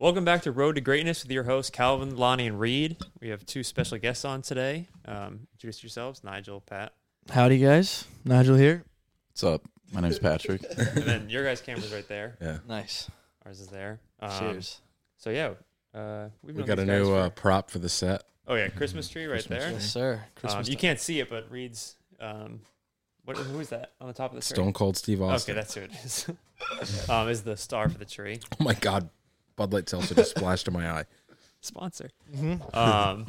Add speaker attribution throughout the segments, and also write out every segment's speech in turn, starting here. Speaker 1: Welcome back to Road to Greatness with your hosts, Calvin, Lonnie, and Reed. We have two special guests on today. Um, introduce yourselves, Nigel, Pat.
Speaker 2: Howdy, guys. Nigel here.
Speaker 3: What's up? My name's Patrick.
Speaker 1: And then your guys' camera's right there.
Speaker 3: yeah.
Speaker 2: Nice.
Speaker 1: Ours is there. Um,
Speaker 2: Cheers.
Speaker 1: So, yeah. Uh, we've
Speaker 4: We
Speaker 1: known
Speaker 4: got a
Speaker 1: these guys
Speaker 4: new
Speaker 1: for-
Speaker 4: uh, prop for the set.
Speaker 1: oh, yeah. Christmas tree right
Speaker 4: Christmas
Speaker 1: there.
Speaker 2: Yes, sir.
Speaker 1: Um,
Speaker 2: Christmas.
Speaker 1: you can't see it, but Reed's. Um, what, who is that on the top of the tree?
Speaker 4: Stone Cold Steve
Speaker 1: Okay,
Speaker 4: Austin.
Speaker 1: that's who it is. um, is the star for the tree.
Speaker 4: oh my God, Bud Light Seltzer just splashed in my eye.
Speaker 1: Sponsor.
Speaker 2: Mhm.
Speaker 1: Um,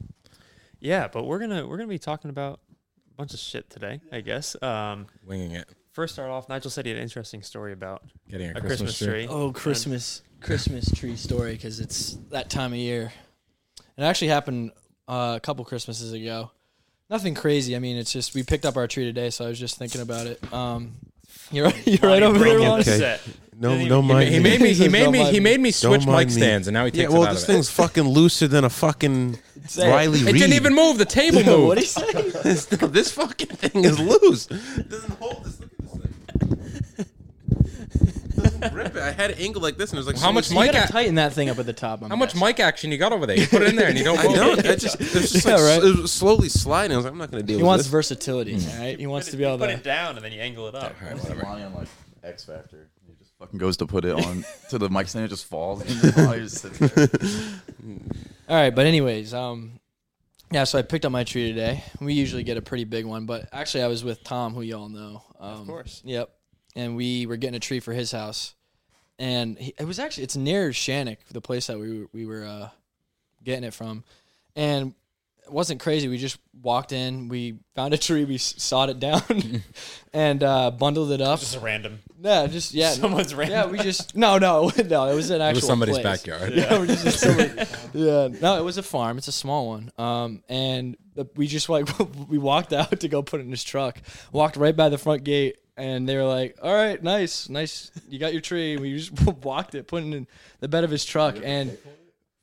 Speaker 1: yeah, but we're gonna we're gonna be talking about a bunch of shit today, I guess. Um,
Speaker 4: Winging it,
Speaker 1: first, start off. Nigel said he had an interesting story about
Speaker 4: getting a,
Speaker 1: a Christmas, tree.
Speaker 2: Oh, Christmas, Christmas tree story because it's that time of year. It actually happened uh, a couple Christmases ago. Nothing crazy. I mean, it's just we picked up our tree today, so I was just thinking about it. Um, you're you're right
Speaker 1: Lonnie
Speaker 2: over there.
Speaker 1: broke it
Speaker 2: Lonnie.
Speaker 1: the
Speaker 3: Okay.
Speaker 1: set.
Speaker 5: No,
Speaker 1: Didn't
Speaker 5: no,
Speaker 1: even-
Speaker 5: mind
Speaker 4: He
Speaker 5: me.
Speaker 4: made me. He made me. He made me
Speaker 5: Don't
Speaker 4: switch mic
Speaker 5: mind me.
Speaker 4: stands, and now he takes
Speaker 5: Yeah, well,
Speaker 4: it out
Speaker 5: this
Speaker 4: of it.
Speaker 5: thing's fucking looser than a fucking
Speaker 2: Say it.
Speaker 5: Riley
Speaker 4: It
Speaker 5: Reed.
Speaker 4: didn't even move. The table moved.
Speaker 2: What he say?
Speaker 5: this, this fucking thing is loose. It doesn't hold this. Look at this thing. It doesn't grip it. I had it angled like this, and it was like
Speaker 4: How much
Speaker 2: You
Speaker 4: mic?
Speaker 2: gotta
Speaker 4: ac-
Speaker 2: tighten that thing up at the top. I'm
Speaker 4: How much
Speaker 2: guessing.
Speaker 4: mic action you got over there? You put it in there, and you don't.
Speaker 5: I
Speaker 4: move
Speaker 5: don't.
Speaker 4: it.
Speaker 5: I just, it was just
Speaker 2: Yeah,
Speaker 5: like,
Speaker 2: right.
Speaker 5: it was slowly sliding. I was like, I'm not gonna deal
Speaker 2: He
Speaker 5: with
Speaker 2: wants
Speaker 5: this.
Speaker 2: versatility. All right, he wants to be
Speaker 1: Mm. You
Speaker 2: all
Speaker 1: put
Speaker 2: that.
Speaker 1: it down and then you angle it up.
Speaker 4: All right,
Speaker 3: Whatever.
Speaker 4: whatever.
Speaker 3: Lonnie on like X Factor. He just fucking goes to put it on to the mic stand. It just falls. And you're just sitting there.
Speaker 2: All right, but anyways, um, yeah. So I picked up my tree today. We usually get a pretty big one, but actually I was with Tom, who y'all know. Um, of
Speaker 1: course.
Speaker 2: Yep. And we were getting a tree for his house, and he, it was actually it's near Shannock, the place that we were, we were uh, getting it from, and it wasn't crazy. We just walked in, we found a tree, we s- sawed it down, and uh, bundled it up.
Speaker 1: Just a random.
Speaker 2: yeah, just yeah.
Speaker 1: Someone's random.
Speaker 2: yeah, we just no, no, no. It was an
Speaker 4: It
Speaker 2: actual
Speaker 4: was somebody's
Speaker 2: place.
Speaker 4: backyard.
Speaker 2: Yeah, we're just in somewhere- yeah. No, it was a farm. It's a small one. Um, and the, we just like we walked out to go put it in his truck. Walked right by the front gate, and they were like, "All right, nice, nice. You got your tree." We just walked it, put it in the bed of his truck, and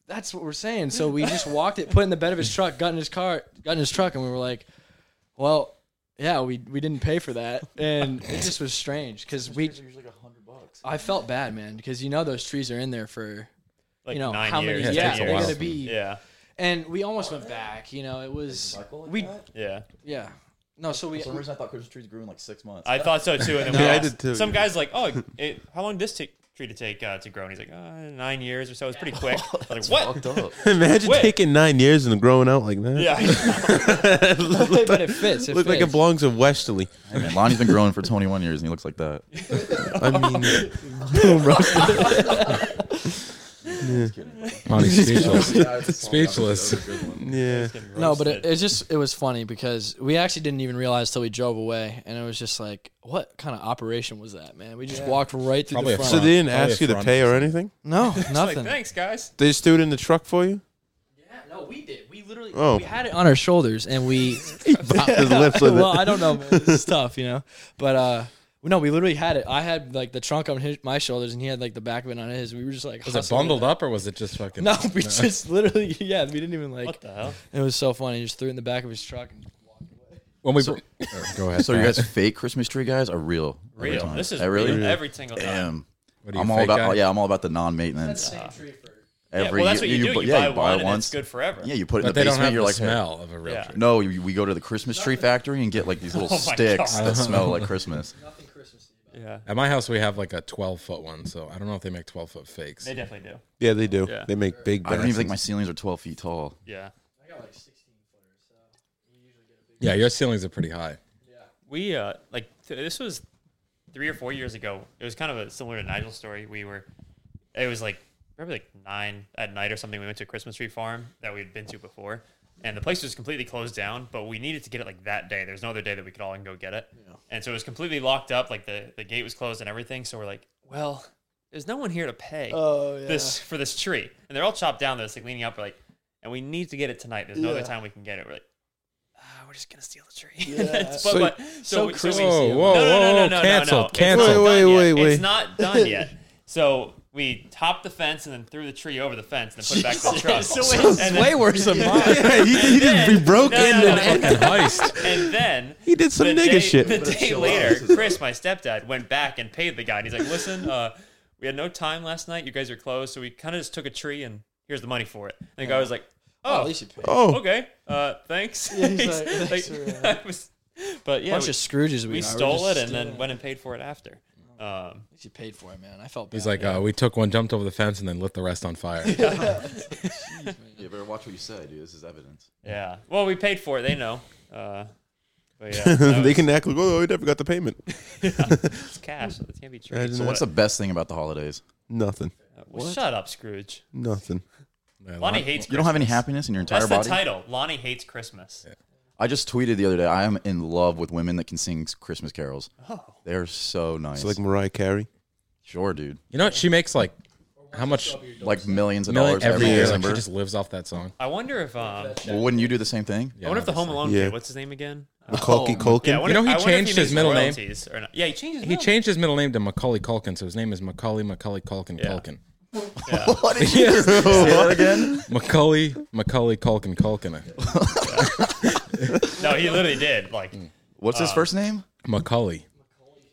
Speaker 2: that's what we're saying. So we just walked it, put it in the bed of his truck, got in his car, got in his truck, and we were like, "Well." Yeah, we, we didn't pay for that, and it just was strange because we. I felt bad, man, because you know those trees are in there for
Speaker 1: Like
Speaker 2: you know
Speaker 1: nine
Speaker 2: how
Speaker 1: years.
Speaker 2: many
Speaker 1: ten
Speaker 2: yeah,
Speaker 4: that's a
Speaker 2: they're
Speaker 4: while.
Speaker 1: years.
Speaker 2: gonna be
Speaker 1: Yeah.
Speaker 2: and we almost went back you know it was we
Speaker 1: Yeah.
Speaker 2: yeah no so we
Speaker 3: For some reason, I thought Christmas trees grew in like six months.
Speaker 1: I thought so too. And then
Speaker 5: No,
Speaker 1: we
Speaker 5: I
Speaker 1: asked-
Speaker 5: did too,
Speaker 1: Some
Speaker 5: yeah.
Speaker 1: guys like, oh, it, how long did this take, tree to take uh, to grow? And he's like, uh, nine years or so. It's pretty quick. I was like, what?
Speaker 3: fucked up.
Speaker 5: Imagine
Speaker 1: Wait.
Speaker 5: taking nine years and growing out like that.
Speaker 1: Yeah.
Speaker 5: it looked
Speaker 2: but it fits it
Speaker 5: looked like it
Speaker 2: fits.
Speaker 5: belongs in Westerly.
Speaker 3: Hey, man, Lonnie's been growing for 21 years, and he looks like that.
Speaker 5: I mean, boom, roasted.
Speaker 4: Lonnie's speechless.
Speaker 3: Speechless.
Speaker 5: Yeah.
Speaker 2: no but it, it just it was funny because we actually didn't even realize till we drove away and it was just like what kind of operation was that man we just walked right through
Speaker 4: Probably a
Speaker 2: the front
Speaker 5: So they didn't
Speaker 4: Probably
Speaker 5: ask you to
Speaker 4: front.
Speaker 5: pay or anything.
Speaker 2: no
Speaker 1: like,
Speaker 2: nothing
Speaker 1: thanks, guys.
Speaker 5: They just threw it in the truck for you.
Speaker 2: yeah no we did we literally
Speaker 5: Oh.
Speaker 2: we had it on our shoulders and we
Speaker 5: Popped his lips with
Speaker 2: well,
Speaker 5: it.
Speaker 2: I don't know, man. This is tough, you know. But uh no, we literally had it. I had like the trunk on his, my shoulders, and he had like the back of it on his. We were just like,
Speaker 4: Was it
Speaker 2: hustling
Speaker 4: bundled up or was it just fucking?
Speaker 2: No, we just literally, yeah, we didn't even like.
Speaker 1: What the hell?
Speaker 2: It was so funny. He just threw it in the back of his truck. And,
Speaker 4: When we br- go ahead.
Speaker 3: So you
Speaker 4: Pat.
Speaker 3: guys fake Christmas tree guys are real. every
Speaker 1: Real.
Speaker 3: time.
Speaker 1: This is
Speaker 3: I
Speaker 1: real.
Speaker 3: really.
Speaker 1: Every single time.
Speaker 3: Damn.
Speaker 4: What are you,
Speaker 3: I'm all
Speaker 4: fake
Speaker 3: about.
Speaker 4: guy?
Speaker 3: Oh, yeah, I'm all about the non-maintenance.
Speaker 1: Yeah,
Speaker 3: Every
Speaker 1: well, that's what
Speaker 3: year-
Speaker 1: you, do.
Speaker 3: bu-
Speaker 1: You,
Speaker 3: yeah,
Speaker 1: buy, one, and it's good forever.
Speaker 3: Yeah, you put it
Speaker 4: But
Speaker 3: in
Speaker 4: they
Speaker 3: the
Speaker 4: don't
Speaker 3: basement.
Speaker 4: have
Speaker 3: You're
Speaker 4: the
Speaker 3: like, hey,
Speaker 4: smell of a real
Speaker 1: Yeah.
Speaker 4: tree.
Speaker 3: No, you, we go to the Christmas tree factory and get like these little
Speaker 1: Oh my
Speaker 3: sticks
Speaker 1: God.
Speaker 3: that smell like Christmas.
Speaker 2: Nothing Christmassy.
Speaker 1: Yeah.
Speaker 4: At my house, we have like a 12 foot one, so I don't know if they make 12 foot fakes.
Speaker 1: They definitely do.
Speaker 5: Yeah, they do.
Speaker 1: Yeah.
Speaker 5: They make big.
Speaker 3: I don't even think my
Speaker 5: baskets.
Speaker 3: ceilings are 12 feet tall.
Speaker 1: Yeah.
Speaker 2: I got like 16 footers, so we usually get a big.
Speaker 4: Yeah, your ceilings are pretty high.
Speaker 1: We uh like th- this was three or four years ago. It was kind of a similar to Nigel's story. We were it was like probably like nine at night or something. We went to a Christmas tree farm that we had been to before, and the place was completely closed down. But we needed to get it like that day. There's no other day that we could all go get it, and so it was completely locked up. Like the the gate was closed and everything. So we're like, well, there's no one here to pay
Speaker 2: Oh yeah.
Speaker 1: this for this tree, and they're all chopped down. They're just, like leaning up. We're like, and we need to get it tonight. There's no other
Speaker 2: Yeah.
Speaker 1: time we can get it. We're like, ah, we're just gonna steal the tree.
Speaker 2: Yeah.
Speaker 1: But-
Speaker 5: So-
Speaker 1: but- so,
Speaker 2: so
Speaker 1: so we-
Speaker 2: Whoa,
Speaker 1: no, no, no, no, no,
Speaker 4: cancel,
Speaker 1: no, no.
Speaker 4: cancel.
Speaker 1: It's not
Speaker 5: Wait, wait,
Speaker 1: done
Speaker 5: wait,
Speaker 1: yet.
Speaker 5: wait.
Speaker 1: It's not done yet. So we topped the fence and then threw the tree over the fence and then put it back in the truck. and
Speaker 2: way
Speaker 1: then,
Speaker 2: worse than mine.
Speaker 5: yeah, he, he just
Speaker 1: Then-
Speaker 5: be broke
Speaker 1: no,
Speaker 5: in
Speaker 1: no,
Speaker 5: and
Speaker 1: no.
Speaker 5: fucking heist.
Speaker 1: and then
Speaker 5: He did some
Speaker 1: the
Speaker 5: nigga
Speaker 1: day,
Speaker 5: shit.
Speaker 1: The day later, Chris, my stepdad, went back and paid the guy. And he's like, listen, uh, we had no time last night. You guys were closed, so we kind of just took a tree and here's the money for it. And the guy was like,
Speaker 2: Oh,
Speaker 1: oh,
Speaker 2: at least you paid.
Speaker 5: Oh,
Speaker 1: okay, uh, thanks.
Speaker 2: Yeah, he's like, "Thanks for, uh,
Speaker 1: I was- but yeah,
Speaker 2: Bunch
Speaker 1: we,
Speaker 2: of Scrooges we,
Speaker 1: we
Speaker 2: are. We're
Speaker 1: stole it
Speaker 2: just Oh.
Speaker 1: and then
Speaker 2: stealing.
Speaker 1: went and paid for it after. Um,
Speaker 2: At least you paid for it, man. I felt bad.
Speaker 4: He's like, uh, we took one, jumped over the fence, and then lit the rest on fire.
Speaker 3: Yeah, better watch what you say, dude. This is evidence.
Speaker 1: yeah, well, we paid for it. They know. Uh, but yeah, that
Speaker 5: they
Speaker 1: was-
Speaker 5: can act like, oh, we never got the payment.
Speaker 1: it's cash. So it can't be true.
Speaker 5: Imagine
Speaker 3: So, what's the
Speaker 5: that.
Speaker 3: best thing about the holidays?
Speaker 5: Nothing.
Speaker 1: Well, shut up, Scrooge.
Speaker 5: Nothing.
Speaker 4: Yeah,
Speaker 1: Lonnie
Speaker 4: Lon-
Speaker 1: hates.
Speaker 3: You don't have any
Speaker 1: Christmas.
Speaker 3: happiness in your entire
Speaker 1: That's the
Speaker 3: body.
Speaker 1: title. Lonnie hates Christmas.
Speaker 3: I just tweeted the other day. I am in love with women that can sing Christmas carols.
Speaker 1: Oh,
Speaker 3: They are so nice.
Speaker 5: So like Mariah Carey.
Speaker 3: sure, dude.
Speaker 4: You know what? She makes like how much
Speaker 3: Like millions of
Speaker 4: million
Speaker 3: dollars every,
Speaker 4: every year? Like
Speaker 3: December.
Speaker 4: she just lives off that song.
Speaker 1: I wonder if um,
Speaker 3: well, wouldn't you do the same thing?
Speaker 1: I wonder if the Home Alone
Speaker 5: Yeah.
Speaker 1: kid, what's his name again? Uh,
Speaker 5: Macaulay Culkin.
Speaker 1: yeah, I wonder,
Speaker 4: You know he
Speaker 1: I wonder if
Speaker 4: changed his
Speaker 1: makes
Speaker 4: middle name.
Speaker 1: royalties Or not. Yeah, he changed his
Speaker 4: He
Speaker 1: middle
Speaker 4: changed his middle name to Macaulay Culkin, so his name is Macaulay Macaulay Culkin
Speaker 1: Yeah.
Speaker 4: Culkin.
Speaker 3: what did you just say that again?
Speaker 4: Macaulay Macaulay Culkin Culkin.
Speaker 1: name. No, he literally did. Like,
Speaker 3: What's his first name?
Speaker 4: Macaulay.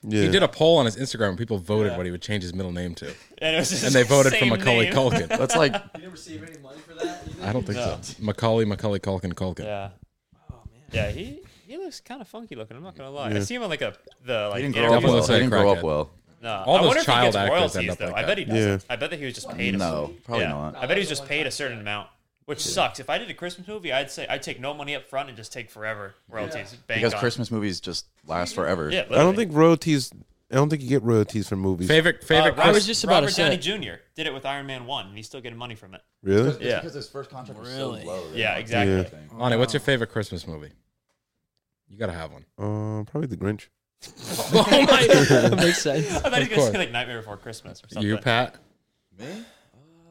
Speaker 5: Yeah.
Speaker 4: He did a poll on his Instagram and people voted what he would change his middle name to.
Speaker 1: and, it was just
Speaker 4: And they voted for
Speaker 1: same
Speaker 4: Macaulay
Speaker 1: name.
Speaker 4: Culkin.
Speaker 3: That's like
Speaker 2: you didn't receive any money for that?
Speaker 4: I don't think so. Macaulay Macaulay Culkin Culkin.
Speaker 1: Yeah. Yeah, he he looks kind of funky looking. I'm not gonna lie. I see him on like a the like.
Speaker 3: he didn't grow
Speaker 1: interviews
Speaker 3: up well.
Speaker 1: with-
Speaker 3: He didn't grow up
Speaker 4: Crackhead.
Speaker 3: well.
Speaker 1: No,
Speaker 4: All
Speaker 1: I
Speaker 4: those
Speaker 1: wonder
Speaker 4: child
Speaker 1: if he gets
Speaker 4: actors
Speaker 1: royalties
Speaker 4: end up
Speaker 1: though.
Speaker 4: like
Speaker 1: I
Speaker 4: that.
Speaker 1: bet he doesn't.
Speaker 5: Yeah.
Speaker 1: I bet that he was just paid. a-
Speaker 3: No, probably
Speaker 1: yeah.
Speaker 3: not.
Speaker 1: I bet he was just paid a certain amount, which sucks. If I did a Christmas movie, I'd say I'd take no money up front and just take forever royalties. Bank
Speaker 3: Because
Speaker 1: on it.
Speaker 3: Christmas movies just last forever.
Speaker 1: Yeah,
Speaker 5: I don't
Speaker 1: literally.
Speaker 5: think royalties. I don't think you get royalties from movies.
Speaker 4: Favorite favorite
Speaker 1: Uh, Robert,
Speaker 2: I
Speaker 4: Chris-
Speaker 2: was just about to
Speaker 1: Robert
Speaker 2: say.
Speaker 1: Downey Jr. did it with Iron Man One, and he's still getting money from it.
Speaker 5: Really?
Speaker 3: It's
Speaker 1: Yeah.
Speaker 3: because his first contract was
Speaker 2: Really?
Speaker 3: so low. they
Speaker 1: Yeah,
Speaker 3: didn't
Speaker 1: exactly.
Speaker 3: do anything.
Speaker 4: Lonnie,
Speaker 1: Oh.
Speaker 4: what's your favorite Christmas movie? You gotta have one.
Speaker 5: Uh, probably The Grinch.
Speaker 4: oh my
Speaker 2: that makes sense.
Speaker 1: I thought he was going
Speaker 4: Of
Speaker 1: to
Speaker 4: course.
Speaker 1: say like Nightmare Before Christmas or something.
Speaker 4: You Pat?
Speaker 3: Me?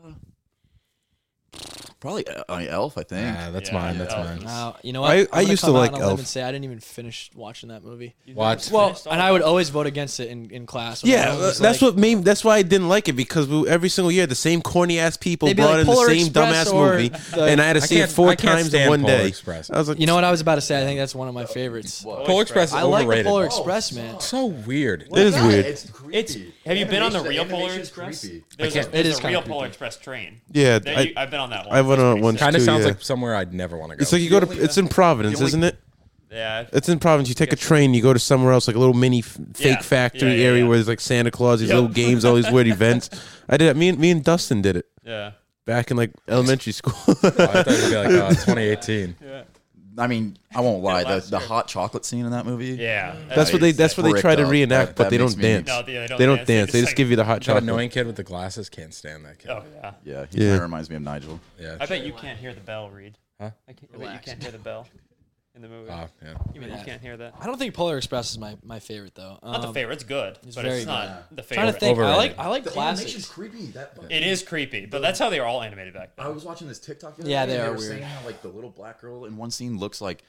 Speaker 3: Uh, probably uh, I mean, Elf, I think.
Speaker 4: Ah, that's
Speaker 1: Yeah,
Speaker 4: mine,
Speaker 1: yeah.
Speaker 4: that's
Speaker 1: Oh,
Speaker 4: mine.
Speaker 2: Wow, you know what?
Speaker 5: I-
Speaker 2: I'm
Speaker 5: I
Speaker 2: gonna
Speaker 5: used to
Speaker 2: come out
Speaker 5: like
Speaker 2: on a limb
Speaker 5: Elf.
Speaker 2: and say I didn't even finish watching that movie.
Speaker 4: What?
Speaker 2: Well, and I would always vote against it in, in class. when
Speaker 5: Yeah,
Speaker 2: I was
Speaker 5: uh, that's
Speaker 2: like-
Speaker 5: what made. That's why I didn't like it because we, every single year the same corny ass people
Speaker 2: They'd be
Speaker 5: brought
Speaker 2: like
Speaker 5: in
Speaker 2: Polar
Speaker 5: the same
Speaker 2: Express
Speaker 5: dumbass
Speaker 2: or
Speaker 5: movie,
Speaker 2: the-
Speaker 5: and I had to
Speaker 4: I
Speaker 5: see it
Speaker 4: can't- I
Speaker 5: four
Speaker 4: can't
Speaker 5: times in
Speaker 4: stand
Speaker 5: one
Speaker 4: Polar
Speaker 5: day.
Speaker 4: Express.
Speaker 5: I was like,
Speaker 2: You know what I was about to say? I think that's one of my favorites.
Speaker 3: What?
Speaker 4: Polar Express is
Speaker 2: I like the
Speaker 4: overrated.
Speaker 1: Oh,
Speaker 2: Polar Express, man.
Speaker 4: so weird.
Speaker 5: It is
Speaker 3: Yeah,
Speaker 5: weird.
Speaker 3: It's creepy.
Speaker 1: It's have you been on the
Speaker 3: Animation-
Speaker 1: real Polar
Speaker 3: animation's
Speaker 1: Express?
Speaker 3: creepy.
Speaker 1: There's
Speaker 4: can't-
Speaker 1: a,
Speaker 4: it
Speaker 1: there's
Speaker 2: is
Speaker 1: a
Speaker 2: kinda
Speaker 1: real
Speaker 2: creepy.
Speaker 1: Polar Express train.
Speaker 5: yeah,
Speaker 1: There you,
Speaker 5: I,
Speaker 1: I've been on that one.
Speaker 5: I went on it once
Speaker 4: Kind of
Speaker 5: too,
Speaker 4: sounds
Speaker 5: yeah.
Speaker 4: like somewhere I'd never want to go.
Speaker 5: It's like you go to. It's in Providence,
Speaker 3: only-
Speaker 5: isn't it?
Speaker 1: Yeah,
Speaker 5: It's in Providence. You take a train, you go to somewhere else, like a little mini f-
Speaker 1: Yeah.
Speaker 5: fake factory
Speaker 1: Yeah, yeah,
Speaker 5: area
Speaker 1: yeah.
Speaker 5: where there's like Santa Claus, these
Speaker 1: Yep.
Speaker 5: little games, all these weird events. I did. Me and me and Dustin did it
Speaker 1: yeah.
Speaker 5: back in like elementary school.
Speaker 4: Oh, I thought it'd be like uh, 2018.
Speaker 3: I mean, I won't lie. The,
Speaker 1: Last
Speaker 3: the
Speaker 1: year.
Speaker 3: hot chocolate scene in that movie.
Speaker 1: Yeah,
Speaker 5: that's what they.
Speaker 3: it's
Speaker 5: That's what they
Speaker 3: bricked
Speaker 5: try to
Speaker 3: up.
Speaker 5: reenact,
Speaker 3: That-
Speaker 5: but
Speaker 3: that
Speaker 5: they
Speaker 3: makes
Speaker 5: don't
Speaker 3: me-
Speaker 5: dance.
Speaker 1: No, they- they don't dance. They
Speaker 5: dance. They
Speaker 1: just,
Speaker 5: just
Speaker 1: like-
Speaker 5: give you the hot
Speaker 4: That
Speaker 5: chocolate.
Speaker 4: annoying kid with the glasses can't stand that kid.
Speaker 1: Oh yeah.
Speaker 3: Yeah, he
Speaker 5: Yeah.
Speaker 3: kind of reminds me of Nigel.
Speaker 4: Yeah.
Speaker 1: I bet you can't hear the bell, Reed.
Speaker 4: Huh?
Speaker 1: I, can't, I bet you can't hear the bell in the movie.
Speaker 4: Oh, yeah.
Speaker 1: you, mean, you can't hear that.
Speaker 2: I don't think Polar Express is my, my favorite though.
Speaker 1: Not the
Speaker 2: Um,
Speaker 1: favorite. It's good, but
Speaker 2: very
Speaker 1: it's not the
Speaker 2: I'm
Speaker 1: favorite.
Speaker 2: trying to think. I like
Speaker 4: Overrated.
Speaker 2: I like
Speaker 3: animation's
Speaker 2: classics.
Speaker 3: creepy. That
Speaker 1: It is creepy, but that's how they were all animated back then.
Speaker 3: I was watching this TikTok. The other
Speaker 2: Yeah,
Speaker 3: day,
Speaker 2: they
Speaker 3: and
Speaker 2: are
Speaker 3: were
Speaker 2: weird.
Speaker 3: Saying how like the little black girl in one scene looks like,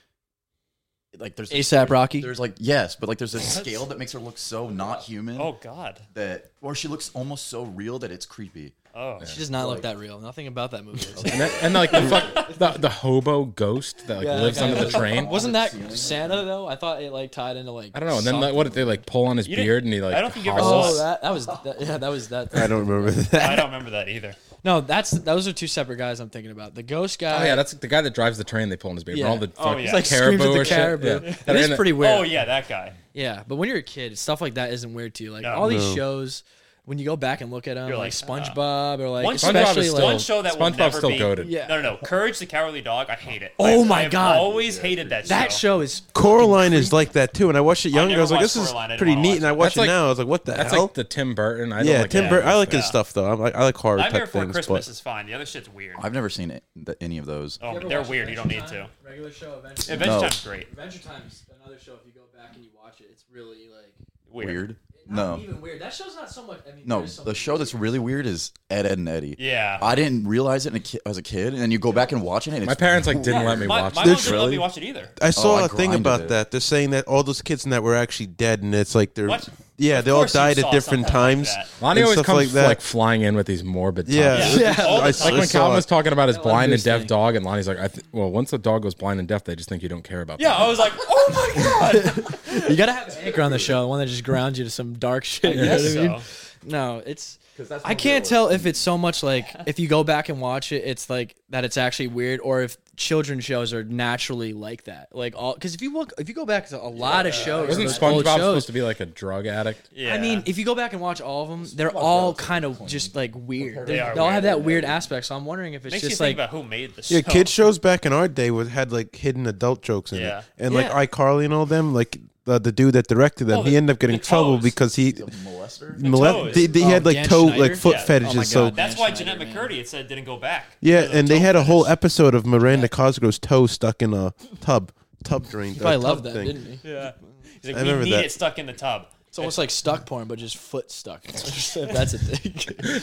Speaker 3: like there's
Speaker 2: ASAP Rocky.
Speaker 3: There's like yes, but like there's a scale that makes her look so not human
Speaker 1: Oh God.
Speaker 3: that, or she looks almost so real that it's creepy.
Speaker 1: Oh.
Speaker 2: She does not look that real. Nothing about that movie. looks-
Speaker 4: And, that, and like the, fuck, the the hobo ghost that like
Speaker 2: Yeah,
Speaker 4: lives
Speaker 2: that guy
Speaker 4: under the
Speaker 2: was-
Speaker 4: train.
Speaker 2: Wasn't that Santa though? I thought it like tied into like
Speaker 4: I don't know. And then like,
Speaker 2: something.
Speaker 4: what did they like pull on his
Speaker 1: didn't-
Speaker 4: beard and he like?
Speaker 1: I don't think you ever
Speaker 4: hobbles?
Speaker 1: saw
Speaker 2: Oh, that that was that, yeah, that was that.
Speaker 5: I don't remember
Speaker 1: I
Speaker 5: that.
Speaker 1: don't remember that either.
Speaker 2: No, that's those are two separate guys I'm thinking about. The ghost guy.
Speaker 4: Oh yeah, that's the guy that drives the train. They pull on his beard.
Speaker 2: Yeah.
Speaker 4: and All the
Speaker 1: Oh,
Speaker 4: fucking
Speaker 1: yeah. Like,
Speaker 2: screams at
Speaker 4: caribou
Speaker 2: the
Speaker 4: or shit.
Speaker 2: caribou.
Speaker 4: Yeah.
Speaker 2: That is pretty weird.
Speaker 1: Oh yeah, that guy.
Speaker 2: Yeah, but when you're a kid, stuff like that isn't weird to you. Like
Speaker 1: No.
Speaker 2: all these
Speaker 5: No.
Speaker 2: shows, when you go back and look at them,
Speaker 1: You're
Speaker 2: like,
Speaker 1: like, "Ah."
Speaker 2: SpongeBob or like
Speaker 1: One show-
Speaker 2: especially
Speaker 4: SpongeBob is
Speaker 2: like
Speaker 1: One show that will
Speaker 4: SpongeBob's
Speaker 1: never
Speaker 4: still
Speaker 1: be.
Speaker 4: goaded.
Speaker 2: Yeah.
Speaker 1: No, no, no. Courage the Cowardly Dog. I hate it.
Speaker 2: Oh
Speaker 1: I-
Speaker 2: my
Speaker 1: I have
Speaker 2: God.
Speaker 1: Always hated that.
Speaker 2: that
Speaker 1: show.
Speaker 2: show is
Speaker 5: Coraline is like that too, and I watched it young. I,
Speaker 1: never
Speaker 5: was like,
Speaker 1: watched
Speaker 5: "This is
Speaker 1: Coraline, I didn't
Speaker 5: pretty
Speaker 1: wanna
Speaker 5: neat."
Speaker 1: watch
Speaker 5: And I
Speaker 1: it.
Speaker 5: watched
Speaker 4: That's like-
Speaker 5: it now. I was like, "What the
Speaker 4: That's
Speaker 5: hell?"
Speaker 4: like the Tim Burton. I don't
Speaker 5: yeah,
Speaker 4: like
Speaker 5: Tim
Speaker 4: that.
Speaker 5: Burton. I like his
Speaker 1: Yeah.
Speaker 5: stuff though. I'm like, I like horror
Speaker 1: Nightmare
Speaker 5: type
Speaker 1: Before
Speaker 5: things,
Speaker 1: Christmas
Speaker 5: but
Speaker 1: is fine. The other shit's weird.
Speaker 3: I've never seen it, th- any of those.
Speaker 1: Oh, but they're weird. You don't need to.
Speaker 2: Regular show,
Speaker 1: Adventure Time's great.
Speaker 2: Adventure Time's another show. If you go back and you watch it, it's really like
Speaker 1: Weird.
Speaker 3: weird. No,
Speaker 2: even weird. That show's not so much. I mean,
Speaker 3: no. The show that's really weird is Ed, Ed and Eddie.
Speaker 1: Yeah.
Speaker 3: I didn't realize it in a ki- as a kid, and then you go back and watch it. And it's
Speaker 4: My parents like didn't let me
Speaker 1: my
Speaker 4: watch.
Speaker 1: my
Speaker 4: it.
Speaker 1: mom didn't let
Speaker 5: really?
Speaker 1: me watch it either.
Speaker 5: I
Speaker 3: Oh,
Speaker 5: saw
Speaker 3: I
Speaker 5: a thing
Speaker 3: grinded
Speaker 5: about
Speaker 3: it.
Speaker 5: that. They're saying that all those kids in that were actually dead, and it's like they're
Speaker 1: What?
Speaker 5: yeah,
Speaker 1: Of
Speaker 5: they all
Speaker 1: course you
Speaker 5: died
Speaker 1: saw
Speaker 5: at different
Speaker 1: something like
Speaker 5: times.
Speaker 1: that.
Speaker 4: Lonnie
Speaker 5: and
Speaker 4: always
Speaker 5: stuff
Speaker 4: comes
Speaker 5: like
Speaker 4: f-
Speaker 5: that.
Speaker 4: like flying in with these morbid.
Speaker 5: yeah,
Speaker 4: topics.
Speaker 1: Yeah. All the
Speaker 5: I,
Speaker 1: time.
Speaker 5: I
Speaker 4: Like when
Speaker 5: saw
Speaker 4: Calvin was
Speaker 5: it.
Speaker 4: talking about his
Speaker 2: That
Speaker 4: blind and
Speaker 2: was
Speaker 4: deaf
Speaker 2: interesting.
Speaker 4: dog, and Lonnie's like, I th- "Well, once the dog goes blind and deaf, they just think you don't care about."
Speaker 1: Yeah,
Speaker 4: them.
Speaker 1: I was like, oh my god.
Speaker 2: you gotta have an anchor on the show, one that just grounds you to some dark shit. you know
Speaker 1: Yes,
Speaker 2: what I mean?
Speaker 1: so.
Speaker 2: No, it's
Speaker 3: Because that's
Speaker 2: I can't tell if it's so much like if you go back and watch it, it's like that it's actually weird, or if children shows are naturally like that. Like all because if you look, if you go back to a lot of shows,
Speaker 4: Wasn't
Speaker 2: those old
Speaker 4: SpongeBob
Speaker 2: shows,
Speaker 4: supposed to be like a drug addict?
Speaker 1: Yeah.
Speaker 2: I mean, if you go back and watch all of them, they're all kind of just like weird. They,
Speaker 1: They are
Speaker 2: all have that
Speaker 1: weird.
Speaker 2: weird aspect. So I'm wondering if it's
Speaker 1: makes you
Speaker 2: just
Speaker 1: think
Speaker 2: like
Speaker 1: about who made the show.
Speaker 5: Yeah, kid shows back in our day was had like hidden adult jokes in
Speaker 1: Yeah.
Speaker 5: it, and
Speaker 2: Yeah.
Speaker 5: like iCarly and all them, like the, the dude that directed them,
Speaker 1: Oh,
Speaker 5: he
Speaker 1: the-
Speaker 5: ended up getting
Speaker 1: the
Speaker 5: trouble
Speaker 1: toes.
Speaker 5: because he
Speaker 3: He's a molester.
Speaker 5: mole-
Speaker 1: toes.
Speaker 5: they, they
Speaker 2: Oh,
Speaker 5: had like
Speaker 2: Dan
Speaker 5: toe
Speaker 2: Schneider?
Speaker 5: like foot
Speaker 1: Yeah. Oh my
Speaker 5: fetishes. so
Speaker 2: God.
Speaker 1: That's why
Speaker 2: Schneider,
Speaker 1: Jeanette
Speaker 2: man.
Speaker 1: McCurdy had said didn't go back.
Speaker 5: yeah,
Speaker 1: Because of
Speaker 5: and
Speaker 1: the
Speaker 5: they had a
Speaker 1: toe
Speaker 5: whole
Speaker 1: fetish.
Speaker 5: episode of Miranda Cosgrove's toe stuck in a tub tub drain.
Speaker 2: he probably
Speaker 5: uh, tub
Speaker 2: loved that,
Speaker 5: thing.
Speaker 2: didn't he?
Speaker 1: Yeah. He's like,
Speaker 5: I
Speaker 1: we
Speaker 5: remember
Speaker 1: need
Speaker 5: that.
Speaker 1: it stuck in the tub.
Speaker 2: It's almost like stuck porn, but just foot stuck. If That's a thing.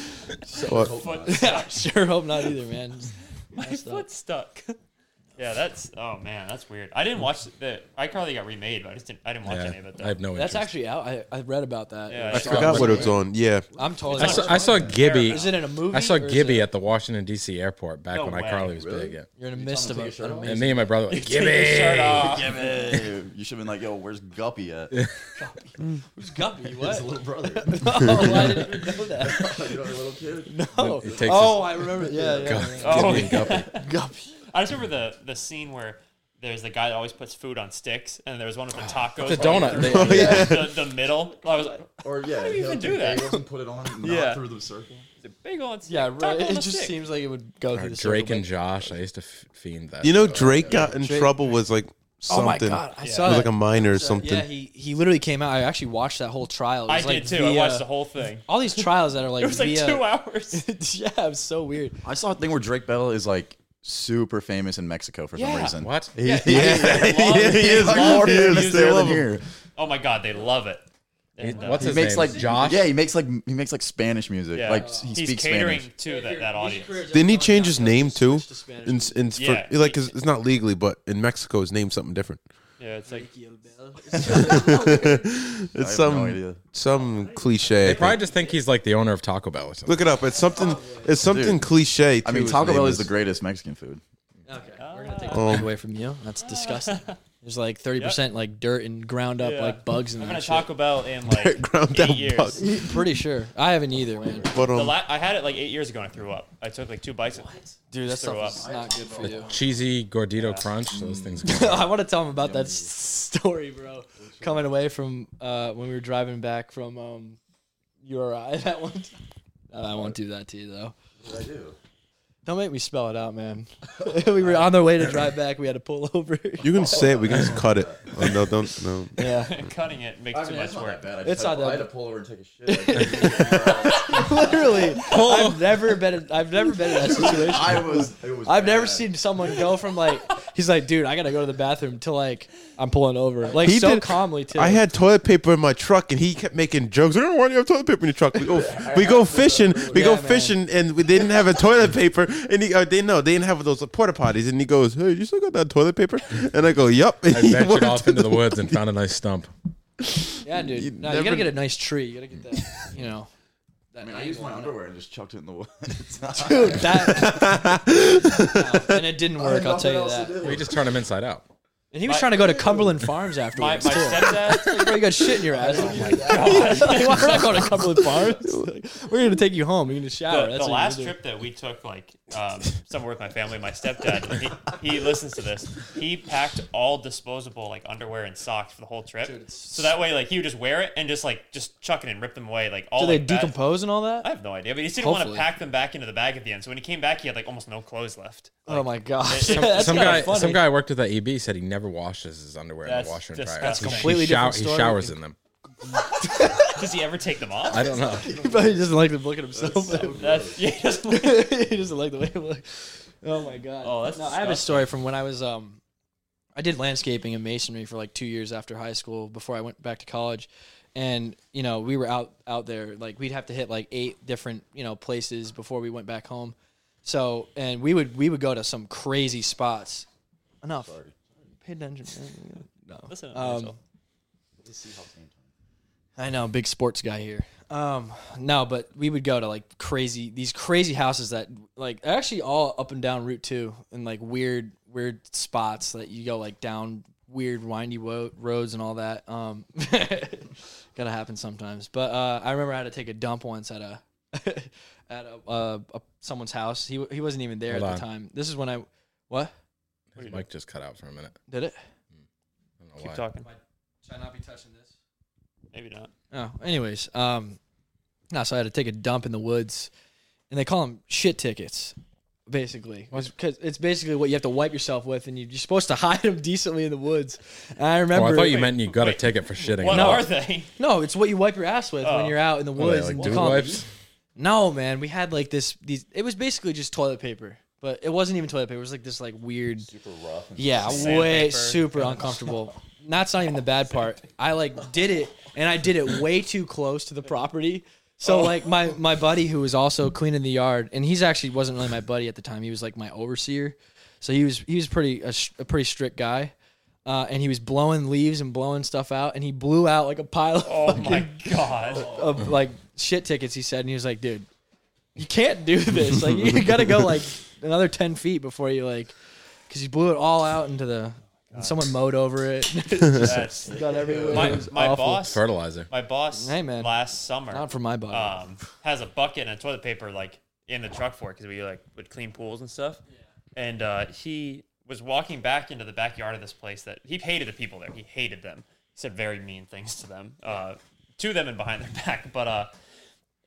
Speaker 5: But-
Speaker 1: Foot,
Speaker 2: yeah, I sure hope not either, man.
Speaker 1: my foot stuck. Yeah, that's oh man, that's weird. I didn't watch the iCarly got remade, but I just didn't. I didn't watch
Speaker 4: Yeah,
Speaker 1: any of it. Though.
Speaker 4: I have no
Speaker 2: That's
Speaker 4: interest.
Speaker 2: actually out. I, I read about that.
Speaker 1: Yeah,
Speaker 5: I
Speaker 1: it's
Speaker 5: forgot what it was on. Yeah,
Speaker 2: I'm totally.
Speaker 4: I saw, I saw Gibby.
Speaker 2: Is it in a movie?
Speaker 4: I saw
Speaker 2: or is
Speaker 4: Gibby
Speaker 2: it-
Speaker 4: at the Washington D.C. airport back
Speaker 1: No
Speaker 4: when
Speaker 1: way.
Speaker 4: iCarly was
Speaker 3: Really?
Speaker 4: big. Yeah.
Speaker 2: You're in the midst of
Speaker 3: Take
Speaker 2: a.
Speaker 3: your shirt off?
Speaker 4: And me and my brother were like
Speaker 1: Take your shirt
Speaker 4: Gibby.
Speaker 1: off.
Speaker 3: Hey, you should have been like, yo, where's Guppy at?
Speaker 2: Who's Gubby? What?
Speaker 3: little brother.
Speaker 2: oh, I didn't even know that.
Speaker 3: you know, the little kid.
Speaker 2: Oh,
Speaker 4: It takes
Speaker 2: oh I remember. Yeah, yeah.
Speaker 4: God.
Speaker 2: yeah.
Speaker 1: Oh,
Speaker 4: Gibby and
Speaker 1: yeah.
Speaker 2: Guppy.
Speaker 1: I just remember the the scene where there's the guy that always puts food on sticks, and there was one with the tacos.
Speaker 4: It's a donut.
Speaker 1: right
Speaker 4: They-
Speaker 3: Oh,
Speaker 1: through
Speaker 4: yeah.
Speaker 1: The, the middle. I was like,
Speaker 3: Or yeah,
Speaker 1: do you
Speaker 3: he'll
Speaker 1: even do
Speaker 3: take
Speaker 1: that?
Speaker 3: bagels and put it on, not
Speaker 1: Yeah.
Speaker 3: through the circle.
Speaker 1: it's a big on stick.
Speaker 2: Yeah,
Speaker 1: taco
Speaker 2: right.
Speaker 1: on
Speaker 2: It
Speaker 1: a
Speaker 2: just
Speaker 1: stick.
Speaker 2: seems like it would go through the
Speaker 4: Drake
Speaker 2: circle,
Speaker 4: and Josh. I used to f- fiend that.
Speaker 5: you know
Speaker 4: show.
Speaker 5: Drake got in trouble was like
Speaker 2: but-
Speaker 5: something.
Speaker 2: Oh my god, I
Speaker 5: It
Speaker 2: saw
Speaker 5: was
Speaker 2: that.
Speaker 5: like a minor or something.
Speaker 2: yeah, he, he literally came out. I actually watched that whole trial. It
Speaker 1: I
Speaker 2: was like
Speaker 1: did too. I
Speaker 2: via-
Speaker 1: watched the whole thing.
Speaker 2: All these trials that are like
Speaker 1: It was like
Speaker 2: via,
Speaker 1: two hours.
Speaker 2: yeah, it was so weird.
Speaker 3: I saw a thing where Drake Bell is like super famous in Mexico for
Speaker 2: Yeah.
Speaker 3: some reason.
Speaker 4: What?
Speaker 3: Yeah, yeah. he is
Speaker 1: Love
Speaker 3: more
Speaker 1: it.
Speaker 3: famous there
Speaker 5: love
Speaker 3: than
Speaker 5: him.
Speaker 3: here.
Speaker 1: Oh my god, they love it.
Speaker 4: He-
Speaker 1: They love
Speaker 4: what's
Speaker 1: it.
Speaker 3: He makes
Speaker 4: his name?
Speaker 3: like
Speaker 4: Josh.
Speaker 3: Yeah, he makes like he makes like Spanish music.
Speaker 1: Yeah.
Speaker 3: Like he
Speaker 1: He's
Speaker 3: speaks
Speaker 1: catering
Speaker 3: Spanish.
Speaker 1: to that, that audience.
Speaker 5: Didn't he change his name too? In, in, for,
Speaker 1: Yeah.
Speaker 5: like 'cause it's not legally, but in Mexico, his name's something different.
Speaker 1: Yeah, it's like
Speaker 5: It's
Speaker 3: I have
Speaker 5: some
Speaker 3: no idea.
Speaker 5: some cliche.
Speaker 4: They probably just think he's like the owner of Taco Bell or something.
Speaker 5: Look it up. It's something. It's something
Speaker 3: Dude.
Speaker 5: cliche.
Speaker 3: I
Speaker 5: too,
Speaker 3: mean,
Speaker 5: his
Speaker 3: Taco
Speaker 5: name
Speaker 3: Bell is the greatest Mexican food.
Speaker 2: Okay, we're gonna take
Speaker 5: Um,
Speaker 2: that away from you. That's disgusting. There's like thirty percent like dirt and ground up
Speaker 1: yeah.
Speaker 2: like bugs in
Speaker 1: I'm
Speaker 2: that
Speaker 1: gonna
Speaker 2: shit.
Speaker 1: Taco Bell in like
Speaker 5: ground
Speaker 1: eight
Speaker 5: down
Speaker 1: years.
Speaker 5: bugs.
Speaker 2: Pretty sure. I haven't either, man.
Speaker 5: But
Speaker 1: The
Speaker 5: um,
Speaker 1: la- I had it like eight years ago and I threw up. I took like two bites. Of-
Speaker 2: Dude, that
Speaker 1: Throw
Speaker 2: stuff is not good for you.
Speaker 4: Cheesy gordito crunch. Those things. go.
Speaker 2: I want to tell him about that s- story, bro. Coming away from uh, when we were driving back from um, URI that one. Time. I won't do that to you though.
Speaker 3: I do.
Speaker 2: Don't make me spell it out, man. we were on the way to drive back. We had to pull over.
Speaker 5: you can say it. We can just cut it. Oh, no, don't no.
Speaker 2: yeah.
Speaker 1: Cutting it makes too much work.
Speaker 3: bad. I
Speaker 2: It's not that bad.
Speaker 3: pull over and take a shit.
Speaker 2: Literally, I've never been. In, I've never been in that situation.
Speaker 3: I was. It was
Speaker 2: I've never
Speaker 3: bad.
Speaker 2: seen someone go from like he's like, dude, I gotta go to the bathroom to like I'm pulling over, like
Speaker 5: He
Speaker 2: so
Speaker 5: did-
Speaker 2: calmly too.
Speaker 5: I had toilet paper in my truck, and he kept making jokes. I don't know why do you have toilet paper in your truck. We go, we go fishing, we
Speaker 2: Yeah,
Speaker 5: go
Speaker 2: man.
Speaker 5: fishing, and we didn't have a toilet paper. And he, uh, they no, they didn't have those porta potties. And he goes, "Hey, you still got that toilet paper?" And I go, "Yup." And
Speaker 4: I
Speaker 5: he
Speaker 4: ventured
Speaker 5: went
Speaker 4: off
Speaker 5: to
Speaker 4: into the woods and found a nice stump.
Speaker 2: yeah, dude.
Speaker 5: you
Speaker 2: You, you
Speaker 5: never-
Speaker 2: gotta get a nice tree. You gotta get that, you know. That
Speaker 3: I mean, I used my underwear and just chucked it in the woods.
Speaker 2: dude, that. No, and it didn't work. I'll tell you that.
Speaker 4: We just turned him inside out.
Speaker 2: And he was trying to go to Cumberland Farms
Speaker 1: My, my Oh
Speaker 2: afterwards too.
Speaker 1: stepdad,
Speaker 2: Bro, you got shit in your ass. Like, We're not going to Cumberland Farms. Like, we're gonna take you home. You're gonna
Speaker 1: the,
Speaker 2: shower. Oh, That's
Speaker 1: the
Speaker 2: what
Speaker 1: last
Speaker 2: you do.
Speaker 1: trip that we took, like um, somewhere with my family, my stepdad, he, he listens to this. He packed all disposable like underwear and socks for the whole trip,
Speaker 2: Dude, it's-
Speaker 1: so that way like he would just wear it and just like just chuck it and rip them away. Like all
Speaker 2: Do they
Speaker 1: like, that-
Speaker 2: decompose and all
Speaker 1: I
Speaker 2: that?
Speaker 1: have no idea, but he just didn't want
Speaker 2: Hopefully.
Speaker 1: to pack them back into the bag at the end. So when he came back, he had like almost no clothes left.
Speaker 2: Oh my gosh.
Speaker 1: Some-
Speaker 2: That's
Speaker 4: some
Speaker 2: kinda
Speaker 4: guy,
Speaker 2: funny.
Speaker 4: some guy I worked with at EB said he never washes his underwear in
Speaker 1: That's
Speaker 4: the washer and dryer.
Speaker 1: disgusting.
Speaker 4: He-
Speaker 2: Completely
Speaker 4: he, shower-
Speaker 2: different
Speaker 4: he
Speaker 2: story.
Speaker 4: showers in them.
Speaker 1: Does he ever take them off?
Speaker 4: I don't know.
Speaker 2: He probably doesn't like to look at himself.
Speaker 1: That's yeah, just like-
Speaker 2: he doesn't like the way it looks. Oh my god.
Speaker 1: Oh, that's
Speaker 2: no, I have a
Speaker 1: disgusting.
Speaker 2: story from when I was um I did landscaping and masonry for like 2 years after high school before I went back to college. And you know, we were out out there like we'd have to hit like eight different, you know, places before we went back home. So, and we would we would go to some crazy spots. Enough. Pay attention. man. No.
Speaker 1: Listen to
Speaker 2: Um,
Speaker 1: yourself.
Speaker 2: I know, big sports guy here. Um, no, but we would go to like crazy these crazy houses that like actually all up and down Route Two and like weird weird spots that you go like down weird windy wo- roads and all that. Um, gotta happen sometimes. But uh, I remember I had to take a dump once at a at a, uh, a, someone's house. He w- he wasn't even there
Speaker 4: Hold
Speaker 2: at
Speaker 4: on.
Speaker 2: the time. This is when I what
Speaker 1: What do you
Speaker 4: His mic just cut out for a minute.
Speaker 2: did it.
Speaker 4: I don't know
Speaker 1: Keep
Speaker 4: why.
Speaker 1: talking.
Speaker 2: Should I not be touching this?
Speaker 1: Maybe not.
Speaker 2: Oh, anyways, um, no, so I had to take a dump in the woods, and they call them shit tickets, basically, because it's basically what you have to wipe yourself with, and you- you're supposed to hide them decently in the woods. And I
Speaker 4: Oh,
Speaker 2: remember,
Speaker 4: I thought you meant you got a
Speaker 1: wait.
Speaker 4: ticket for shitting.
Speaker 1: What
Speaker 4: No.
Speaker 1: are they?
Speaker 2: no, it's what you wipe your ass with when
Speaker 1: Oh.
Speaker 2: you're out in the
Speaker 4: What are they,
Speaker 2: woods. and
Speaker 4: like
Speaker 2: you
Speaker 4: dude
Speaker 2: call 'em-
Speaker 4: wipes?
Speaker 2: No, man, we had like this. These it was basically just toilet paper, but it wasn't even toilet paper. It was like this like weird
Speaker 3: Super rough. And
Speaker 2: Yeah,
Speaker 1: Sandpaper.
Speaker 2: way super uncomfortable. That's not even the bad part. I like did it, and I did it way too close to the property.
Speaker 3: Oh.
Speaker 2: So like my my buddy who was also cleaning the yard, and he's actually wasn't really my buddy at the time. He was like my overseer, so he was he was pretty a, s- a pretty strict guy, uh, and he was blowing leaves and blowing stuff out, and he blew out like a pile of,
Speaker 1: Oh my god.
Speaker 2: of like shit tickets. He said, and he was like, dude, you can't do this. Like you gotta go like another ten feet before you like, because he blew it all out into the. And someone mowed over it.
Speaker 1: That's
Speaker 2: got everywhere. It
Speaker 1: my,
Speaker 2: was
Speaker 1: my
Speaker 2: awful.
Speaker 1: boss.
Speaker 4: Fertilizer.
Speaker 1: My boss.
Speaker 2: Hey, man.
Speaker 1: Last summer.
Speaker 2: Not for my body.
Speaker 1: um, has a bucket and a toilet paper like in the truck for it because we like would clean pools and stuff. And uh, he was walking back into the backyard of this place that he hated the people there. He hated them. He said very mean things to them, uh, to them and behind their back. But uh,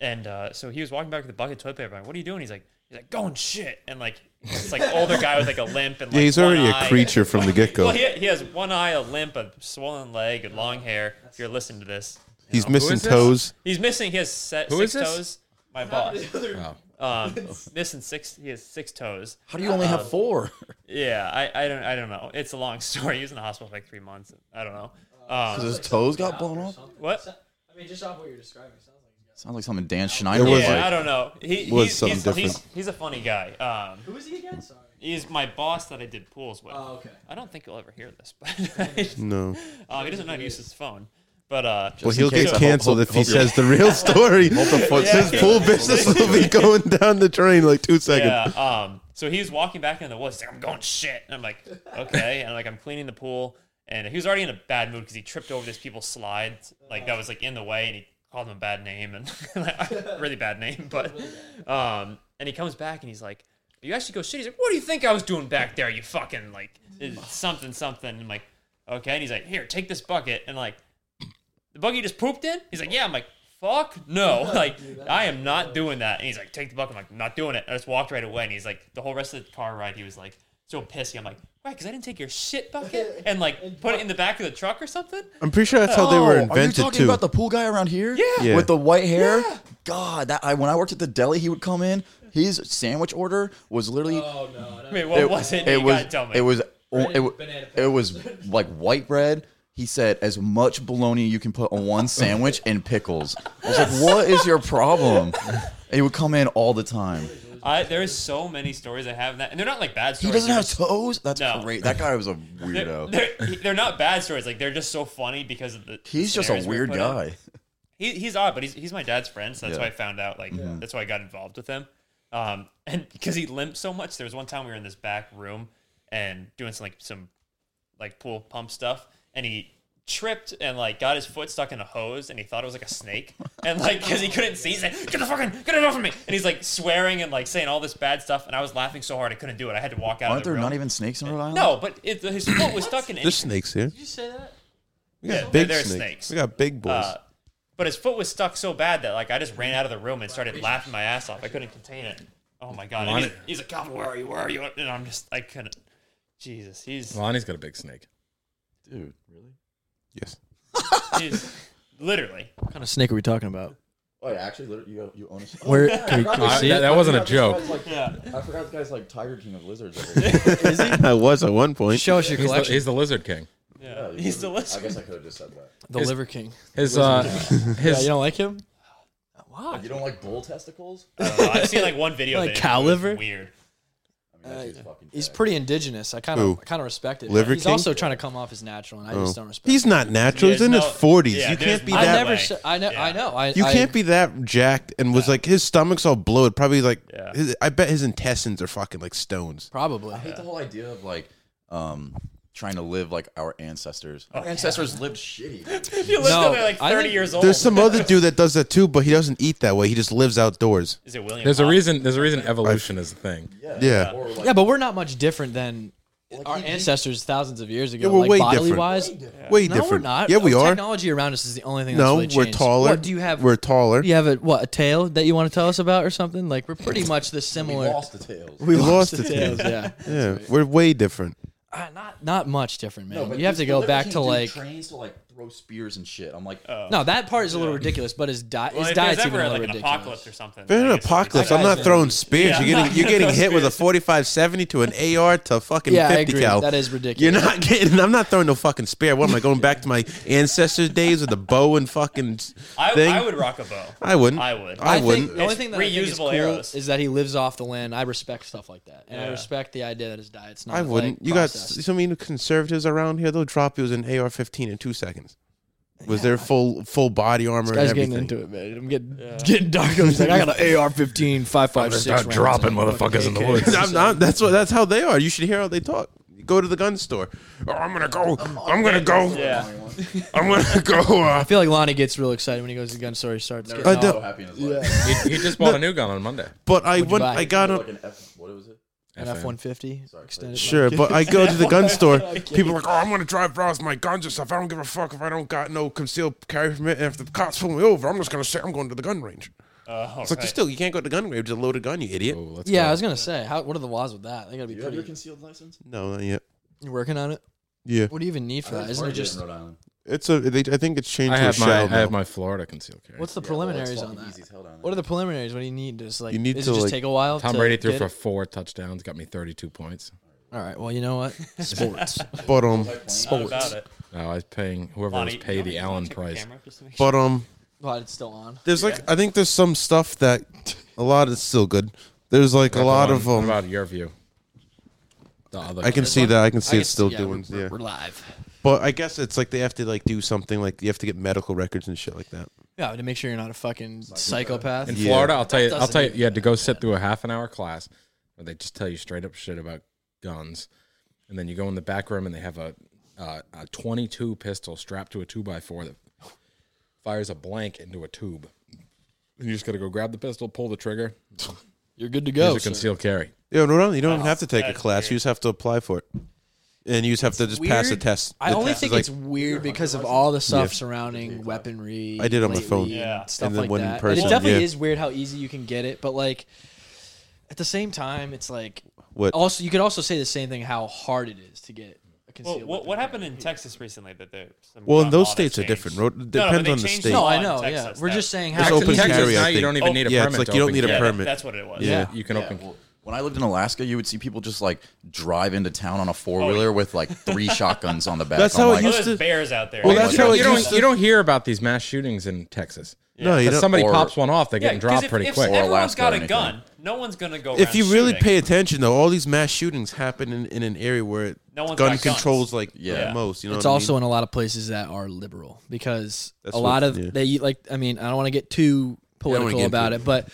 Speaker 1: and uh, so he was walking back with the bucket of toilet paper. I'm like, what are you doing? He's like, he's like going shit. And like, it's like older guy with like a limp and like
Speaker 5: Yeah, he's
Speaker 1: one
Speaker 5: already a
Speaker 1: eye.
Speaker 5: creature from the get go.
Speaker 1: Well, he, he has one eye, a limp, a swollen leg, and long hair. If you're listening to this,
Speaker 5: He's missing
Speaker 4: is this?
Speaker 5: toes.
Speaker 1: he's missing. He has se-
Speaker 4: Who
Speaker 1: six
Speaker 4: is this?
Speaker 1: toes. My boss.
Speaker 4: Oh.
Speaker 1: Um, missing six. He has six toes.
Speaker 3: How do you only have four?
Speaker 1: Yeah, I, I don't I don't know. It's a long story. He was in the hospital for like three months. I don't know. Um,
Speaker 3: His toes got blown off.
Speaker 1: what?
Speaker 2: I mean, just off what you're describing, sounds like
Speaker 3: Sounds like something Dan Schneider
Speaker 5: It
Speaker 1: Yeah,
Speaker 5: was
Speaker 3: was
Speaker 5: like-
Speaker 1: I don't know. He
Speaker 5: was
Speaker 1: he's,
Speaker 5: something
Speaker 1: he's, He's,
Speaker 5: different.
Speaker 1: he's a funny guy. Um,
Speaker 2: who is he again? Sorry.
Speaker 1: he's my boss that I did pools with.
Speaker 2: Oh, okay.
Speaker 1: I don't think you'll ever hear this, but
Speaker 5: No.
Speaker 1: um, he doesn't know how to use his phone. But uh,
Speaker 5: Well, he'll
Speaker 3: in case, I
Speaker 5: get
Speaker 3: hope-
Speaker 5: canceled
Speaker 3: hope-
Speaker 5: if he
Speaker 3: hope you're-
Speaker 5: says the real story.
Speaker 3: foot-
Speaker 5: His pool business will be going down the drain like two seconds.
Speaker 1: yeah. Um, so he's walking back in the woods. He's like, I'm going shit. And I'm like, okay. And like, I'm cleaning the pool. And he was already in a bad mood because he tripped over this people's slide, like that was like in the way, and he called him a bad name and really bad name. But um, and he comes back and he's like, "You actually go shit." He's like, "What do you think I was doing back there? You fucking like something something." And I'm like, okay. And he's like, "Here, take this bucket." And like, the bucket you just pooped in? He's like, yeah. I'm like, fuck no. Like, I am not doing that. And he's like, take the bucket. I'm like, not doing it. I just walked right away. And he's like, the whole rest of the car ride, he was like, so pissy. I'm like, why? Because I didn't take your shit bucket and like put it in the back of the truck or something?
Speaker 5: I'm pretty sure that's how they were
Speaker 3: Oh, Are you
Speaker 5: invented
Speaker 3: talking
Speaker 5: too.
Speaker 3: about the pool guy around here?
Speaker 1: Yeah.
Speaker 5: Yeah.
Speaker 3: With the white hair? God, that I when I worked at the deli, he would come in. His sandwich order was literally
Speaker 2: Oh no.
Speaker 1: I mean, what was it? you
Speaker 3: was
Speaker 1: gotta tell me.
Speaker 3: it was it, wa-
Speaker 2: banana
Speaker 3: it was like white bread. He said as much bologna you can put on one sandwich and pickles. I was like, "What is your problem?" He would come in all the time.
Speaker 1: I, there's so many stories I have that, and they're not like bad
Speaker 3: He
Speaker 1: stories.
Speaker 3: doesn't
Speaker 1: they're
Speaker 3: have
Speaker 1: just-
Speaker 3: toes. That's
Speaker 1: No.
Speaker 3: great. That guy was a
Speaker 1: they're,
Speaker 3: weirdo.
Speaker 1: they're, they're not bad stories. Like they're just so funny because of the. the
Speaker 3: He's just a
Speaker 1: scenarios we were
Speaker 3: weird
Speaker 1: put in.
Speaker 3: guy.
Speaker 1: he, he's odd, but he's, he's my dad's friend, so that's
Speaker 3: Yeah.
Speaker 1: why I found out. Like that's why I got involved with him. Um, and because he limped so much, there was one time we were in this back room and doing some like some like pool pump stuff, and he tripped and like got his foot stuck in a hose, and he thought it was like a snake, and like because he couldn't see, he's like, "Get the fucking get it off of me!" And he's like swearing and like saying all this bad stuff, and I was laughing so hard I couldn't do it. I had to walk out.
Speaker 3: Aren't
Speaker 1: of the
Speaker 3: there
Speaker 1: room.
Speaker 3: not even snakes in Rhode Island?
Speaker 1: No, but it, his foot was stuck in.
Speaker 5: There's snakes here.
Speaker 2: Did you say that?
Speaker 5: We got
Speaker 1: Yeah,
Speaker 5: big
Speaker 1: they're
Speaker 5: snakes.
Speaker 1: snakes.
Speaker 5: We got big boys.
Speaker 1: Uh, but his foot was stuck so bad that like I just ran out of the room and started laughing my ass off. I couldn't contain it. Oh my god! And he's, he's like, "Calvin, where are you? Where are you?" And I'm just, I couldn't. Jesus, he's
Speaker 4: Lonnie's got a big snake.
Speaker 3: dude, really?
Speaker 5: yes.
Speaker 1: he's literally.
Speaker 2: What kind of snake are we talking about?
Speaker 3: Wait, Oh, actually, literally, you you own a.
Speaker 2: Where can we, can we
Speaker 4: I-
Speaker 2: see
Speaker 4: that,
Speaker 2: it?
Speaker 4: that wasn't a joke.
Speaker 1: Yeah.
Speaker 3: I forgot this guy's like Tiger King of lizards.
Speaker 5: I was at one point.
Speaker 2: Show us your
Speaker 4: He's the,
Speaker 2: collection.
Speaker 4: he's the lizard king.
Speaker 1: Yeah, he's still
Speaker 3: I guess
Speaker 1: listening.
Speaker 3: I could have just said that.
Speaker 2: The Liver King.
Speaker 4: His uh,
Speaker 2: Yeah,
Speaker 4: his
Speaker 2: you don't like him? Wow.
Speaker 3: You don't like bull testicles?
Speaker 1: I don't know. I've seen like one video. of
Speaker 2: Like
Speaker 1: it.
Speaker 2: cow
Speaker 1: It was
Speaker 2: liver?
Speaker 1: Weird.
Speaker 3: I mean, that's his fucking
Speaker 2: He's
Speaker 3: tag.
Speaker 2: pretty indigenous. I kind
Speaker 5: Who?
Speaker 2: of I kind of respect it.
Speaker 5: Liver
Speaker 2: he's
Speaker 5: King?
Speaker 2: also trying to come off as natural, and I just don't respect.
Speaker 5: Oh. He's not natural. He's
Speaker 1: There's
Speaker 5: in his
Speaker 1: no-
Speaker 5: 40s.
Speaker 1: yeah,
Speaker 5: you
Speaker 1: there's
Speaker 5: can't be
Speaker 1: no
Speaker 2: I
Speaker 5: that.
Speaker 2: never.
Speaker 1: way.
Speaker 2: Said, I know.
Speaker 1: Yeah.
Speaker 2: I know. I,
Speaker 5: you
Speaker 2: I,
Speaker 5: can't be that jacked and was like his stomach's all bloated. Probably like
Speaker 1: Yeah.
Speaker 5: his, I bet his intestines are fucking like stones.
Speaker 2: probably.
Speaker 3: I hate the whole idea of like um, trying to live like our ancestors.
Speaker 2: Oh,
Speaker 3: Our ancestors lived shitty.
Speaker 1: If you live
Speaker 2: No,
Speaker 1: till they're like
Speaker 2: I
Speaker 1: 30
Speaker 2: think-
Speaker 1: years old.
Speaker 5: There's some other dude that does that too, but he doesn't eat that way. He just lives outdoors.
Speaker 1: Is it William?
Speaker 4: There's a
Speaker 1: Hop?
Speaker 4: reason. There's a reason evolution is a thing.
Speaker 5: Yeah.
Speaker 3: Or, like,
Speaker 2: Yeah, but we're not much different than our
Speaker 3: he- he-
Speaker 2: ancestors thousands of years ago.
Speaker 5: Yeah, we're
Speaker 2: like
Speaker 5: way
Speaker 2: bodily
Speaker 5: different.
Speaker 2: wise.
Speaker 5: Way
Speaker 2: No,
Speaker 5: different.
Speaker 2: we're not.
Speaker 5: Yeah, we
Speaker 2: Our
Speaker 5: are.
Speaker 2: Technology around us is the only thing. that's
Speaker 5: No,
Speaker 2: really
Speaker 5: we're
Speaker 2: changed.
Speaker 5: taller.
Speaker 2: What do you have?
Speaker 5: We're taller.
Speaker 2: you have a what a tail that you want to tell us about or something? Like we're pretty much the
Speaker 3: we
Speaker 2: similar.
Speaker 3: lost the tails.
Speaker 5: We lost the
Speaker 2: tails,
Speaker 5: tails.
Speaker 2: yeah.
Speaker 5: Yeah, we're way different.
Speaker 2: Uh, not not much different, man.
Speaker 3: No, but
Speaker 2: you have to
Speaker 3: these-
Speaker 2: go
Speaker 3: they're
Speaker 2: back
Speaker 3: teaching
Speaker 2: to like Oh.
Speaker 3: trains to like throw spears and shit. I'm like,
Speaker 2: no, that part is a little ridiculous, but his diet
Speaker 1: Well,
Speaker 2: his
Speaker 1: if there's
Speaker 2: diet's
Speaker 1: ever
Speaker 2: even a little
Speaker 1: like an
Speaker 2: ridiculous.
Speaker 1: apocalypse or something.
Speaker 5: If you're in
Speaker 1: I
Speaker 5: an
Speaker 1: guess it'd be-
Speaker 5: apocalypse, I'm not throwing
Speaker 1: Yeah.
Speaker 5: spears. You're getting you're getting hit with a 45-70 to an AR to fucking
Speaker 2: Yeah, I
Speaker 5: 50
Speaker 2: agree.
Speaker 5: cal.
Speaker 2: That is ridiculous.
Speaker 5: You're not getting. I'm not throwing no fucking spear. What am I going back to my ancestors' days with a bow and fucking s-
Speaker 1: I,
Speaker 5: thing?
Speaker 1: I would rock a bow.
Speaker 5: I wouldn't.
Speaker 1: I would.
Speaker 5: I
Speaker 2: think
Speaker 5: wouldn't.
Speaker 2: the only
Speaker 1: It's
Speaker 2: thing that I think is
Speaker 1: reusable
Speaker 2: cool
Speaker 1: arrows.
Speaker 2: is that he lives off the land. I respect stuff like that, and I
Speaker 1: Yeah.
Speaker 2: respect the idea that his diet's not.
Speaker 5: I wouldn't.
Speaker 2: Like,
Speaker 5: you got
Speaker 2: processed.
Speaker 5: s- so many conservatives around here. They'll drop you as an AR-15 in two seconds. Was there full full body armor?
Speaker 2: Guys,
Speaker 5: and everything.
Speaker 2: getting into it, man. I'm getting getting dark. I'm just like, I got an AR-15, five five six. rounds.
Speaker 4: motherfuckers in the woods.
Speaker 5: I'm not, that's what. That's how they are. You should hear how they talk. Go to the gun store. Oh, I'm gonna go.
Speaker 2: Um,
Speaker 5: I'm gonna go.
Speaker 1: Yeah.
Speaker 5: I'm gonna go. Uh,
Speaker 2: I feel like Lonnie gets real excited when he goes to the gun store. He starts. Getting
Speaker 5: I
Speaker 2: all-
Speaker 5: don't-
Speaker 3: so happy in his life.
Speaker 4: he, he just bought a new gun on Monday.
Speaker 5: but I
Speaker 2: What'd you
Speaker 5: went.
Speaker 2: buy?
Speaker 5: I got a
Speaker 3: Like an F, what was it?
Speaker 2: an F one fifty extended.
Speaker 5: Sure, but I go to the gun store. People are like, oh, I'm gonna drive around with my guns and stuff. I don't give a fuck if I don't got no concealed carry permit. And if the cops pull me over, I'm just gonna say I'm going to the gun range.
Speaker 1: Uh,
Speaker 5: It's like
Speaker 1: alright.
Speaker 5: you still you can't go to the gun range. It's a loaded gun, you idiot.
Speaker 4: Oh, let's
Speaker 2: Yeah, I
Speaker 4: go.
Speaker 2: was gonna say, how, what are the laws with that? They gotta be
Speaker 3: You have your
Speaker 2: pretty.
Speaker 3: concealed license?
Speaker 5: No, not yet.
Speaker 2: You're working on it.
Speaker 5: Yeah,
Speaker 2: What do you even need for that? Isn't it just
Speaker 3: Rhode Island? Oh,
Speaker 5: it's a. They, I think it's changed
Speaker 4: I
Speaker 5: to a
Speaker 4: have my I
Speaker 5: shell.
Speaker 4: have
Speaker 5: now.
Speaker 4: my Florida concealed carry.
Speaker 2: what's the preliminaries on that? What are the preliminaries? What do you need? Just like
Speaker 5: You need
Speaker 2: does
Speaker 5: to,
Speaker 2: it just
Speaker 5: like-
Speaker 2: take a while.
Speaker 4: Tom
Speaker 2: to
Speaker 4: Brady threw
Speaker 2: get
Speaker 4: for
Speaker 2: it?
Speaker 4: four touchdowns, got me 32 points.
Speaker 2: All right. Well, you know what? Sports.
Speaker 5: But um,
Speaker 1: Not about it.
Speaker 4: No, Uh, I was paying whoever
Speaker 1: Bonnie,
Speaker 4: was paid
Speaker 1: you
Speaker 4: the
Speaker 1: wanna
Speaker 4: Allen
Speaker 1: check the
Speaker 4: price.
Speaker 1: camera just to make sure?
Speaker 5: but um,
Speaker 2: but it's still on.
Speaker 5: there's like I think there's some stuff that a lot is still good. There's like a lot
Speaker 4: What
Speaker 5: of
Speaker 4: about-
Speaker 5: um.
Speaker 4: What about your view? The other.
Speaker 5: I can see that. I can see
Speaker 2: I
Speaker 5: it's
Speaker 2: guess-
Speaker 5: still
Speaker 2: yeah,
Speaker 5: doing.
Speaker 2: We're,
Speaker 5: yeah,
Speaker 2: we're live.
Speaker 5: but I guess it's like they have to like do something like you have to get medical records and shit like that.
Speaker 2: Yeah, to make sure you're not a fucking psychopath.
Speaker 4: in
Speaker 5: Yeah.
Speaker 4: Florida. I'll tell you. I'll
Speaker 2: doesn't
Speaker 4: tell you.
Speaker 2: even
Speaker 4: You had to go sit through a half an hour class where they just tell you straight up shit about guns, and then you go in the back room and they have a uh, a twenty two pistol strapped to a two by four that fires a blank into a tube. And you just gotta go grab the pistol, pull the trigger.
Speaker 2: You're good to
Speaker 4: Use
Speaker 2: go.
Speaker 4: a
Speaker 2: sir.
Speaker 4: concealed carry.
Speaker 5: Yeah, no, no, you don't even have to take a
Speaker 1: that's
Speaker 5: class.
Speaker 1: weird.
Speaker 5: You just have to apply for it, and you just have to just pass a
Speaker 2: Weird.
Speaker 5: test.
Speaker 2: I
Speaker 5: The
Speaker 2: only
Speaker 5: test is
Speaker 2: think
Speaker 5: like-
Speaker 2: it's weird because of all the stuff surrounding weaponry.
Speaker 5: I did on my
Speaker 2: lately
Speaker 5: phone.
Speaker 2: and
Speaker 1: Yeah.
Speaker 2: stuff
Speaker 5: And then
Speaker 2: like
Speaker 5: one in
Speaker 2: that. and
Speaker 5: person,
Speaker 2: it definitely
Speaker 5: yeah.
Speaker 2: is weird how easy you can get it, but like at the same time, it's like
Speaker 5: what?
Speaker 2: also you could also say the same thing how hard it is to get a
Speaker 1: Well,
Speaker 2: concealed.
Speaker 1: what,
Speaker 2: weapon
Speaker 1: what
Speaker 2: permit.
Speaker 1: happened in Texas recently that there? some
Speaker 5: Well, and
Speaker 1: gun
Speaker 5: those
Speaker 1: law that
Speaker 5: states are different.
Speaker 1: changed?
Speaker 5: Ro-
Speaker 1: No, no,
Speaker 5: depends
Speaker 1: they
Speaker 5: on the
Speaker 1: changed
Speaker 5: state.
Speaker 2: No,
Speaker 1: law
Speaker 2: I
Speaker 1: in
Speaker 2: know.
Speaker 1: Texas
Speaker 2: yeah, we're
Speaker 1: that-
Speaker 2: just saying
Speaker 5: It's
Speaker 2: how
Speaker 5: open
Speaker 2: easy-
Speaker 4: Texas
Speaker 5: carry, I
Speaker 4: now you
Speaker 5: think.
Speaker 4: don't even
Speaker 1: Oh,
Speaker 4: need a
Speaker 5: yeah,
Speaker 4: permit.
Speaker 5: it's like
Speaker 4: to
Speaker 5: you don't
Speaker 4: open
Speaker 5: need a
Speaker 4: carry.
Speaker 1: yeah, that-
Speaker 5: permit.
Speaker 1: that's what it was.
Speaker 5: Yeah.
Speaker 4: Yeah, you can open.
Speaker 3: when I lived in Alaska, you would see people just like drive into town on
Speaker 2: Oh,
Speaker 3: a four wheeler with like three shotguns on the back.
Speaker 5: That's
Speaker 3: I'm
Speaker 5: how it
Speaker 3: like,
Speaker 5: used
Speaker 1: Well, there's bears out there.
Speaker 5: Well,
Speaker 1: Like,
Speaker 5: that's
Speaker 4: you,
Speaker 5: how
Speaker 4: don't,
Speaker 5: it
Speaker 4: you,
Speaker 5: used
Speaker 4: don't,
Speaker 5: to-
Speaker 4: you don't hear about these mass shootings in Texas.
Speaker 5: No, you
Speaker 4: If
Speaker 5: don't.
Speaker 4: somebody
Speaker 3: Or-
Speaker 4: pops one off, they're
Speaker 1: yeah,
Speaker 4: getting
Speaker 1: 'cause
Speaker 4: dropped
Speaker 1: if,
Speaker 4: pretty
Speaker 1: if
Speaker 4: quick.
Speaker 1: everyone's
Speaker 3: Alaska or
Speaker 1: got a
Speaker 3: anything.
Speaker 1: gun, no one's gonna go.
Speaker 5: if you
Speaker 1: around
Speaker 5: really
Speaker 1: shooting.
Speaker 5: pay attention, though, all these mass shootings happen in, in an area where
Speaker 1: No one's
Speaker 5: gun
Speaker 1: got guns.
Speaker 5: controls like
Speaker 3: Yeah.
Speaker 5: the most. You know,
Speaker 2: it's
Speaker 5: what I
Speaker 2: also
Speaker 5: mean?
Speaker 2: in a lot of places that are liberal because
Speaker 5: That's
Speaker 2: a
Speaker 5: what-
Speaker 2: lot of
Speaker 5: yeah.
Speaker 2: they like I mean I don't want to get too
Speaker 5: wanna
Speaker 2: political
Speaker 5: get
Speaker 2: about
Speaker 5: into
Speaker 2: it but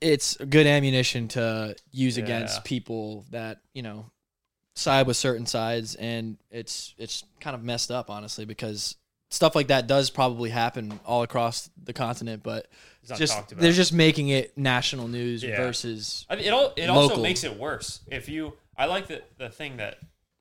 Speaker 2: it's good ammunition to use
Speaker 1: Yeah.
Speaker 2: against people that you know side with certain sides and it's it's kind of messed up honestly because stuff like that does probably happen all across the continent but
Speaker 1: It's not
Speaker 2: just
Speaker 1: talked about.
Speaker 2: they're just making it national news
Speaker 1: Yeah.
Speaker 2: versus
Speaker 1: I mean, it all, it also
Speaker 2: Local.
Speaker 1: makes it worse. If you, I like the the thing that,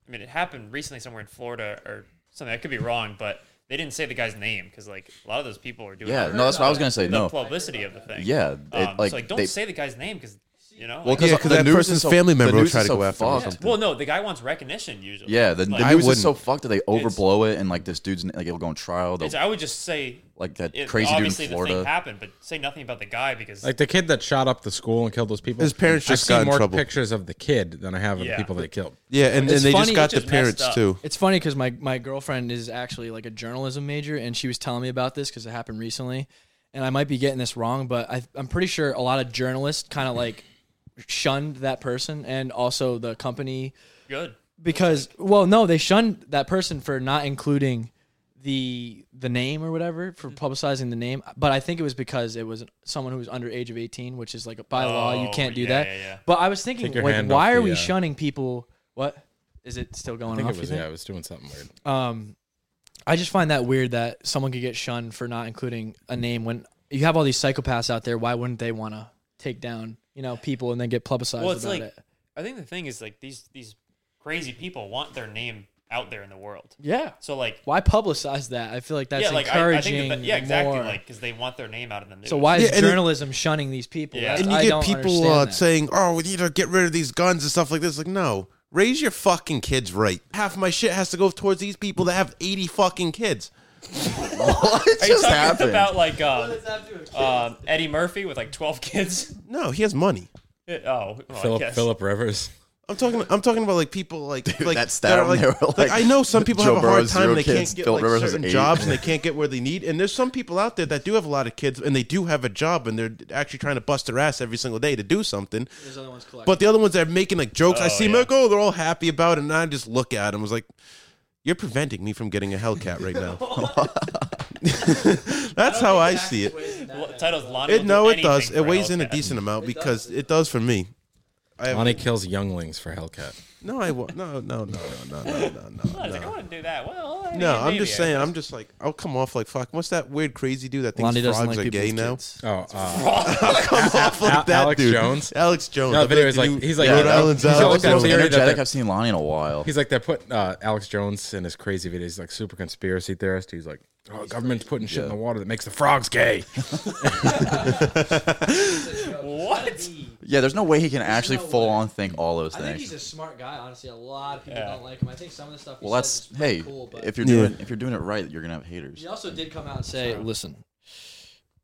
Speaker 1: I mean, it happened recently somewhere in Florida or something. I could be wrong, but they didn't say the guy's name because like a lot of those people are doing.
Speaker 3: Yeah, no, that's what I was gonna say.
Speaker 1: The
Speaker 3: No,
Speaker 1: publicity of the thing.
Speaker 3: Yeah,
Speaker 1: um,
Speaker 3: it-
Speaker 1: like,
Speaker 3: like,
Speaker 1: so, like don't
Speaker 3: they-
Speaker 1: say the guy's name because you know.
Speaker 3: Well,
Speaker 1: like,
Speaker 3: 'cause
Speaker 5: Yeah, 'cause
Speaker 3: the
Speaker 5: that
Speaker 3: news is
Speaker 5: person's
Speaker 3: so-
Speaker 5: family
Speaker 3: the
Speaker 5: member will
Speaker 3: news
Speaker 5: try
Speaker 3: is
Speaker 5: to go after him or
Speaker 3: fucked.
Speaker 5: something.
Speaker 1: well, no, the guy wants recognition usually.
Speaker 3: Yeah, the,
Speaker 1: Like,
Speaker 3: the
Speaker 5: I
Speaker 3: news is
Speaker 5: wouldn't.
Speaker 3: so fucked that they overblow it and like this dude's like it'll go on trial. They'll,
Speaker 1: it's- I would just say
Speaker 3: like that
Speaker 1: it-
Speaker 3: crazy dude in
Speaker 1: obviously the
Speaker 3: Florida.
Speaker 1: thing happened, but say nothing about the guy because
Speaker 4: Like the kid that shot up the school and killed those people.
Speaker 5: His parents just
Speaker 4: I've
Speaker 5: got
Speaker 4: seen
Speaker 5: in
Speaker 4: more
Speaker 5: trouble.
Speaker 4: pictures of the kid than I have of
Speaker 1: Yeah.
Speaker 4: the people they killed.
Speaker 5: yeah, and then
Speaker 2: It's
Speaker 5: they
Speaker 2: funny-
Speaker 5: just got
Speaker 1: Which
Speaker 5: the
Speaker 1: is messed
Speaker 5: parents
Speaker 1: up.
Speaker 5: too.
Speaker 2: It's funny because my, my girlfriend is actually like a journalism major, and she was telling me about this because it happened recently. And I might be getting this wrong, but I, I'm pretty sure a lot of journalists kind of like shunned that person and also the company
Speaker 1: good.
Speaker 2: because, well, no, they shunned that person for not including the the name or whatever for
Speaker 1: Mm-hmm.
Speaker 2: publicizing the name. But I think it was because it was someone who was under age of 18, which is like by law you
Speaker 1: Oh,
Speaker 2: can't do
Speaker 1: yeah,
Speaker 2: that.
Speaker 1: yeah, yeah.
Speaker 2: But I was thinking,
Speaker 4: your
Speaker 2: like,
Speaker 4: hand
Speaker 2: why
Speaker 4: off
Speaker 2: are
Speaker 4: the,
Speaker 2: we
Speaker 4: uh,
Speaker 2: shunning people? What? Is it still
Speaker 4: I
Speaker 2: going
Speaker 4: think
Speaker 2: off?
Speaker 4: it
Speaker 2: you
Speaker 4: was
Speaker 2: think?
Speaker 4: yeah, I was doing something weird.
Speaker 2: Um, I just find that weird that someone could get shunned for not including a name when you have all these psychopaths out there. Why wouldn't they want to take down you know people and then get publicized
Speaker 1: Well, it's
Speaker 2: about
Speaker 1: like
Speaker 2: it?
Speaker 1: I think the thing is like these these crazy people want their name out there in the world.
Speaker 2: Yeah.
Speaker 1: So like
Speaker 2: Why publicize that? I feel like that's
Speaker 1: yeah, like I, I
Speaker 2: encouraging.
Speaker 1: think that, yeah, exactly,
Speaker 2: more.
Speaker 1: like because they want their name out in the news.
Speaker 2: so why is
Speaker 5: Yeah, and then-
Speaker 2: journalism shunning these people?
Speaker 1: Yeah.
Speaker 2: That's-
Speaker 5: And you
Speaker 2: I
Speaker 5: get
Speaker 2: don't
Speaker 5: people
Speaker 2: understand
Speaker 5: uh,
Speaker 2: that.
Speaker 5: saying, "Oh, we need to get rid of these guns and stuff like this." Like, no, raise your fucking kids right. Half my shit has to go towards these people that have eighty fucking kids.
Speaker 3: What
Speaker 1: Are you
Speaker 3: just
Speaker 1: talking
Speaker 3: happened?
Speaker 1: about like um, um, Eddie Murphy with like twelve kids?
Speaker 5: No, he has money.
Speaker 1: oh, well, I
Speaker 4: Philip
Speaker 1: guess.
Speaker 4: Philip Rivers.
Speaker 5: I'm talking. I'm talking about like people like like
Speaker 3: that stat
Speaker 5: are,
Speaker 3: on
Speaker 5: like,
Speaker 3: there were,
Speaker 5: like,
Speaker 3: like,
Speaker 5: I know some people
Speaker 3: Joe
Speaker 5: have a hard
Speaker 3: Burrow's
Speaker 5: time.
Speaker 3: zero
Speaker 5: They
Speaker 3: kids,
Speaker 5: can't get
Speaker 3: Phil
Speaker 5: like
Speaker 3: Rivers has
Speaker 5: certain
Speaker 3: eight.
Speaker 5: jobs and they can't get where they need. And there's some people out there that do have a lot of kids and they do have a job and they're actually trying to bust their ass every single day to do something.
Speaker 2: There's other ones collecting.
Speaker 5: But the other ones that are making like jokes, I
Speaker 1: Oh,
Speaker 5: see them
Speaker 1: yeah.
Speaker 5: like, oh, they're all happy about it, and I just look at them. I was like, you're preventing me from getting a Hellcat right now. That's how I see it.
Speaker 1: Well, titles Lonnie.
Speaker 5: It
Speaker 1: will
Speaker 5: no,
Speaker 1: do
Speaker 5: it does.
Speaker 1: anything
Speaker 5: It
Speaker 1: for
Speaker 5: weighs in a
Speaker 1: Hellcat.
Speaker 5: decent amount because it does for me. I have,
Speaker 4: Lonnie kills younglings for Hellcat.
Speaker 5: no, I won't. No, no, no, no, no, no, no,
Speaker 1: I was
Speaker 5: no.
Speaker 1: like, I wouldn't do that. Well, I mean,
Speaker 5: No, I'm
Speaker 1: maybe
Speaker 5: just
Speaker 1: I-
Speaker 5: saying. I'm just like, I'll come off like fuck. What's that weird crazy dude that thinks
Speaker 2: Lonnie doesn't
Speaker 5: frogs
Speaker 2: like
Speaker 5: are
Speaker 2: people
Speaker 5: gay
Speaker 2: with
Speaker 5: now?
Speaker 2: kids.
Speaker 4: Oh, uh,
Speaker 5: Come off
Speaker 4: Al-
Speaker 5: like that
Speaker 4: Alex
Speaker 5: dude.
Speaker 4: Jones?
Speaker 5: Alex Jones.
Speaker 4: No,
Speaker 5: I
Speaker 4: the
Speaker 5: feel
Speaker 4: video is
Speaker 5: the
Speaker 4: like-
Speaker 5: new
Speaker 4: he's like-
Speaker 5: Rhode
Speaker 4: Yeah,
Speaker 5: Island's
Speaker 4: he's
Speaker 5: Alex
Speaker 4: like that
Speaker 5: Jones.
Speaker 4: theory that
Speaker 3: energetic.
Speaker 4: the-
Speaker 3: I've seen Lonnie in a while.
Speaker 4: he's like they put uh, Alex Jones in his crazy videos. He's like super conspiracy theorist. He's like, oh, government's putting shit in the water that makes the frogs gay.
Speaker 1: What?
Speaker 3: Yeah, there's no way he can actually
Speaker 2: no way.
Speaker 3: full on think all
Speaker 5: Oh.
Speaker 3: those
Speaker 2: I think he's
Speaker 3: things.
Speaker 2: a smart guy. Honestly, a lot of people
Speaker 1: Yeah.
Speaker 2: don't like him. I think some of the stuff. He
Speaker 3: Well, that's
Speaker 2: says is pretty
Speaker 3: hey.
Speaker 2: cool, but
Speaker 3: If you're
Speaker 5: Yeah.
Speaker 3: doing if you're doing it right, you're gonna have haters.
Speaker 2: he also did come out and say, "Listen,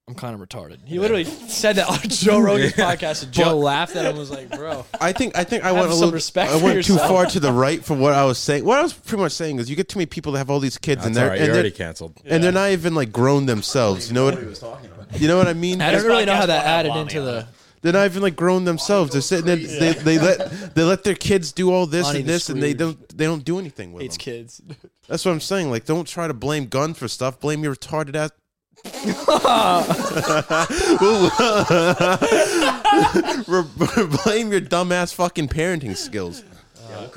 Speaker 2: I'm kind of retarded." He literally said that on Joe Rogan's podcast, and Joe laughed at him. and Was like, "Bro,
Speaker 5: I think I think I
Speaker 2: Have
Speaker 5: went a
Speaker 2: some
Speaker 5: little
Speaker 2: respect
Speaker 5: I
Speaker 2: for
Speaker 5: went too
Speaker 2: yourself.
Speaker 5: far to the right for what I was saying. What I was pretty much saying is you get too many people that have all these kids and
Speaker 4: That's
Speaker 5: they're
Speaker 4: all right.
Speaker 5: and,
Speaker 4: You're
Speaker 5: they're,
Speaker 4: already canceled.
Speaker 5: and they're not even like grown themselves. You know what you know what I mean?
Speaker 2: I
Speaker 1: This
Speaker 2: don't really know
Speaker 1: podcast
Speaker 2: how
Speaker 1: will
Speaker 2: that
Speaker 1: have
Speaker 2: added
Speaker 1: Lonnie
Speaker 2: into
Speaker 1: on
Speaker 2: the."
Speaker 1: it.
Speaker 5: They're not even like grown themselves. They're sitting there, they, they let they let their kids do all this
Speaker 2: Lonnie
Speaker 5: and
Speaker 2: the
Speaker 5: this and they
Speaker 2: Scrooge.
Speaker 5: don't they don't do anything with
Speaker 2: Hates
Speaker 5: them.
Speaker 2: kids.
Speaker 5: That's what I'm saying. Like don't try to blame gun for stuff. Blame your retarded ass. Re- blame your dumbass fucking parenting skills.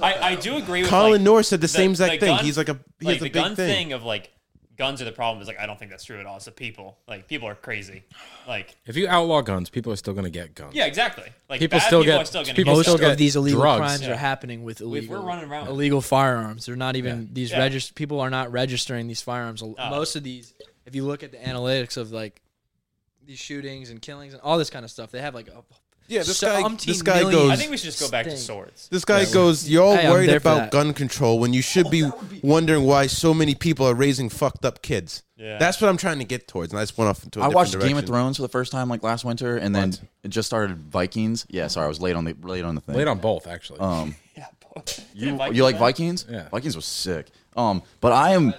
Speaker 1: I, I do agree with
Speaker 5: Colin
Speaker 1: like,
Speaker 5: North said the same exact
Speaker 1: the
Speaker 5: thing.
Speaker 1: gun-
Speaker 5: He's like a he
Speaker 1: like
Speaker 5: has a
Speaker 1: the
Speaker 5: big
Speaker 1: gun
Speaker 5: thing.
Speaker 1: of like guns are the problem is like I don't think that's true at all. It's the people. Like people are crazy. Like
Speaker 4: If you outlaw guns, people are still going to get guns.
Speaker 1: yeah, exactly. Like
Speaker 4: People
Speaker 1: bad
Speaker 4: still
Speaker 1: people
Speaker 4: get-
Speaker 1: are still gonna
Speaker 4: people
Speaker 1: get
Speaker 2: Most
Speaker 4: still
Speaker 1: guns.
Speaker 2: of
Speaker 4: get
Speaker 2: these illegal
Speaker 4: drugs.
Speaker 2: crimes
Speaker 1: Yeah.
Speaker 2: are happening with illegal.
Speaker 1: running around-
Speaker 2: illegal firearms. They're not even these
Speaker 1: Yeah.
Speaker 2: regist- people are not registering these firearms. Most of these, if you look at the analytics of like these shootings and killings and all this kind of stuff, they have like a oh,
Speaker 5: Yeah, this
Speaker 2: So-
Speaker 5: guy.
Speaker 2: umpteen
Speaker 5: This guy
Speaker 2: million-
Speaker 5: goes.
Speaker 1: I think we should just go back to
Speaker 2: Stink.
Speaker 1: swords.
Speaker 5: this guy goes. You're all
Speaker 2: Hey, I'm
Speaker 5: worried
Speaker 2: there for
Speaker 5: about
Speaker 2: that."
Speaker 5: gun control when you should be wondering why so many people are raising fucked up kids.
Speaker 1: Yeah.
Speaker 5: that's what I'm trying to get towards, and I just went off into. I
Speaker 3: I watched Game of Thrones for the first time like last winter, and then it just started Vikings. Yeah, sorry, I was late on the late on the thing.
Speaker 4: Late on both, actually.
Speaker 2: Oh.
Speaker 3: Um, you
Speaker 1: Vikings
Speaker 3: you like
Speaker 1: win?
Speaker 3: Vikings?
Speaker 4: Yeah.
Speaker 3: Vikings was sick. Um, but I am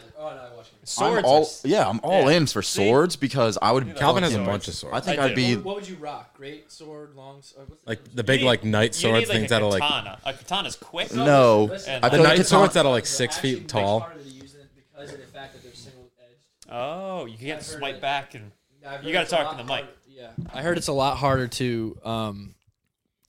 Speaker 1: Swords.
Speaker 3: I'm all
Speaker 1: are s-
Speaker 3: yeah, I'm all
Speaker 1: yeah.
Speaker 3: in for
Speaker 1: See?
Speaker 3: swords because I would.
Speaker 4: Calvin has a
Speaker 3: fucking-
Speaker 4: bunch of swords.
Speaker 3: I think
Speaker 1: I
Speaker 3: I'd
Speaker 1: do.
Speaker 3: be.
Speaker 2: What would you rock? Great sword, long sword. What's the
Speaker 4: like the big like knight
Speaker 1: you need
Speaker 4: swords
Speaker 1: like
Speaker 4: things
Speaker 1: a
Speaker 4: that'll like
Speaker 1: katana. a katana's quick.
Speaker 3: No,
Speaker 2: Listen,
Speaker 3: I
Speaker 4: the
Speaker 3: feel like
Speaker 4: knight
Speaker 3: it's
Speaker 4: swords
Speaker 3: not,
Speaker 4: that are like six feet tall.
Speaker 2: because of the fact that they're single edged.
Speaker 1: Oh, you can't
Speaker 2: heard
Speaker 1: swipe
Speaker 2: it.
Speaker 1: back and You gotta talk in the mic.
Speaker 2: Yeah, I heard it's a lot harder to um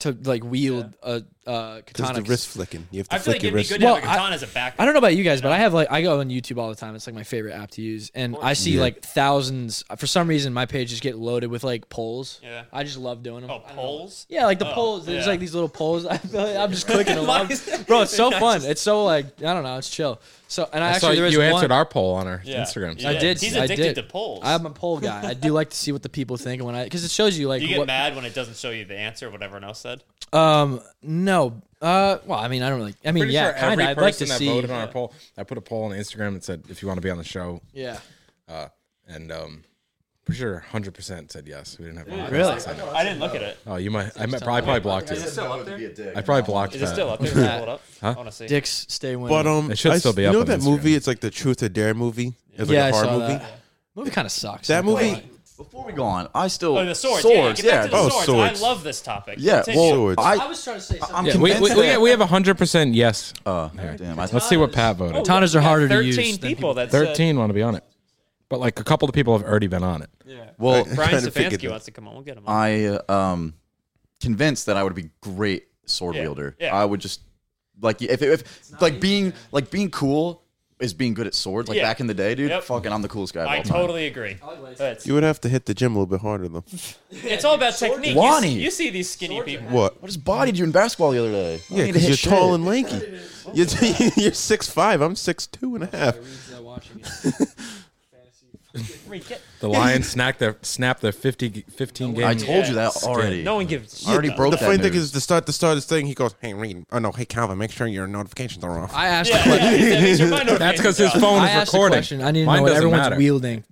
Speaker 2: to like wield a uh,
Speaker 5: Because
Speaker 2: katana.
Speaker 5: the wrist flicking. You have to
Speaker 1: I feel
Speaker 5: flick
Speaker 1: like
Speaker 5: your
Speaker 1: it'd be
Speaker 5: wrist.
Speaker 1: good
Speaker 2: Well,
Speaker 1: to have
Speaker 2: I-
Speaker 1: a katana as a back.
Speaker 2: I don't know about you guys, but I have like I go on YouTube all the time. It's like my favorite app to use, and I see like thousands. For some reason, my pages get loaded with like polls.
Speaker 1: Yeah.
Speaker 2: I just love doing them.
Speaker 1: Oh, poles.
Speaker 2: Yeah, like the
Speaker 1: Oh,
Speaker 2: polls. There's
Speaker 1: yeah.
Speaker 2: like these little polls. I feel like I'm just clicking them.
Speaker 1: Why
Speaker 2: I'm-
Speaker 1: is that-
Speaker 2: Bro, it's so
Speaker 1: I
Speaker 2: fun.
Speaker 1: just-
Speaker 2: It's so like I don't know. It's chill. So and I,
Speaker 4: I saw
Speaker 2: actually there
Speaker 4: you
Speaker 2: was
Speaker 4: you
Speaker 2: one,
Speaker 4: answered our poll on our
Speaker 1: Yeah.
Speaker 4: Instagram.
Speaker 1: Yeah.
Speaker 2: I did.
Speaker 1: He's
Speaker 2: I
Speaker 1: addicted
Speaker 2: did.
Speaker 1: to polls.
Speaker 2: I'm a poll guy. I do like to see what the people think when I because it shows you like
Speaker 1: You get
Speaker 2: what,
Speaker 1: mad when it doesn't show you the answer of what everyone else said.
Speaker 2: um no uh well I mean I don't really I mean
Speaker 4: Pretty
Speaker 2: yeah
Speaker 4: sure
Speaker 2: kind
Speaker 4: every
Speaker 2: of I'd like
Speaker 4: person
Speaker 2: to
Speaker 4: that
Speaker 2: see
Speaker 4: voted on our poll. I put a poll on Instagram that said if you want to be on the show,
Speaker 2: yeah
Speaker 4: uh, and um, pretty sure 100 percent said yes. We didn't have one.
Speaker 2: really
Speaker 1: I didn't look at it.
Speaker 4: Oh, you might. I might, probably, probably blocked you.
Speaker 1: still up there?
Speaker 4: I probably blocked
Speaker 1: Is it
Speaker 4: that.
Speaker 1: still up there? Can I pull it up? I want to see.
Speaker 2: dicks stay winning
Speaker 5: But um,
Speaker 4: It should
Speaker 5: I-
Speaker 4: still be
Speaker 5: You
Speaker 4: up
Speaker 5: know
Speaker 4: on
Speaker 5: that
Speaker 4: Instagram.
Speaker 5: movie? It's like the Truth or Dare movie. It's like
Speaker 2: yeah
Speaker 5: a horror
Speaker 2: I saw
Speaker 5: movie.
Speaker 2: that movie kind of sucks
Speaker 5: That
Speaker 2: Don't
Speaker 5: movie-
Speaker 2: lie.
Speaker 3: Before we go on, I still
Speaker 1: Oh, the swords.
Speaker 3: Swords,
Speaker 1: yeah. Get back to the
Speaker 5: Oh,
Speaker 1: swords.
Speaker 5: swords.
Speaker 1: I love this topic.
Speaker 3: yeah.
Speaker 1: Continue.
Speaker 3: Well,
Speaker 5: Swords.
Speaker 3: I,
Speaker 2: was trying to say
Speaker 3: I'm
Speaker 4: Yeah, we,
Speaker 3: convinced
Speaker 4: we, we,
Speaker 3: that-
Speaker 4: have- we have 100% yes.
Speaker 3: uh, damn, I,
Speaker 4: Let's see what Pat voted.
Speaker 3: Oh,
Speaker 2: Katanas are harder to use.
Speaker 1: 13
Speaker 2: than
Speaker 1: people. That's
Speaker 4: 13 want to be on it. But like a couple of people have already been on it.
Speaker 3: well,
Speaker 1: Brian
Speaker 5: Kinda figured
Speaker 1: Stefanski
Speaker 5: that.
Speaker 1: wants to come on. We'll get him. on.
Speaker 3: I um convinced that I would be great sword
Speaker 1: Yeah,
Speaker 3: wielder.
Speaker 1: yeah.
Speaker 3: I would just Like if if like being like being cool is being good at swords. Like
Speaker 1: Yeah.
Speaker 3: back in the day, dude.
Speaker 1: Yep.
Speaker 3: Fucking, I'm the coolest guy. Of
Speaker 1: I
Speaker 3: all time.
Speaker 1: totally agree. That's-
Speaker 5: You would have to hit the gym a little bit harder, though.
Speaker 1: it's all about technique. You
Speaker 3: Lonnie.
Speaker 1: s- You, see these skinny people.
Speaker 5: What?
Speaker 3: I just bodied you in basketball the other day. I
Speaker 5: Yeah,
Speaker 3: need to
Speaker 5: because you're
Speaker 3: hit
Speaker 5: tall
Speaker 3: shit.
Speaker 5: and lanky. You're, you're six five. I'm six two and a half.
Speaker 1: Reed, get-
Speaker 4: The Lions snacked their, snapped their 50, 15 game.
Speaker 3: I told you that
Speaker 1: Yes.
Speaker 3: already.
Speaker 1: No one gives.
Speaker 3: I already
Speaker 1: shit, though.
Speaker 3: broke
Speaker 5: The
Speaker 3: that
Speaker 5: funny thing
Speaker 3: news.
Speaker 5: is, to start the start of this thing, he goes, "Hey, Reed. Oh no, hey Calvin, make sure your notifications are off."
Speaker 2: I asked
Speaker 1: Yeah,
Speaker 2: a question.
Speaker 1: yeah, yeah, these are my
Speaker 4: That's
Speaker 1: notifications
Speaker 4: because his
Speaker 1: off.
Speaker 4: phone
Speaker 2: I
Speaker 4: is
Speaker 2: asked a
Speaker 4: recording.
Speaker 2: question. I need to
Speaker 4: Mine
Speaker 2: know what
Speaker 4: doesn't
Speaker 2: everyone's
Speaker 4: matter.
Speaker 2: wielding.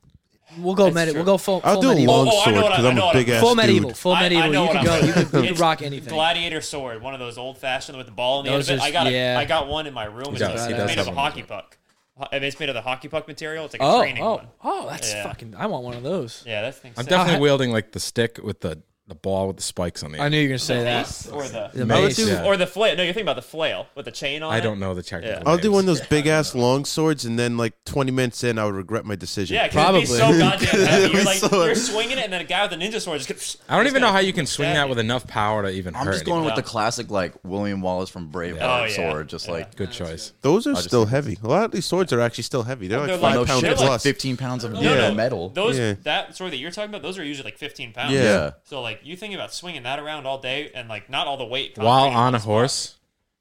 Speaker 2: We'll go
Speaker 1: That's
Speaker 2: medi-
Speaker 1: true.
Speaker 2: We'll go full,
Speaker 5: I'll
Speaker 2: full
Speaker 5: do a
Speaker 2: medieval.
Speaker 5: long
Speaker 1: Oh, oh, I know
Speaker 5: sword
Speaker 1: what I-
Speaker 5: because
Speaker 1: I
Speaker 5: I'm
Speaker 1: know
Speaker 5: a
Speaker 1: what I-
Speaker 5: big ass
Speaker 2: Full
Speaker 5: dude.
Speaker 2: medieval. Full
Speaker 1: I- I
Speaker 2: medieval.
Speaker 1: know
Speaker 2: you
Speaker 1: what
Speaker 2: could
Speaker 1: I'm
Speaker 2: go. You
Speaker 1: doing.
Speaker 2: could, you could
Speaker 1: It's
Speaker 2: rock anything. Oh,
Speaker 1: Gladiator sword, one of those old fashioned with the ball in the
Speaker 2: Those
Speaker 1: end of it.
Speaker 2: is-
Speaker 1: I got a,
Speaker 2: yeah.
Speaker 1: I got one in my room. It's,
Speaker 4: does,
Speaker 1: it's
Speaker 4: he does
Speaker 1: made
Speaker 4: have
Speaker 1: of a
Speaker 4: one.
Speaker 1: hockey puck. Ho- I mean, it's made of the hockey puck material. It's like a
Speaker 2: oh,
Speaker 1: training
Speaker 2: oh,
Speaker 1: one.
Speaker 2: oh, that's
Speaker 1: Yeah.
Speaker 2: fucking. I want one of those.
Speaker 1: Yeah, that's thing.
Speaker 4: I'm
Speaker 1: sick.
Speaker 4: definitely
Speaker 2: I-
Speaker 4: wielding like the stick with the, the ball with the spikes on the
Speaker 2: I
Speaker 4: end.
Speaker 2: knew you were gonna say that.
Speaker 1: Mace or the
Speaker 2: The
Speaker 4: Mace,
Speaker 2: mace.
Speaker 4: yeah.
Speaker 1: or the flail. No, you're thinking about the flail with the chain on.
Speaker 4: I
Speaker 1: it.
Speaker 4: don't know the technical.
Speaker 1: Yeah.
Speaker 5: I'll do
Speaker 4: names.
Speaker 5: one of those big ass long swords, and then like 20 minutes in, I would regret my decision.
Speaker 1: Yeah, probably. It'd be so
Speaker 2: Probably.
Speaker 1: goddamn heavy. You're like
Speaker 3: so-
Speaker 1: you're swinging it, and then a guy with a ninja sword just. Gets,
Speaker 4: I don't even know how you can
Speaker 1: Yeah.
Speaker 4: swing that with enough power to even
Speaker 3: I'm
Speaker 4: hurt.
Speaker 3: just going
Speaker 4: anyone.
Speaker 3: with the classic like William Wallace from Braveheart
Speaker 1: Oh, yeah.
Speaker 3: sword. Just like
Speaker 4: Good choice.
Speaker 5: Those are still heavy. A lot of these swords are actually still heavy. They're like
Speaker 1: They're like-
Speaker 3: no
Speaker 5: five pounds
Speaker 3: shit,
Speaker 1: they're
Speaker 3: it's like
Speaker 5: plus.
Speaker 3: 15 pounds of
Speaker 1: No, no,
Speaker 3: metal.
Speaker 1: Those
Speaker 5: Yeah.
Speaker 1: that sword that you're talking about, those are usually like 15 pounds.
Speaker 5: Yeah.
Speaker 3: yeah.
Speaker 1: So like you thinking about swinging that around all day and like not all the weight
Speaker 4: While
Speaker 1: concentrated
Speaker 4: on a
Speaker 1: this-
Speaker 4: horse,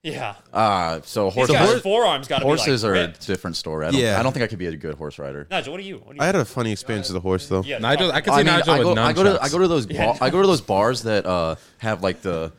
Speaker 1: Yeah.
Speaker 3: Uh, so
Speaker 1: These
Speaker 3: horses,
Speaker 1: guys' forearms got to be like
Speaker 3: horses are a
Speaker 1: ripped.
Speaker 3: different story. I don't,
Speaker 5: Yeah.
Speaker 3: I don't think I could be a good horse rider.
Speaker 1: Nigel, what are you? What are you?
Speaker 5: I had a funny experience with a horse though.
Speaker 1: yeah,
Speaker 4: Nigel.
Speaker 1: fuck.
Speaker 4: I can see Nigel
Speaker 3: I go,
Speaker 4: with nunchucks.
Speaker 3: I go to I go to those ba- I go to those bars that uh, have like the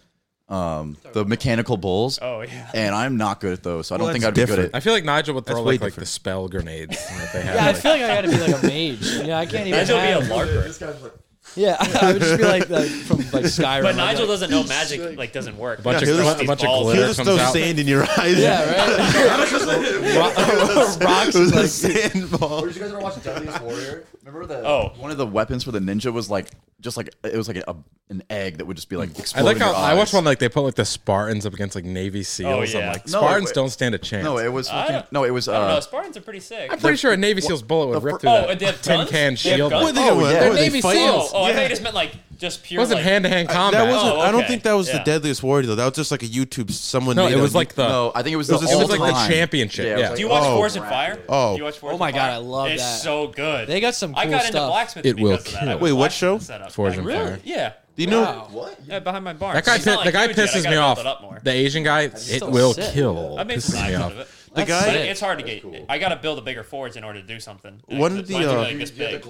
Speaker 3: um, the mechanical bulls.
Speaker 1: Oh yeah.
Speaker 3: And I'm not good at those, so I don't
Speaker 5: Well,
Speaker 3: think I'd
Speaker 5: that's
Speaker 3: be
Speaker 5: different.
Speaker 3: good at.
Speaker 4: I feel like Nigel would throw
Speaker 5: way
Speaker 4: like, like the
Speaker 5: different.
Speaker 4: spell grenades that they have.
Speaker 2: Yeah, I
Speaker 4: like,
Speaker 2: feel like I gotta be like a mage. Yeah, I can't even.
Speaker 1: Nigel be a
Speaker 2: Have,
Speaker 1: larper,
Speaker 2: yeah, I would just be like, like from like Skyrim.
Speaker 1: but
Speaker 2: I'm
Speaker 1: Nigel
Speaker 2: like,
Speaker 1: doesn't know magic. Like doesn't work. A
Speaker 4: bunch of- a bunch of
Speaker 5: You
Speaker 4: glitter.
Speaker 5: just
Speaker 4: comes
Speaker 5: throw
Speaker 4: out.
Speaker 5: sand in your eyes.
Speaker 2: Yeah, right.
Speaker 5: rocks it was a sandball.
Speaker 3: Oh, you guys ever watch Deadliest Warrior? Remember the
Speaker 1: Oh.
Speaker 3: one of the weapons for the ninja was like just like it was like a, an egg that would just be like
Speaker 4: I
Speaker 3: exploding.
Speaker 4: like how I watched
Speaker 3: watched
Speaker 4: one like they put like the Spartans up against like Navy SEALs. I'm
Speaker 1: yeah.
Speaker 4: like
Speaker 3: No,
Speaker 4: Spartans
Speaker 3: wait.
Speaker 4: don't stand a chance.
Speaker 3: No, it was
Speaker 1: I
Speaker 3: fucking,
Speaker 1: don't-
Speaker 3: no, it was.
Speaker 1: I don't know.
Speaker 3: Uh,
Speaker 1: Spartans are pretty sick.
Speaker 4: I'm pretty sure a Navy SEAL's bullet would rip through
Speaker 1: Oh,
Speaker 4: that
Speaker 1: and they have
Speaker 4: tin
Speaker 1: guns?
Speaker 4: can
Speaker 1: They have
Speaker 4: shield.
Speaker 1: guns?
Speaker 5: What
Speaker 4: It
Speaker 5: are they, what,
Speaker 3: yeah.
Speaker 5: what are they
Speaker 2: Navy
Speaker 5: fighting?
Speaker 1: Oh, oh I
Speaker 5: Yeah.
Speaker 1: thought you just meant like just pure.
Speaker 4: wasn't
Speaker 1: like,
Speaker 4: hand to hand combat.
Speaker 5: That wasn't.
Speaker 1: Oh,
Speaker 5: I don't
Speaker 1: okay.
Speaker 5: think that was
Speaker 1: Yeah.
Speaker 5: the deadliest warrior though. That was just like a YouTube someone.
Speaker 4: no,
Speaker 5: made
Speaker 4: it
Speaker 5: on
Speaker 4: was like the
Speaker 3: no, I think it was
Speaker 5: It was
Speaker 3: the
Speaker 5: just- it was
Speaker 3: all
Speaker 5: like
Speaker 4: the
Speaker 3: time.
Speaker 4: championship,
Speaker 3: it was
Speaker 4: yeah.
Speaker 3: like
Speaker 1: Do you watch
Speaker 5: Oh.
Speaker 1: Force and Fire?
Speaker 5: Oh.
Speaker 1: Do you watch Force
Speaker 2: Oh my
Speaker 1: and
Speaker 2: God,
Speaker 1: Fire?
Speaker 2: I love
Speaker 1: it's
Speaker 2: that.
Speaker 1: so good.
Speaker 2: They got some
Speaker 1: I
Speaker 2: cool
Speaker 1: got into
Speaker 2: stuff.
Speaker 1: blacksmithing
Speaker 4: It will
Speaker 1: because of that. I
Speaker 4: kill.
Speaker 1: was
Speaker 5: Wait, what
Speaker 1: watching
Speaker 5: show?
Speaker 1: the setup.
Speaker 4: Forge
Speaker 1: Like,
Speaker 4: and
Speaker 1: really?
Speaker 4: Fire.
Speaker 1: Yeah.
Speaker 5: Do you know?
Speaker 3: What?
Speaker 1: Yeah, behind my barn.
Speaker 4: That guy,
Speaker 1: It's not
Speaker 4: pi-
Speaker 1: like
Speaker 4: the guy
Speaker 1: huge yet. I
Speaker 4: pisses
Speaker 1: gotta
Speaker 4: me
Speaker 1: build
Speaker 4: off.
Speaker 1: it up more.
Speaker 4: The Asian guy, it
Speaker 2: still
Speaker 4: will
Speaker 2: sick.
Speaker 4: kill.
Speaker 1: I made
Speaker 4: Pisses
Speaker 1: some
Speaker 4: me
Speaker 1: knives out
Speaker 4: off.
Speaker 1: of it.
Speaker 5: The
Speaker 1: But
Speaker 5: guy.
Speaker 1: it- it's hard to get. I got to build a bigger forge in order to do something.
Speaker 5: One of
Speaker 1: It's
Speaker 5: the,
Speaker 1: mine's
Speaker 5: uh,
Speaker 1: like this big.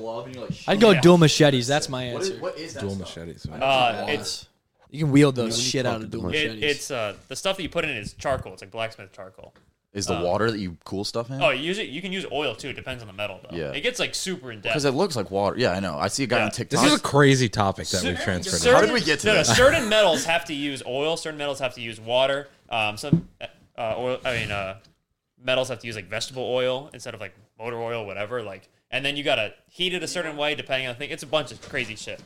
Speaker 2: I'd go
Speaker 1: Yeah.
Speaker 2: dual machetes. That's my answer.
Speaker 3: What is that?
Speaker 4: Dual machetes.
Speaker 1: Uh, it's
Speaker 2: You can wield those shit out of dual
Speaker 1: it,
Speaker 2: machetes.
Speaker 1: it's uh, the stuff that you put in is charcoal. It's like blacksmith charcoal.
Speaker 3: Is the water that you cool stuff in?
Speaker 1: Oh, you use it. You can use oil too. It depends on the metal though.
Speaker 3: Yeah.
Speaker 1: It gets like super in depth.
Speaker 3: Because it looks like water. Yeah, I know. I see a guy
Speaker 1: Yeah.
Speaker 3: on TikTok.
Speaker 4: This is a crazy topic that we've transferred.
Speaker 1: Certain,
Speaker 3: How did we get to
Speaker 1: no, no,
Speaker 3: this?
Speaker 1: certain metals have to use oil. Certain metals have to use water. Um, some uh, oil. I mean, uh, metals have to use like vegetable oil instead of like motor oil, whatever. Like, and then you gotta heat it a certain way depending on the thing. It's a bunch of crazy shit.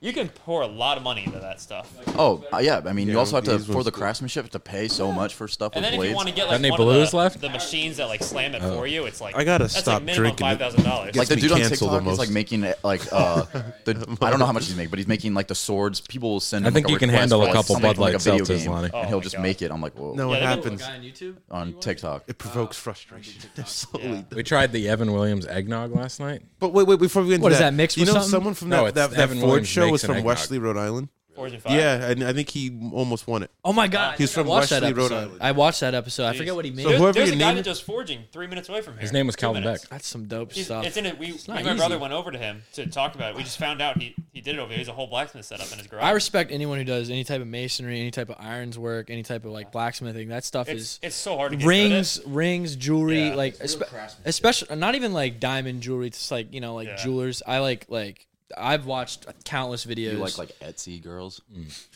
Speaker 1: You can pour a lot of money into that stuff.
Speaker 3: oh, uh, yeah. I mean, you also have to
Speaker 5: these
Speaker 3: for
Speaker 5: ones
Speaker 3: the
Speaker 5: do.
Speaker 3: craftsmanship to pay so much for stuff
Speaker 1: And
Speaker 3: with
Speaker 1: then if you
Speaker 3: blades.
Speaker 1: want to get
Speaker 4: Got
Speaker 1: like
Speaker 4: any
Speaker 1: one of
Speaker 4: balloons
Speaker 1: the,
Speaker 4: left? Oh.
Speaker 1: the machines that like slam it for you, it's like
Speaker 5: I gotta
Speaker 1: that's
Speaker 5: stop
Speaker 1: like minimum
Speaker 5: drinking.
Speaker 1: five thousand dollars.
Speaker 3: like the
Speaker 5: me
Speaker 3: dude on
Speaker 5: canceled
Speaker 3: TikTok is
Speaker 5: almost.
Speaker 3: like making it like uh, the I don't know how much he's making, but he's making like the swords. People will send.
Speaker 4: I
Speaker 3: him,
Speaker 4: think
Speaker 3: like,
Speaker 4: you can
Speaker 3: request
Speaker 4: handle
Speaker 3: for,
Speaker 4: a
Speaker 3: like,
Speaker 4: couple
Speaker 3: something
Speaker 4: Bud
Speaker 3: like
Speaker 4: Lights
Speaker 3: a video
Speaker 4: selfies,
Speaker 3: game,
Speaker 4: Lonnie.
Speaker 1: Oh
Speaker 3: and he'll
Speaker 1: my
Speaker 3: just
Speaker 1: God.
Speaker 3: make it. I'm like, whoa,
Speaker 5: No,
Speaker 1: Yeah,
Speaker 5: it
Speaker 1: they don't-
Speaker 5: happens.
Speaker 2: on YouTube.
Speaker 3: on TikTok.
Speaker 5: It provokes frustration. Slowly.
Speaker 4: We tried the Evan Williams eggnog last night.
Speaker 5: But wait, wait, before we get into
Speaker 2: What is
Speaker 5: that,
Speaker 2: that, mixed
Speaker 5: you
Speaker 2: with
Speaker 5: know,
Speaker 2: something?
Speaker 5: someone from
Speaker 4: No,
Speaker 5: that
Speaker 4: it's
Speaker 5: that, that
Speaker 4: Evan
Speaker 5: Ford
Speaker 4: Williams
Speaker 5: show
Speaker 4: makes
Speaker 5: was
Speaker 4: an
Speaker 5: from
Speaker 4: eggnog.
Speaker 5: Wesley, Rhode Island.
Speaker 1: Forge and fire.
Speaker 5: Yeah, and I think he almost won it.
Speaker 2: Oh my god,
Speaker 5: He's
Speaker 2: I think
Speaker 5: from
Speaker 2: I watched that
Speaker 5: Westerly, Rhode
Speaker 2: episode.
Speaker 5: Island.
Speaker 2: I watched that episode. I forget what he made.
Speaker 5: So- whoever
Speaker 1: there's
Speaker 5: you
Speaker 1: a guy
Speaker 5: name
Speaker 1: that does forging three minutes away from here.
Speaker 4: His name was
Speaker 1: Two
Speaker 4: Calvin
Speaker 1: minutes.
Speaker 4: Beck.
Speaker 2: That's some dope
Speaker 1: He's-
Speaker 2: stuff.
Speaker 1: It's in it. We,
Speaker 2: not
Speaker 1: me and my brother
Speaker 2: easy.
Speaker 1: went over to him to talk about it. We just found out he, he did it over. there. He has a whole blacksmith setup in his garage.
Speaker 2: I respect anyone who does any type of masonry, any type of irons work, any type of like blacksmithing. That stuff
Speaker 1: it's,
Speaker 2: is
Speaker 1: it's so hard to get
Speaker 2: rings, rings, jewelry,
Speaker 1: Yeah.
Speaker 2: like espe- especially not even like diamond jewelry. Just like you know, like
Speaker 1: Yeah.
Speaker 2: jewelers. I like like I've watched countless videos.
Speaker 3: You like like Etsy girls?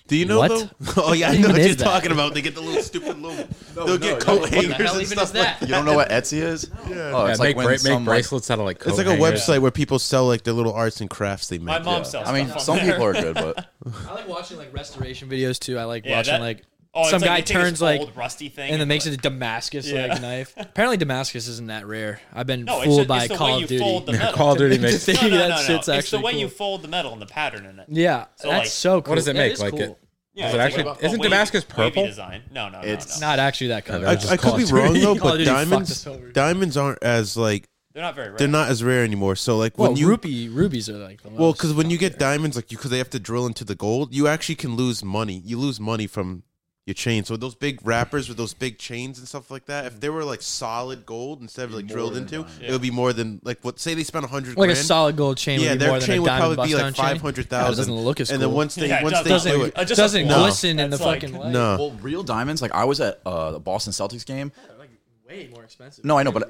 Speaker 5: Do you know
Speaker 2: What?
Speaker 5: though? Oh yeah, I
Speaker 2: What
Speaker 5: know
Speaker 2: even
Speaker 5: what
Speaker 2: is
Speaker 5: you're
Speaker 2: that?
Speaker 5: talking about. They get the little stupid little. they'll get
Speaker 3: no,
Speaker 5: coat
Speaker 3: no.
Speaker 2: What the
Speaker 5: hangers
Speaker 2: hell even
Speaker 5: and
Speaker 2: is
Speaker 5: stuff.
Speaker 2: that?
Speaker 3: You don't know what Etsy is? Oh,
Speaker 4: Yeah,
Speaker 3: it's like
Speaker 4: make
Speaker 3: when
Speaker 4: bra- make
Speaker 3: some like,
Speaker 4: bracelets out of like.
Speaker 5: It's like
Speaker 4: coat
Speaker 5: a
Speaker 4: hangers.
Speaker 5: website where people sell like their little arts and crafts they make.
Speaker 1: My mom
Speaker 3: Yeah.
Speaker 1: sells.
Speaker 3: I mean,
Speaker 1: stuff on
Speaker 3: some
Speaker 1: there.
Speaker 3: people are good, but
Speaker 2: I like watching like restoration videos too. I like
Speaker 1: Yeah,
Speaker 2: watching
Speaker 1: that-
Speaker 2: like
Speaker 1: Oh, it's
Speaker 2: some
Speaker 1: like
Speaker 2: guy
Speaker 1: they take this
Speaker 2: turns like
Speaker 1: old rusty thing
Speaker 2: and then makes it
Speaker 1: like-
Speaker 2: a Damascus
Speaker 1: Yeah.
Speaker 2: like knife. Apparently, Damascus isn't that rare. I've been
Speaker 1: No, it's
Speaker 2: fooled
Speaker 1: just-
Speaker 2: by
Speaker 1: it's the
Speaker 2: Call
Speaker 1: way
Speaker 2: of
Speaker 1: you
Speaker 2: Duty.
Speaker 1: fold the metal.
Speaker 4: Call of Duty makes.
Speaker 2: Thinking
Speaker 1: no, no,
Speaker 2: that
Speaker 1: no, no.
Speaker 2: shit's
Speaker 1: It's the
Speaker 2: actually
Speaker 1: way
Speaker 2: cool.
Speaker 1: you fold the metal and the pattern in it.
Speaker 2: Yeah,
Speaker 1: So,
Speaker 2: that's
Speaker 1: like-
Speaker 2: so cool.
Speaker 4: does it
Speaker 2: That
Speaker 4: make?
Speaker 2: is
Speaker 4: Like
Speaker 2: cool.
Speaker 4: it-
Speaker 1: Yeah,
Speaker 4: Is it
Speaker 1: it's
Speaker 4: actually-
Speaker 1: a- a
Speaker 4: isn't
Speaker 1: wavy-
Speaker 4: Damascus
Speaker 1: wavy
Speaker 4: purple?
Speaker 1: design. No, no, no,
Speaker 3: It's-
Speaker 1: no.
Speaker 2: Not actually that color.
Speaker 4: I-
Speaker 5: I,
Speaker 4: Just
Speaker 5: I could
Speaker 4: Call
Speaker 5: be
Speaker 4: of
Speaker 5: wrong
Speaker 4: Duty.
Speaker 5: though,
Speaker 2: Call
Speaker 5: but
Speaker 2: of Duty fucked us
Speaker 5: diamonds
Speaker 2: over.
Speaker 5: diamonds aren't as like
Speaker 1: They're not very rare.
Speaker 5: they're not as rare anymore. So like
Speaker 2: Well,
Speaker 5: when you
Speaker 2: rupee rubies are like the
Speaker 5: well,
Speaker 2: lowest.
Speaker 5: because when you get diamonds, like you, because they have to drill into the gold, you actually can lose money. You lose money from your chain. So those big wrappers with those big chains and stuff like that, if they were like solid gold instead of like drilled into, it would be more than like what? Say they spent a hundred
Speaker 2: like a
Speaker 5: grand.
Speaker 2: solid gold chain
Speaker 5: yeah,
Speaker 2: would be
Speaker 5: their
Speaker 2: more
Speaker 5: chain
Speaker 2: than a
Speaker 5: would
Speaker 2: diamond
Speaker 5: probably
Speaker 2: bust
Speaker 5: be like
Speaker 2: down chain.
Speaker 5: five hundred
Speaker 2: Yeah, it
Speaker 5: thousand.
Speaker 2: doesn't look as
Speaker 5: And then
Speaker 2: cool.
Speaker 5: once they
Speaker 1: Yeah, it
Speaker 5: once they
Speaker 1: doesn't-
Speaker 5: do it,
Speaker 1: Uh, just a
Speaker 2: doesn't
Speaker 1: wall.
Speaker 2: glisten in the
Speaker 1: That's like-
Speaker 2: fucking light.
Speaker 5: no,
Speaker 3: Well, real diamonds. Like I was at uh, the Boston Celtics game.
Speaker 2: like way more expensive.
Speaker 3: No, I know, but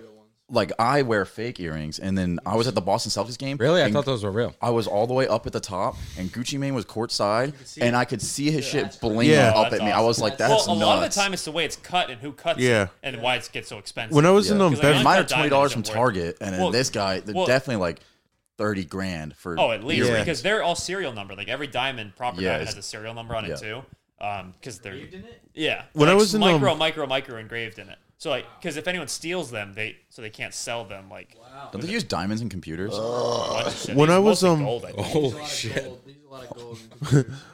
Speaker 3: like I wear fake earrings, and then I was at the Boston Celtics game.
Speaker 4: Really? I
Speaker 3: and
Speaker 4: thought those were real.
Speaker 3: I was all the way up at the top, and Gucci Mane was courtside, and I could see his shit bling
Speaker 5: Yeah.
Speaker 3: up
Speaker 1: Oh, That's
Speaker 3: at me. I was like,
Speaker 1: Well,
Speaker 3: "That's
Speaker 1: a lot of
Speaker 3: nuts."
Speaker 1: the time it's the way it's cut and who cuts
Speaker 5: Yeah.
Speaker 1: it and why it gets so expensive.
Speaker 5: when I was in um,
Speaker 1: Because, like,
Speaker 5: Bev-
Speaker 1: I
Speaker 3: Mine are
Speaker 1: thought
Speaker 3: twenty
Speaker 1: diamonds
Speaker 3: dollars from
Speaker 1: were-
Speaker 3: Target, and then
Speaker 1: Well,
Speaker 3: this guy, they're
Speaker 1: well-
Speaker 3: definitely like thirty grand for.
Speaker 1: Oh, at least
Speaker 5: Yeah.
Speaker 1: because they're all serial number. Like every diamond, proper
Speaker 3: Yeah,
Speaker 1: diamond
Speaker 3: it's-
Speaker 1: has a serial number on
Speaker 3: yeah.
Speaker 1: it too. Um, because they're yeah.
Speaker 5: When I
Speaker 1: Like,
Speaker 5: was in,
Speaker 1: micro,
Speaker 5: um,
Speaker 1: micro, micro engraved in it. So like, because if anyone steals them, they so they can't sell them. Like
Speaker 3: Don't they use diamonds in computers?
Speaker 1: a bunch of shit.
Speaker 5: when
Speaker 1: It's
Speaker 5: I was,
Speaker 1: mostly
Speaker 5: um,
Speaker 1: gold, I think.
Speaker 4: Holy shit.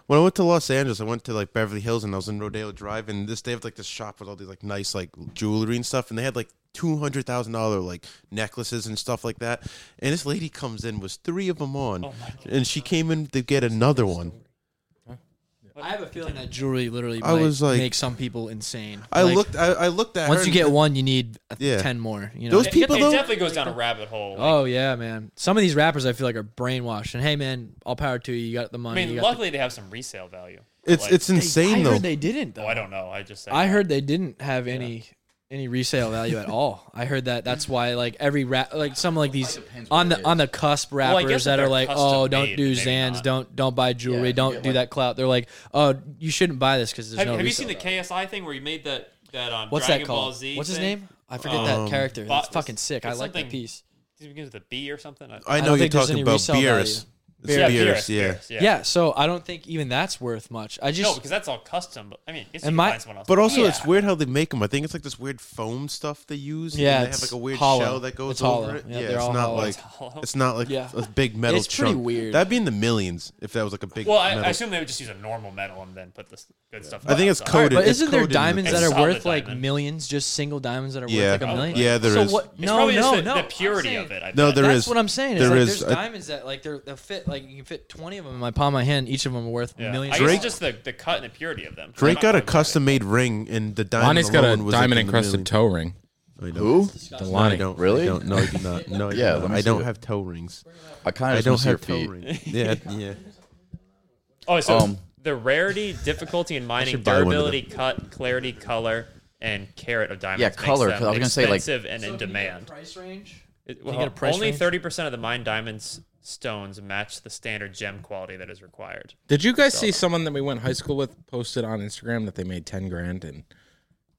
Speaker 5: when I went to Los Angeles, I went to like Beverly Hills and I was in Rodeo Drive, and this they have like this shop with all these like nice like jewelry and stuff, and they had like two hundred thousand dollar like necklaces and stuff like that. And this lady comes in with three of them on, and she came in to get another one.
Speaker 2: I have a feeling that jewelry literally
Speaker 5: I
Speaker 2: might
Speaker 5: was like-
Speaker 2: make some people insane.
Speaker 5: I
Speaker 2: Like,
Speaker 5: looked, I, I looked at
Speaker 2: Once
Speaker 5: her
Speaker 2: you
Speaker 5: and-
Speaker 2: get one, you need uh,
Speaker 5: Yeah.
Speaker 2: ten more. You know.
Speaker 5: those
Speaker 1: It-
Speaker 5: people
Speaker 1: it,
Speaker 5: though.
Speaker 1: definitely goes down a rabbit hole. Like,
Speaker 2: Oh yeah, man. Some of these rappers I feel like are brainwashed. And hey, man, all power to you. You got the
Speaker 1: I
Speaker 2: money.
Speaker 1: mean,
Speaker 2: you got
Speaker 1: luckily they have some resale value.
Speaker 5: It's
Speaker 1: Like,
Speaker 5: it's
Speaker 2: the-
Speaker 5: insane
Speaker 2: I
Speaker 5: though.
Speaker 2: heard they didn't. Though.
Speaker 1: Oh, I don't know. I just said
Speaker 2: I heard they didn't have any any resale value at all. I heard that. That's why like every rap, like some like these on the on the cusp
Speaker 1: I guess
Speaker 2: rappers
Speaker 1: if
Speaker 2: that are
Speaker 1: they're
Speaker 2: like,
Speaker 1: custom
Speaker 2: oh,
Speaker 1: made,
Speaker 2: don't do
Speaker 1: maybe
Speaker 2: Zans,
Speaker 1: not."
Speaker 2: don't don't buy jewelry, don't do that clout. They're like, oh, you shouldn't buy this because there's
Speaker 1: Have,
Speaker 2: no.
Speaker 1: have you
Speaker 2: resale
Speaker 1: seen the
Speaker 2: value."
Speaker 1: KSI thing where he made that that um?
Speaker 2: What's
Speaker 1: Dragon
Speaker 2: that
Speaker 1: Ball
Speaker 2: called?
Speaker 1: Z
Speaker 2: What's his
Speaker 1: thing?
Speaker 2: name? I forget
Speaker 5: Um,
Speaker 2: that character.
Speaker 1: Bo-
Speaker 2: That's fucking sick. I
Speaker 1: it's
Speaker 2: like that
Speaker 1: something-
Speaker 2: piece.
Speaker 1: He begins with a B or something. I-
Speaker 5: I
Speaker 2: don't
Speaker 5: know you're
Speaker 2: think there's
Speaker 5: talking
Speaker 2: any
Speaker 5: about
Speaker 2: resale
Speaker 5: Beerus. It's
Speaker 1: Yeah,
Speaker 5: Beerus, yeah.
Speaker 1: Beerus,
Speaker 2: Yeah. So I don't think even that's worth much. I
Speaker 1: No,
Speaker 2: just
Speaker 1: because that's all custom. But I mean, it's
Speaker 2: And
Speaker 1: you
Speaker 2: my-
Speaker 1: my, find someone else.
Speaker 5: But also, it's
Speaker 1: Yeah.
Speaker 5: weird how they make them. I think it's like this weird foam stuff they use.
Speaker 2: Yeah,
Speaker 5: and they have
Speaker 2: it's
Speaker 5: like a weird
Speaker 2: hollow.
Speaker 5: shell that goes
Speaker 2: It's
Speaker 5: over
Speaker 2: hollow.
Speaker 5: it.
Speaker 2: Yeah,
Speaker 5: Yeah,
Speaker 2: they're
Speaker 5: it's
Speaker 2: all
Speaker 5: not
Speaker 2: hollow.
Speaker 5: like
Speaker 2: It's
Speaker 1: hollow.
Speaker 5: it's not like
Speaker 2: Yeah.
Speaker 5: a big metal.
Speaker 2: It's pretty
Speaker 5: chunk.
Speaker 2: weird.
Speaker 5: That'd be in the millions if that was like a big.
Speaker 1: Well, I,
Speaker 5: metal.
Speaker 1: I assume they would just use a normal metal and then put this good stuff.
Speaker 5: I think it's
Speaker 1: outside.
Speaker 5: coated.
Speaker 2: But
Speaker 5: it's
Speaker 2: isn't there
Speaker 5: coated with-
Speaker 2: diamonds that
Speaker 1: It's
Speaker 2: are
Speaker 1: solid
Speaker 2: worth like
Speaker 1: diamond. Oh,
Speaker 2: millions? Just single diamonds that are
Speaker 5: yeah,
Speaker 2: worth like a million.
Speaker 5: yeah, there is.
Speaker 2: so what?
Speaker 1: It's
Speaker 2: No,
Speaker 1: probably just
Speaker 2: no,
Speaker 1: the,
Speaker 2: no.
Speaker 1: the purity
Speaker 2: I'm
Speaker 1: of it. I
Speaker 5: No,
Speaker 1: bet.
Speaker 5: there
Speaker 2: That's
Speaker 5: is-
Speaker 2: what I'm saying. Is
Speaker 5: there
Speaker 2: like,
Speaker 5: is-
Speaker 2: there's
Speaker 5: I-
Speaker 2: diamonds that like they're they fit like you can fit 20 of them in my palm of my hand. Each of them are worth
Speaker 1: Yeah.
Speaker 2: millions.
Speaker 1: I
Speaker 2: of
Speaker 1: guess
Speaker 5: Drake-
Speaker 1: it's just the, the cut and the purity of them.
Speaker 5: Drake
Speaker 1: Not
Speaker 5: got a
Speaker 1: really.
Speaker 5: custom made ring, and the diamond.
Speaker 4: Lonnie's got a
Speaker 5: alone was, like,
Speaker 4: diamond
Speaker 5: in the
Speaker 4: encrusted toe ring.
Speaker 5: millions. I don't-
Speaker 3: Who?
Speaker 5: No, I
Speaker 4: Delonte.
Speaker 5: don't
Speaker 3: Really?
Speaker 5: I don't, no, I do not. No, I do
Speaker 3: Yeah,
Speaker 5: not.
Speaker 3: let me
Speaker 5: I
Speaker 3: see
Speaker 5: don't
Speaker 3: it.
Speaker 5: have toe rings.
Speaker 3: I kind
Speaker 5: I
Speaker 3: of don't
Speaker 5: don't
Speaker 3: see your
Speaker 5: have toe
Speaker 3: feet.
Speaker 5: rings. Yeah, yeah.
Speaker 1: Oh, so
Speaker 3: Um,
Speaker 1: the rarity, difficulty in mining,
Speaker 5: should buy one of
Speaker 1: durability, cut, clarity, color, and carat of diamonds.
Speaker 3: Yeah,
Speaker 1: makes
Speaker 3: color,
Speaker 1: them
Speaker 3: 'cause I was gonna say, like-
Speaker 1: expensive and in demand.
Speaker 2: price range.
Speaker 1: It-
Speaker 2: you
Speaker 1: well,
Speaker 2: get a price
Speaker 1: only
Speaker 2: range?
Speaker 1: thirty percent of the mined diamonds stones match the standard gem quality that is required.
Speaker 4: Did you guys see someone that we went high school with posted on Instagram that they made 10 grand? And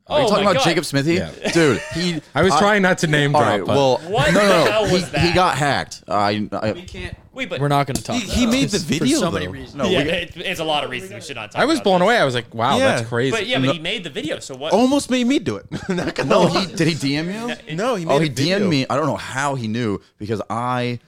Speaker 1: Oh,
Speaker 3: Are you talking
Speaker 1: my
Speaker 3: about
Speaker 1: God.
Speaker 3: Jacob Smithy?
Speaker 4: Yeah.
Speaker 3: Dude, he.
Speaker 4: I was trying not to name
Speaker 3: Uh, All
Speaker 4: drop.
Speaker 3: right,
Speaker 4: but
Speaker 3: well,
Speaker 1: What
Speaker 3: no, no,
Speaker 1: the
Speaker 3: no.
Speaker 1: hell
Speaker 3: He,
Speaker 1: was
Speaker 3: he
Speaker 1: that?
Speaker 3: got hacked. I, I,
Speaker 2: Can't.
Speaker 1: Wait, but
Speaker 2: We're not going to talk.
Speaker 5: He-
Speaker 2: about
Speaker 5: he
Speaker 2: it.
Speaker 5: made the
Speaker 2: For
Speaker 5: video,
Speaker 2: so many
Speaker 5: though.
Speaker 2: reasons.
Speaker 3: no,
Speaker 1: yeah,
Speaker 3: we,
Speaker 1: it, it's a lot of reasons we should not. talk
Speaker 4: I was
Speaker 1: about
Speaker 4: blown
Speaker 1: this.
Speaker 4: away. I was like, wow,
Speaker 5: Yeah.
Speaker 4: that's crazy.
Speaker 1: But yeah, but he made the video, so what?
Speaker 5: Almost made me do it. Not gonna
Speaker 3: no,
Speaker 5: lie.
Speaker 3: he did he DM you?
Speaker 5: no, he made
Speaker 3: Oh,
Speaker 5: a
Speaker 3: he
Speaker 5: video.
Speaker 3: DM'd me. I don't know how he knew because I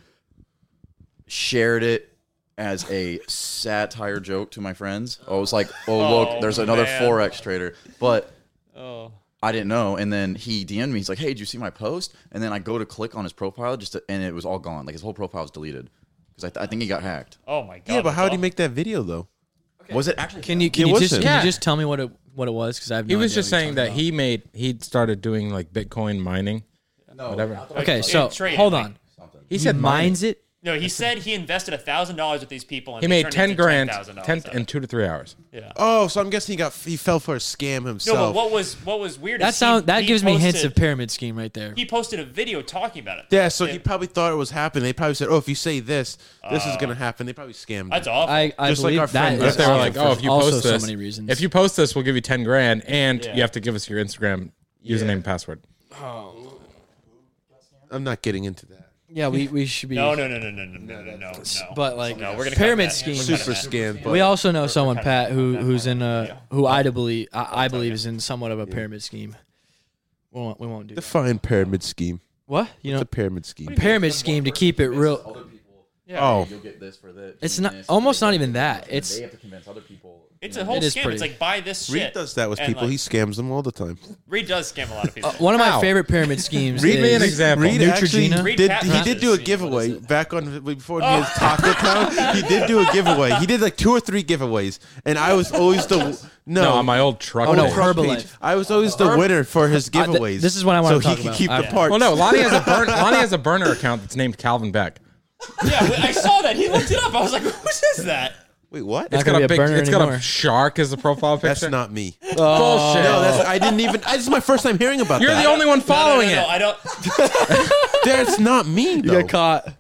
Speaker 3: shared it as a satire joke to my friends. I was like, "Oh,
Speaker 1: Oh,
Speaker 3: look, there's another
Speaker 1: man.
Speaker 3: forex trader," but
Speaker 1: Oh.
Speaker 3: I didn't know. And then he DM'd me. He's like, "Hey, did you see my post?" And then I go to click on his profile just to, and it was all gone. Like his whole profile was deleted because I, th- I think he got hacked.
Speaker 1: Oh my god.
Speaker 5: Yeah, but
Speaker 1: that's
Speaker 5: how did he
Speaker 1: awful.
Speaker 5: make that video though?
Speaker 3: Was it actually?
Speaker 2: Can you can
Speaker 5: It
Speaker 2: you
Speaker 5: was
Speaker 2: just
Speaker 5: him.
Speaker 2: can
Speaker 4: Yeah.
Speaker 2: you just tell me what it what it was? Because I have.
Speaker 4: he
Speaker 2: no
Speaker 4: was
Speaker 2: idea
Speaker 4: just
Speaker 2: what you're
Speaker 4: saying
Speaker 2: talking
Speaker 4: that he made, he started doing like Bitcoin mining. No, whatever.
Speaker 2: about. Okay,
Speaker 1: Like,
Speaker 2: so
Speaker 1: trade,
Speaker 2: hold
Speaker 1: like-
Speaker 2: on.
Speaker 4: He said mining.
Speaker 2: mines it.
Speaker 1: No, he said he invested thousand dollars with these people, and
Speaker 4: He
Speaker 1: they
Speaker 4: made
Speaker 1: turned
Speaker 4: 10
Speaker 1: into
Speaker 4: grand
Speaker 1: 10,000
Speaker 4: 10
Speaker 1: out of
Speaker 4: in
Speaker 1: it.
Speaker 4: two to three hours.
Speaker 5: Oh, so I'm guessing he got he fell for a scam
Speaker 1: No, but
Speaker 5: himself.
Speaker 1: what was what was weird?
Speaker 2: That
Speaker 1: is he-
Speaker 2: sound that
Speaker 1: he
Speaker 2: gives me hints
Speaker 1: posted-
Speaker 2: of pyramid scheme right there.
Speaker 1: He posted a video talking about it.
Speaker 5: yeah, so
Speaker 1: Yeah.
Speaker 5: he probably thought it was happening. They probably said, "Oh, if you say this, this is gonna happen." They probably scammed.
Speaker 1: Uh, That's
Speaker 5: him.
Speaker 1: awful.
Speaker 2: I, I
Speaker 5: Just like
Speaker 2: believe
Speaker 5: our friend
Speaker 2: that.
Speaker 5: But
Speaker 4: But
Speaker 2: is
Speaker 5: That's
Speaker 4: they were
Speaker 2: awful
Speaker 4: like,
Speaker 2: for
Speaker 4: "Oh, if you
Speaker 2: also
Speaker 4: post this,
Speaker 2: so many reasons.
Speaker 4: if you post this, we'll give you ten grand, and
Speaker 1: Yeah.
Speaker 4: you have to give us your Instagram username and password."
Speaker 5: I'm not getting into that.
Speaker 2: yeah, we, we should be.
Speaker 1: no, no, no, no, no, no, no, no, no.
Speaker 2: But like
Speaker 1: No, we're gonna cut
Speaker 2: pyramid
Speaker 1: that.
Speaker 2: scheme.
Speaker 1: We're
Speaker 5: Super scam. But
Speaker 2: We also know someone, Pat, who who's in a who I believe I, I believe is in somewhat of a pyramid scheme. We won't we won't do that.
Speaker 5: define pyramid scheme.
Speaker 2: what you know
Speaker 5: It's a pyramid scheme.
Speaker 2: pyramid scheme to keep it real.
Speaker 1: Yeah.
Speaker 5: Oh,
Speaker 3: You'll get this for this.
Speaker 2: It's
Speaker 3: and
Speaker 2: not-
Speaker 3: this,
Speaker 2: almost
Speaker 3: and
Speaker 2: not
Speaker 3: they-
Speaker 2: even that.
Speaker 3: and
Speaker 2: It's-
Speaker 3: they have to convince other people.
Speaker 1: It's a whole
Speaker 2: It is
Speaker 1: scam.
Speaker 2: pretty.
Speaker 1: It's like buy this shit.
Speaker 5: Reed does that with
Speaker 1: And,
Speaker 5: people.
Speaker 1: like,
Speaker 5: he scams them all the time.
Speaker 1: Reed does scam a lot of people.
Speaker 2: Uh, one of my
Speaker 4: How?
Speaker 2: favorite pyramid schemes.
Speaker 4: Read me an
Speaker 2: is-
Speaker 4: example.
Speaker 5: Reed actually
Speaker 2: Neutrogena?
Speaker 1: Reed
Speaker 5: did.
Speaker 1: Pat
Speaker 5: He did do a
Speaker 1: Francis.
Speaker 5: giveaway back on before
Speaker 1: Oh.
Speaker 5: he was Taco Town. He did do a giveaway. He did like two or three giveaways, and I was always the no.
Speaker 4: No, on my old truck.
Speaker 2: Oh, no,
Speaker 4: days.
Speaker 2: her-
Speaker 5: Trump
Speaker 2: Herbalife.
Speaker 5: page. I was always the winner for his
Speaker 2: Uh, th-
Speaker 5: giveaways.
Speaker 2: this is what I wanna
Speaker 5: So
Speaker 2: talk
Speaker 5: he could
Speaker 2: about.
Speaker 5: keep the
Speaker 2: Yeah.
Speaker 5: parts.
Speaker 4: Well, no, Lonnie has a burn, Lonnie has a burner account that's named Calvin Beck.
Speaker 1: yeah, wait, I saw that. He looked it up. I was like, who says that?
Speaker 5: Wait, what?
Speaker 2: Not
Speaker 4: It's got
Speaker 2: gonna
Speaker 4: a
Speaker 2: be a
Speaker 4: big.
Speaker 2: burner
Speaker 4: It's got
Speaker 2: anymore.
Speaker 4: a shark as the profile picture.
Speaker 5: That's not me. No,
Speaker 4: bullshit.
Speaker 5: Oh, that's, I didn't even. I, this is my first time hearing about
Speaker 4: Oh. You're
Speaker 5: that.
Speaker 4: the only one
Speaker 1: Oh, No,
Speaker 4: following
Speaker 1: no, no, no,
Speaker 4: it.
Speaker 1: I don't.
Speaker 5: That's not me.
Speaker 2: You
Speaker 5: Though.
Speaker 2: got caught.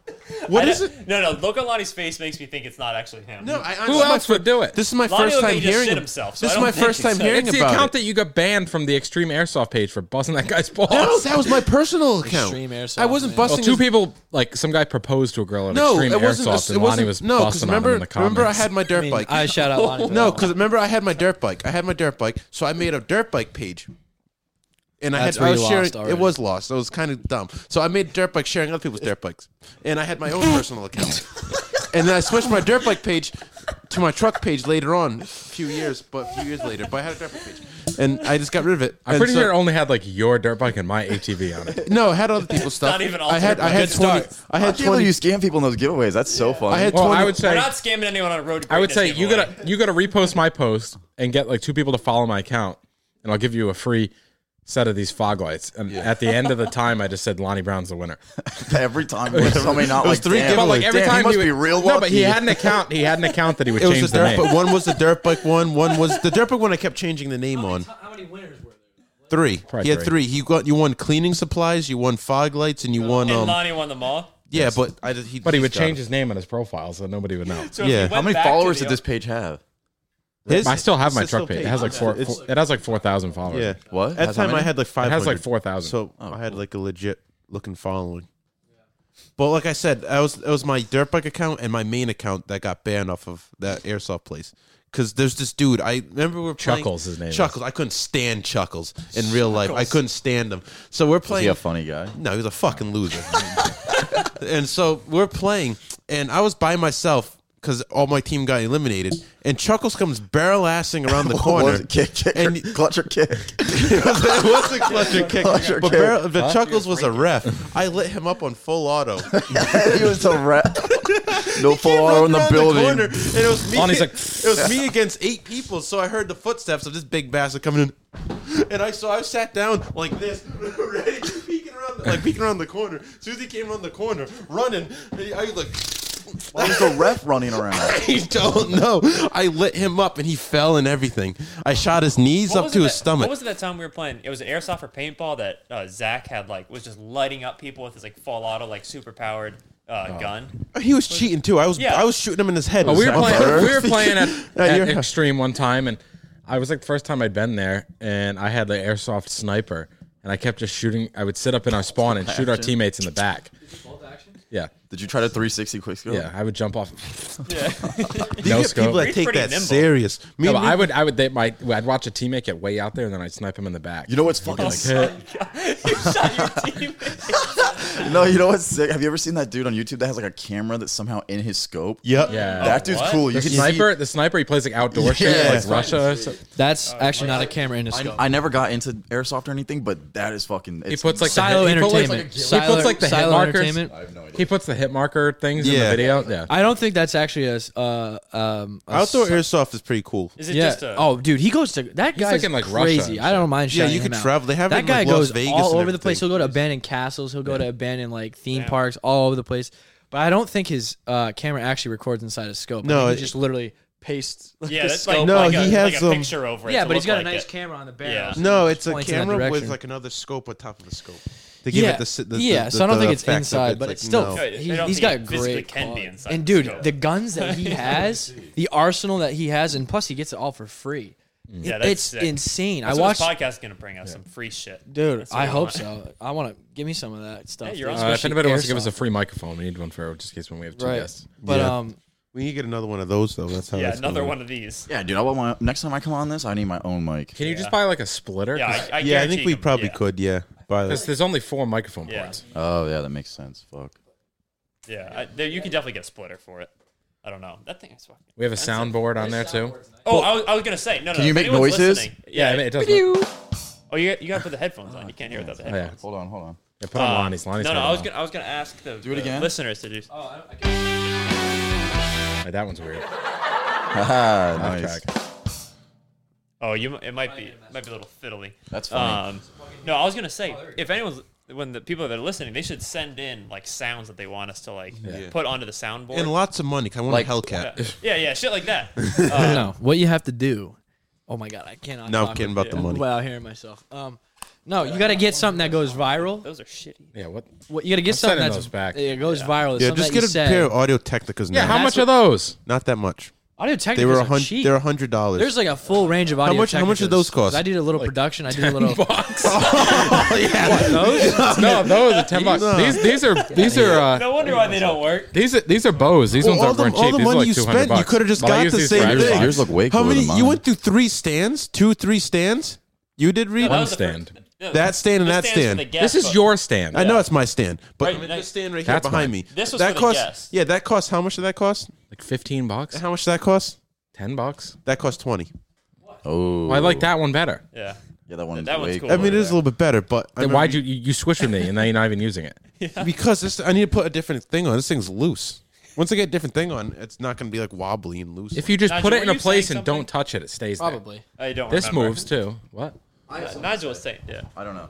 Speaker 5: what
Speaker 1: I
Speaker 5: is
Speaker 1: don't-
Speaker 5: it?
Speaker 1: No, no. Look at Lonnie's face makes me think it's not actually him.
Speaker 5: No, I, I,
Speaker 4: Who else would do it?
Speaker 5: This is my
Speaker 1: Lonnie
Speaker 5: first
Speaker 1: looked like he
Speaker 5: time
Speaker 1: just
Speaker 5: hearing
Speaker 1: shit
Speaker 5: ab-
Speaker 1: himself, so
Speaker 5: This
Speaker 1: I
Speaker 5: is
Speaker 1: don't
Speaker 5: my
Speaker 1: think
Speaker 5: first
Speaker 1: it's
Speaker 5: time
Speaker 1: him.
Speaker 5: hearing
Speaker 4: it's the
Speaker 5: about
Speaker 4: account
Speaker 5: it.
Speaker 4: that you got banned from the Extreme Airsoft page for busting that guy's balls.
Speaker 5: no, that was my personal account.
Speaker 2: Extreme airsoft,
Speaker 5: I wasn't
Speaker 2: man.
Speaker 5: busting.
Speaker 4: well, two
Speaker 5: his-
Speaker 4: people, like some guy proposed to a girl at
Speaker 5: No,
Speaker 4: Extreme
Speaker 5: it wasn't.
Speaker 4: Airsoft,
Speaker 5: it
Speaker 4: and Lonnie
Speaker 5: wasn't.
Speaker 4: was
Speaker 5: no, 'cause
Speaker 4: busting
Speaker 5: remember,
Speaker 4: on him in the comments.
Speaker 5: remember, I had my dirt
Speaker 2: I, mean,
Speaker 5: bike.
Speaker 2: I shout out Lonnie. for
Speaker 5: No,
Speaker 2: that
Speaker 5: because remember I had my dirt bike. I had my dirt bike, so I made a dirt bike page. And I
Speaker 2: That's
Speaker 5: had
Speaker 2: where
Speaker 5: I
Speaker 2: you
Speaker 5: was
Speaker 2: lost
Speaker 5: sharing.
Speaker 2: already.
Speaker 5: It was lost. So it was kind of dumb. So I made dirt bike sharing other people's dirt bikes, and I had my own personal account. and then I switched my dirt bike page to my truck page later on, a few years, but a few years later. But I had a dirt bike page, and I just got rid of it.
Speaker 4: I'm
Speaker 5: And
Speaker 4: pretty
Speaker 5: so-
Speaker 4: sure it only had like your dirt bike and my ATV on it.
Speaker 5: No, I had other people's stuff.
Speaker 1: Not even all
Speaker 5: I had. I
Speaker 1: dirt
Speaker 5: had
Speaker 1: bikes.
Speaker 5: twenty. I
Speaker 3: I
Speaker 5: had
Speaker 3: can't believe
Speaker 5: twenty.
Speaker 3: you scam people in those giveaways. That's so funny.
Speaker 5: I had
Speaker 4: Well,
Speaker 5: twenty.
Speaker 4: I would
Speaker 1: We're
Speaker 4: say
Speaker 1: not scamming anyone on a road. to
Speaker 4: I would say
Speaker 1: greatness
Speaker 4: you
Speaker 1: giveaway.
Speaker 4: gotta you gotta repost my post and get like two people to follow my account, and I'll give you a free set of these fog lights. And at the end of the time, I just said Lonnie Brown's the winner.
Speaker 3: every time with somebody not
Speaker 5: It was
Speaker 3: like
Speaker 5: three
Speaker 3: damn.
Speaker 5: giveaways.
Speaker 4: But like every
Speaker 5: damn,
Speaker 4: time
Speaker 3: he must
Speaker 4: would-
Speaker 3: be real
Speaker 4: No, but he
Speaker 3: lucky.
Speaker 4: had an account. He had an account that he would
Speaker 5: It was
Speaker 4: change
Speaker 5: the
Speaker 4: the
Speaker 5: dirt,
Speaker 4: name.
Speaker 5: but one was the dirt bike one. One was the dirt bike one. I kept changing the name on.
Speaker 2: How many winners were there?
Speaker 5: Three.
Speaker 4: Probably
Speaker 5: he had
Speaker 4: three.
Speaker 5: three. He got you won cleaning supplies, you won fog lights, and you won
Speaker 1: And
Speaker 5: um.
Speaker 1: Lonnie won them all.
Speaker 5: yeah, but I just, he,
Speaker 4: But he
Speaker 5: he's
Speaker 4: would
Speaker 5: got
Speaker 4: change
Speaker 5: it.
Speaker 4: his name on his profile so nobody would know.
Speaker 1: So if you
Speaker 5: Yeah.
Speaker 1: went
Speaker 5: How
Speaker 3: How many
Speaker 1: back to
Speaker 3: followers
Speaker 1: the-
Speaker 3: did this page have?
Speaker 5: His-
Speaker 4: I still have
Speaker 5: it's
Speaker 4: my
Speaker 5: just
Speaker 4: truck
Speaker 5: still
Speaker 4: page. It
Speaker 5: paid.
Speaker 4: has like four.
Speaker 5: It's-
Speaker 4: four- it has like four thousand followers.
Speaker 5: Yeah.
Speaker 3: What?
Speaker 5: At the
Speaker 3: Has how
Speaker 5: time, I
Speaker 3: many?
Speaker 5: had like
Speaker 4: It
Speaker 5: five.
Speaker 4: has like four thousand.
Speaker 5: So I had like a legit looking following. But like I said, I was it was my dirt bike account and my main account that got banned off of that airsoft place. Cause there's this dude. I remember we were playing
Speaker 4: Chuckles, his name is.
Speaker 5: Chuckles. I couldn't stand Chuckles in real life. I couldn't stand him. So we're
Speaker 3: Was
Speaker 5: playing.
Speaker 3: he a funny guy?
Speaker 5: No, he was a fucking loser. and so we're playing, and I was by myself because all my team got eliminated. And Chuckles comes barrel assing around the corner.
Speaker 3: Was it kick, kick, or,
Speaker 5: and
Speaker 3: clutch or kick?
Speaker 5: it was, it was a clutch and kick.
Speaker 3: Clutch or
Speaker 5: but
Speaker 3: kick.
Speaker 5: barrel, but Chuckles was a ref. I lit him up on full auto.
Speaker 3: he was a rep. No full
Speaker 5: He
Speaker 3: auto
Speaker 5: runs
Speaker 3: in the
Speaker 5: around
Speaker 3: building.
Speaker 5: corner, and it was me.
Speaker 4: Lonnie's like,
Speaker 5: it was me against eight people. So I heard the footsteps of this big bastard coming in. And I so I sat down like this, ready, peeking around, the, like peeking around the corner. As soon as he came around the corner, running, and I was like,
Speaker 3: Why was the ref running around?
Speaker 5: I don't know. I lit him up and he fell and everything. I shot his knees
Speaker 1: What
Speaker 5: up
Speaker 1: was
Speaker 5: to
Speaker 1: it
Speaker 5: his
Speaker 1: that-
Speaker 5: stomach.
Speaker 1: What was it that time we were playing? It was airsoft or paintball that uh, Zach had like was just lighting up people with his like full auto like super powered uh, gun.
Speaker 5: he was cheating too. I was
Speaker 1: Yeah.
Speaker 5: I was shooting him in his head.
Speaker 4: But we were playing. We were playing at, at
Speaker 5: your-
Speaker 4: Extreme one time, and I was like the first time I'd been there, and I had the airsoft sniper, and I kept just shooting. I would sit up in our spawn and shoot our teammates in the back. Yeah,
Speaker 3: Did you try to 360 quick scope?
Speaker 4: yeah. I would jump off.
Speaker 1: Yeah.
Speaker 5: These
Speaker 4: No
Speaker 5: are
Speaker 4: scope.
Speaker 5: people that
Speaker 1: He's
Speaker 5: take
Speaker 1: pretty
Speaker 5: that
Speaker 1: nimble.
Speaker 5: serious. Me
Speaker 4: No,
Speaker 5: and
Speaker 4: but I would. I would. They, my. I'd watch a teammate get way out there, and then I'd snipe him in the back.
Speaker 3: You know what's fucking sick?
Speaker 1: you shot your teammate.
Speaker 3: No, you know what's sick? Have you ever seen that dude on YouTube that has like a camera that's somehow in his scope?
Speaker 5: Yep.
Speaker 4: Yeah.
Speaker 3: That dude's
Speaker 1: What?
Speaker 3: cool. You
Speaker 4: the
Speaker 3: can
Speaker 4: sniper. the sniper. He plays like outdoor shit,
Speaker 3: Yeah.
Speaker 4: like Russia. or something.
Speaker 2: That's actually not a camera in a
Speaker 3: see.
Speaker 2: scope.
Speaker 3: I, I never got into airsoft or anything, but that is fucking.
Speaker 4: He
Speaker 3: It's,
Speaker 4: puts like
Speaker 2: Silo
Speaker 4: the, hit- he put, like-
Speaker 2: Entertainment.
Speaker 4: He puts like,
Speaker 2: Silo-
Speaker 4: the hit
Speaker 2: Silo
Speaker 4: markers.
Speaker 2: Entertainment. I
Speaker 3: have no idea.
Speaker 4: He puts the hit marker things in the
Speaker 5: Yeah.
Speaker 4: video. Yeah. Uh,
Speaker 2: I don't think that's actually a s- uh, um a
Speaker 5: Outdoor
Speaker 2: s-
Speaker 5: airsoft is pretty cool.
Speaker 1: Is it
Speaker 2: yeah.
Speaker 1: just a?
Speaker 2: oh, dude, he goes to that guy's
Speaker 4: like in, like, Russia
Speaker 2: crazy.
Speaker 4: and
Speaker 2: I don't mind.
Speaker 5: Yeah,
Speaker 2: shouting
Speaker 5: you
Speaker 2: him
Speaker 5: could
Speaker 2: out.
Speaker 5: travel. They have it
Speaker 2: that
Speaker 5: in,
Speaker 2: guy
Speaker 5: like, Las
Speaker 2: goes
Speaker 5: Vegas
Speaker 2: all
Speaker 5: and
Speaker 2: over the place. He'll
Speaker 5: everything.
Speaker 2: go to abandoned castles. He'll go to abandoned like theme parks all over the place. But I don't think his uh, camera actually records inside a scope. I
Speaker 5: No,
Speaker 2: think
Speaker 5: it-
Speaker 2: he just literally pastes. Like,
Speaker 1: yeah,
Speaker 2: the
Speaker 1: that's
Speaker 2: scope.
Speaker 1: like,
Speaker 5: No,
Speaker 1: like a,
Speaker 5: he has,
Speaker 1: like a
Speaker 5: um,
Speaker 1: picture over it.
Speaker 2: yeah,
Speaker 1: to
Speaker 2: but he's
Speaker 1: look
Speaker 2: got a
Speaker 1: like
Speaker 2: nice
Speaker 1: it.
Speaker 2: camera on the barrel.
Speaker 1: Yeah.
Speaker 2: so
Speaker 5: No, it's a
Speaker 2: points in that
Speaker 5: camera with
Speaker 2: direction.
Speaker 5: like another scope on top of the scope. They give
Speaker 2: yeah,
Speaker 5: it the, si- the
Speaker 2: yeah.
Speaker 5: the-
Speaker 2: so I don't
Speaker 5: the
Speaker 2: think it's
Speaker 5: effect of
Speaker 2: inside, but it's still
Speaker 5: no.
Speaker 1: No, I
Speaker 2: he,
Speaker 1: don't
Speaker 2: has
Speaker 1: think
Speaker 2: got
Speaker 1: it physically
Speaker 2: great.
Speaker 1: can be
Speaker 2: quality.
Speaker 1: inside
Speaker 2: and
Speaker 1: the
Speaker 2: dude,
Speaker 1: scope.
Speaker 2: the guns that he has, the arsenal that he has, and plus he gets it all for free. It-
Speaker 1: that's
Speaker 2: it's
Speaker 1: sick.
Speaker 2: insane.
Speaker 1: That's
Speaker 2: I
Speaker 1: what this
Speaker 2: watched,
Speaker 1: podcast is gonna bring us some free shit.
Speaker 2: dude.
Speaker 1: That's what
Speaker 2: I
Speaker 1: we
Speaker 2: hope
Speaker 1: want.
Speaker 2: so. I want to give me some of that stuff.
Speaker 1: you're
Speaker 2: dude,
Speaker 1: on-
Speaker 4: Uh, if
Speaker 2: especially
Speaker 4: anybody wants to give us a
Speaker 2: airsoft.
Speaker 4: free microphone, we need one for just in case when we have two guests.
Speaker 2: But
Speaker 5: Yeah.
Speaker 2: um,
Speaker 5: We need to get another one of those though. That's how.
Speaker 1: Yeah,
Speaker 5: that's gonna
Speaker 1: another
Speaker 5: work.
Speaker 1: one of these.
Speaker 3: yeah, dude. I want my next time I come on this, I need my own mic.
Speaker 4: Can you just buy like a splitter?
Speaker 1: Yeah, I, I
Speaker 5: Yeah, I
Speaker 1: guarantee
Speaker 5: think we
Speaker 1: you-
Speaker 5: probably
Speaker 1: yeah.
Speaker 5: could. Yeah, buy
Speaker 4: Because
Speaker 5: this.
Speaker 4: there's only four microphone
Speaker 1: Yeah.
Speaker 4: ports.
Speaker 3: Oh yeah, that makes sense. Fuck.
Speaker 1: Yeah, I, there, you can definitely get a splitter for it. I don't know. That thing is fucking.
Speaker 4: We have a soundboard on there too.
Speaker 1: Oh, I, was, I was gonna say no. no
Speaker 3: Can you
Speaker 1: if
Speaker 3: make
Speaker 1: anyone's
Speaker 3: noises?
Speaker 1: listening- Yeah.
Speaker 4: Yeah, I mean, it does. Look,
Speaker 1: oh, you, you gotta put the headphones on. You can't hear without the
Speaker 4: yeah,
Speaker 1: headphones.
Speaker 3: Hold on, hold on.
Speaker 4: Yeah, put on
Speaker 1: Um,
Speaker 4: Lonnie's. Lonnie's
Speaker 1: no, no.
Speaker 4: got it
Speaker 1: I was
Speaker 4: on.
Speaker 1: gonna I was gonna ask the,
Speaker 3: it
Speaker 1: the
Speaker 3: again?
Speaker 1: listeners to do.
Speaker 5: Oh.
Speaker 4: Hey, that one's weird.
Speaker 3: Ah, nice.
Speaker 4: Nice.
Speaker 1: Oh, you mi- it might be might be a little fiddly.
Speaker 3: That's funny.
Speaker 1: Um, no, I was gonna say if anyone's when the people that are listening, they should send in like sounds that they want us to like put onto the soundboard.
Speaker 5: And lots of money. 'cause I want
Speaker 3: Like-
Speaker 5: a Hellcat.
Speaker 1: yeah, yeah, shit like that.
Speaker 2: No, no. What you have to do. uh, Oh my god, I cannot.
Speaker 5: No, I'm
Speaker 2: talk
Speaker 5: kidding about the money.
Speaker 2: without hearing myself. Um, no, you got to get something that goes viral.
Speaker 1: Those are shitty.
Speaker 4: Yeah, what?
Speaker 2: What you got to get
Speaker 4: I'm
Speaker 2: something
Speaker 4: sending
Speaker 2: that's
Speaker 4: those back.
Speaker 2: It goes viral.
Speaker 5: Yeah,
Speaker 2: something
Speaker 5: just
Speaker 2: that
Speaker 5: get
Speaker 2: you
Speaker 5: a
Speaker 2: said.
Speaker 5: pair of Audio Technicas now.
Speaker 4: Yeah, how
Speaker 2: That's
Speaker 4: much are those?
Speaker 5: Not that much.
Speaker 2: Audio
Speaker 5: They were a
Speaker 2: technicas are
Speaker 5: hundred.
Speaker 2: cheap.
Speaker 5: They're a hundred dollars.
Speaker 2: There's like a full range of audio.
Speaker 5: much- how much do those
Speaker 2: Technicas.
Speaker 5: cost?
Speaker 2: I did a little production. I did a little.
Speaker 4: no, those are ten bucks. These these are these are uh,
Speaker 1: No wonder why they don't work.
Speaker 4: these are these are bows. These
Speaker 5: Well, all
Speaker 4: ones
Speaker 5: the,
Speaker 4: aren't
Speaker 5: all
Speaker 4: cheap.
Speaker 5: the
Speaker 4: These are
Speaker 5: money
Speaker 4: like
Speaker 5: you
Speaker 4: 200
Speaker 5: spent,
Speaker 4: bucks.
Speaker 5: you could have just
Speaker 4: But I
Speaker 5: got
Speaker 4: use
Speaker 5: the
Speaker 4: these
Speaker 5: same
Speaker 4: for
Speaker 5: thing.
Speaker 4: Xbox.
Speaker 3: Yours look way
Speaker 5: How
Speaker 3: cooler
Speaker 5: many?
Speaker 3: than mine.
Speaker 5: You went through three stands. Two, three stands. You did read.
Speaker 1: That
Speaker 4: One
Speaker 1: was the
Speaker 4: stand.
Speaker 1: first- no,
Speaker 5: That stand and
Speaker 1: the
Speaker 5: that
Speaker 1: stand's for
Speaker 5: stand.
Speaker 1: the guest,
Speaker 4: This is
Speaker 1: but-
Speaker 4: your stand.
Speaker 5: I know it's my stand, but
Speaker 1: Right,
Speaker 5: this
Speaker 1: that-
Speaker 5: stand right here
Speaker 4: That's
Speaker 5: behind
Speaker 4: mine.
Speaker 5: me.
Speaker 1: This was
Speaker 5: that
Speaker 1: for the
Speaker 5: cost.
Speaker 1: guest.
Speaker 5: Yeah, that cost. How much did that cost?
Speaker 4: like fifteen bucks,
Speaker 5: How much did that cost?
Speaker 4: ten bucks.
Speaker 5: That cost twenty.
Speaker 3: Oh,
Speaker 4: I like that one better.
Speaker 1: Yeah.
Speaker 3: Yeah, that one's
Speaker 1: That one's
Speaker 3: way
Speaker 1: cool.
Speaker 5: I mean, it is a
Speaker 3: cooler.
Speaker 5: little bit better, but I
Speaker 4: Then
Speaker 5: mean,
Speaker 4: why'd you, you you switch with me and now you're not even using it?
Speaker 5: Because this, I need to put a different thing on. This thing's loose. Once I get a different thing on, it's not going to be like wobbly and loose.
Speaker 4: If you just
Speaker 1: Nigel,
Speaker 4: put
Speaker 1: were
Speaker 4: it in a
Speaker 1: you
Speaker 4: place
Speaker 1: saying
Speaker 4: and don't
Speaker 1: something?
Speaker 4: touch it, it stays there.
Speaker 2: Probably.
Speaker 1: I don't.
Speaker 4: This
Speaker 1: remember.
Speaker 4: moves too. What?
Speaker 1: Yeah, Nigel was saying. Yeah.
Speaker 3: I don't know.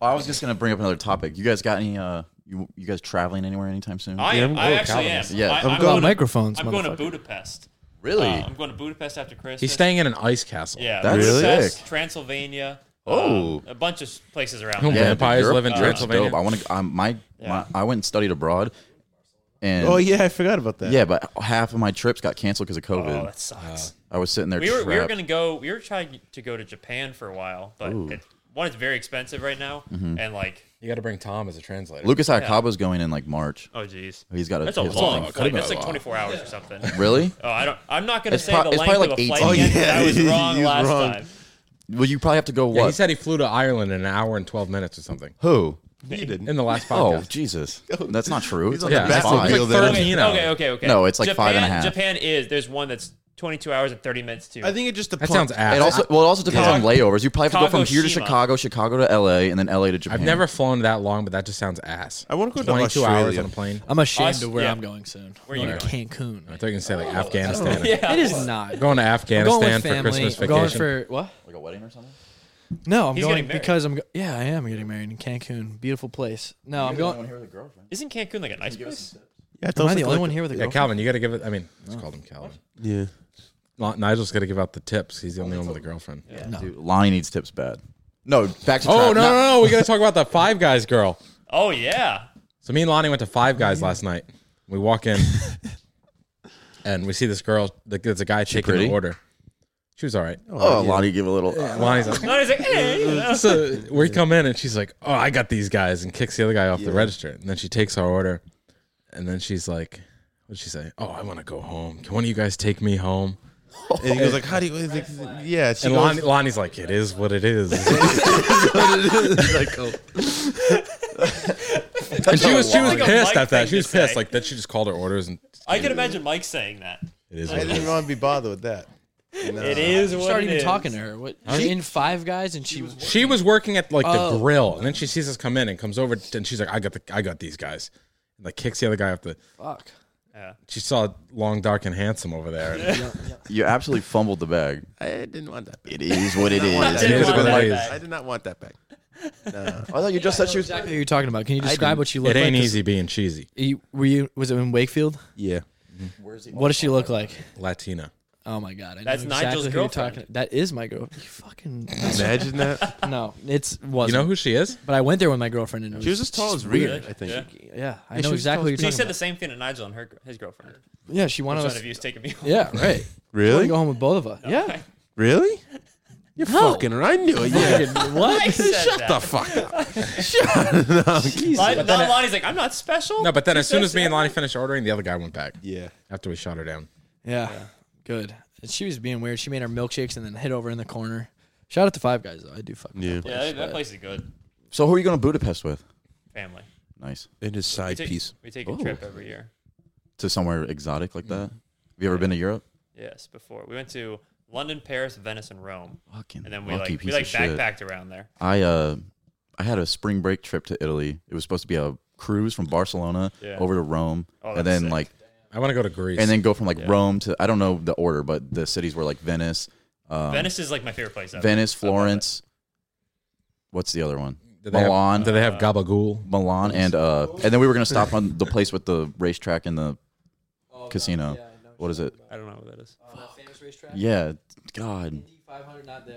Speaker 3: Oh, I was just gonna bring up another topic. You guys got any? Uh, you you guys traveling anywhere anytime soon?
Speaker 1: I am. I actually am.
Speaker 4: Calvinist.
Speaker 1: I,
Speaker 3: Yeah, I'm
Speaker 1: I'm
Speaker 3: going-
Speaker 1: going to-
Speaker 2: Microphones,
Speaker 1: I'm going to
Speaker 2: motherfucker.
Speaker 1: Budapest.
Speaker 3: really?
Speaker 1: Uh, I'm going to Budapest after Christmas.
Speaker 4: He's staying in an ice castle.
Speaker 1: Yeah,
Speaker 3: That's
Speaker 5: Really?
Speaker 1: Budapest,
Speaker 3: sick.
Speaker 1: Transylvania.
Speaker 3: Oh.
Speaker 1: um, a bunch of places around. there.
Speaker 4: Oh,
Speaker 3: yeah, dude,
Speaker 4: Vampires
Speaker 3: Europe-
Speaker 4: live in
Speaker 3: Europe's
Speaker 4: Transylvania.
Speaker 3: dope. I want to. Um, my,
Speaker 1: Yeah.
Speaker 3: my I went and studied abroad, and
Speaker 5: oh yeah, I forgot about that.
Speaker 3: yeah, but half of my trips got canceled because of COVID.
Speaker 1: Oh, that sucks.
Speaker 3: I was sitting there.
Speaker 1: we were we were
Speaker 3: trapped.
Speaker 1: gonna go. We were trying to go to Japan for a while, but it, one, it's very expensive right now,
Speaker 3: Mm-hmm.
Speaker 1: and like,
Speaker 4: You got to bring Tom as a translator.
Speaker 3: Lucas Iacoba's going in like March.
Speaker 1: oh geez,
Speaker 3: He's got a.
Speaker 1: that's a
Speaker 3: his
Speaker 1: long
Speaker 3: thing.
Speaker 1: flight. That's like 24 hours or something.
Speaker 3: Really?
Speaker 1: Oh, I don't. I'm not gonna
Speaker 3: It's
Speaker 1: say
Speaker 3: prob-
Speaker 1: the
Speaker 3: it's
Speaker 1: length
Speaker 3: probably
Speaker 1: of a
Speaker 3: like
Speaker 1: flight
Speaker 3: 18.
Speaker 1: again. 'cause I was
Speaker 5: He
Speaker 1: wrong
Speaker 5: was
Speaker 1: last
Speaker 5: wrong.
Speaker 1: time.
Speaker 3: Well, you probably have to go. What?
Speaker 4: Yeah, he said he flew to Ireland in an hour and 12 minutes or something.
Speaker 3: Who?
Speaker 5: you didn't.
Speaker 4: In the last
Speaker 3: Oh,
Speaker 4: podcast.
Speaker 3: Jesus. That's not true. It's
Speaker 5: on
Speaker 3: like
Speaker 5: the
Speaker 3: a
Speaker 5: back
Speaker 3: five.
Speaker 5: wheel there.
Speaker 1: Okay,
Speaker 4: 13 hours.
Speaker 1: okay, okay, okay.
Speaker 3: No, it's like
Speaker 1: Japan,
Speaker 3: five and a half.
Speaker 1: Japan is. There's one that's 22 hours and 30 minutes too.
Speaker 5: I think it just
Speaker 4: That
Speaker 5: depends.
Speaker 4: sounds ass.
Speaker 3: It also well, it also depends on layovers. You probably have to go from here to
Speaker 1: Kagoshima.
Speaker 3: Chicago, Chicago to L.A., and then L.A. to
Speaker 4: I've
Speaker 3: Japan.
Speaker 4: never flown that long, but that just sounds ass.
Speaker 5: I wanna go to
Speaker 4: 22 hours
Speaker 5: Australia. Oh.
Speaker 4: on a plane.
Speaker 2: I'm ashamed
Speaker 1: Us-
Speaker 2: of where
Speaker 1: yeah.
Speaker 2: I'm going soon.
Speaker 1: Where are you
Speaker 2: Like Cancun.
Speaker 4: I thought you can say
Speaker 5: Oh.
Speaker 4: like Afghanistan.
Speaker 1: yeah.
Speaker 2: It is not. I'm
Speaker 4: Going to Afghanistan
Speaker 2: going with
Speaker 4: for
Speaker 2: family.
Speaker 4: Christmas
Speaker 2: I'm
Speaker 4: vacation.
Speaker 2: going for what?
Speaker 3: like a wedding or something.
Speaker 2: No, I'm
Speaker 1: He's
Speaker 2: going
Speaker 1: getting married.
Speaker 2: because I'm. Go- yeah, I am getting married in Cancun. Beautiful place. No, I'm going.
Speaker 3: with a girlfriend.
Speaker 1: Isn't Cancun like a nice place?
Speaker 5: Yeah,
Speaker 2: Am I the only one here with a
Speaker 4: yeah,
Speaker 2: girlfriend?
Speaker 4: Calvin, you got to give it. I mean, let's call him Calvin.
Speaker 5: Yeah.
Speaker 4: Lo- Nigel's got to give out the tips. He's the
Speaker 5: Oh,
Speaker 4: only one with a girlfriend.
Speaker 3: Dude, Lonnie needs tips bad. No, back to
Speaker 4: Oh,
Speaker 3: trap-
Speaker 4: no,
Speaker 3: not-
Speaker 4: no, no. We got to talk about the Five Guys girl.
Speaker 1: Oh yeah.
Speaker 4: So me and Lonnie went to Five Guys last night. We walk in and we see this girl. the- There's a guy taking
Speaker 3: pretty?
Speaker 4: the order. She was all right.
Speaker 3: Oh, Lonnie give a little.
Speaker 4: Lonnie's like,
Speaker 1: No, he's like, hey, you know.
Speaker 4: so we come in and she's like, "Oh, I got these guys," and kicks the other guy off the register. And then she takes our order, and then she's like, "What'd she say? Oh, I want to go home. Can one of you guys take me home?"
Speaker 5: And he goes like, "How do you?" he's like, yeah, she
Speaker 4: And Lon,
Speaker 5: goes,
Speaker 4: Lonnie's like, "It is what it is." and she was she was
Speaker 1: Like a
Speaker 4: pissed
Speaker 1: Mike
Speaker 4: at
Speaker 1: thing
Speaker 4: that. She
Speaker 1: to
Speaker 4: was pissed
Speaker 1: say.
Speaker 4: like that. She just called her orders and
Speaker 1: I can imagine Mike saying that.
Speaker 4: it is.
Speaker 5: I
Speaker 4: What it
Speaker 5: didn't
Speaker 4: is.
Speaker 5: want to be bothered with that. No.
Speaker 1: It is what it
Speaker 2: Started even
Speaker 1: is.
Speaker 2: talking to her. What? She in Five Guys and she. was
Speaker 4: She was working at like the
Speaker 2: Oh.
Speaker 4: grill, and then she sees us come in and comes over, and she's like, "I got the I got these guys." And like kicks the other guy off the.
Speaker 2: Fuck.
Speaker 4: She saw long, dark, and handsome over there. and-
Speaker 3: You absolutely fumbled the bag.
Speaker 5: I didn't want that.
Speaker 3: It is what it
Speaker 5: want
Speaker 3: is.
Speaker 4: It
Speaker 5: that.
Speaker 4: is
Speaker 1: want
Speaker 4: what
Speaker 1: that
Speaker 4: it is.
Speaker 1: back.
Speaker 5: I did not want that back.
Speaker 3: I thought you just said she was.
Speaker 2: Exactly what you're talking about. Can you describe what she
Speaker 4: It
Speaker 2: looked like?
Speaker 4: ain't
Speaker 2: 'Cause
Speaker 4: easy being cheesy.
Speaker 2: you- were you? Was it in Wakefield?
Speaker 5: Yeah.
Speaker 2: What does she look like?
Speaker 4: Latina.
Speaker 2: Oh my god! I
Speaker 1: That's
Speaker 2: know
Speaker 1: Nigel's
Speaker 2: exactly who you're
Speaker 1: girlfriend.
Speaker 2: talking- That is my girlfriend. You fucking
Speaker 5: Imagine that.
Speaker 2: no, it's was
Speaker 4: You know who she is?
Speaker 2: But I went there with my girlfriend and it
Speaker 5: She was as tall as Reed, I think.
Speaker 1: Yeah.
Speaker 2: Yeah, I
Speaker 5: she
Speaker 2: know
Speaker 5: was
Speaker 2: exactly what
Speaker 5: tall
Speaker 2: you're
Speaker 5: as
Speaker 1: He
Speaker 2: talking
Speaker 1: said the
Speaker 2: about.
Speaker 1: same thing to Nigel and her his girlfriend.
Speaker 2: yeah, she wanted
Speaker 1: One
Speaker 2: us.
Speaker 1: of you is taking me home.
Speaker 2: Yeah, right.
Speaker 5: Really?
Speaker 2: Go home with both of us. Yeah.
Speaker 5: Really? You're fucking. right. I knew it. Yeah.
Speaker 1: I
Speaker 2: what?
Speaker 1: said that.
Speaker 5: the fuck up.
Speaker 1: Lon- Lon- Lonnie's like, I'm not special.
Speaker 4: No, but then as soon as me and Lonnie finished ordering, the other guy went back
Speaker 5: Yeah.
Speaker 4: after we shot her down.
Speaker 2: Yeah. Good. And she was being weird. She made our milkshakes and then hid over in the corner. Shout out to Five Guys though. I do fucking.
Speaker 5: Yeah.
Speaker 1: Yeah, that, that place is good.
Speaker 3: So who are you going to Budapest with?
Speaker 1: Family.
Speaker 3: Nice.
Speaker 5: in his
Speaker 1: We
Speaker 5: side
Speaker 1: take,
Speaker 5: piece.
Speaker 1: we take
Speaker 3: Ooh.
Speaker 1: a trip every year.
Speaker 3: To somewhere exotic like that. Have you ever been to Europe?
Speaker 1: Yes, before we went to London, Paris, Venice, and Rome,
Speaker 3: Fucking
Speaker 1: and then we
Speaker 3: lucky
Speaker 1: like we
Speaker 3: piece
Speaker 1: like
Speaker 3: of shit.
Speaker 1: backpacked around there.
Speaker 3: I uh, I had a spring break trip to Italy. It was supposed to be a cruise from Barcelona
Speaker 1: Yeah.
Speaker 3: over to Rome,
Speaker 1: Oh,
Speaker 3: and
Speaker 1: that's
Speaker 3: then
Speaker 1: sick.
Speaker 3: like,
Speaker 4: I want to go to Greece.
Speaker 3: and then go from like
Speaker 1: Yeah.
Speaker 3: Rome to I don't know the order, but the cities were like Venice, um, Venice,
Speaker 1: Venice is like my favorite place. Ever.
Speaker 3: Florence. What's the other one?
Speaker 4: do they
Speaker 3: Milan.
Speaker 4: Have, do they have
Speaker 2: Uh,
Speaker 4: gabagool?
Speaker 3: Milan and uh, and then we were gonna stop on the place with the racetrack and the
Speaker 2: Oh,
Speaker 3: Casino. What is it?
Speaker 1: I don't know what that is.
Speaker 2: Uh,
Speaker 3: yeah, God,
Speaker 2: E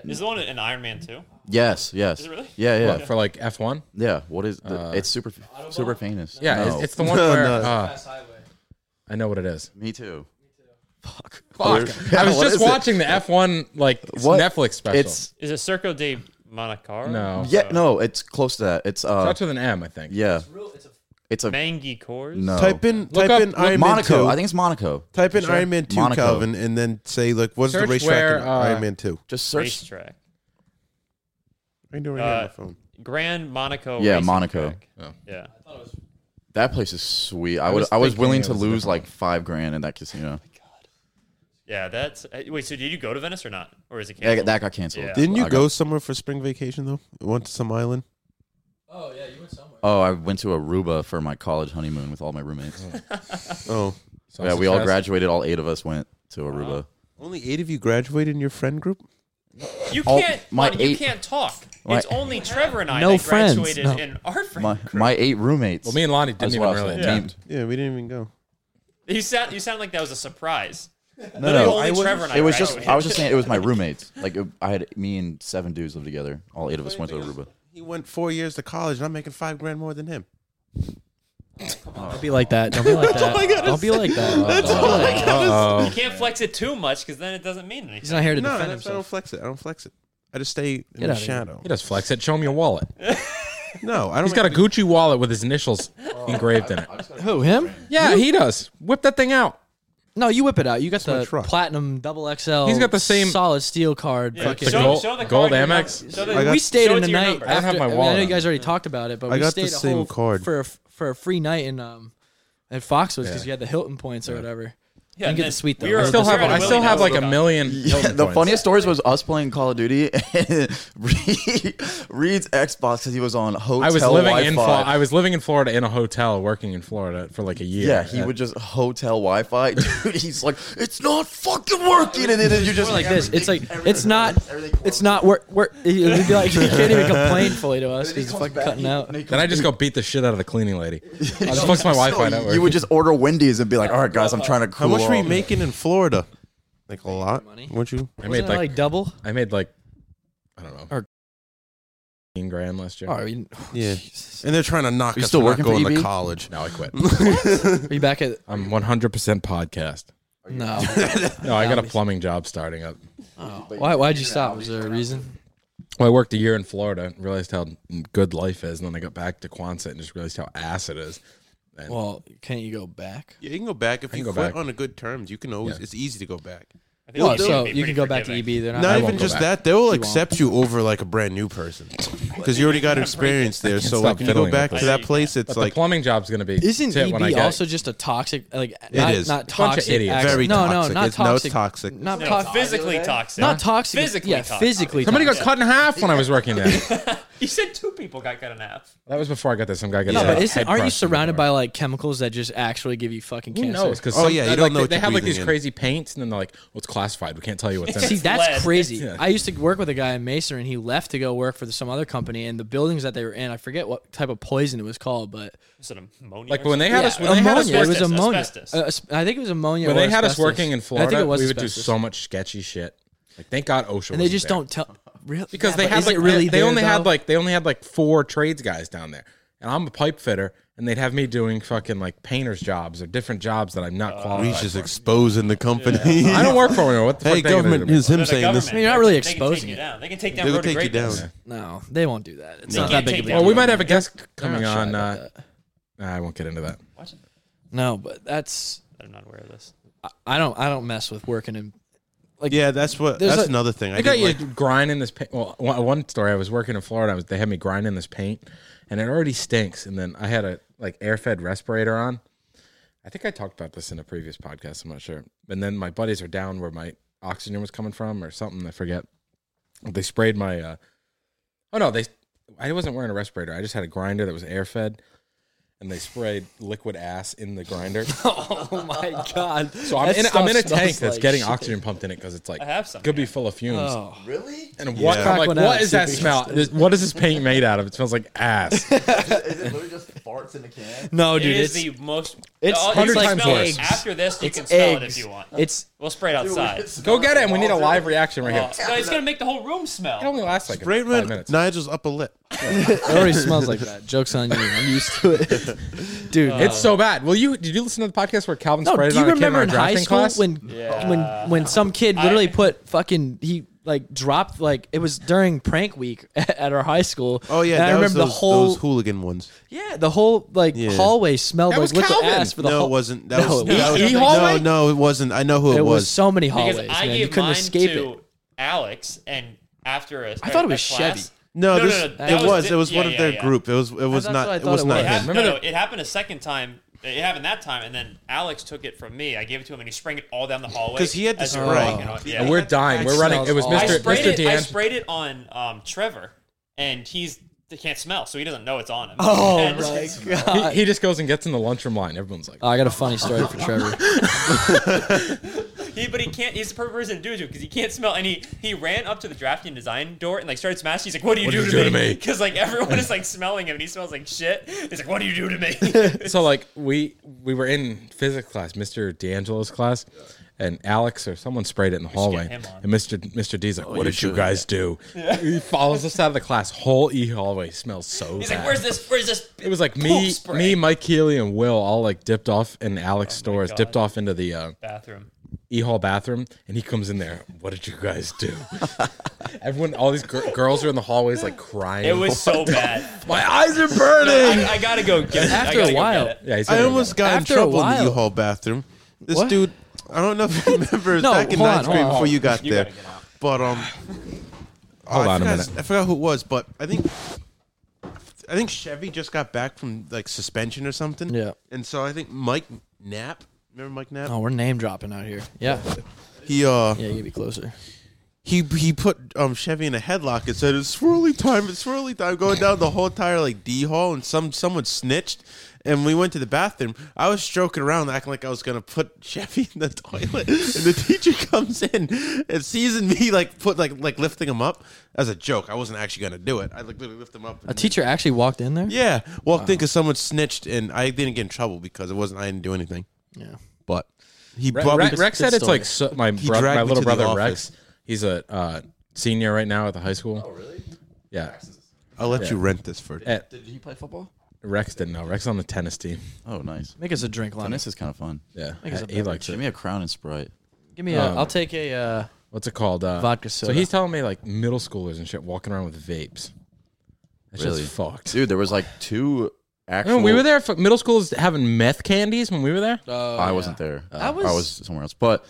Speaker 1: Is the one in Iron Man too?
Speaker 3: yes, yes,
Speaker 1: Is it really?
Speaker 3: yeah, yeah,
Speaker 4: What, for like F one?
Speaker 3: yeah. What is the,
Speaker 4: Uh,
Speaker 3: it's super super famous?
Speaker 4: Yeah,
Speaker 3: No.
Speaker 4: it's, it's the one where
Speaker 5: No.
Speaker 2: Ah.
Speaker 4: uh, I know what it is.
Speaker 3: me too.
Speaker 4: Fuck! I was
Speaker 3: what
Speaker 4: just
Speaker 3: is it?
Speaker 4: watching the F one like
Speaker 3: What?
Speaker 4: Netflix special.
Speaker 3: It's
Speaker 1: Is it Circo de Uh, Monacaro?
Speaker 4: No.
Speaker 3: yeah, no, it's close to that. It's uh,
Speaker 4: starts with an M, I think.
Speaker 3: yeah, it's a
Speaker 1: Mangy Cores.
Speaker 3: no.
Speaker 5: Type in
Speaker 4: Look
Speaker 5: type
Speaker 4: up-
Speaker 5: in
Speaker 4: look-
Speaker 5: Iron Man
Speaker 3: Monaco.
Speaker 5: two.
Speaker 3: I think it's Monaco.
Speaker 5: type in Iron Man two,
Speaker 3: Monaco.
Speaker 5: Calvin, and then say like, what's the
Speaker 4: Search
Speaker 5: racetrack
Speaker 4: where,
Speaker 5: in
Speaker 4: uh,
Speaker 5: Iron Man two?
Speaker 3: Just search.
Speaker 1: Racetrack.
Speaker 5: I can do it right
Speaker 1: Uh,
Speaker 5: here on my phone.
Speaker 1: Grand Monaco.
Speaker 3: Yeah,
Speaker 1: Racing
Speaker 3: Monaco.
Speaker 1: Track.
Speaker 4: Oh.
Speaker 1: Yeah.
Speaker 3: That place is sweet. I
Speaker 4: I
Speaker 3: would.
Speaker 4: was
Speaker 3: I was
Speaker 4: thinking
Speaker 3: willing
Speaker 4: it
Speaker 3: to
Speaker 4: was a
Speaker 3: lose
Speaker 4: different
Speaker 3: like five grand in that casino.
Speaker 1: Yeah, that's. uh, Wait, so did you go to Venice or not? Or is it
Speaker 3: Yeah,
Speaker 1: canceled?
Speaker 3: that got canceled.
Speaker 1: Yeah.
Speaker 5: Didn't
Speaker 3: I
Speaker 5: you
Speaker 3: got-
Speaker 5: go somewhere for spring vacation though? You went to some island.
Speaker 2: Oh yeah, you went somewhere.
Speaker 3: Oh, I went to Aruba for my college honeymoon with all my roommates.
Speaker 5: Oh,
Speaker 3: yeah, we all
Speaker 4: Sausage fest.
Speaker 3: graduated. All eight of us went to Aruba.
Speaker 5: only eight of you graduated in your friend group.
Speaker 1: you
Speaker 3: all-
Speaker 1: can't.
Speaker 3: my
Speaker 1: Juan, you
Speaker 3: eight-
Speaker 1: can't talk.
Speaker 3: my-
Speaker 1: it's only Trevor and I
Speaker 2: No
Speaker 1: that
Speaker 2: friends,
Speaker 1: graduated
Speaker 2: no.
Speaker 1: in our friend.
Speaker 3: My my eight roommates.
Speaker 4: Well, me and Lonnie didn't
Speaker 3: That's
Speaker 4: even
Speaker 3: what I
Speaker 4: really
Speaker 3: was
Speaker 1: saying.
Speaker 4: attend.
Speaker 5: Yeah, we didn't even go.
Speaker 1: you sound. You sound like that was a surprise.
Speaker 3: no,
Speaker 1: Literally
Speaker 3: no,
Speaker 1: only
Speaker 5: I wasn't-
Speaker 1: Trevor and I.
Speaker 3: it was just.
Speaker 1: graduated.
Speaker 3: I was just saying it was my roommates. Like it, I had me and seven dudes lived together. All eight of us went to Aruba.
Speaker 5: He went four years to college, and I'm making five grand more than him.
Speaker 2: Don't be like that. Don't be like that. Don't be like that.
Speaker 1: You can't flex it too much because then it doesn't mean
Speaker 2: He's
Speaker 1: anything.
Speaker 2: not here to
Speaker 5: No,
Speaker 2: defend
Speaker 5: that's, I don't
Speaker 2: himself.
Speaker 5: flex it. I don't flex it. I just stay in
Speaker 2: outta here.
Speaker 5: the shadow.
Speaker 4: He does flex it. Show him your wallet.
Speaker 5: No, I don't.
Speaker 4: He's got a Gucci wallet with his initials engraved in it.
Speaker 2: Who him?
Speaker 4: Oh. Yeah, he does. Whip that thing out.
Speaker 2: No, you whip it out. You got
Speaker 5: my
Speaker 2: the
Speaker 5: truck.
Speaker 2: platinum double XL.
Speaker 4: He's got the same-
Speaker 2: solid steel card.
Speaker 1: Yeah,
Speaker 2: fucking-
Speaker 4: The
Speaker 1: show-
Speaker 4: gold-
Speaker 1: show the
Speaker 4: gold
Speaker 1: card your
Speaker 4: Amex?
Speaker 1: number. Show the-
Speaker 5: I got-
Speaker 2: we stayed
Speaker 1: show
Speaker 2: in
Speaker 1: it
Speaker 2: the
Speaker 1: to your
Speaker 2: night.
Speaker 1: number.
Speaker 4: I don't have
Speaker 2: after-
Speaker 4: my
Speaker 2: I, mean, I
Speaker 4: wallet
Speaker 2: know you
Speaker 4: on
Speaker 2: guys already talked about it, but
Speaker 5: I
Speaker 2: we
Speaker 5: got
Speaker 2: stayed
Speaker 5: the
Speaker 2: a
Speaker 5: same
Speaker 2: whole
Speaker 5: card.
Speaker 2: for a, f- for a free night in um at Foxwoods because
Speaker 4: Yeah.
Speaker 2: you had the Hilton points or whatever.
Speaker 1: Yeah,
Speaker 2: You can get
Speaker 1: then
Speaker 2: the suite, though.
Speaker 1: we were-
Speaker 4: I still have.
Speaker 1: we were
Speaker 4: I
Speaker 1: in
Speaker 4: still
Speaker 1: Wilmington.
Speaker 4: have like a million.
Speaker 3: Yeah,
Speaker 4: Hilton
Speaker 3: the
Speaker 4: points.
Speaker 3: funniest stories was us playing Call of Duty and Reed, Reed's Xbox because he was on hotel
Speaker 4: I was living
Speaker 3: Wi-Fi.
Speaker 4: in. Flo- I was living in Florida in a hotel, working in Florida for like a year.
Speaker 3: yeah, he
Speaker 4: And-
Speaker 3: would just hotel Wi-Fi. Dude, he's like, it's not fucking working, and then you just
Speaker 2: More like this. It's like it's not. It's not. We're we're. It would be like you can't even complain fully to us because it's fucking cutting out.
Speaker 4: Then I just go beat the shit out of the cleaning lady. I just fucks my Wi-Fi network.
Speaker 3: You would just order Wendy's and be like, all right, guys, I'm trying to
Speaker 5: How
Speaker 3: cool
Speaker 5: much were you
Speaker 3: off."
Speaker 5: making in Florida? Like a lot,
Speaker 2: Money.
Speaker 5: weren't you?
Speaker 4: I
Speaker 2: Wasn't
Speaker 4: made
Speaker 2: it
Speaker 4: like,
Speaker 2: like double.
Speaker 4: I made like I don't know.
Speaker 2: Or-
Speaker 4: 15 grand last year.
Speaker 2: Oh, are you,
Speaker 5: Yeah. And they're trying to knock
Speaker 3: You
Speaker 5: us
Speaker 3: still
Speaker 5: for E
Speaker 3: working
Speaker 5: not
Speaker 3: for
Speaker 5: going
Speaker 3: EB?
Speaker 5: to college.
Speaker 4: No, I quit.
Speaker 2: are you back at?
Speaker 4: I'm 100% podcast.
Speaker 2: No.
Speaker 4: No, I got a plumbing job starting up.
Speaker 2: Why? Why'd you stop? Was there a reason?
Speaker 4: Well, I worked a year in Florida and realized how good life is, and then I got back to Quonset and just realized how ass it is.
Speaker 2: Well, can't you go back?
Speaker 5: Yeah, you can go back if
Speaker 4: can
Speaker 5: you
Speaker 4: go
Speaker 5: quit
Speaker 4: back.
Speaker 5: on a good terms. You can always. It's easy to go back.
Speaker 1: I think
Speaker 2: Oh,
Speaker 1: EB would
Speaker 2: so
Speaker 1: be
Speaker 2: you
Speaker 1: pretty
Speaker 2: can go back to E
Speaker 1: forgiving.
Speaker 2: EB. They're not.
Speaker 5: Not
Speaker 4: won't
Speaker 5: even
Speaker 4: go
Speaker 5: just
Speaker 4: back.
Speaker 5: that; they will accept you over like a brand new person because you already got experience there. So
Speaker 4: stop
Speaker 5: like, when you
Speaker 4: fiddling
Speaker 5: go
Speaker 4: with
Speaker 5: back
Speaker 4: this.
Speaker 5: to that place, it's
Speaker 4: But
Speaker 5: like
Speaker 4: the plumbing job's going to be
Speaker 2: Isn't
Speaker 4: tit when I
Speaker 2: EB
Speaker 4: get-
Speaker 2: also just a toxic, like not,
Speaker 5: is.
Speaker 2: not
Speaker 4: A bunch of
Speaker 2: toxic,
Speaker 4: idiots.
Speaker 2: acts-
Speaker 5: Very
Speaker 2: no, no,
Speaker 5: toxic.
Speaker 2: not
Speaker 5: It's-
Speaker 2: toxic,
Speaker 5: no, it's toxic.
Speaker 2: not
Speaker 1: No,
Speaker 2: toxic,
Speaker 1: physically toxic.
Speaker 2: not toxic,
Speaker 1: Physically
Speaker 2: yeah,
Speaker 1: toxic.
Speaker 2: physically.
Speaker 4: Somebody got
Speaker 2: toxic.
Speaker 4: cut in half when I was working there.
Speaker 1: You said two people got cut in half.
Speaker 4: that was before I got this. Some guy got
Speaker 2: No,
Speaker 4: his
Speaker 2: but
Speaker 4: head
Speaker 2: isn't, aren't you
Speaker 4: crushed in the
Speaker 2: surrounded
Speaker 4: door.
Speaker 2: by like chemicals that just actually give you fucking
Speaker 4: Who
Speaker 2: cancer?
Speaker 4: knows? Because
Speaker 5: Oh, yeah, you don't know
Speaker 4: like,
Speaker 5: what
Speaker 4: they,
Speaker 5: you're
Speaker 4: have like these
Speaker 5: breathing in.
Speaker 4: crazy paints, and then they're like, "Well, it's classified. We can't tell you what's in
Speaker 2: See,
Speaker 4: it."
Speaker 1: It's
Speaker 2: that's
Speaker 1: lead.
Speaker 2: crazy.
Speaker 4: Yeah.
Speaker 2: I used to work with a guy in Mason, and he left to go work for some other company. And the buildings that they were in, I forget what type of poison it was called, but
Speaker 1: Was it ammonia?
Speaker 4: Like
Speaker 1: or
Speaker 4: when they had
Speaker 2: Yeah,
Speaker 4: us, when they had us
Speaker 2: ammonia. It was
Speaker 1: asbestos,
Speaker 2: ammonia.
Speaker 1: asbestos.
Speaker 2: Uh, as- I think it was ammonia.
Speaker 4: when
Speaker 2: or
Speaker 4: they had us
Speaker 2: asbestos.
Speaker 4: working in
Speaker 2: I think it
Speaker 4: Florida, we
Speaker 2: was
Speaker 4: would do
Speaker 2: asbestos.
Speaker 4: so much sketchy shit. Like, thank God OSHA.
Speaker 2: And they
Speaker 4: wasn't
Speaker 2: just
Speaker 4: there.
Speaker 2: don't tell. Really?
Speaker 4: because
Speaker 2: Yeah,
Speaker 4: they
Speaker 2: but
Speaker 4: had
Speaker 2: is
Speaker 4: like
Speaker 2: it really
Speaker 4: they, they
Speaker 2: there,
Speaker 4: only
Speaker 2: though?
Speaker 4: had like they only had like four trades guys down there, and I'm a pipe fitter, and they'd have me doing fucking like painters jobs or different jobs that I'm not qualified.
Speaker 5: Reach is
Speaker 4: for.
Speaker 5: exposing the company.
Speaker 4: I don't work for anymore. What the
Speaker 5: hey,
Speaker 4: fuck? they gonna do to
Speaker 5: government
Speaker 4: me?
Speaker 5: is him
Speaker 1: They're the
Speaker 5: saying this.
Speaker 1: government.
Speaker 2: I mean, you're not really
Speaker 1: They can take
Speaker 2: exposing
Speaker 1: you
Speaker 2: it.
Speaker 1: down. They can take down.
Speaker 5: They'll
Speaker 1: Road to
Speaker 5: take you down.
Speaker 1: greatness.
Speaker 2: No, they won't do that. It's
Speaker 1: They
Speaker 2: not that
Speaker 1: can't
Speaker 2: big
Speaker 1: take
Speaker 2: of a
Speaker 1: that
Speaker 2: deal.
Speaker 4: Well, Oh, we might have a guest
Speaker 2: They're not
Speaker 4: coming
Speaker 2: shy
Speaker 4: on.
Speaker 2: about
Speaker 4: Uh,
Speaker 2: that.
Speaker 4: nah, I won't get into that.
Speaker 1: What?
Speaker 2: No, but that's
Speaker 1: I'm not aware of this.
Speaker 2: I- I don't I don't mess with working in Like
Speaker 5: Yeah, that's what.
Speaker 2: There's
Speaker 5: That's
Speaker 2: a-
Speaker 5: another thing. I
Speaker 4: I got
Speaker 5: didn't
Speaker 4: you
Speaker 5: like-
Speaker 4: grinding this paint. Well, one one story I was working in Florida. I was, they had me grinding this paint, and it already stinks. And then I had a like air fed respirator on. I think I talked about this in a previous podcast. I'm not sure. And then my buddies are down where my oxygen was coming from, or something. I forget. They sprayed my. Uh, oh no, they. I wasn't wearing a respirator. I just had a grinder that was air fed, and they sprayed liquid ass in the grinder.
Speaker 2: oh my god.
Speaker 4: So I'm
Speaker 2: That
Speaker 4: in,
Speaker 2: stuff
Speaker 4: I'm in a
Speaker 2: smells
Speaker 4: tank that's
Speaker 2: like
Speaker 4: getting
Speaker 2: shit.
Speaker 4: oxygen pumped in it because it's like
Speaker 1: I have some.
Speaker 4: could be full of fumes.
Speaker 2: Oh.
Speaker 3: Really?
Speaker 4: And what,
Speaker 5: Yeah.
Speaker 4: I'm
Speaker 2: Crack
Speaker 4: like,
Speaker 2: one out,
Speaker 4: what is
Speaker 2: see if
Speaker 4: that
Speaker 2: it
Speaker 4: smell?
Speaker 2: sticks.
Speaker 4: This- what is this paint made out of? It smells like ass.
Speaker 3: Is it literally just farts in a can?
Speaker 2: No,
Speaker 1: it
Speaker 2: dude,
Speaker 1: is
Speaker 2: it's
Speaker 1: the most.
Speaker 2: it's
Speaker 1: all- you
Speaker 4: 100
Speaker 1: can
Speaker 4: times
Speaker 1: smell it.
Speaker 4: worse.
Speaker 1: After this, you
Speaker 2: it's
Speaker 1: can smell it
Speaker 2: eggs.
Speaker 1: if you want.
Speaker 2: It's
Speaker 1: we'll spray it outside.
Speaker 4: Go get it. And we need a live reaction right
Speaker 1: Oh,
Speaker 4: here.
Speaker 2: Uh,
Speaker 1: no, it's gonna make the whole room
Speaker 4: It
Speaker 1: smell.
Speaker 4: only lasts like
Speaker 5: Brain
Speaker 4: five
Speaker 5: went
Speaker 4: minutes.
Speaker 5: Nigel's upper lip.
Speaker 2: it already smells like that. Joke's on you. I'm used to it. Dude,
Speaker 4: It's so bad. Well, you did you listen to the podcast where Calvin
Speaker 2: no,
Speaker 4: sprayed
Speaker 2: do
Speaker 4: it
Speaker 2: you
Speaker 4: on a kid in
Speaker 2: remember
Speaker 4: our
Speaker 2: in high
Speaker 4: drafting
Speaker 2: school
Speaker 4: class?
Speaker 2: when when when some kid literally put fucking he like dropped like it was during prank week at our high school.
Speaker 5: Oh yeah,
Speaker 2: and
Speaker 5: that
Speaker 2: I remember
Speaker 5: was those,
Speaker 2: the whole
Speaker 5: those hooligan ones.
Speaker 2: yeah the whole like
Speaker 5: Yeah.
Speaker 2: hallway smelled
Speaker 4: That
Speaker 2: like
Speaker 4: was
Speaker 2: liquid
Speaker 4: Calvin.
Speaker 2: ass for the
Speaker 5: No,
Speaker 2: whole.
Speaker 5: it wasn't. That
Speaker 2: No,
Speaker 5: was,
Speaker 2: it
Speaker 5: that
Speaker 4: was-
Speaker 5: was
Speaker 4: E- E hallway?
Speaker 5: No, no, it wasn't. I know who it,
Speaker 2: It
Speaker 5: was.
Speaker 2: was so many
Speaker 1: Because
Speaker 2: hallways,
Speaker 1: I
Speaker 2: man.
Speaker 1: gave
Speaker 2: You couldn't
Speaker 1: mine
Speaker 2: escape
Speaker 1: to
Speaker 2: it.
Speaker 1: Alex, and after a,
Speaker 2: thought it
Speaker 1: a
Speaker 2: was
Speaker 1: class-
Speaker 2: Chevy.
Speaker 5: no, this,
Speaker 1: that
Speaker 5: it was.
Speaker 1: di-
Speaker 5: It was
Speaker 1: yeah,
Speaker 5: one of
Speaker 1: yeah,
Speaker 5: their
Speaker 1: yeah.
Speaker 5: group. It was. It was
Speaker 2: that's
Speaker 5: not.
Speaker 2: what I
Speaker 5: It
Speaker 2: thought
Speaker 5: was
Speaker 2: it
Speaker 5: not
Speaker 2: was.
Speaker 1: It
Speaker 5: him.
Speaker 1: happened,
Speaker 4: Remember
Speaker 1: no, no, it happened a second time. It happened that time, and then Alex took it from me. I gave it to him, and he sprang it all down the hallway
Speaker 5: 'Cause he had to
Speaker 1: as we
Speaker 5: spray.
Speaker 1: were walking on- yeah.
Speaker 4: And we're dying. We're running. It was
Speaker 2: smells
Speaker 1: I
Speaker 4: Mr.
Speaker 1: sprayed
Speaker 4: Mr.
Speaker 1: it. I
Speaker 4: Dan.
Speaker 1: sprayed it on um, Trevor, and he's he can't smell, so he doesn't know it's on him.
Speaker 2: Oh
Speaker 1: And-
Speaker 2: my god!
Speaker 4: He, he just goes and gets in the lunchroom line. Everyone's like,
Speaker 2: Oh, I got a funny story for Trevor.
Speaker 1: He, but he can't. He's the perfect person to do it to because he can't smell. And he he ran up to the drafting design door and like started smashing. He's like, "What do you
Speaker 4: What
Speaker 1: do,
Speaker 4: did you
Speaker 1: to,
Speaker 4: do to
Speaker 1: me?"
Speaker 4: me?
Speaker 1: Because like everyone is like smelling him, and he smells like shit. He's like, "What do you do to me?"
Speaker 4: so like we we were in physics class, Mr. D'Angelo's class, and Alex or someone sprayed it in the hallway.
Speaker 1: him on.
Speaker 4: And Mr. Mr. D's like, "What did Oh, you guys do?" He follows us out of the class. Whole e hallway smells so.
Speaker 1: He's
Speaker 4: bad.
Speaker 1: like, "Where's this? Where's this?"
Speaker 4: It was like me,
Speaker 1: spray. Oh
Speaker 4: me, Mike Keeley, and Will all like dipped off in Alex's stores,
Speaker 1: God.
Speaker 4: dipped off into the uh,
Speaker 1: bathroom.
Speaker 4: E Hall bathroom, and he comes in there. What did you guys do? Everyone, all these gir- girls are in the hallways like crying.
Speaker 1: It was so bad.
Speaker 4: my eyes are burning.
Speaker 1: I, I gotta go get it. I
Speaker 2: After
Speaker 1: gotta
Speaker 2: a
Speaker 1: go
Speaker 2: while.
Speaker 1: get it.
Speaker 4: yeah, he's
Speaker 5: I
Speaker 4: gonna
Speaker 5: almost got
Speaker 2: After a
Speaker 5: in trouble in
Speaker 2: while.
Speaker 5: the U-Haul bathroom. This
Speaker 2: What?
Speaker 5: dude, I don't know if you remember, it was
Speaker 2: No,
Speaker 5: back in
Speaker 2: hold on,
Speaker 5: ninth
Speaker 2: hold
Speaker 5: grade
Speaker 2: on,
Speaker 5: before
Speaker 2: hold
Speaker 5: you got
Speaker 1: You
Speaker 5: there.
Speaker 1: gotta get out.
Speaker 5: But um, oh,
Speaker 4: Hold
Speaker 5: I
Speaker 4: on a
Speaker 5: forgot-
Speaker 4: minute.
Speaker 5: I forgot who it was, but I think I think Chevy just got back from like suspension or something.
Speaker 2: Yeah.
Speaker 5: And so I think Mike Knapp, remember Mike Knapp?
Speaker 2: Oh, we're name dropping out here. Yeah,
Speaker 5: He
Speaker 2: yeah,
Speaker 5: uh
Speaker 2: you gotta be closer.
Speaker 5: he he put um Chevy in a headlock and said it's swirly time, it's swirly time, going down the whole entire like D hall, and some someone snitched, and we went to the bathroom. I was stroking around, acting like I was gonna put Chevy in the toilet, and the teacher comes in and sees me like put like like lifting him up as a joke. I wasn't actually gonna do it. I like literally lift him up.
Speaker 2: A teacher actually walked in there.
Speaker 5: yeah, walked in because someone snitched, and I didn't get in trouble because it wasn't. I didn't do anything,
Speaker 2: yeah.
Speaker 5: but he
Speaker 4: Re-
Speaker 5: brought
Speaker 4: Re-
Speaker 5: me.
Speaker 4: Rex said
Speaker 2: good
Speaker 4: it's like so, my bro-
Speaker 5: dragged
Speaker 4: my
Speaker 5: me
Speaker 4: little
Speaker 5: to the
Speaker 4: brother
Speaker 5: office.
Speaker 4: Rex. He's a uh, senior right now at the high school. Oh really? Yeah.
Speaker 5: I'll let you rent this for.
Speaker 4: Eh,
Speaker 3: Did he play football?
Speaker 4: Rex didn't know. Rex on the tennis team.
Speaker 3: Oh, nice.
Speaker 2: Make us a drink,
Speaker 3: And
Speaker 2: Linus.
Speaker 3: this is kind of fun.
Speaker 4: Yeah,
Speaker 2: it's a
Speaker 4: he likes
Speaker 3: Give
Speaker 4: it.
Speaker 3: me a crown and sprite.
Speaker 2: Give me a.
Speaker 3: Um,
Speaker 2: I'll take a. Uh,
Speaker 4: What's it called? Uh,
Speaker 2: Vodka soda.
Speaker 4: So he's telling me like middle schoolers and shit walking around with vapes. That's
Speaker 3: Really?
Speaker 4: just fucked.
Speaker 3: Dude, there was like two actual.
Speaker 4: No, we were there. For middle schools having meth candies when we were there.
Speaker 3: I wasn't there. I, was,
Speaker 2: was-
Speaker 3: somewhere else. But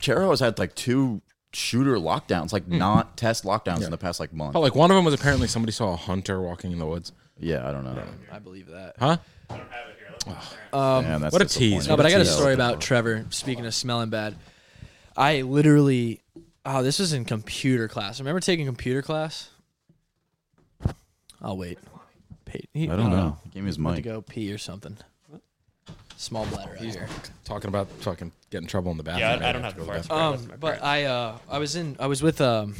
Speaker 3: Chero's had like two shooter lockdowns, like
Speaker 4: Hmm.
Speaker 3: not test lockdowns in the past like month.
Speaker 4: Oh, like one of them was apparently somebody saw a hunter walking in the woods.
Speaker 3: Yeah, I don't know.
Speaker 2: I believe that.
Speaker 4: Huh?
Speaker 3: Man, that's
Speaker 4: What a tease.
Speaker 3: disappointing.
Speaker 2: No, but I got a
Speaker 4: Yeah.
Speaker 2: story about Trevor. Speaking of smelling bad, I literally. Oh, this was in computer class. Remember taking computer class? I'll wait. Pay, he,
Speaker 3: I don't
Speaker 4: Uh,
Speaker 3: know. He gave me his
Speaker 2: Went to
Speaker 3: mic.
Speaker 2: go pee or something. Small bladder out here.
Speaker 4: Talking about fucking get in trouble in the bathroom.
Speaker 1: Yeah, I- I
Speaker 4: right
Speaker 1: don't have
Speaker 4: after
Speaker 1: the
Speaker 4: go to
Speaker 1: first.
Speaker 4: bathroom.
Speaker 2: Um, but I uh, I was in I was with um,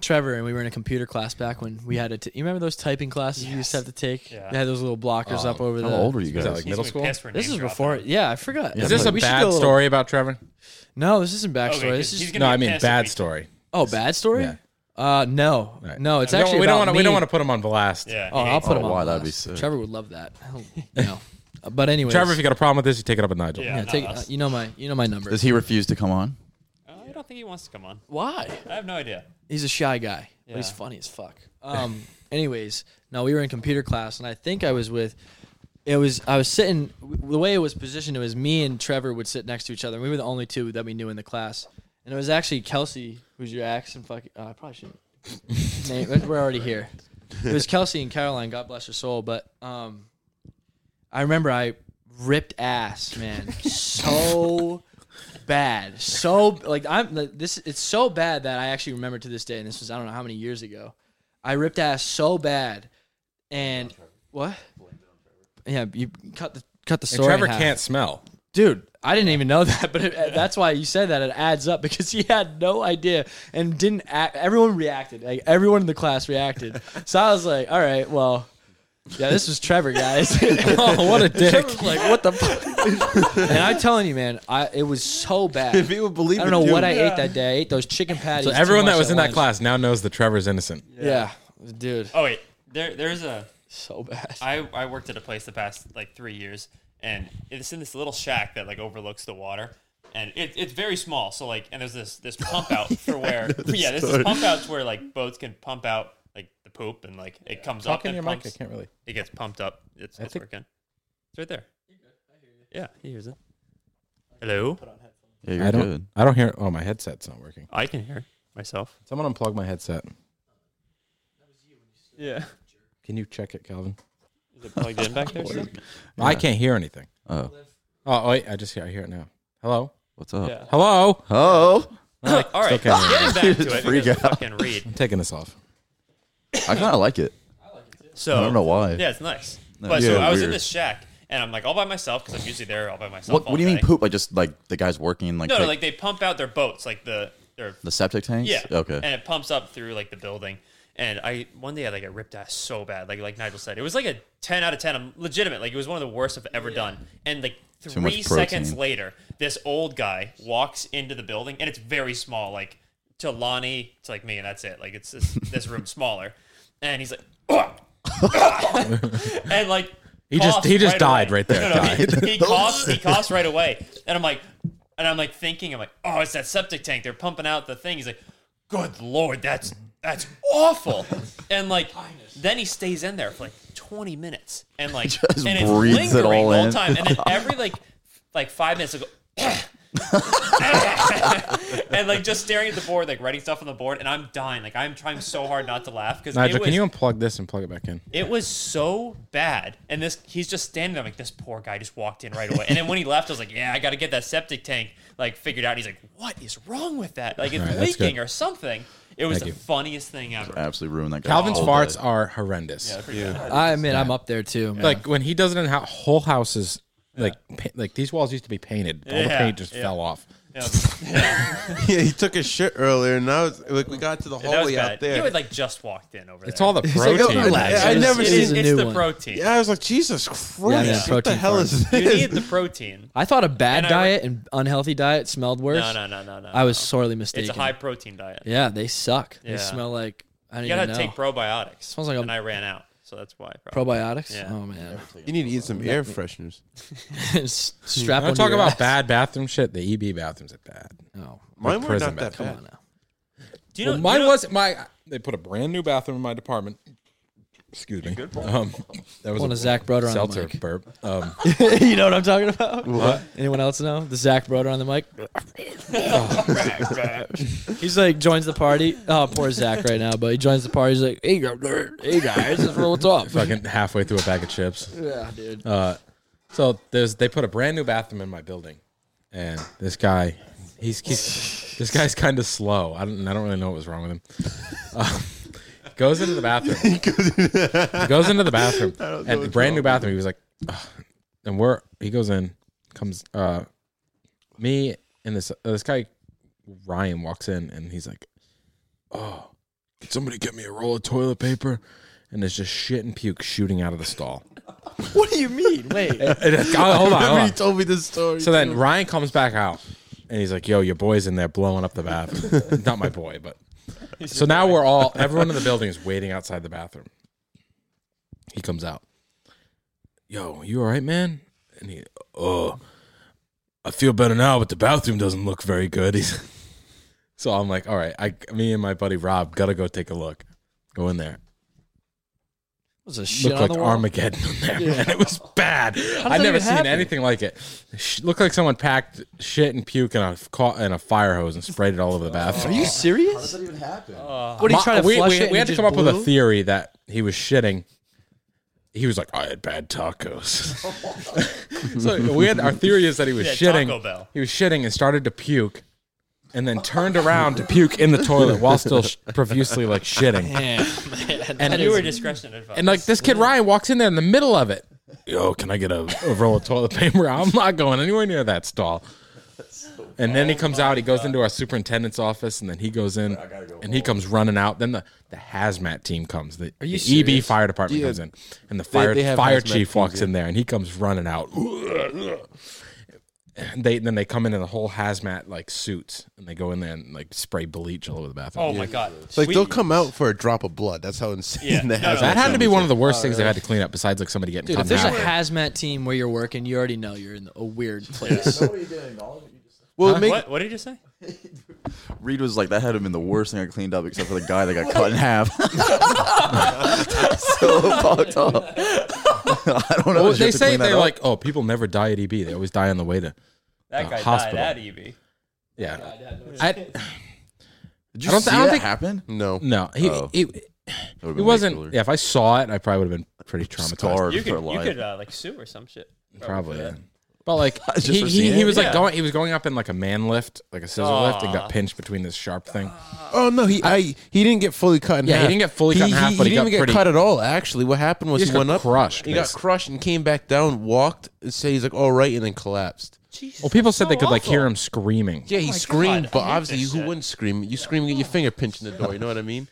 Speaker 2: Trevor and we were in a computer class back when we had a. T- you remember those typing classes you used to have to take?
Speaker 1: Yeah.
Speaker 2: They had those little blockers up over the.
Speaker 3: Oh, How old are you
Speaker 4: Is
Speaker 3: guys?
Speaker 4: that like
Speaker 1: He's
Speaker 4: middle
Speaker 1: gonna be
Speaker 4: school?
Speaker 1: pissed we're
Speaker 2: This is
Speaker 1: name
Speaker 2: before.
Speaker 1: dropping.
Speaker 2: Yeah, I forgot.
Speaker 3: Yeah,
Speaker 4: Is this a
Speaker 2: We should
Speaker 4: bad
Speaker 2: go little-
Speaker 4: story about Trevor?
Speaker 2: No, this isn't bad
Speaker 1: Okay,
Speaker 2: story.
Speaker 1: 'cause
Speaker 2: This
Speaker 1: he's
Speaker 2: is
Speaker 1: gonna
Speaker 4: No,
Speaker 1: be
Speaker 4: I mean
Speaker 1: pissed if
Speaker 4: bad
Speaker 1: we-
Speaker 4: story.
Speaker 2: oh bad story.
Speaker 4: Yeah.
Speaker 2: Uh, no,
Speaker 4: Right.
Speaker 2: no, it's
Speaker 4: We don't-
Speaker 2: actually
Speaker 4: we don't
Speaker 2: about
Speaker 4: want to. We don't
Speaker 2: me.
Speaker 4: want to put him on blast.
Speaker 1: Yeah.
Speaker 2: Oh,
Speaker 1: he
Speaker 2: I'll
Speaker 1: hates
Speaker 2: put
Speaker 3: Oh,
Speaker 2: him on.
Speaker 3: wow,
Speaker 2: blast.
Speaker 3: that'd be sick.
Speaker 2: Trevor would love that. Hell, no, Uh, but anyways,
Speaker 4: Trevor, if you got a problem with this, you take it up with Nigel.
Speaker 1: Yeah.
Speaker 2: yeah, take,
Speaker 1: us.
Speaker 2: uh, you know my you know my number.
Speaker 3: Does he refuse to come on?
Speaker 1: it. Oh, I don't think he wants to come on.
Speaker 2: Why?
Speaker 1: I have no idea.
Speaker 2: He's a shy guy, but he's
Speaker 1: Yeah.
Speaker 2: funny as fuck. Um. anyways, no, we were in computer class, and I think I was with. It was I was sitting the way it was positioned. It was me and Trevor would sit next to each other. and We were the only two that we knew in the class, and it was actually Kelsey who's your ex and fucking. Uh, I probably shouldn't. Name- but we're already here. It was Kelsey and Caroline. God bless her soul. But um, I remember I ripped ass, man, so bad, so like I'm like, this. It's so bad that I actually remember to this day, and this was I don't know how many years ago. I ripped ass so bad, and what? Yeah, you cut the cut the
Speaker 4: And
Speaker 2: story. in
Speaker 4: Trevor
Speaker 2: half.
Speaker 4: can't smell.
Speaker 2: Dude, I didn't even know that, but it, that's why you said that. It adds up because he had no idea and didn't act. Everyone reacted. Like everyone in the class reacted. So I was like, all right, well, yeah, this was Trevor, guys.
Speaker 4: Oh, what a dick!
Speaker 2: Trevor's like, what the fuck? and I'm telling you, man, I it was so bad.
Speaker 5: If people believe
Speaker 2: I
Speaker 5: it,
Speaker 2: don't know
Speaker 5: dude.
Speaker 2: what I ate that day. I ate those chicken patties.
Speaker 4: So
Speaker 2: too
Speaker 4: everyone that
Speaker 2: much
Speaker 4: was
Speaker 2: at
Speaker 4: in that
Speaker 2: lunch.
Speaker 4: class now knows that Trevor's innocent.
Speaker 2: Yeah. Dude,
Speaker 1: Oh wait, there there's a
Speaker 2: so bad.
Speaker 1: I, I worked at a place the past like three years, and it's in this little shack that like overlooks the water, and it, it's very small. So like, and there's this this pump out for where yeah, there's this pump out to where like boats can pump out like the poop and like it comes up
Speaker 4: Talking in
Speaker 1: and
Speaker 4: your mic, I
Speaker 1: pumps,
Speaker 4: can't really.
Speaker 1: it gets pumped up. It's, it's
Speaker 4: think-
Speaker 1: working. It's right there. Yeah, he hears it. Hello,
Speaker 3: Yeah,
Speaker 4: I don't. I don't hear. Oh, my headset's not working.
Speaker 1: I can hear myself.
Speaker 4: Someone unplug my headset.
Speaker 1: Yeah,
Speaker 4: Can you check it, Calvin?
Speaker 1: is it plugged in back there? still?
Speaker 4: I can't hear anything.
Speaker 3: Oh,
Speaker 4: Oh, wait, I just hear. I hear it now. Hello.
Speaker 3: what's up?
Speaker 1: Yeah.
Speaker 4: Hello.
Speaker 3: Oh,
Speaker 1: All right,
Speaker 4: okay.
Speaker 1: getting back to it.
Speaker 3: Freak
Speaker 1: because
Speaker 3: out.
Speaker 1: Fucking read.
Speaker 4: I'm taking this off.
Speaker 3: I kind of like it.
Speaker 1: So
Speaker 3: I don't know why.
Speaker 1: Yeah, it's nice.
Speaker 3: No,
Speaker 1: but
Speaker 3: yeah,
Speaker 1: so I was in
Speaker 3: weird.
Speaker 1: this shack, and I'm like all by myself because I'm usually there all by myself.
Speaker 3: What,
Speaker 1: all
Speaker 3: what do you mean
Speaker 1: day.
Speaker 3: poop? Like just like the guys working like,
Speaker 1: No, no,
Speaker 3: pick
Speaker 1: like they pump out their boats, like the their
Speaker 3: the septic tanks.
Speaker 1: yeah,
Speaker 3: Okay.
Speaker 1: and it pumps up through like the building. And I one day I like I ripped ass so bad, like like Nigel said, it was like a ten out of ten. I'm legitimate, like it was one of the worst I've ever done. And like
Speaker 3: much
Speaker 1: three seconds
Speaker 3: protein.
Speaker 1: later, this old guy walks into the building, and it's very small, like to Lonnie, to like me, and that's it. Like it's this, this room smaller, and he's like, and like
Speaker 4: He just-
Speaker 1: coughs
Speaker 4: he just died
Speaker 1: away.
Speaker 4: right there.
Speaker 1: No, no, he, he coughs, he coughs right away, and I'm like, and I'm like thinking, I'm like, oh, it's that septic tank. They're pumping out the thing. He's like, good lord, that's that's awful. And like, then he stays in there for like 20 minutes, and like,
Speaker 3: Just
Speaker 1: and it's
Speaker 3: breathes it
Speaker 1: lingering
Speaker 3: all
Speaker 1: the whole
Speaker 3: in.
Speaker 1: time, and then every like like five minutes, it'll go. and like just staring at the board, like writing stuff on the board, and I'm dying. Like I'm trying so hard not to laugh because
Speaker 4: Nigel,
Speaker 1: it was
Speaker 4: can you unplug this and plug it back in?
Speaker 1: it was so bad. And this, he's just standing there like, this poor guy just walked in right away. And then when he left, I was like, yeah, I got to get that septic tank like figured out. He's like, what is wrong with that? Like it's
Speaker 4: All right, that's
Speaker 1: leaking
Speaker 4: good.
Speaker 1: or something. It was
Speaker 4: Thank
Speaker 1: the
Speaker 4: you.
Speaker 1: funniest thing ever.
Speaker 3: Absolutely ruined that. guy
Speaker 4: Calvin's
Speaker 3: all
Speaker 4: farts
Speaker 3: day.
Speaker 4: are horrendous.
Speaker 2: I admit I'm up there too. man.
Speaker 4: Like when he does it in ho- whole houses, like pa- like these walls used to be painted. All the
Speaker 1: Yeah,
Speaker 4: paint just
Speaker 1: yeah.
Speaker 4: fell off.
Speaker 1: Yeah.
Speaker 5: Yeah, he took a shit earlier, and now it's, like we got to the
Speaker 1: that was
Speaker 5: hallway out
Speaker 1: bad.
Speaker 5: there.
Speaker 1: You had like just walked in over
Speaker 4: It's
Speaker 1: there.
Speaker 4: all the protein.
Speaker 5: relax. I- I
Speaker 2: It is-
Speaker 5: never
Speaker 2: it
Speaker 1: It
Speaker 5: seen-
Speaker 2: is
Speaker 1: is,
Speaker 2: a
Speaker 1: it's
Speaker 2: new
Speaker 1: the
Speaker 2: one.
Speaker 1: protein.
Speaker 5: yeah, I was like, Jesus Christ,
Speaker 2: yeah,
Speaker 5: what the
Speaker 2: protein
Speaker 5: hell is
Speaker 1: You
Speaker 5: this?
Speaker 1: need the protein.
Speaker 2: I thought a bad
Speaker 1: And I re-
Speaker 2: diet and unhealthy diet smelled worse.
Speaker 1: No, no, no, no, no.
Speaker 2: I was
Speaker 1: no.
Speaker 2: sorely mistaken.
Speaker 1: It's a high protein diet.
Speaker 2: Yeah, they suck.
Speaker 1: Yeah.
Speaker 2: They smell like I don't
Speaker 1: You gotta
Speaker 2: even know.
Speaker 1: take probiotics.
Speaker 2: Smells like a-
Speaker 1: and I ran out, so that's why. probably.
Speaker 2: Probiotics.
Speaker 1: Yeah.
Speaker 2: Oh man,
Speaker 5: You need to eat some air fresheners.
Speaker 2: S- strap.
Speaker 4: I'm
Speaker 2: onto
Speaker 4: talking
Speaker 2: your
Speaker 4: about
Speaker 2: ass.
Speaker 4: bad bathroom shit. The EB bathrooms are bad.
Speaker 2: No.
Speaker 5: Mine were
Speaker 4: prison
Speaker 5: not that
Speaker 4: bathroom.
Speaker 5: bad.
Speaker 2: Come on now.
Speaker 1: Do you know?
Speaker 4: well,
Speaker 1: do
Speaker 4: mine
Speaker 1: you know-
Speaker 4: wasn't my. They put a brand new bathroom in my department. Excuse me. Um, that was
Speaker 2: One
Speaker 4: a
Speaker 2: of Zach Broder on
Speaker 4: seltzer
Speaker 2: the
Speaker 4: burp. Um,
Speaker 2: mic. you know what I'm talking about? Anyone else know the Zach Broder on the mic? He's like joins the party. Oh, poor Zach right now, but he joins the party. He's like, hey, guys, hey guys, what's up?
Speaker 4: fucking halfway through a bag of chips.
Speaker 2: Yeah, dude.
Speaker 4: Uh, So there's they put a brand new bathroom in my building, and this guy, he's, he's this guy's kind of slow. I don't I don't really know what was wrong with him. Uh, goes into the bathroom. He goes into the bathroom and the brand new bathroom. He was like, "Ugh." and we're he goes in, comes uh, me and this uh, this guy Ryan walks in and he's like, oh, can somebody get me a roll of toilet paper? And there's just shit and puke shooting out of the stall.
Speaker 2: what do you mean? Wait,
Speaker 4: And it's- hold on, hold on.
Speaker 5: He told me this story.
Speaker 4: So then Ryan comes back out and he's like, "Yo, your boy's in there blowing up the bathroom." Not my boy, but so now we're all everyone in the building is waiting outside the bathroom. He comes out. Yo, you all right, man? And he, oh, I feel better now, but the bathroom doesn't look very good. He's so I'm like, all right, I, me and my buddy Rob gotta go take a look. Go in there.
Speaker 2: was a shit on
Speaker 4: looked like
Speaker 2: the wall.
Speaker 4: Armageddon in there, man. It was bad.
Speaker 2: that
Speaker 4: I'd never
Speaker 2: even
Speaker 4: seen
Speaker 2: happen?
Speaker 4: anything like it. Sh- Looked like someone packed shit and puke in a ca- in a fire hose and sprayed it all over the bathroom.
Speaker 2: Are you serious?
Speaker 3: even happen?
Speaker 2: What are you trying to
Speaker 4: we,
Speaker 2: flush
Speaker 4: we,
Speaker 2: it? and
Speaker 4: we
Speaker 2: it
Speaker 4: had to
Speaker 2: just
Speaker 4: come up with a
Speaker 2: blew?
Speaker 4: theory that he was shitting. He was like, I had bad tacos. so we had our theory is that he was
Speaker 1: Yeah,
Speaker 4: shitting.
Speaker 1: Taco Bell.
Speaker 4: He was shitting and started to puke, and then turned around to puke in the toilet while still sh- profusely like shitting.
Speaker 2: Damn, man.
Speaker 4: And
Speaker 1: You were discretion advice.
Speaker 4: and like this kid Ryan walks in there in the middle of it. Yo, can I get a, a roll of toilet paper? I'm not going anywhere near that stall. And then he comes out. He goes into our superintendent's office, and then he goes in, and he comes running out. Then the, the hazmat team comes. The,
Speaker 2: you
Speaker 4: the EB
Speaker 2: serious?
Speaker 4: fire department
Speaker 5: Yeah.
Speaker 4: comes in, and the fire
Speaker 5: they have
Speaker 4: fire
Speaker 5: hazmat
Speaker 4: chief
Speaker 5: teams,
Speaker 4: walks in there, and he comes running out. And they then they come in in the whole hazmat like suits, and they go in there and like spray bleach all over the bathroom.
Speaker 1: oh my god,
Speaker 5: Like
Speaker 1: We-
Speaker 5: they'll come out for a drop of blood. That's how insane
Speaker 1: Yeah.
Speaker 5: that
Speaker 1: No,
Speaker 5: has.
Speaker 1: no,
Speaker 4: that had to be one of the worst things they have had to clean up, besides like somebody getting
Speaker 2: Dude, if
Speaker 4: cut
Speaker 2: there's
Speaker 4: in
Speaker 2: a
Speaker 4: half.
Speaker 2: hazmat team where you're working, you already know you're in a weird place.
Speaker 5: Well, it make,
Speaker 1: what, what did you say?
Speaker 3: Reed was like, that had him in the worst thing I cleaned up, except for the guy that got cut in half. That's so fucked up. I don't know.
Speaker 4: Well,
Speaker 3: Did you
Speaker 4: they
Speaker 3: have to
Speaker 4: say
Speaker 3: clean that
Speaker 4: they're
Speaker 3: up?
Speaker 4: like, oh, people never die at EB. They always die on the way to.
Speaker 1: That
Speaker 4: Uh,
Speaker 1: guy
Speaker 4: hospital.
Speaker 1: died at E EB.
Speaker 4: Yeah. I,
Speaker 3: Did you
Speaker 4: I don't
Speaker 3: see
Speaker 4: th- I don't
Speaker 3: that
Speaker 4: think-
Speaker 3: happen?
Speaker 5: no.
Speaker 4: no, he,
Speaker 3: Oh.
Speaker 4: he,
Speaker 3: That would've
Speaker 4: it
Speaker 3: been way cooler.
Speaker 4: wasn't. Yeah, if I saw it, I probably would have been pretty traumatized.
Speaker 3: Scarred
Speaker 1: You
Speaker 3: for
Speaker 1: could you
Speaker 3: life.
Speaker 1: could uh, like sue or some shit.
Speaker 4: Probably. Yeah. But like
Speaker 3: Just
Speaker 4: he,
Speaker 3: for
Speaker 4: he,
Speaker 3: seeing
Speaker 4: he
Speaker 3: it?
Speaker 4: was like
Speaker 1: Yeah.
Speaker 4: going he was going up in like a man lift, like a scissor lift, and got pinched between this sharp thing.
Speaker 5: Oh no, he I, he didn't get fully cut in
Speaker 4: Yeah, he
Speaker 5: half.
Speaker 4: didn't get fully cut in half, but he
Speaker 5: didn't
Speaker 4: got
Speaker 5: even
Speaker 4: pretty-
Speaker 5: get cut at all. Actually, what happened was
Speaker 4: He
Speaker 5: he,
Speaker 4: just got
Speaker 5: went up,
Speaker 4: crushed,
Speaker 5: He got
Speaker 4: basically.
Speaker 5: crushed and came back down, walked, and said he's like all right, and then collapsed.
Speaker 4: Well, people said they could like hear him screaming.
Speaker 5: Yeah, he screamed, but
Speaker 1: I hate
Speaker 5: obviously,
Speaker 1: this
Speaker 5: who
Speaker 1: shit.
Speaker 5: wouldn't scream? You scream, and get your finger pinched in the door. You know what I mean?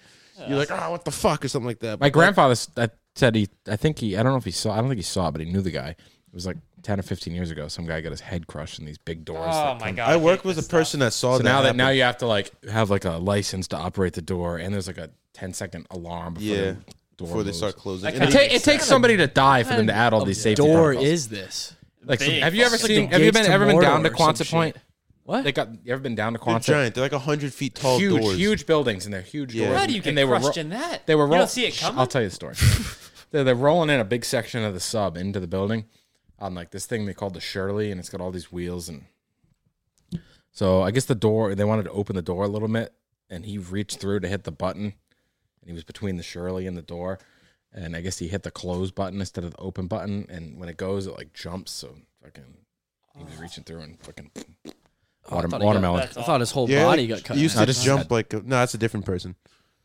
Speaker 5: You're like, ah, what the fuck, or something like that.
Speaker 4: My
Speaker 5: But that-
Speaker 4: grandfather s- that said he. I think he. I don't know if he saw. I don't think he saw it, but he knew the guy. It was like ten or fifteen years ago. Some guy got his head crushed in these big doors.
Speaker 1: Oh
Speaker 4: that
Speaker 1: my
Speaker 4: come-
Speaker 1: god,
Speaker 5: I
Speaker 1: hate
Speaker 5: worked with a
Speaker 1: this
Speaker 5: person that saw
Speaker 4: So
Speaker 5: Oh, that.
Speaker 4: now that now
Speaker 5: happen.
Speaker 4: you have to like have like a license to operate the door, and there's like a 10 second alarm. Before
Speaker 5: Yeah,
Speaker 4: The door
Speaker 5: before they
Speaker 4: moves.
Speaker 5: start closing,
Speaker 1: That
Speaker 5: And
Speaker 4: It,
Speaker 5: then-
Speaker 4: ta- it takes somebody to die for them to add all these safety.
Speaker 2: door
Speaker 4: protocols.
Speaker 2: is this?
Speaker 4: like, some-
Speaker 1: big.
Speaker 4: have you ever
Speaker 1: It's
Speaker 2: like the
Speaker 4: seen? Have you
Speaker 2: gates
Speaker 4: been
Speaker 2: to
Speaker 4: ever been down to
Speaker 2: Mordor or some
Speaker 4: Quonset Point?
Speaker 2: shit. What?
Speaker 4: They got you ever been down to
Speaker 5: they're
Speaker 4: Quonset?
Speaker 5: giant. They're like hundred feet tall
Speaker 4: huge,
Speaker 5: doors.
Speaker 4: huge buildings, and they're huge
Speaker 5: Yeah.
Speaker 4: doors.
Speaker 5: How
Speaker 1: do you
Speaker 4: and
Speaker 1: get
Speaker 4: they were
Speaker 1: crushed in that?
Speaker 4: They were
Speaker 1: You don't
Speaker 4: roll-
Speaker 1: see it
Speaker 4: Shh,
Speaker 1: coming?
Speaker 4: I'll tell you the story. they're, they're rolling in a big section of the sub into the building on like this thing they called the Shirley, and it's got all these wheels and. So I guess the door they wanted to open the door a little bit, and he reached through to hit the button, and he was between the Shirley and the door, and I guess he hit the close button instead of the open button, and when it goes, it like jumps. So fucking, he was reaching through and fucking water,
Speaker 2: thought he got
Speaker 4: watermelon.
Speaker 1: That's
Speaker 2: Oh, I thought his whole
Speaker 5: Yeah,
Speaker 2: body
Speaker 5: like,
Speaker 2: got cut.
Speaker 5: You used
Speaker 2: out.
Speaker 5: to
Speaker 4: just-
Speaker 5: jump like a, no, that's a different person.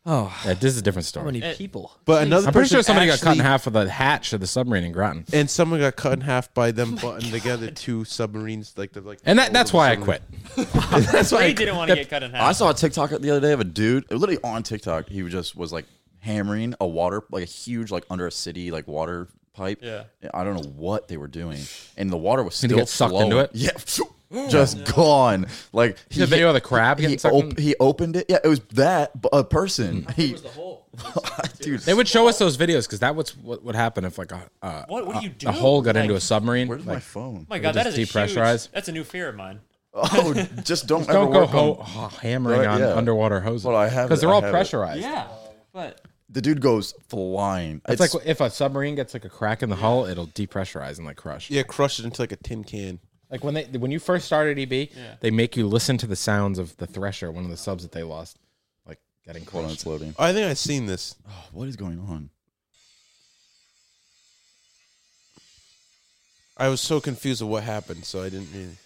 Speaker 2: oh,
Speaker 4: Yeah, this is a different story.
Speaker 2: how many
Speaker 1: It-
Speaker 2: people?
Speaker 5: But another
Speaker 4: I'm pretty sure
Speaker 5: person
Speaker 4: somebody got cut in
Speaker 5: actually-
Speaker 4: half with a hatch of the submarine in Groton.
Speaker 5: and someone got cut in half by them butting together two submarines like the like.
Speaker 4: Oh And that, that's why I
Speaker 5: submarine.
Speaker 4: quit. that's
Speaker 1: Guy.
Speaker 4: why I
Speaker 1: He
Speaker 4: quit.
Speaker 1: didn't want to get cut in half.
Speaker 3: I saw a TikTok the other day of a dude, it was literally on TikTok. He was just was like hammering a water, like a huge, like under a city, like water pipe.
Speaker 1: Yeah.
Speaker 3: I don't know what they were doing, and the water was
Speaker 4: And
Speaker 3: still
Speaker 4: he got sucked
Speaker 3: flowing.
Speaker 4: into it?
Speaker 3: Yeah, just gone. Like he
Speaker 4: The video
Speaker 3: hit-
Speaker 4: of the crab
Speaker 3: He,
Speaker 4: getting sucked.
Speaker 3: op-
Speaker 4: in?
Speaker 3: he opened it. Yeah, it was that but a person. He was the
Speaker 2: hole.
Speaker 3: dude.
Speaker 4: They would show us those videos because that was what would happen if like a uh,
Speaker 1: What- what do you do?
Speaker 4: a hole got
Speaker 1: Like,
Speaker 4: into a submarine.
Speaker 3: Where's my
Speaker 4: Like,
Speaker 3: phone?
Speaker 1: Oh my god,
Speaker 4: They
Speaker 1: that is
Speaker 4: just
Speaker 1: a
Speaker 4: depressurize.
Speaker 1: huge. That's a new fear of mine.
Speaker 3: Oh, just don't ever
Speaker 4: don't go
Speaker 3: work on-
Speaker 4: ho- ho- hammering
Speaker 3: Right,
Speaker 4: on
Speaker 3: yeah.
Speaker 4: underwater hoses
Speaker 3: Well, I have it,
Speaker 4: they're
Speaker 3: I
Speaker 4: all
Speaker 3: have it.
Speaker 4: pressurized.
Speaker 1: Yeah, but
Speaker 3: The dude goes flying.
Speaker 4: It's, like if a submarine gets like a crack in the hull, it'll depressurize and like crush.
Speaker 5: Yeah, crushed it into like a tin can.
Speaker 4: Like when they when you first started EB, they make you listen to the sounds of the thresher, one of the subs that they lost, like getting
Speaker 3: hold on,
Speaker 4: crushed.
Speaker 3: it's loading.
Speaker 5: I think I've seen this.
Speaker 3: Oh, what is going on?
Speaker 5: I was so confused of what happened, so I didn't really.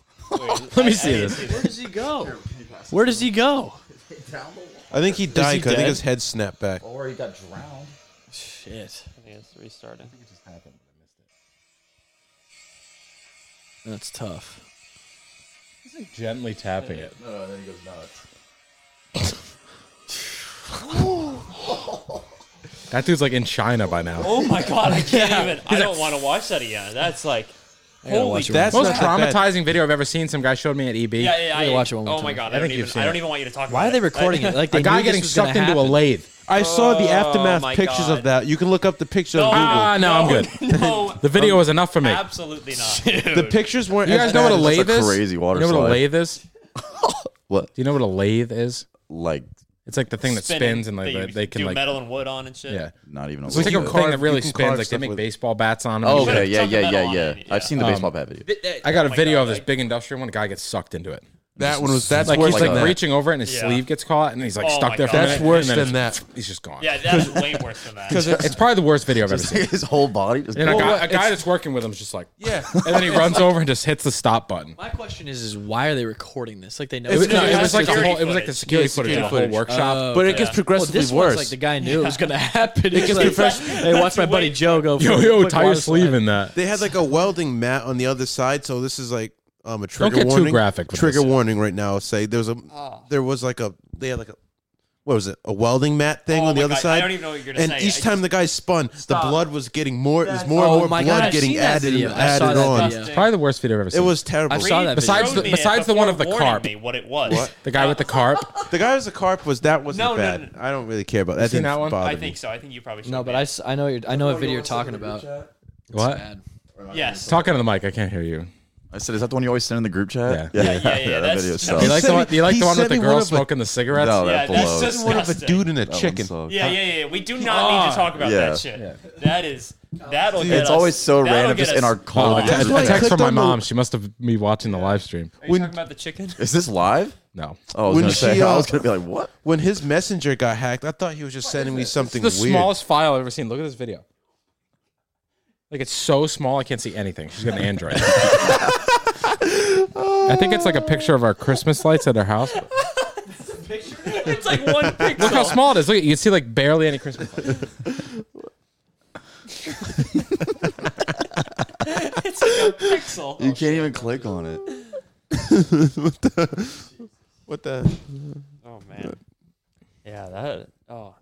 Speaker 4: Let me see this.
Speaker 2: Where does he go? Where does he go?
Speaker 5: I think he died. 'cause
Speaker 2: dead?
Speaker 5: I think his head snapped back.
Speaker 3: Or he got drowned.
Speaker 2: Shit,
Speaker 1: I think it's restarting.
Speaker 2: that's tough.
Speaker 4: He's like gently tapping it.
Speaker 3: No, no, then he goes nuts.
Speaker 4: That dude's like in China by now.
Speaker 1: Oh my god, I can't even. I don't want to watch that again. That's like, holy.
Speaker 2: watch it.
Speaker 1: crap.
Speaker 5: That's
Speaker 4: Most
Speaker 5: not that bad.
Speaker 4: traumatizing video I've ever seen. Some guy showed me at E EB.
Speaker 1: Yeah, yeah.
Speaker 2: gotta
Speaker 1: I-
Speaker 2: watch it one more
Speaker 1: Oh my
Speaker 2: time.
Speaker 1: god,
Speaker 4: I
Speaker 1: I,
Speaker 4: think
Speaker 1: don't
Speaker 4: you've
Speaker 1: even.
Speaker 4: seen
Speaker 1: I don't
Speaker 4: it.
Speaker 1: even want you to talk.
Speaker 2: Why are
Speaker 1: about
Speaker 2: they recording it? Like they
Speaker 4: a guy
Speaker 2: knew this
Speaker 4: getting
Speaker 2: was
Speaker 4: sucked
Speaker 2: gonna
Speaker 4: into a
Speaker 2: happen.
Speaker 4: lathe.
Speaker 5: I saw the aftermath
Speaker 1: my
Speaker 5: pictures
Speaker 1: God.
Speaker 5: of that. You can look up the picture on Google.
Speaker 4: Ah, no, I'm good.
Speaker 1: No,
Speaker 4: The video was enough for me.
Speaker 1: absolutely not.
Speaker 5: the pictures weren't.
Speaker 4: You
Speaker 5: as
Speaker 4: guys know what a
Speaker 5: bad as-
Speaker 4: lathe
Speaker 3: a
Speaker 4: is?
Speaker 3: crazy water
Speaker 4: You know what a
Speaker 3: slide.
Speaker 4: lathe is?
Speaker 3: What?
Speaker 4: Do you know what a lathe is?
Speaker 3: Like
Speaker 4: It's like the thing that
Speaker 1: spinning
Speaker 4: spins and
Speaker 1: that
Speaker 4: like they,
Speaker 1: you
Speaker 4: they can
Speaker 1: do
Speaker 4: like
Speaker 1: metal and wood on and shit.
Speaker 4: yeah.
Speaker 3: Not even a
Speaker 4: It's like
Speaker 3: little
Speaker 4: a
Speaker 3: bit.
Speaker 4: thing that
Speaker 5: carve-
Speaker 4: really
Speaker 5: you can
Speaker 4: spins.
Speaker 5: carve
Speaker 4: Like they
Speaker 5: stuff
Speaker 4: make
Speaker 5: with-
Speaker 4: baseball bats on them.
Speaker 3: Oh,
Speaker 4: and shit.
Speaker 3: okay, yeah,
Speaker 1: Chuck the
Speaker 3: yeah,
Speaker 1: metal
Speaker 3: yeah,
Speaker 1: on
Speaker 3: yeah.
Speaker 1: it, yeah.
Speaker 3: I've seen the baseball bat video.
Speaker 4: I got a
Speaker 1: Oh my
Speaker 4: video
Speaker 1: God,
Speaker 4: of this
Speaker 1: like-
Speaker 4: big industrial one. A guy gets sucked into it.
Speaker 5: That one was that's
Speaker 4: Like
Speaker 5: worse
Speaker 4: he's like
Speaker 5: than that.
Speaker 4: reaching over and his
Speaker 1: Yeah.
Speaker 4: sleeve gets caught and he's like
Speaker 1: Oh
Speaker 4: stuck
Speaker 1: my
Speaker 4: there. For
Speaker 1: God.
Speaker 4: a
Speaker 5: That's
Speaker 4: minute,
Speaker 5: worse
Speaker 4: and then
Speaker 5: than
Speaker 4: it's-
Speaker 5: that.
Speaker 4: He's just gone.
Speaker 1: Yeah, that's way worse than that.
Speaker 5: Because
Speaker 4: It's probably the worst video I've ever seen.
Speaker 3: His whole body. Just
Speaker 4: And a
Speaker 3: Well,
Speaker 4: guy, a guy that's working with him is just like,
Speaker 5: yeah,
Speaker 4: and then he runs over and just hits the stop button.
Speaker 2: My question is, is why are they recording this? Like they know
Speaker 4: It was,
Speaker 1: no,
Speaker 4: it
Speaker 1: it's
Speaker 4: was like a
Speaker 1: security
Speaker 4: whole, it was like the
Speaker 1: footage.
Speaker 4: security
Speaker 5: Yeah,
Speaker 4: footage,
Speaker 5: security
Speaker 4: of the whole
Speaker 5: footage. Uh,
Speaker 4: workshop.
Speaker 5: but it gets
Speaker 2: Well,
Speaker 5: progressively
Speaker 2: this one's
Speaker 5: worse.
Speaker 2: like the guy knew it was gonna happen. It
Speaker 5: gets professional-
Speaker 2: Hey, watch my buddy Joe go.
Speaker 4: yo,
Speaker 2: fucking
Speaker 4: yo,
Speaker 2: put
Speaker 4: tie
Speaker 2: water
Speaker 4: your sleeve
Speaker 2: slide.
Speaker 4: in that.
Speaker 5: they had like a welding mat on the other side, so this is like um a trigger
Speaker 4: get too
Speaker 5: warning.
Speaker 4: graphic with
Speaker 5: trigger
Speaker 4: this.
Speaker 5: warning right now. Say there was a there was like a they had like a what was it a welding mat thing
Speaker 1: Oh
Speaker 5: on the
Speaker 1: my
Speaker 5: other
Speaker 1: God, I
Speaker 5: side.
Speaker 1: don't even know what you're gonna
Speaker 5: and
Speaker 1: say. I
Speaker 5: each time
Speaker 1: just-
Speaker 5: the guy spun, the blood was getting more. It was more
Speaker 2: Oh
Speaker 5: and more
Speaker 2: my
Speaker 5: blood
Speaker 2: God, I've
Speaker 5: getting
Speaker 2: seen that
Speaker 5: added
Speaker 2: video.
Speaker 5: and
Speaker 2: I saw
Speaker 5: added
Speaker 2: that
Speaker 5: on.
Speaker 2: video.
Speaker 4: It's probably the worst video I've ever
Speaker 5: It
Speaker 4: seen.
Speaker 5: was terrible.
Speaker 2: I saw that
Speaker 4: Besides
Speaker 1: Showed
Speaker 4: the-
Speaker 1: me
Speaker 4: besides
Speaker 1: it
Speaker 4: the one of
Speaker 1: before
Speaker 4: the
Speaker 1: warning
Speaker 4: carp.
Speaker 1: me what it was.
Speaker 5: What?
Speaker 4: the guy with the carp.
Speaker 5: the guy was the carp was that wasn't
Speaker 1: No, no,
Speaker 5: bad.
Speaker 1: no,
Speaker 5: I don't really care about that.
Speaker 4: seen
Speaker 5: didn't
Speaker 4: that one?
Speaker 5: bother
Speaker 1: I
Speaker 5: me.
Speaker 1: think so. I think you probably should.
Speaker 2: No, but I, s- I know you're, I know what video you're talking about.
Speaker 4: What?
Speaker 2: Bad.
Speaker 1: yes.
Speaker 4: Talking to the mic, I can't hear you.
Speaker 3: I said, is that the one you always send in the group chat?
Speaker 1: Yeah,
Speaker 4: Yeah.
Speaker 1: yeah, yeah,
Speaker 3: that
Speaker 1: that's-
Speaker 3: video
Speaker 1: that's-
Speaker 3: sucks.
Speaker 4: You like the
Speaker 5: sent
Speaker 4: one,
Speaker 5: me-
Speaker 4: you like
Speaker 5: he
Speaker 4: the one with
Speaker 5: sent
Speaker 4: the
Speaker 5: me
Speaker 4: girl
Speaker 5: one of the-
Speaker 4: smoking the cigarettes?
Speaker 3: No,
Speaker 1: Yeah,
Speaker 3: that
Speaker 1: that's
Speaker 3: blows.
Speaker 1: just
Speaker 5: One of a dude and a
Speaker 3: That one
Speaker 5: chicken.
Speaker 3: sucks.
Speaker 1: Yeah, yeah, yeah, yeah. We do not need to talk about
Speaker 3: Yeah.
Speaker 1: that shit. That is that'll. Get
Speaker 3: It's
Speaker 1: us-
Speaker 3: always so
Speaker 1: that'll
Speaker 3: random,
Speaker 1: get
Speaker 3: just in
Speaker 1: us-
Speaker 3: our
Speaker 4: Oh,
Speaker 3: call.
Speaker 4: a
Speaker 3: It's
Speaker 4: text,
Speaker 3: just
Speaker 5: why I
Speaker 4: a text
Speaker 5: clicked
Speaker 4: from my
Speaker 5: on the-
Speaker 4: mom. She must have me watching the live stream.
Speaker 1: Are you
Speaker 5: When-
Speaker 1: talking about the chicken?
Speaker 3: Is this live?
Speaker 4: No,
Speaker 3: Oh, I was
Speaker 5: When
Speaker 3: gonna say,
Speaker 5: she, uh,
Speaker 3: I was gonna be like, what?
Speaker 5: When his messenger got hacked, I thought he was just sending me something
Speaker 4: the
Speaker 5: weird.
Speaker 4: smallest file I've ever seen. Look at this video. Like it's so small, I can't see anything. She's got an Android. I think it's like a picture of our Christmas lights at our house. Look
Speaker 1: it's like one pixel.
Speaker 4: how small it is. Look, you can see like barely any Christmas. Lights.
Speaker 1: It's like a pixel.
Speaker 3: You can't even click on it.
Speaker 5: What the?
Speaker 1: Oh man. Yeah, that. Oh.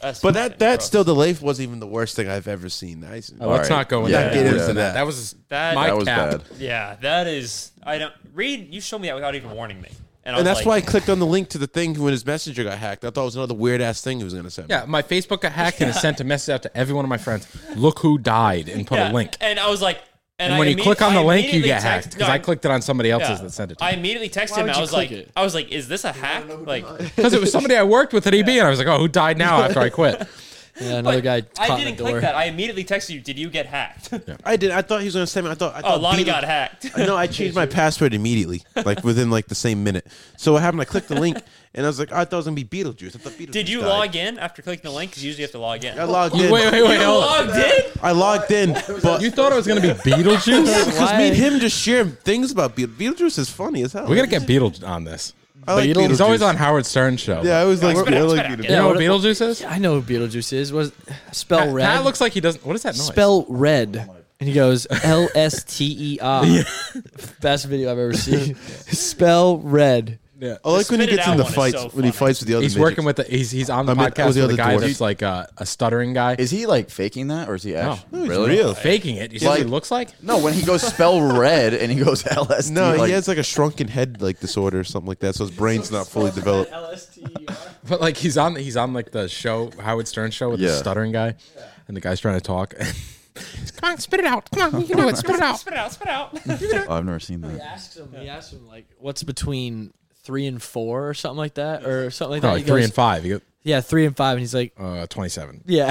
Speaker 1: That's
Speaker 5: But that
Speaker 1: fucking
Speaker 5: that
Speaker 1: gross. Oh,
Speaker 5: still the life wasn't even the worst thing I've ever seen. I,
Speaker 4: Uh,
Speaker 3: right.
Speaker 4: let's not go into
Speaker 3: Yeah,
Speaker 4: that.
Speaker 5: get
Speaker 4: Worse
Speaker 5: into
Speaker 4: than
Speaker 5: that.
Speaker 4: That was
Speaker 1: That-
Speaker 4: my
Speaker 3: That was
Speaker 4: cap.
Speaker 3: bad.
Speaker 1: Yeah, that is. I don't read. You showed me that without even warning me, and, I
Speaker 5: and
Speaker 1: was
Speaker 5: that's
Speaker 1: like,
Speaker 5: why I clicked on the link to the thing when his messenger got hacked. I thought it was another weird ass thing he was gonna send. me.
Speaker 4: Yeah, my Facebook got hacked and it sent a message out to every one of my friends. Look who died and put
Speaker 1: yeah,
Speaker 4: a link.
Speaker 1: And I was like, and,
Speaker 4: And
Speaker 1: I
Speaker 4: when you
Speaker 1: imme-
Speaker 4: click on
Speaker 1: I
Speaker 4: the link, you
Speaker 1: immediately
Speaker 4: get
Speaker 1: text-
Speaker 4: hacked because
Speaker 1: no,
Speaker 4: I clicked it on somebody else's
Speaker 1: yeah.
Speaker 4: that sent it to
Speaker 1: I
Speaker 4: me.
Speaker 1: immediately texted
Speaker 2: Why
Speaker 1: him.
Speaker 2: would
Speaker 1: I
Speaker 2: you
Speaker 1: was
Speaker 2: click
Speaker 1: like,
Speaker 2: it?
Speaker 1: I was like, is this a hack? Like,
Speaker 4: Because it was somebody I worked with at EB, and I was like, oh, who died now after I quit?
Speaker 2: Yeah, another guy
Speaker 1: I
Speaker 2: caught in
Speaker 1: didn't
Speaker 2: the door.
Speaker 1: click that. I immediately texted you. Did you get hacked?
Speaker 5: I did. I thought he was gonna send me. I thought. I
Speaker 1: oh,
Speaker 5: thought
Speaker 1: Lonnie
Speaker 5: Beetle-
Speaker 1: got hacked.
Speaker 5: No, I changed my password immediately, like within like the same minute. So what happened? I clicked the link, and I was like, I thought it was gonna be Beetlejuice. I thought Beetlejuice.
Speaker 1: Did you
Speaker 5: died.
Speaker 1: log in after clicking the link? Because usually you have to log in.
Speaker 5: I logged
Speaker 4: You-
Speaker 5: in.
Speaker 4: wait, wait, wait.
Speaker 1: You
Speaker 4: hold on.
Speaker 1: logged in?
Speaker 5: I logged in, but
Speaker 4: You thought it was going to be Beetlejuice?
Speaker 5: because me and him just share things about Beetle- Beetlejuice is funny as hell.
Speaker 4: we got to get Beetlejuice on this.
Speaker 5: I like
Speaker 4: He's
Speaker 5: Beetlejuice.
Speaker 4: always on Howard Stern's show.
Speaker 5: Yeah, I was like,
Speaker 1: spit
Speaker 5: I
Speaker 1: out,
Speaker 5: like
Speaker 1: spit out.
Speaker 4: You
Speaker 5: Beetlejuice.
Speaker 2: Yeah,
Speaker 4: know what
Speaker 2: what-
Speaker 4: Beetlejuice is?
Speaker 2: I know who Beetlejuice is. Was spell
Speaker 4: Pat,
Speaker 2: red.
Speaker 4: Pat looks like he doesn't. What is that noise?
Speaker 2: spell red. And he goes L S T E R. Best video I've ever seen. spell red.
Speaker 4: Yeah.
Speaker 5: I like when he
Speaker 1: spit it
Speaker 5: gets in
Speaker 1: out
Speaker 5: the
Speaker 1: one is
Speaker 5: fights
Speaker 1: so
Speaker 5: when
Speaker 1: funny.
Speaker 5: he fights with the other.
Speaker 4: He's
Speaker 5: midgets.
Speaker 4: working with the. He's he's on the
Speaker 5: I meant-
Speaker 4: podcast
Speaker 5: Uh, was the
Speaker 4: with a
Speaker 5: other
Speaker 4: guy
Speaker 5: dwarf.
Speaker 4: that's like a, a stuttering guy.
Speaker 3: Is he like faking that, or is he actually
Speaker 5: It's
Speaker 3: really
Speaker 5: real.
Speaker 4: faking it. You see what he
Speaker 3: Like-
Speaker 4: looks like?
Speaker 3: No, when he goes spell red and he goes LSD.
Speaker 5: No,
Speaker 3: like,
Speaker 5: he has like a shrunken head like disorder or something like that, so his brain's not fully developed.
Speaker 2: E
Speaker 4: But like he's on he's on like the show Howard Stern show with the
Speaker 3: Yeah.
Speaker 4: stuttering guy, and the guy's trying to talk. Come on, spit it out! Come on, you can do it. Spit it out.
Speaker 1: Spit it out. Spit it out.
Speaker 3: Oh, I've never seen that.
Speaker 2: Asked him. He asked him like, what's between three and four or something like that, or something like
Speaker 4: No,
Speaker 2: that.
Speaker 4: like
Speaker 2: He
Speaker 4: three
Speaker 2: goes,
Speaker 4: and five. You
Speaker 2: Yeah, three and five. And he's like,
Speaker 4: go, uh, twenty-seven.
Speaker 2: yeah.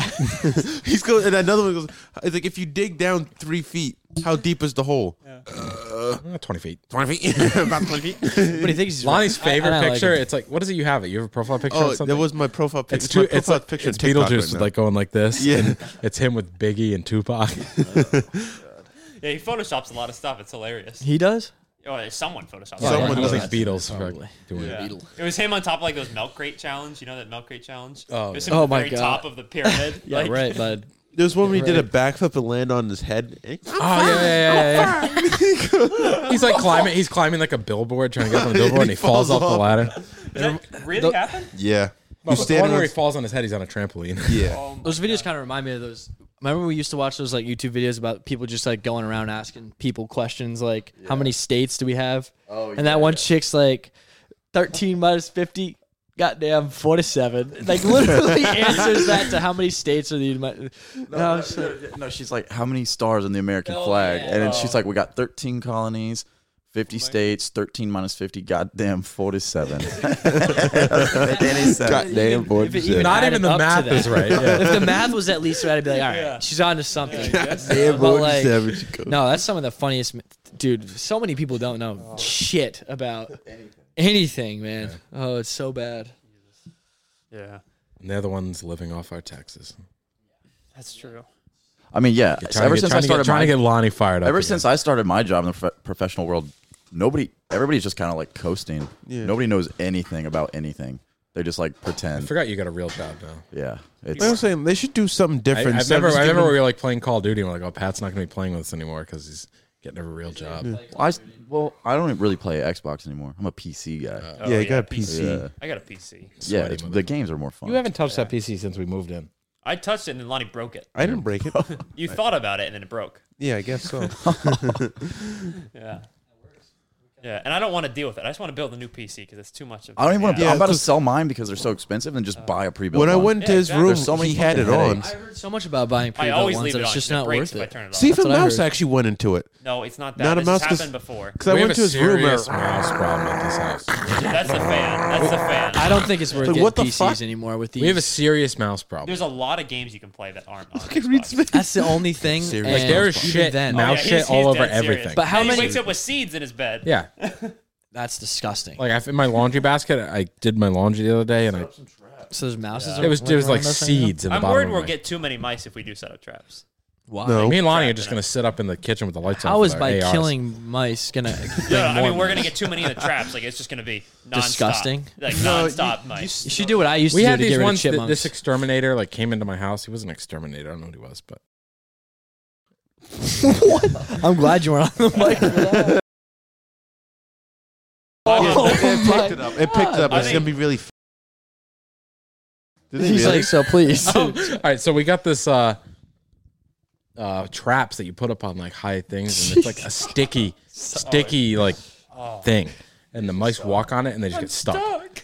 Speaker 5: He's going, and another one goes. It's like if you dig down three feet, how deep is the hole?
Speaker 4: Uh, Twenty feet.
Speaker 5: Twenty feet, about twenty feet.
Speaker 2: but he thinks he's
Speaker 4: Lonnie's
Speaker 2: right. I- I
Speaker 4: favorite
Speaker 2: like
Speaker 4: picture.
Speaker 2: him.
Speaker 4: it's like, what is it? You have it. You have a profile picture.
Speaker 5: Oh,
Speaker 4: or
Speaker 5: that
Speaker 4: something?
Speaker 5: was my profile picture.
Speaker 4: It's two.
Speaker 5: my
Speaker 4: It's
Speaker 5: profile
Speaker 4: like
Speaker 5: picture
Speaker 4: it's
Speaker 5: on TikTok
Speaker 4: Beetlejuice
Speaker 5: right
Speaker 4: with
Speaker 5: now.
Speaker 4: like going like this.
Speaker 5: Yeah.
Speaker 4: and it's him with Biggie and Tupac.
Speaker 1: yeah, he photoshops a lot of stuff. It's hilarious.
Speaker 2: He does.
Speaker 1: Or someone photoshopped.
Speaker 5: Someone
Speaker 1: it.
Speaker 4: Someone was
Speaker 5: does.
Speaker 4: like Beatles. for
Speaker 2: Probably.
Speaker 4: doing it.
Speaker 1: Yeah. It was him on top of like those milk crate challenge. You know that milk crate challenge?
Speaker 4: Oh,
Speaker 1: it was
Speaker 4: yeah.
Speaker 1: him at
Speaker 2: Oh,
Speaker 1: the
Speaker 2: my
Speaker 1: very
Speaker 2: God.
Speaker 1: top of the pyramid.
Speaker 2: Yeah,
Speaker 1: like,
Speaker 2: right, bud.
Speaker 5: There was one where he did a backflip and land on his head.
Speaker 4: Oh yeah, yeah, yeah, yeah, yeah. he's like climbing. He's climbing like a billboard, trying to get up on the billboard, and he falls
Speaker 5: falls
Speaker 4: off the
Speaker 5: off.
Speaker 4: ladder.
Speaker 1: Did that really happen?
Speaker 5: Yeah,
Speaker 4: No, but
Speaker 5: you
Speaker 4: the one
Speaker 5: standing
Speaker 4: where he
Speaker 5: on?
Speaker 4: falls on his head, he's on a trampoline.
Speaker 5: Yeah,
Speaker 1: Oh my
Speaker 2: Those videos kind of remind me of those. Remember when we used to watch those like YouTube videos about people just like going around asking people questions like, "How many states do we have?"
Speaker 3: Oh,
Speaker 2: and that
Speaker 3: yeah,
Speaker 2: one
Speaker 3: yeah.
Speaker 2: chick's like, 13 minus 50, goddamn 47." Like literally answers that to how many states are the United. No,
Speaker 3: No,
Speaker 2: it's like-
Speaker 3: no, she's like, how many stars on the American
Speaker 2: Oh,
Speaker 3: flag?
Speaker 2: yeah.
Speaker 3: And then she's like, we got 13 colonies, 50 states, 13 minus 50, goddamn 47.
Speaker 6: Make any sense.
Speaker 3: goddamn
Speaker 2: even- if it even
Speaker 3: 47.
Speaker 4: Not
Speaker 2: added
Speaker 4: even the
Speaker 2: up to
Speaker 4: math
Speaker 2: that.
Speaker 4: is right, yeah.
Speaker 2: if the math was at least right, I'd be like, all right,
Speaker 1: Yeah.
Speaker 2: she's on to something.
Speaker 6: Damn,
Speaker 2: But,
Speaker 6: Gordon
Speaker 2: like,
Speaker 6: Savage, you go.
Speaker 2: no, that's some of the funniest, m- dude. So many people don't
Speaker 4: Oh.
Speaker 2: know shit about anything, man. Oh, it's so bad.
Speaker 1: Yeah,
Speaker 4: And they're the ones living off our taxes.
Speaker 1: that's true.
Speaker 3: I mean, yeah.
Speaker 4: You're
Speaker 3: ever
Speaker 4: to get-
Speaker 3: since
Speaker 4: trying
Speaker 3: I
Speaker 4: to get-
Speaker 3: started
Speaker 4: trying
Speaker 3: my,
Speaker 4: to get Lonnie fired up.
Speaker 3: ever
Speaker 4: again.
Speaker 3: since I started my job in the prof- professional world, nobody, everybody's just kind of like coasting.
Speaker 5: Yeah.
Speaker 3: Nobody knows anything about anything. They just like
Speaker 4: I
Speaker 3: pretend.
Speaker 4: forgot you got a real job now.
Speaker 3: Yeah,
Speaker 5: Like I'm
Speaker 3: it's
Speaker 5: saying they should do
Speaker 4: I,
Speaker 5: something
Speaker 4: I
Speaker 5: different. instead
Speaker 4: remember,
Speaker 5: of just
Speaker 4: I remember
Speaker 5: giving-
Speaker 4: we were like playing Call of Duty and we're like, oh, Pat's not going to be playing with us anymore because he's getting a real job.
Speaker 3: I s- well, I don't really play Xbox anymore. I'm a PC guy.
Speaker 1: Oh,
Speaker 5: yeah, you got a PC.
Speaker 3: yeah,
Speaker 1: I got a PC.
Speaker 3: yeah
Speaker 4: Uh, Sweaty
Speaker 3: it's- the games are more fun.
Speaker 4: You haven't touched that PC since we moved in.
Speaker 1: I touched it and then Lonnie broke it.
Speaker 5: I didn't break
Speaker 2: Oh.
Speaker 5: it.
Speaker 1: You thought about it and then it broke.
Speaker 5: yeah, I guess so.
Speaker 1: Yeah. Yeah, and I don't want to deal with it. I just want to build a new PC because it's too much of.
Speaker 3: I don't even want to.
Speaker 1: Yeah.
Speaker 5: Yeah,
Speaker 3: I'm about to
Speaker 5: 'cause-
Speaker 3: sell mine because they're so expensive and just buy a pre-built.
Speaker 5: when I
Speaker 3: one.
Speaker 5: went to
Speaker 1: Yeah,
Speaker 5: his
Speaker 1: exactly.
Speaker 5: room,
Speaker 3: There's so many
Speaker 5: he had it
Speaker 3: fucking
Speaker 5: on.
Speaker 3: headaches.
Speaker 2: I heard so much about buying
Speaker 1: I
Speaker 2: pre-built
Speaker 1: always
Speaker 2: ones
Speaker 1: leave
Speaker 2: that
Speaker 1: it on.
Speaker 2: it's
Speaker 1: and
Speaker 2: just
Speaker 1: it
Speaker 2: not
Speaker 1: breaks
Speaker 2: worth
Speaker 1: if I
Speaker 2: it.
Speaker 1: turn it off.
Speaker 5: See if a
Speaker 2: what I
Speaker 5: mouse
Speaker 2: heard.
Speaker 5: actually went into it.
Speaker 1: no, it's not that.
Speaker 5: Not a
Speaker 1: this
Speaker 5: mouse,
Speaker 1: has
Speaker 5: 'cause-
Speaker 1: happened before.
Speaker 5: Because I
Speaker 4: we
Speaker 5: went
Speaker 4: have
Speaker 5: to
Speaker 4: a
Speaker 5: his room.
Speaker 4: serious
Speaker 5: I-
Speaker 4: mouse problem at this house.
Speaker 1: That's the fan. That's the fan.
Speaker 2: I don't think it's worth
Speaker 5: Like,
Speaker 2: it.
Speaker 5: what the
Speaker 2: PCs
Speaker 5: fuck?
Speaker 2: anymore with these.
Speaker 4: We have a serious mouse problem.
Speaker 1: There's a lot of games you can play that aren't. On Xbox.
Speaker 2: that's the only thing.
Speaker 5: Serious.
Speaker 2: and
Speaker 4: like there is
Speaker 2: even
Speaker 4: shit
Speaker 2: Then
Speaker 4: mouse
Speaker 1: he's-
Speaker 4: shit
Speaker 1: he's
Speaker 4: all over
Speaker 1: dead serious.
Speaker 4: everything.
Speaker 2: But how
Speaker 1: And
Speaker 2: many-
Speaker 1: He wakes up with seeds in his bed.
Speaker 4: yeah,
Speaker 2: that's disgusting.
Speaker 4: like I in my laundry basket. I did my laundry the other day, and I,
Speaker 2: so there's mouses.
Speaker 4: it was it was like seeds in the
Speaker 1: I'm
Speaker 4: bottom.
Speaker 1: worried
Speaker 4: of
Speaker 1: we'll
Speaker 4: my-
Speaker 1: get too many mice if we do set up traps.
Speaker 2: Why?
Speaker 5: No.
Speaker 4: Me and Lonnie are just gonna sit up in the kitchen with the lights on.
Speaker 2: How
Speaker 4: with
Speaker 2: is
Speaker 4: our
Speaker 2: by
Speaker 4: ARs.
Speaker 2: killing mice gonna?
Speaker 1: Yeah, I mean, we're gonna get too many in the traps. Like it's just gonna be nonstop.
Speaker 2: Disgusting.
Speaker 1: Like
Speaker 5: No,
Speaker 1: nonstop
Speaker 5: you- you
Speaker 1: mice.
Speaker 2: You should do what I used
Speaker 4: We
Speaker 2: to
Speaker 4: had
Speaker 2: do to
Speaker 4: these
Speaker 2: get rid of
Speaker 4: ones. That
Speaker 2: chipmunks.
Speaker 4: this exterminator like came into my house. He was an exterminator. I don't know what he was, but
Speaker 2: I'm glad you weren't on the mic. for that.
Speaker 1: Oh,
Speaker 5: Yeah, it- it
Speaker 2: Oh my
Speaker 5: picked it up. It picked it up.
Speaker 1: I
Speaker 5: It's gonna be really. F- Did they
Speaker 2: He's
Speaker 5: really?
Speaker 2: like, so please.
Speaker 4: all right. So we got this uh, uh, traps that you put up on like high things, and it's like a sticky, sticky like
Speaker 2: Oh.
Speaker 4: thing, and the mice walk on it, and they just get stuck.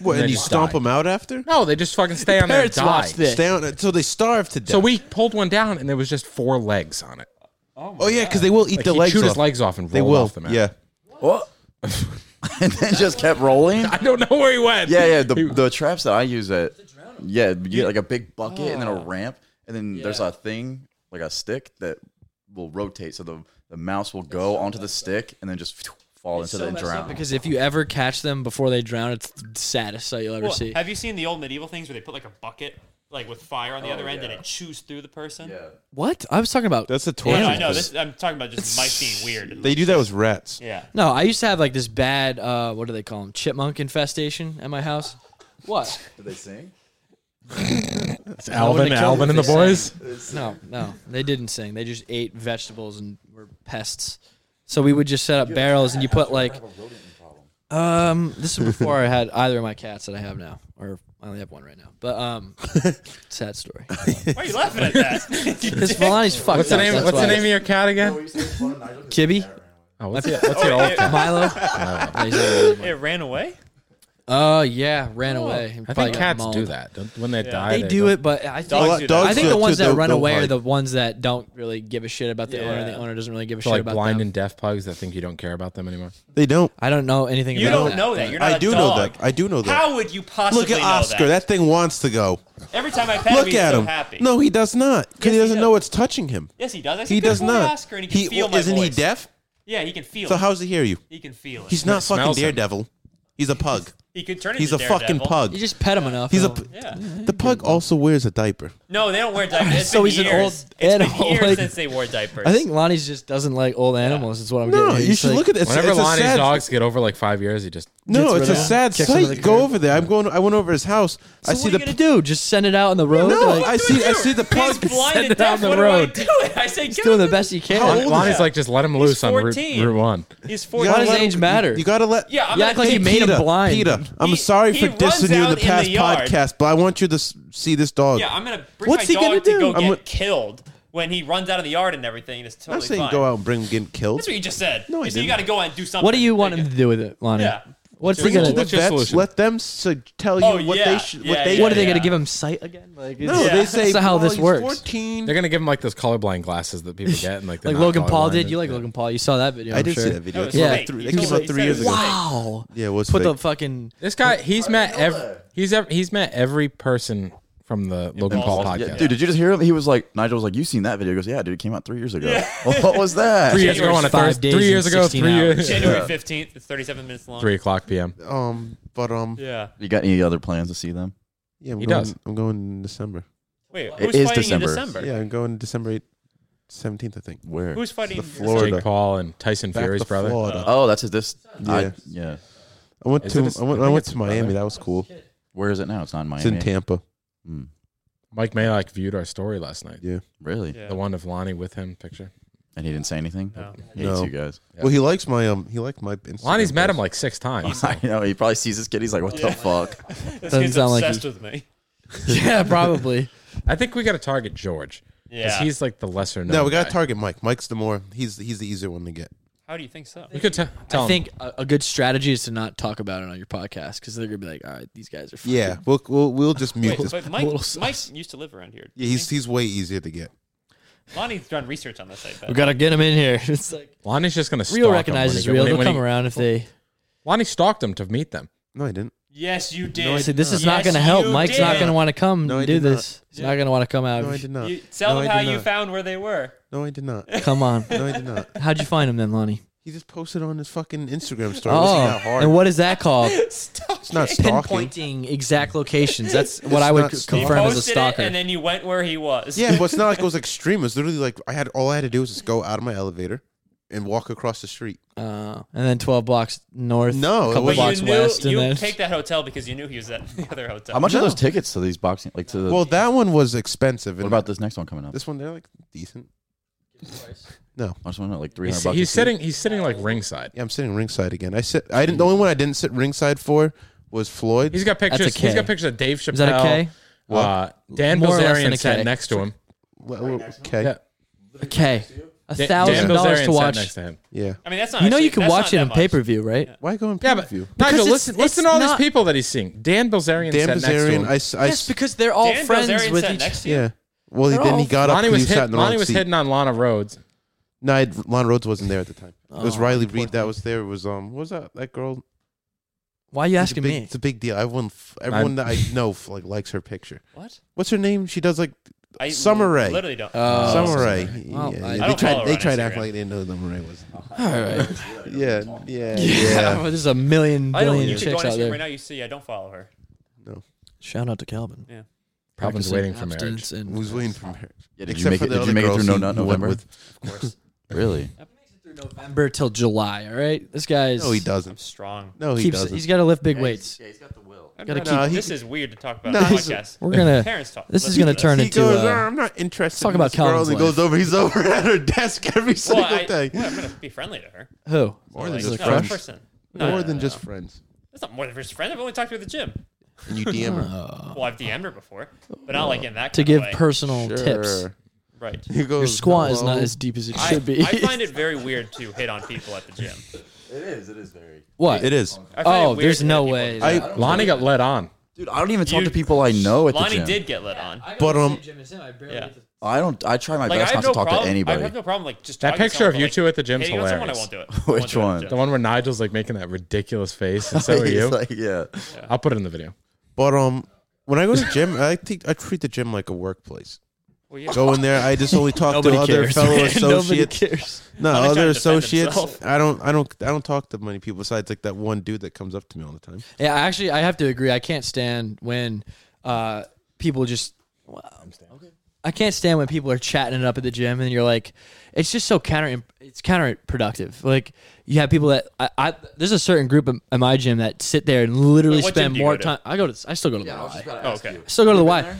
Speaker 5: What,
Speaker 4: then
Speaker 5: and you
Speaker 4: just
Speaker 5: stomp
Speaker 4: die.
Speaker 5: them out after?
Speaker 4: No, they just fucking stay on there and
Speaker 2: Parents
Speaker 4: die.
Speaker 2: watch this.
Speaker 5: Stay on it. So they starve to death.
Speaker 4: So we pulled one down, and there was just four legs on it.
Speaker 5: oh yeah, because they will eat
Speaker 4: Like
Speaker 5: the
Speaker 4: he
Speaker 5: legs
Speaker 4: chewed his
Speaker 5: off.
Speaker 4: legs off and
Speaker 5: They
Speaker 4: rolled
Speaker 5: will.
Speaker 4: off the mat.
Speaker 5: Yeah.
Speaker 3: What? Oh. and then just kept rolling.
Speaker 4: I don't know where he went.
Speaker 3: Yeah, yeah. The, the traps that I use at yeah, you get like a big bucket and then a ramp, and then there's a thing like a stick that will rotate, so the the mouse will go onto the stick and then just fall into the drown.
Speaker 2: Because if you ever catch them before they drown, it's the saddest sight you'll ever
Speaker 1: Well,
Speaker 2: see.
Speaker 1: have you seen the old medieval things where they put like a bucket, like with fire
Speaker 5: Oh,
Speaker 1: on the other end, and it chews through the person?
Speaker 3: yeah.
Speaker 2: What? I was talking about.
Speaker 5: That's a
Speaker 1: No,
Speaker 5: torture.
Speaker 1: no, I know. This, I'm talking about just mice being weird.
Speaker 5: They do that with rats.
Speaker 1: yeah.
Speaker 2: no, I used to have like this bad. Uh, what do they call them? Chipmunk infestation at my house. What?
Speaker 3: Did they sing?
Speaker 4: It's Alvin,
Speaker 2: would've killed
Speaker 4: Alvin,
Speaker 2: him
Speaker 4: and the
Speaker 2: if they
Speaker 4: boys.
Speaker 2: No, no, they didn't sing. They just ate vegetables and were pests. So we would just set up barrels, and you put like. Um, this is before I had either of my cats that I have now, or I only have one right now. But um, sad story.
Speaker 1: Why are you laughing at that?
Speaker 2: Because Milani's fucked.
Speaker 4: What's the
Speaker 2: up,
Speaker 4: name?
Speaker 2: that's
Speaker 4: What's the
Speaker 2: why.
Speaker 4: name of your cat again?
Speaker 2: Kibby.
Speaker 4: Oh, what's it? What's it all?
Speaker 2: Milo.
Speaker 5: Oh,
Speaker 1: it ran away.
Speaker 2: Oh yeah, ran away. He
Speaker 4: I
Speaker 2: probably
Speaker 4: think
Speaker 2: got
Speaker 4: cats
Speaker 2: mauled.
Speaker 4: do that. Don't, when they
Speaker 1: Yeah.
Speaker 4: die,
Speaker 2: They do it, but I
Speaker 1: Dogs
Speaker 2: think,
Speaker 1: do
Speaker 5: Dogs
Speaker 1: that.
Speaker 2: I think
Speaker 5: do
Speaker 2: the
Speaker 5: it
Speaker 2: ones
Speaker 5: too.
Speaker 2: that
Speaker 5: They'll-
Speaker 2: run
Speaker 5: they'll
Speaker 2: away are
Speaker 5: hide.
Speaker 2: the ones that don't really give a shit about the owner. The
Speaker 1: Yeah.
Speaker 2: owner doesn't really give a shit
Speaker 4: So like
Speaker 2: about
Speaker 4: blind
Speaker 2: them.
Speaker 4: and deaf pugs that think you don't care about them anymore.
Speaker 5: They don't.
Speaker 2: I don't know anything.
Speaker 1: You
Speaker 2: about
Speaker 1: don't
Speaker 2: that,
Speaker 1: know
Speaker 2: but-
Speaker 1: that. You're not
Speaker 5: I
Speaker 1: a
Speaker 5: do know
Speaker 1: dog.
Speaker 5: that. I do know that.
Speaker 1: How would you possibly
Speaker 5: Look at
Speaker 1: know
Speaker 5: Oscar.
Speaker 1: that?
Speaker 5: That thing wants to go.
Speaker 1: Every time I pet him,
Speaker 5: Look
Speaker 1: he's
Speaker 5: at
Speaker 1: so
Speaker 5: him.
Speaker 1: happy.
Speaker 5: No, he does not.
Speaker 1: Yes,
Speaker 5: Because he
Speaker 1: he
Speaker 5: doesn't
Speaker 1: does.
Speaker 5: know what's touching him.
Speaker 1: Yes, he does. I
Speaker 5: He
Speaker 1: said,
Speaker 5: does
Speaker 1: "Good boy,
Speaker 5: not.
Speaker 1: Oscar, and he can feel my
Speaker 5: isn't he
Speaker 1: voice.
Speaker 5: deaf?
Speaker 1: Yeah, he can feel.
Speaker 5: So
Speaker 1: it.
Speaker 5: how does he hear you?
Speaker 1: he can feel it.
Speaker 5: He's not
Speaker 4: smells
Speaker 5: fucking
Speaker 4: him.
Speaker 5: daredevil. He's a pug.
Speaker 1: he could turn
Speaker 5: He's a
Speaker 1: into
Speaker 5: fucking
Speaker 1: Daredevil.
Speaker 5: pug.
Speaker 2: You just pet him enough.
Speaker 5: He's a
Speaker 2: he'll-
Speaker 5: p-
Speaker 1: Yeah.
Speaker 5: the pug also wears a diaper.
Speaker 1: No, they don't wear diapers. It's
Speaker 2: So
Speaker 1: been
Speaker 2: he's an
Speaker 1: years.
Speaker 2: old
Speaker 1: It's been
Speaker 2: animal,
Speaker 1: years
Speaker 2: like-
Speaker 1: since they wore diapers.
Speaker 2: I think Lonnie's just doesn't like old animals. Is what I'm
Speaker 5: No,
Speaker 2: getting. at.
Speaker 5: you
Speaker 2: He's
Speaker 5: should
Speaker 2: like-
Speaker 5: look at this.
Speaker 4: Whenever
Speaker 5: it's a
Speaker 4: Lonnie's
Speaker 5: sad-
Speaker 4: dogs get over like five years, he just
Speaker 5: No,
Speaker 2: gets
Speaker 5: it's
Speaker 2: rid
Speaker 5: a
Speaker 2: of him,
Speaker 5: sad
Speaker 2: kicks him to the
Speaker 5: sight. Go
Speaker 2: curb.
Speaker 5: over there. I'm going. I went over his house. I
Speaker 2: So
Speaker 5: see
Speaker 2: what are
Speaker 5: the.
Speaker 2: you gonna do? Just send it out on the road?
Speaker 5: No,
Speaker 2: Like,
Speaker 5: I see. I see the
Speaker 1: he's
Speaker 5: pug.
Speaker 1: blind
Speaker 2: send
Speaker 1: and
Speaker 2: it on
Speaker 1: deaf.
Speaker 2: the
Speaker 1: What
Speaker 2: road.
Speaker 1: do I do? I say, get
Speaker 2: doing
Speaker 1: him
Speaker 2: the
Speaker 1: in
Speaker 2: best you
Speaker 5: How
Speaker 2: can.
Speaker 5: old-
Speaker 4: Lonnie's like just let him loose on Route,
Speaker 1: 14.
Speaker 4: Route One.
Speaker 1: He's
Speaker 5: You gotta
Speaker 2: does
Speaker 1: fourteen.
Speaker 5: let
Speaker 2: age
Speaker 5: him-
Speaker 2: matter?
Speaker 5: You gotta let.
Speaker 1: Yeah, I'm
Speaker 2: You act
Speaker 1: not
Speaker 2: like you
Speaker 1: taking-
Speaker 2: made him
Speaker 5: Peter,
Speaker 2: blind.
Speaker 5: Peter, I'm
Speaker 1: He-
Speaker 5: sorry
Speaker 1: he
Speaker 5: for
Speaker 1: runs
Speaker 5: dissing you in
Speaker 1: out
Speaker 5: the
Speaker 1: in the
Speaker 5: past
Speaker 1: yard.
Speaker 5: podcast, but I want you to s- see this dog.
Speaker 1: Yeah, I'm gonna bring
Speaker 5: What's
Speaker 1: my
Speaker 5: he gonna
Speaker 1: dog to
Speaker 5: do?
Speaker 1: go
Speaker 5: I'm
Speaker 1: get
Speaker 5: gonna-
Speaker 1: killed when he runs out of the yard and everything. And it's
Speaker 5: I'm
Speaker 1: totally
Speaker 5: not saying
Speaker 1: fine.
Speaker 5: go out and bring him getting killed.
Speaker 1: That's what you just said.
Speaker 5: No, I
Speaker 1: you said you
Speaker 5: didn't.
Speaker 1: got to go out and do something.
Speaker 2: What do you want him
Speaker 1: Like,
Speaker 2: to do with it, Lonnie?
Speaker 1: Yeah.
Speaker 2: What's he
Speaker 5: Bring it to
Speaker 2: gonna?
Speaker 5: the
Speaker 4: What's your
Speaker 5: vets.
Speaker 4: solution?
Speaker 5: Let them su- tell you
Speaker 1: Oh,
Speaker 5: what
Speaker 1: yeah,
Speaker 5: they should.
Speaker 1: yeah,
Speaker 5: what they
Speaker 1: yeah,
Speaker 2: What are they
Speaker 1: yeah.
Speaker 2: gonna give him sight again? Like,
Speaker 5: No,
Speaker 1: Yeah.
Speaker 5: they say
Speaker 2: that's not how
Speaker 5: "Well,
Speaker 2: this
Speaker 5: he's
Speaker 2: works.
Speaker 5: 14.
Speaker 4: They're gonna give him like those colorblind glasses that people get, and like they're
Speaker 2: like
Speaker 4: not
Speaker 2: Logan Paul
Speaker 4: colorblind.
Speaker 2: did. You like Logan Paul? You saw that video?
Speaker 5: I
Speaker 2: I'm
Speaker 5: did
Speaker 2: sure.
Speaker 5: see that video.
Speaker 1: No,
Speaker 5: It
Speaker 1: it's
Speaker 5: came out
Speaker 1: fake.
Speaker 5: three-
Speaker 1: He
Speaker 5: It came
Speaker 1: told-
Speaker 5: out
Speaker 1: he
Speaker 5: three
Speaker 1: said
Speaker 5: years
Speaker 1: it was
Speaker 5: ago.
Speaker 1: fake.
Speaker 2: Wow.
Speaker 5: Yeah, it was
Speaker 2: Put the
Speaker 5: fake.
Speaker 2: fucking.
Speaker 4: This guy, he's met every, he's ever, he's met every person from the Logan Paul
Speaker 1: Paul's-
Speaker 4: podcast.
Speaker 3: Yeah, Dude, did you just hear him? He was like, Nigel was like, you seen that video? He goes, yeah, dude, it came out three years ago. Well, what was that?
Speaker 4: three years ago on a
Speaker 2: Five
Speaker 4: Thursday.
Speaker 2: days
Speaker 4: Three years
Speaker 2: and
Speaker 4: ago,
Speaker 2: 16
Speaker 4: three
Speaker 2: hours.
Speaker 4: years,
Speaker 1: January fifteenth. It's thirty-seven minutes long.
Speaker 4: three o'clock p.m.
Speaker 5: Um, but um, yeah,
Speaker 1: Yeah.
Speaker 3: You got any other plans to see them?
Speaker 5: I'm
Speaker 4: He
Speaker 5: going,
Speaker 4: does.
Speaker 5: I'm going in December.
Speaker 1: Wait,
Speaker 3: It
Speaker 1: who's
Speaker 3: is
Speaker 1: fighting
Speaker 3: December.
Speaker 1: in December?
Speaker 5: Yeah, I'm going December 8th, 17th, I think.
Speaker 3: Where?
Speaker 1: Who's fighting
Speaker 5: The
Speaker 1: in
Speaker 5: Florida.
Speaker 4: Jake Paul and Tyson
Speaker 5: Back
Speaker 4: Fury's
Speaker 5: to
Speaker 4: brother.
Speaker 5: Florida.
Speaker 2: Uh,
Speaker 3: oh, that's it. This.
Speaker 5: Yeah.
Speaker 3: I, yeah.
Speaker 5: I went
Speaker 4: Is
Speaker 5: to
Speaker 4: it his-
Speaker 5: I went,
Speaker 4: I
Speaker 5: I
Speaker 4: think
Speaker 5: went
Speaker 4: it's
Speaker 5: to
Speaker 4: his brother.
Speaker 5: Miami. That was cool.
Speaker 3: Where is it now? It's not in Miami.
Speaker 5: It's in Tampa.
Speaker 3: Hmm.
Speaker 4: Mike Mayock viewed our story last night.
Speaker 3: Really?
Speaker 1: Yeah.
Speaker 4: The one of Lonnie with him picture.
Speaker 3: And he didn't say anything.
Speaker 1: No.
Speaker 3: He hates
Speaker 5: No.
Speaker 3: you guys.
Speaker 4: Yeah.
Speaker 5: Well, he likes my um. He liked my. Instagram
Speaker 4: Lonnie's met
Speaker 5: post.
Speaker 4: him like six times.
Speaker 3: I know. He probably sees this kid. He's like, what the fuck?
Speaker 1: This
Speaker 2: Doesn't
Speaker 1: kid's
Speaker 2: sound like
Speaker 1: obsessed with me.
Speaker 2: Yeah, probably.
Speaker 4: I think we got to target George because
Speaker 1: Yeah.
Speaker 4: he's like the lesser known.
Speaker 5: No, we
Speaker 4: guy.
Speaker 5: got to target Mike. Mike's the more. He's he's the easier one to get.
Speaker 1: How do you think so?
Speaker 4: We could t- tell
Speaker 2: I think a, a good strategy is to not talk about it on your podcast because they're gonna be like, all right, these guys are. fucking-
Speaker 5: Yeah, we'll we'll, we'll just mute
Speaker 1: Wait,
Speaker 5: this.
Speaker 1: but Mike,
Speaker 2: total sus.
Speaker 1: Mike used to live around here.
Speaker 5: Yeah, he's he's way easier to get.
Speaker 1: Lonnie's done research on this. I
Speaker 2: we
Speaker 1: bet.
Speaker 2: gotta get them in here. It's like
Speaker 4: him. Lonnie's just gonna stalk
Speaker 2: real
Speaker 4: him
Speaker 2: recognizes
Speaker 4: when he
Speaker 2: real.
Speaker 4: go- when he-
Speaker 2: They'll
Speaker 4: when he-
Speaker 2: come around if they.
Speaker 4: Lonnie stalked him to meet them.
Speaker 5: No, I didn't.
Speaker 1: Yes, you did.
Speaker 2: See, this is not gonna help. Mike's not gonna want to come
Speaker 5: No, I
Speaker 2: do
Speaker 5: did not.
Speaker 2: this. He's not gonna want to come out.
Speaker 5: No, I did not.
Speaker 1: You, tell
Speaker 5: No,
Speaker 1: them
Speaker 5: I
Speaker 1: how
Speaker 5: did
Speaker 1: you
Speaker 5: not.
Speaker 1: found where they were.
Speaker 5: No, I did not.
Speaker 2: Come on.
Speaker 5: No, I did not.
Speaker 2: How'd you find him then, Lonnie?
Speaker 5: He just posted on his fucking Instagram story. It wasn't
Speaker 2: Oh,
Speaker 5: that hard.
Speaker 2: and what is that called?
Speaker 5: it's not stalking.
Speaker 2: Pinpointing exact locations. That's what I would
Speaker 5: not
Speaker 2: c-
Speaker 5: stalking.
Speaker 1: You
Speaker 2: confirm as a
Speaker 1: posted it,
Speaker 2: stalker.
Speaker 1: and then you went where he was.
Speaker 5: Yeah, but it's not like it was extreme. It was literally like I had all I had to do was just go out of my elevator and walk across the street.
Speaker 2: Uh, and then 12 blocks north.
Speaker 5: No,
Speaker 2: a
Speaker 5: it
Speaker 2: couple
Speaker 5: wasn't-
Speaker 1: But
Speaker 2: blocks
Speaker 1: you knew
Speaker 2: west, and
Speaker 1: you
Speaker 2: then
Speaker 1: picked that hotel because you knew he was at the other hotel.
Speaker 3: How much are those tickets to these boxing? Like to the.
Speaker 5: Well, that one was expensive.
Speaker 3: Uh, what about this next one coming up?
Speaker 5: this one? They're like decent.
Speaker 3: I just want to know, like three hundred
Speaker 4: He's,
Speaker 3: bucks.
Speaker 4: he's
Speaker 3: a seat?
Speaker 4: sitting. He's sitting like ringside.
Speaker 5: Yeah, I'm sitting ringside again. I sit. I didn't. The only one I didn't sit ringside for was Floyd.
Speaker 4: He's got pictures.
Speaker 2: K.
Speaker 4: He's got pictures of Dave Chappelle.
Speaker 2: is that a K?
Speaker 4: Uh, Dan
Speaker 2: More or less than a
Speaker 4: Bilzerian sat
Speaker 2: K.
Speaker 4: next to him.
Speaker 5: Well, well, okay.
Speaker 4: Yeah.
Speaker 2: A K. A
Speaker 4: Da-
Speaker 2: thousand
Speaker 4: Dan
Speaker 2: dollars to
Speaker 4: Bilzerian sat
Speaker 2: watch.
Speaker 4: next to him.
Speaker 5: Yeah.
Speaker 1: I mean, that's not.
Speaker 2: You know
Speaker 1: actually-
Speaker 2: you can
Speaker 1: that's
Speaker 2: watch
Speaker 1: not
Speaker 2: it
Speaker 1: that
Speaker 2: on
Speaker 1: much.
Speaker 2: pay per view, right?
Speaker 5: Why go in
Speaker 4: Yeah,
Speaker 5: yeah,
Speaker 4: but
Speaker 5: view?
Speaker 4: Nigel,
Speaker 2: it's-
Speaker 4: listen, listen
Speaker 2: it's
Speaker 4: to all these
Speaker 2: not-
Speaker 4: people that he's seeing. Dan Bilzerian sat
Speaker 5: Dan
Speaker 4: next to
Speaker 5: Bilzerian.
Speaker 4: him.
Speaker 5: I, s- I
Speaker 2: Yes,
Speaker 5: s-
Speaker 2: because they're all
Speaker 1: Dan
Speaker 2: friends
Speaker 1: Bilzerian
Speaker 2: with
Speaker 1: sat
Speaker 2: each.
Speaker 1: next to you.
Speaker 5: yeah. Well, he,
Speaker 2: They're
Speaker 5: then
Speaker 2: all-
Speaker 5: he got up
Speaker 4: Lonnie
Speaker 5: and he
Speaker 4: was,
Speaker 5: sat
Speaker 4: hit,
Speaker 5: in the
Speaker 4: Lonnie
Speaker 5: wrong
Speaker 4: was
Speaker 5: seat.
Speaker 4: hitting on Lana Rhodes.
Speaker 5: No, I, Lon Rhodes wasn't there at the time. it was
Speaker 2: Oh,
Speaker 5: Riley Reed that was there. It was um, what was that that girl?
Speaker 2: Why are you
Speaker 5: It's a
Speaker 2: asking
Speaker 5: big-
Speaker 2: me?
Speaker 5: It's a big deal. Everyone, f- everyone that I know f- like likes her picture.
Speaker 1: What?
Speaker 5: What's her name? She does like
Speaker 1: I
Speaker 5: Summer Rae.
Speaker 1: Literally don't.
Speaker 2: Oh.
Speaker 5: Summer Rae.
Speaker 2: Well, I-
Speaker 5: Yeah,
Speaker 2: I
Speaker 5: yeah,
Speaker 2: don't
Speaker 5: they
Speaker 1: follow
Speaker 5: tried.
Speaker 1: her
Speaker 5: They
Speaker 1: on
Speaker 5: tried to act
Speaker 1: Instagram.
Speaker 5: like they didn't know who Summer Rae was.
Speaker 2: all right.
Speaker 5: Yeah,
Speaker 2: Yeah.
Speaker 5: yeah, yeah.
Speaker 2: There's a million
Speaker 1: I don't.
Speaker 2: billion
Speaker 1: You could go
Speaker 2: chicks
Speaker 1: on
Speaker 2: out
Speaker 1: Instagram
Speaker 2: there.
Speaker 1: right now. You see, I don't follow her.
Speaker 2: Shout out to Calvin.
Speaker 4: Problems
Speaker 2: Practicing
Speaker 4: waiting for marriage.
Speaker 2: abstinence and-
Speaker 5: Who's waiting for her?
Speaker 3: Yeah, did you
Speaker 5: Except
Speaker 3: make
Speaker 5: for
Speaker 3: it?
Speaker 5: the
Speaker 3: Did
Speaker 5: other
Speaker 3: you make it
Speaker 5: girls
Speaker 3: through
Speaker 5: he
Speaker 3: No Nut
Speaker 5: went
Speaker 3: November?
Speaker 5: with.
Speaker 1: Of course.
Speaker 3: Really?
Speaker 2: through November till July. All right, this guy's
Speaker 5: No, he
Speaker 1: I'm
Speaker 5: doesn't.
Speaker 1: strong.
Speaker 5: No, he
Speaker 2: keeps.
Speaker 5: doesn't.
Speaker 2: He's got to lift big weights.
Speaker 3: he's got the will.
Speaker 1: I'm
Speaker 2: Gotta
Speaker 1: not-
Speaker 2: keep-
Speaker 5: No, he-
Speaker 1: this is weird to talk about
Speaker 5: No,
Speaker 1: on a
Speaker 5: he's-
Speaker 1: podcast.
Speaker 2: We're gonna.
Speaker 1: Parents talk.
Speaker 2: This is
Speaker 1: Listen
Speaker 2: gonna
Speaker 1: this.
Speaker 2: turn
Speaker 5: he
Speaker 2: into.
Speaker 5: goes, "Oh,
Speaker 2: Uh,
Speaker 5: I'm not interested.
Speaker 2: talk
Speaker 5: in
Speaker 2: about
Speaker 5: this girl,"
Speaker 2: Calvin's
Speaker 5: and he goes
Speaker 2: life.
Speaker 5: over. He's over at her desk every
Speaker 1: Well,
Speaker 5: single
Speaker 1: I,
Speaker 5: day.
Speaker 1: well, I'm gonna be friendly to her.
Speaker 2: Who?
Speaker 5: More
Speaker 1: Like,
Speaker 5: than just
Speaker 1: no,
Speaker 5: friends.
Speaker 1: person. No,
Speaker 5: More than just friends.
Speaker 1: that's not more than just friends. I've only talked to her at the gym.
Speaker 5: And you DM her.
Speaker 1: Well, I've DM'd her before, but not like in that
Speaker 2: To
Speaker 1: kind
Speaker 2: give
Speaker 1: of way.
Speaker 2: personal tips.
Speaker 1: right.
Speaker 5: He goes,
Speaker 2: Your squat is not
Speaker 5: "Hello?"
Speaker 2: as deep as it
Speaker 1: I,
Speaker 2: should be.
Speaker 1: I find it very weird to hit on people at the gym.
Speaker 3: It is. It is very.
Speaker 2: what?
Speaker 5: It is.
Speaker 1: I find it
Speaker 2: oh,
Speaker 1: weird
Speaker 2: there's
Speaker 1: to hit
Speaker 2: no
Speaker 1: people.
Speaker 2: way.
Speaker 5: I-
Speaker 4: Lonnie got led on.
Speaker 3: Dude, I don't even talk
Speaker 1: You-
Speaker 3: to people I know at the
Speaker 1: Lonnie
Speaker 3: gym.
Speaker 1: did get let on.
Speaker 5: But, um,
Speaker 1: Yeah.
Speaker 3: I don't. I try my
Speaker 1: Like I
Speaker 3: best
Speaker 1: have
Speaker 3: not
Speaker 1: no
Speaker 3: to talk
Speaker 1: problem.
Speaker 3: to
Speaker 1: I
Speaker 3: anybody.
Speaker 1: have no problem like just
Speaker 4: That
Speaker 1: talking to
Speaker 4: picture of
Speaker 1: someone,
Speaker 4: you
Speaker 1: like,
Speaker 4: two at the gym's
Speaker 1: hitting on someone, I
Speaker 4: hilarious.
Speaker 1: won't do it. I won't
Speaker 3: Which
Speaker 1: do it at the
Speaker 3: one?
Speaker 1: gym.
Speaker 4: The one where Nigel's like making that ridiculous face, and so are
Speaker 3: He's
Speaker 4: you.
Speaker 3: like, yeah.
Speaker 4: I'll put it in the video.
Speaker 5: But um, when I go to gym, I think I treat the gym like a workplace.
Speaker 1: Well, yeah.
Speaker 5: Go in there. I just only talk to
Speaker 2: Nobody
Speaker 5: other
Speaker 2: cares.
Speaker 5: fellow
Speaker 2: Nobody
Speaker 5: associates.
Speaker 2: cares.
Speaker 5: No,
Speaker 1: Lonnie tried to
Speaker 5: other
Speaker 1: defend
Speaker 5: associates.
Speaker 1: himself.
Speaker 5: I don't. I don't. I don't talk to many people besides like that one dude that comes up to me all the time.
Speaker 2: Yeah, actually, I have to agree. I can't stand when uh, people just. Wow. I can't stand when people are chatting it up at the gym, and you're like, it's just so counter. It's counterproductive. Like you have people that I, I there's a certain group at at my gym that sit there and literally
Speaker 1: Wait, what gym
Speaker 2: spend
Speaker 1: do you
Speaker 2: more
Speaker 1: go to?
Speaker 2: time. I go to. I still go to the Y.
Speaker 1: Oh, okay.
Speaker 2: I still go to the Y.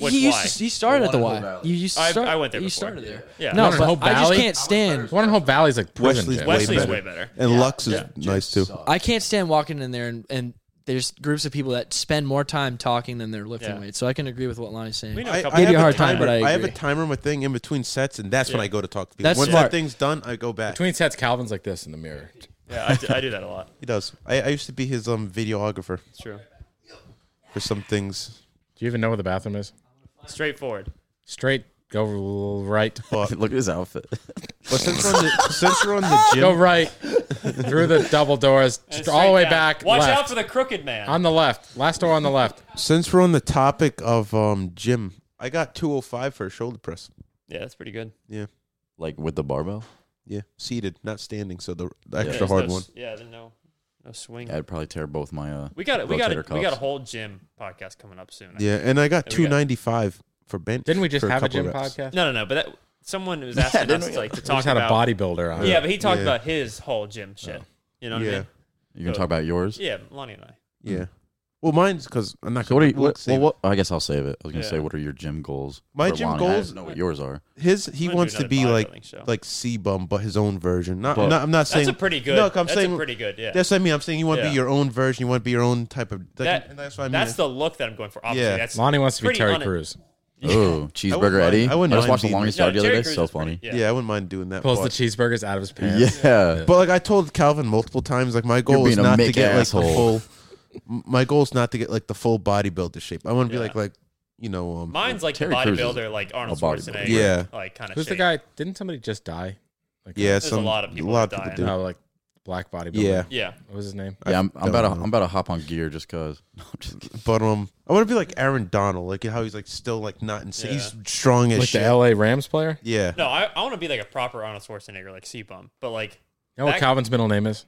Speaker 1: Which
Speaker 2: he used
Speaker 1: Y?
Speaker 2: to, he started at the
Speaker 3: one in Hope
Speaker 2: Y.
Speaker 3: Valley.
Speaker 2: You used to
Speaker 1: I-
Speaker 2: start,
Speaker 1: I went there
Speaker 2: You
Speaker 1: before.
Speaker 2: started there.
Speaker 1: Yeah.
Speaker 2: No,
Speaker 4: One in
Speaker 2: but
Speaker 4: Hope
Speaker 2: I just
Speaker 4: Valley?
Speaker 2: can't stand.
Speaker 4: The one in Hope Valley's like prison
Speaker 5: Wesley's
Speaker 4: jail.
Speaker 5: way
Speaker 1: Wesley's
Speaker 5: better.
Speaker 1: way better.
Speaker 5: And Lux is nice too.
Speaker 2: I can't stand walking in there and, and there's groups of people that spend more time talking than they're lifting
Speaker 1: Yeah.
Speaker 2: weights. So I can agree with what Lonnie's saying.
Speaker 1: We know a
Speaker 5: I,
Speaker 1: couple
Speaker 5: I
Speaker 2: Give
Speaker 5: have
Speaker 2: you a hard time,
Speaker 5: timer,
Speaker 2: but I
Speaker 5: have a
Speaker 2: agree.
Speaker 5: timer my thing in between sets, and that's when I go to talk to people.
Speaker 2: That's
Speaker 5: Once
Speaker 2: smart.
Speaker 5: that thing's done, I go back.
Speaker 4: Between sets, Calvin's like this in the mirror.
Speaker 1: Yeah, I, do- I do that a lot.
Speaker 5: He does. I, I used to be his um videographer
Speaker 1: It's true.
Speaker 5: for some things.
Speaker 4: Do you even know where the bathroom is?
Speaker 1: Straightforward.
Speaker 4: Straight, go right,
Speaker 3: Look at his outfit.
Speaker 5: But since we're on the, since we're on the
Speaker 4: go
Speaker 5: gym,
Speaker 4: right through the double doors,
Speaker 1: And
Speaker 4: just all the way
Speaker 1: straight down.
Speaker 4: back.
Speaker 1: Watch
Speaker 4: left.
Speaker 1: out for the crooked man.
Speaker 4: on the left, last door on the left.
Speaker 5: since we're on the topic of um gym, I got 205 for a shoulder press.
Speaker 1: yeah, that's pretty good.
Speaker 3: like with the barbell?
Speaker 5: Yeah, seated, not standing. So the, the
Speaker 3: Yeah.
Speaker 5: extra
Speaker 1: There's
Speaker 5: hard
Speaker 1: no,
Speaker 5: one.
Speaker 1: s- Yeah, there's no no swing.
Speaker 3: I'd probably tear both my uh
Speaker 1: we got it. We got
Speaker 3: rotator
Speaker 1: it. We got a
Speaker 3: cuffs.
Speaker 1: whole gym podcast coming up soon. I
Speaker 5: Yeah, and I got
Speaker 1: There we go.
Speaker 5: 295 for bench.
Speaker 4: Didn't we just
Speaker 5: for
Speaker 4: have a
Speaker 5: couple
Speaker 4: gym
Speaker 5: reps.
Speaker 4: podcast?
Speaker 1: No, no, no. But that someone was asking
Speaker 3: didn't
Speaker 1: us
Speaker 3: we?
Speaker 1: like to
Speaker 4: We
Speaker 1: talk
Speaker 4: just had
Speaker 1: about.
Speaker 4: a bodybuilder on.
Speaker 1: Yeah, but he talked
Speaker 5: Yeah.
Speaker 1: about his whole
Speaker 3: Oh.
Speaker 1: gym shit. You know what I
Speaker 5: Yeah.
Speaker 1: mean?
Speaker 3: You gonna talk about yours?
Speaker 1: Yeah, Lonnie and I.
Speaker 5: Yeah. Well, mine's because I'm not.
Speaker 3: So what are you,
Speaker 5: we'll
Speaker 3: what,
Speaker 5: save
Speaker 3: well,
Speaker 5: it.
Speaker 3: what, I guess I'll save it. I was gonna
Speaker 1: Yeah.
Speaker 3: say, what are your gym goals?
Speaker 5: My
Speaker 3: for
Speaker 5: gym
Speaker 3: Lonnie? I don't
Speaker 5: goals-
Speaker 3: know what yours are.
Speaker 5: His he
Speaker 1: We're gonna
Speaker 5: wants
Speaker 1: do
Speaker 5: to
Speaker 1: another
Speaker 5: be like
Speaker 1: bodybuilding show.
Speaker 5: like C bum, but his own version. Not,
Speaker 3: But-
Speaker 5: not I'm not
Speaker 1: that's
Speaker 5: saying
Speaker 1: a pretty good.
Speaker 5: No, I'm
Speaker 1: that's
Speaker 5: saying
Speaker 1: a pretty good. Yeah,
Speaker 5: that's what I mean. I'm saying you want to
Speaker 1: Yeah.
Speaker 5: be your own version. You want to be your own type of. Like,
Speaker 1: That-
Speaker 5: and that's what I mean.
Speaker 1: that's the look that I'm going for. Obviously,
Speaker 5: Yeah.
Speaker 1: that's
Speaker 4: Lonnie wants to be
Speaker 1: Pretty
Speaker 4: Terry
Speaker 1: on it.
Speaker 4: Crews.
Speaker 3: Oh,
Speaker 5: I wouldn't
Speaker 3: cheeseburger
Speaker 5: mind-
Speaker 3: Eddie.
Speaker 5: I wouldn't
Speaker 3: just
Speaker 5: mind
Speaker 3: watched the
Speaker 5: being-
Speaker 3: longest
Speaker 1: No,
Speaker 3: yard the other
Speaker 1: Terry
Speaker 3: day.
Speaker 1: Crews
Speaker 3: So
Speaker 1: is pretty-
Speaker 3: funny.
Speaker 5: yeah. I wouldn't mind doing that.
Speaker 4: Pulls the
Speaker 5: part.
Speaker 4: cheeseburgers out of his pants.
Speaker 3: Yeah.
Speaker 5: But like I told Calvin multiple times, like my goal
Speaker 3: being
Speaker 5: is
Speaker 3: a
Speaker 5: not to
Speaker 3: Mick
Speaker 5: get like the
Speaker 3: asshole.
Speaker 5: full. m- my goal is not to get like the full bodybuilder shape. I want to be
Speaker 1: Yeah.
Speaker 5: like like you know um
Speaker 1: mine's like the
Speaker 3: Terry Crews is
Speaker 1: bodybuilder, like Arnold
Speaker 3: a bodybuilder.
Speaker 1: Schwarzenegger.
Speaker 5: Yeah.
Speaker 1: like kind of.
Speaker 4: Who's the guy? Didn't somebody just die? Like
Speaker 5: yeah.
Speaker 1: a
Speaker 5: Some,
Speaker 1: lot of people that die.
Speaker 5: do.
Speaker 4: No, like black bodybuilder.
Speaker 5: Yeah.
Speaker 1: Yeah,
Speaker 4: What was his name?
Speaker 3: Yeah, I'm, I'm
Speaker 5: don't
Speaker 3: about to
Speaker 5: know.
Speaker 3: I'm about to hop on gear just cause. No, I'm just kidding.
Speaker 5: But um, I want to be like Aaron Donald, like how he's like still like not insane.
Speaker 1: Yeah.
Speaker 5: He's strong as
Speaker 4: Like
Speaker 5: shit.
Speaker 4: the LA Rams player?
Speaker 5: yeah.
Speaker 1: no, I, I want to be like a proper Arnold Schwarzenegger, like C bum, but like
Speaker 4: You know what
Speaker 1: That-
Speaker 4: Calvin's middle name is?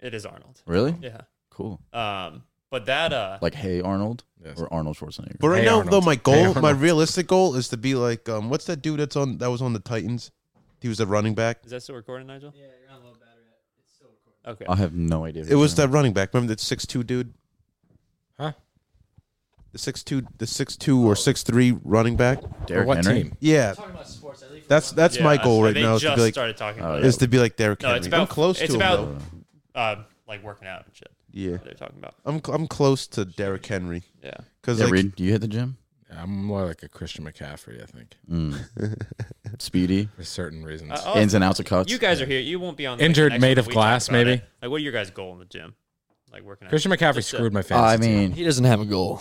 Speaker 1: it is Arnold.
Speaker 3: Really?
Speaker 1: Yeah.
Speaker 3: Cool.
Speaker 1: Um, but that uh,
Speaker 3: Like, hey Arnold
Speaker 4: Yes.
Speaker 3: or Arnold Schwarzenegger.
Speaker 5: But right
Speaker 4: Hey,
Speaker 5: now,
Speaker 4: Arnold.
Speaker 5: though, my goal,
Speaker 4: Hey, Arnold.
Speaker 5: my realistic goal, is to be like, um, what's that dude that's on that was on the Titans? He was a running back.
Speaker 1: is that still recording, Nigel? Yeah, you're on low battery. It's still recording. Okay.
Speaker 5: Uh,
Speaker 3: I have no idea.
Speaker 5: It was that running back. Remember that six two dude,
Speaker 4: Huh?
Speaker 5: the six two, the six two
Speaker 1: Oh.
Speaker 5: or six three running back.
Speaker 4: Or
Speaker 3: Derrick
Speaker 4: what
Speaker 3: Henry.
Speaker 4: team?
Speaker 5: Yeah,
Speaker 2: Talking about sports, I leave
Speaker 5: that's that's
Speaker 1: Yeah,
Speaker 5: my goal
Speaker 1: so
Speaker 5: right
Speaker 1: they
Speaker 5: now is
Speaker 1: Just
Speaker 5: to be like uh,
Speaker 1: started talking
Speaker 3: Oh,
Speaker 1: about
Speaker 3: yeah.
Speaker 1: it.
Speaker 5: is to be like Derrick
Speaker 1: No,
Speaker 5: Henry.
Speaker 1: it's about
Speaker 5: I'm close
Speaker 1: it's
Speaker 5: to
Speaker 1: about
Speaker 5: him. Though.
Speaker 1: uh, like working out and shit.
Speaker 5: Yeah,
Speaker 1: They're talking about
Speaker 5: I'm cl- I'm close to Derrick Henry
Speaker 1: yeah.
Speaker 5: because
Speaker 3: Yeah,
Speaker 5: like
Speaker 3: Reed, do you hit the gym?
Speaker 4: I'm more like a Christian McCaffrey, I think,
Speaker 3: Mm. Speedy.
Speaker 4: for certain reasons.
Speaker 1: Uh, oh,
Speaker 3: Ins and outs of cuts.
Speaker 1: you guys are here. You won't be on the
Speaker 4: Injured,
Speaker 1: next
Speaker 4: made
Speaker 1: one
Speaker 4: of
Speaker 1: we talk
Speaker 4: glass,
Speaker 1: about it.
Speaker 4: maybe?
Speaker 1: Like, what are your guys' goal in the gym? Like working out.
Speaker 4: Christian McCaffrey
Speaker 1: Just, uh,
Speaker 4: screwed my
Speaker 3: I
Speaker 4: fantasy. team.
Speaker 3: mean,
Speaker 2: He doesn't have a goal.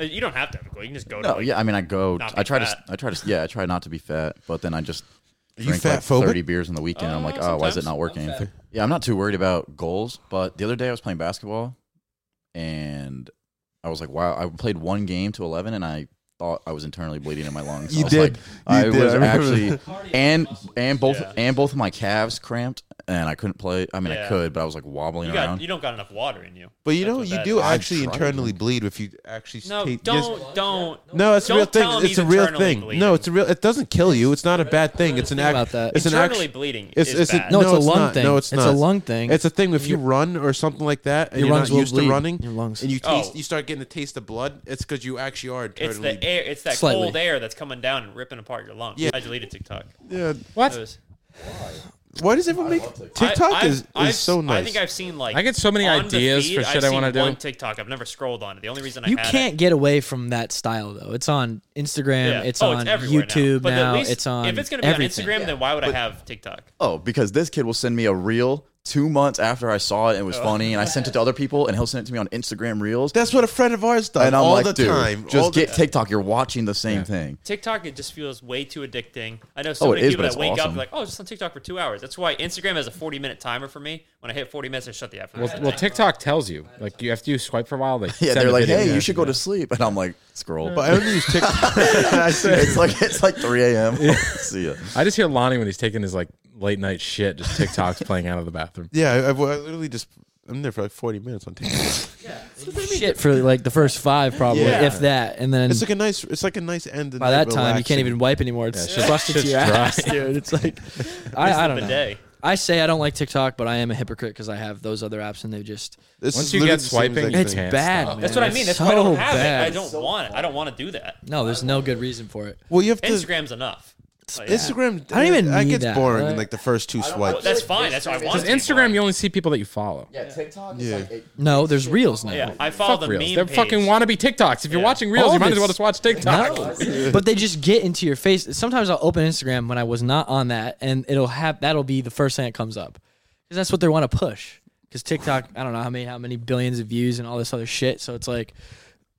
Speaker 1: Uh, You don't have to have a goal. You can just go. to
Speaker 3: No,
Speaker 1: like,
Speaker 3: yeah, I mean, I go.
Speaker 1: not
Speaker 3: I
Speaker 1: be
Speaker 3: try
Speaker 1: fat.
Speaker 3: to. I try to. Yeah, I try not to be fat, but then I just
Speaker 5: Are you
Speaker 3: drink like
Speaker 5: fat-phobic?
Speaker 3: thirty beers on the weekend. and I'm like, oh,
Speaker 1: Uh,
Speaker 3: why is it
Speaker 1: sometimes.
Speaker 3: not working? Yeah, I'm not too worried about goals, but the other day I was playing basketball, and I was like, wow, I played one game to eleven, and I thought I was internally bleeding in my lungs.
Speaker 5: You
Speaker 3: I was
Speaker 5: did.
Speaker 3: Like,
Speaker 5: You
Speaker 3: I
Speaker 5: did.
Speaker 3: was
Speaker 5: I remember.
Speaker 3: actually and and both
Speaker 1: Yeah.
Speaker 3: and both of my calves cramped, and I couldn't play. I mean, I
Speaker 1: Yeah.
Speaker 3: could, but I was like wobbling
Speaker 1: You
Speaker 3: around.
Speaker 1: got. You don't got enough water in you.
Speaker 5: But you
Speaker 1: That's
Speaker 5: know,
Speaker 1: what
Speaker 5: you
Speaker 1: that
Speaker 5: do
Speaker 1: is.
Speaker 3: I
Speaker 5: actually
Speaker 3: tried to.
Speaker 5: internally bleed if you actually.
Speaker 1: No,
Speaker 5: take- yes-
Speaker 1: don't, don't.
Speaker 5: No, it's a real
Speaker 1: Don't tell
Speaker 5: thing.
Speaker 1: him
Speaker 5: It's a
Speaker 1: he's
Speaker 5: real
Speaker 1: internally
Speaker 5: thing.
Speaker 1: bleeding.
Speaker 5: No, it's a real. It doesn't kill you. It's not a bad thing. It's an
Speaker 2: Think
Speaker 5: act.
Speaker 2: about that.
Speaker 5: It's an
Speaker 1: internally
Speaker 5: act.
Speaker 1: bleeding.
Speaker 5: It's,
Speaker 1: is
Speaker 5: it's a,
Speaker 1: bad.
Speaker 2: No,
Speaker 5: no,
Speaker 2: it's a lung
Speaker 5: not.
Speaker 2: thing.
Speaker 5: No, it's,
Speaker 2: It's
Speaker 5: not.
Speaker 2: a lung thing.
Speaker 5: It's a thing. If you run or something like that, and
Speaker 2: Your
Speaker 5: you're
Speaker 2: lungs
Speaker 5: not
Speaker 2: will
Speaker 5: used to
Speaker 2: bleed.
Speaker 5: running,
Speaker 2: Your lungs-
Speaker 5: and you
Speaker 1: Oh.
Speaker 5: taste, you start getting the taste of blood. It's because you actually are
Speaker 1: It's
Speaker 5: internally.
Speaker 1: the air. It's that
Speaker 2: Slightly.
Speaker 1: cold air that's coming down and ripping apart your lungs.
Speaker 5: Yeah.
Speaker 1: I deleted TikTok.
Speaker 5: yeah.
Speaker 1: It
Speaker 4: what?
Speaker 1: was-
Speaker 5: Why does everyone make TikTok
Speaker 1: I, I've-
Speaker 5: is is
Speaker 1: I've-
Speaker 5: so nice?
Speaker 1: I think I've seen like
Speaker 4: I get so many
Speaker 1: on the
Speaker 4: ideas
Speaker 1: feed,
Speaker 4: for shit
Speaker 1: I've
Speaker 4: I
Speaker 1: seen
Speaker 4: wanna do.
Speaker 1: One TikTok. I've never scrolled on it. The only reason I
Speaker 2: You
Speaker 1: had it-
Speaker 2: can't get away from that style though. It's on Instagram.
Speaker 1: Yeah.
Speaker 2: It's
Speaker 1: Oh,
Speaker 2: on
Speaker 1: everywhere
Speaker 2: YouTube
Speaker 1: But at
Speaker 2: now.
Speaker 1: least-
Speaker 2: it's on.
Speaker 1: If it's gonna be
Speaker 2: everything.
Speaker 1: on Instagram, then why would I have TikTok?
Speaker 3: oh, because this kid will send me a reel two months after I saw it and it was
Speaker 1: Oh.
Speaker 3: funny, and I sent it to other people, and he'll send it to me on Instagram Reels.
Speaker 5: that's what a friend of ours does
Speaker 3: and I'm
Speaker 5: all
Speaker 3: like,
Speaker 5: the
Speaker 3: dude,
Speaker 5: time.
Speaker 3: just
Speaker 5: all the-
Speaker 3: get TikTok. You're watching the same thing.
Speaker 1: TikTok it just feels way too addicting. I know so
Speaker 3: Oh, it
Speaker 1: many
Speaker 3: is,
Speaker 1: people
Speaker 3: but
Speaker 1: that
Speaker 3: it's
Speaker 1: wake up
Speaker 3: awesome.
Speaker 1: like, oh, just on TikTok for two hours. That's why Instagram has a forty minute timer for me. When I hit forty minutes, I shut the app.
Speaker 4: Well, well, TikTok tells you. Like, you after you swipe for a while, they
Speaker 3: Yeah,
Speaker 4: send
Speaker 3: they're
Speaker 4: a
Speaker 3: like,
Speaker 4: video
Speaker 3: hey,
Speaker 4: to
Speaker 3: you should go to sleep, and I'm like, scroll.
Speaker 5: but I only use TikTok. I said-
Speaker 3: it's like it's like 3 a.m. See ya.
Speaker 4: I just hear Lonnie when he's taking his like late night shit, just TikToks playing out of the bathroom.
Speaker 5: yeah, I, I, I literally just I'm there for like 40 minutes on TikTok.
Speaker 2: shit for like the first five probably,
Speaker 5: Yeah.
Speaker 2: if that, and then
Speaker 5: It's like a nice. It's like a nice end.
Speaker 2: by that time you can't even wipe anymore. It's
Speaker 4: shit's-
Speaker 2: thrust into
Speaker 4: shit's
Speaker 2: your
Speaker 4: dry.
Speaker 2: ass, dude. It's like I, I don't know.
Speaker 1: bidet.
Speaker 2: I say I don't like TikTok, but I am a hypocrite because I have those other apps and they're just
Speaker 4: Once you get swiping,
Speaker 2: it's
Speaker 4: Can't
Speaker 2: bad.
Speaker 4: stop.
Speaker 2: man.
Speaker 1: That's what I
Speaker 2: It's
Speaker 1: mean. That's
Speaker 2: so
Speaker 1: why I don't have
Speaker 2: bad.
Speaker 1: it. I don't want it. I don't want to do that.
Speaker 2: No, there's no good reason for it.
Speaker 5: Well, you have to.
Speaker 1: Instagram's enough. Like,
Speaker 5: Instagram.
Speaker 2: I don't even
Speaker 5: That
Speaker 2: need
Speaker 5: gets
Speaker 2: that,
Speaker 5: boring
Speaker 2: right?
Speaker 5: in like the first two
Speaker 1: well,
Speaker 5: swipes.
Speaker 1: that's fine. That's what I want.
Speaker 4: Because Instagram, you only see people that you follow.
Speaker 3: Yeah, TikTok.
Speaker 5: is Yeah. like a-
Speaker 2: No, there's reels now.
Speaker 1: Yeah, I follow
Speaker 4: Fuck
Speaker 1: the
Speaker 4: reels.
Speaker 1: meme
Speaker 4: They're
Speaker 1: page.
Speaker 4: fucking wannabe TikToks. If you're
Speaker 1: Yeah.
Speaker 4: watching reels,
Speaker 2: All
Speaker 4: you might
Speaker 2: of
Speaker 4: as well
Speaker 2: it's-
Speaker 4: just watch TikTok.
Speaker 2: No. but they just get into your face. Sometimes I'll open Instagram when I was not on that, and it'll have that'll be the first thing that comes up. because that's what they want to push. Because TikTok, I don't know how many how many billions of views and all this other shit. So it's like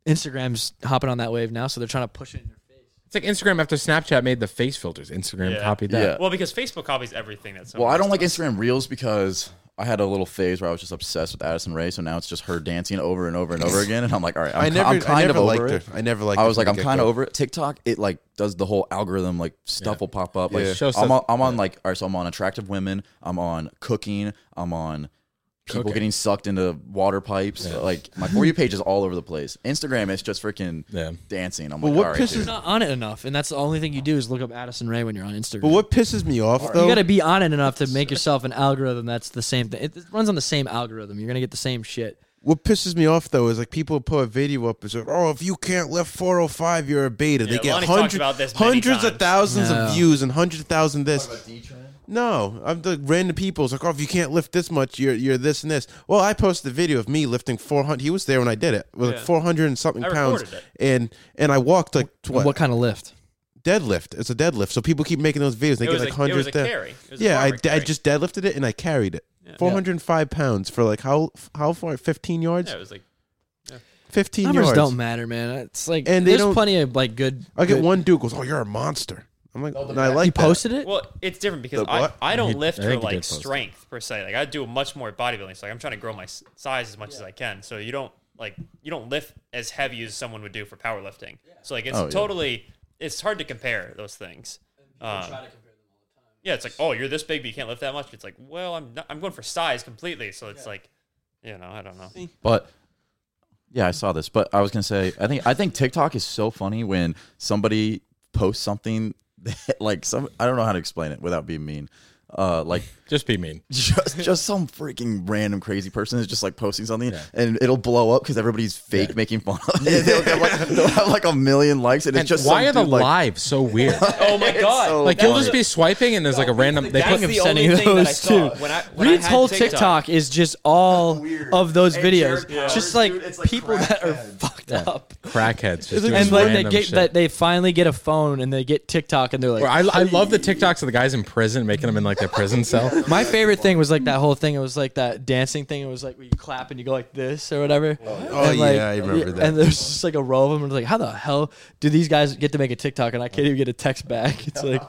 Speaker 2: Instagram's hopping on that wave now, so they're trying to push it. In their face.
Speaker 4: It's like Instagram after Snapchat made the face filters. Instagram
Speaker 1: Yeah.
Speaker 4: copied
Speaker 3: Yeah.
Speaker 4: that.
Speaker 1: Well, because Facebook copies everything that's
Speaker 3: Well, I don't like Instagram Reels because I had a little phase where I was just obsessed with Addison Ray, so now it's just her dancing over and over and over again, and I'm like, all right, I'm,
Speaker 5: I
Speaker 3: ki-
Speaker 5: never,
Speaker 3: I'm kind
Speaker 5: I never
Speaker 3: of over
Speaker 5: liked
Speaker 3: it.
Speaker 5: her. I never liked.
Speaker 3: I
Speaker 5: her
Speaker 3: was
Speaker 5: from
Speaker 3: like, I'm
Speaker 5: the
Speaker 3: kind of
Speaker 5: get-go.
Speaker 3: over it. TikTok, it like does the whole algorithm like stuff will pop up. Like
Speaker 5: Yeah.
Speaker 4: Show
Speaker 3: I'm
Speaker 4: stuff-
Speaker 3: on, I'm on like, all right, so I'm on attractive women. I'm on cooking. I'm on people
Speaker 4: Cooking.
Speaker 3: getting sucked into water pipes. Like my for you page is all over the place. Instagram, it's just freaking
Speaker 4: Yeah.
Speaker 3: dancing. I'm
Speaker 5: But
Speaker 3: like,
Speaker 5: what
Speaker 3: all right,
Speaker 5: pisses-
Speaker 3: dude.
Speaker 2: You're not on it enough, and that's the only thing you do is look up Addison Ray when you're on Instagram.
Speaker 5: But what pisses me off though,
Speaker 2: you got to be on it enough to make yourself an algorithm that's the same thing. It, it runs on the same algorithm. You're gonna get the same shit.
Speaker 5: what pisses me off though, is like people put a video up and say, "Oh, if you can't lift 405, you're a beta." they
Speaker 1: Yeah,
Speaker 5: get
Speaker 1: Lonnie talked
Speaker 5: hundred,
Speaker 1: about this many
Speaker 5: hundreds
Speaker 1: times.
Speaker 5: of thousands
Speaker 2: No.
Speaker 5: of views and hundred thousand this. No, I'm the random people. It's like, oh, if you can't lift this much, you're you're this and this. Well, I posted a video of me lifting 400. He was there when I did it. It was like
Speaker 1: Yeah.
Speaker 5: 400 and something
Speaker 1: I
Speaker 5: pounds,
Speaker 1: recorded it.
Speaker 5: and and I walked like
Speaker 2: What,
Speaker 5: what,
Speaker 2: kind of lift?
Speaker 5: deadlift. It's a deadlift. So people keep making those videos. They
Speaker 1: It
Speaker 5: get
Speaker 1: was,
Speaker 5: like
Speaker 1: a, it was
Speaker 5: hundreds.
Speaker 1: a
Speaker 5: thou-
Speaker 1: carry. It was a
Speaker 5: yeah, I,
Speaker 1: farmer
Speaker 5: I
Speaker 1: carry.
Speaker 5: just deadlifted it and I carried it. 405 pounds for like how how far? 15 yards.
Speaker 1: Yeah, it was like
Speaker 5: 15
Speaker 2: Numbers
Speaker 5: yards.
Speaker 2: don't matter, man. It's like
Speaker 5: And they
Speaker 2: there's
Speaker 5: don't-
Speaker 2: plenty of like good.
Speaker 5: I get
Speaker 2: good-
Speaker 5: one dude goes, "Oh, you're a monster." I'm like, and I like
Speaker 2: You
Speaker 5: that.
Speaker 2: posted it.
Speaker 1: Well, it's different because
Speaker 5: The
Speaker 1: I,
Speaker 5: what?
Speaker 1: I don't
Speaker 4: He-
Speaker 1: lift
Speaker 4: I
Speaker 1: for
Speaker 4: think he
Speaker 1: like
Speaker 4: did post it.
Speaker 1: strength per se. Like I do much more bodybuilding. So like I'm trying to grow my s- size as much as I can. So you don't like you don't lift as heavy as someone would do for powerlifting. So like it's
Speaker 3: Oh, yeah.
Speaker 1: totally it's hard to compare those things. Um, yeah, it's like oh you're this big but you can't lift that much. It's like well I'm not, I'm going for size completely. So it's like you know I don't know.
Speaker 3: But yeah, I saw this. But I was gonna say, I think I think TikTok is so funny when somebody posts something that like some I don't know how to explain it without being mean. Uh, like
Speaker 4: Just be mean.
Speaker 3: just just some freaking random crazy person is just like posting something and it'll blow up because everybody's fake making fun of it. They'll, get like, they'll have like a million likes and,
Speaker 4: And
Speaker 3: it's just
Speaker 4: why are
Speaker 3: some
Speaker 4: the
Speaker 3: dude, like,
Speaker 4: lives so weird?
Speaker 1: Oh my god!
Speaker 3: so
Speaker 4: like you'll just be swiping and there's like a random. They
Speaker 1: That's
Speaker 4: put
Speaker 1: the only
Speaker 2: sending
Speaker 1: thing that I
Speaker 2: those
Speaker 1: saw
Speaker 2: too.
Speaker 1: when I when I
Speaker 2: Reed's
Speaker 1: had
Speaker 2: whole TikTok. is just all of those
Speaker 3: And Jared
Speaker 2: videos,
Speaker 3: Powers,
Speaker 2: just like,
Speaker 3: dude, it's like
Speaker 2: people that are fucked up.
Speaker 4: crackheads. Just doing
Speaker 2: And like they
Speaker 4: random
Speaker 2: get
Speaker 4: shit.
Speaker 2: that they finally get a phone and they get TikTok and they're like,
Speaker 4: Or I, I love the TikToks of the guys in prison making them in like their prison cell.
Speaker 2: My favorite thing was like that whole thing. It was like that dancing thing. It was like where you clap and you go like this or whatever.
Speaker 5: Oh,
Speaker 2: And,
Speaker 5: yeah,
Speaker 2: like,
Speaker 5: I remember
Speaker 2: yeah,
Speaker 5: that.
Speaker 2: And there's just like a row of them. And it's like, how the hell do these guys get to make a TikTok and I can't even get a text back? It's like,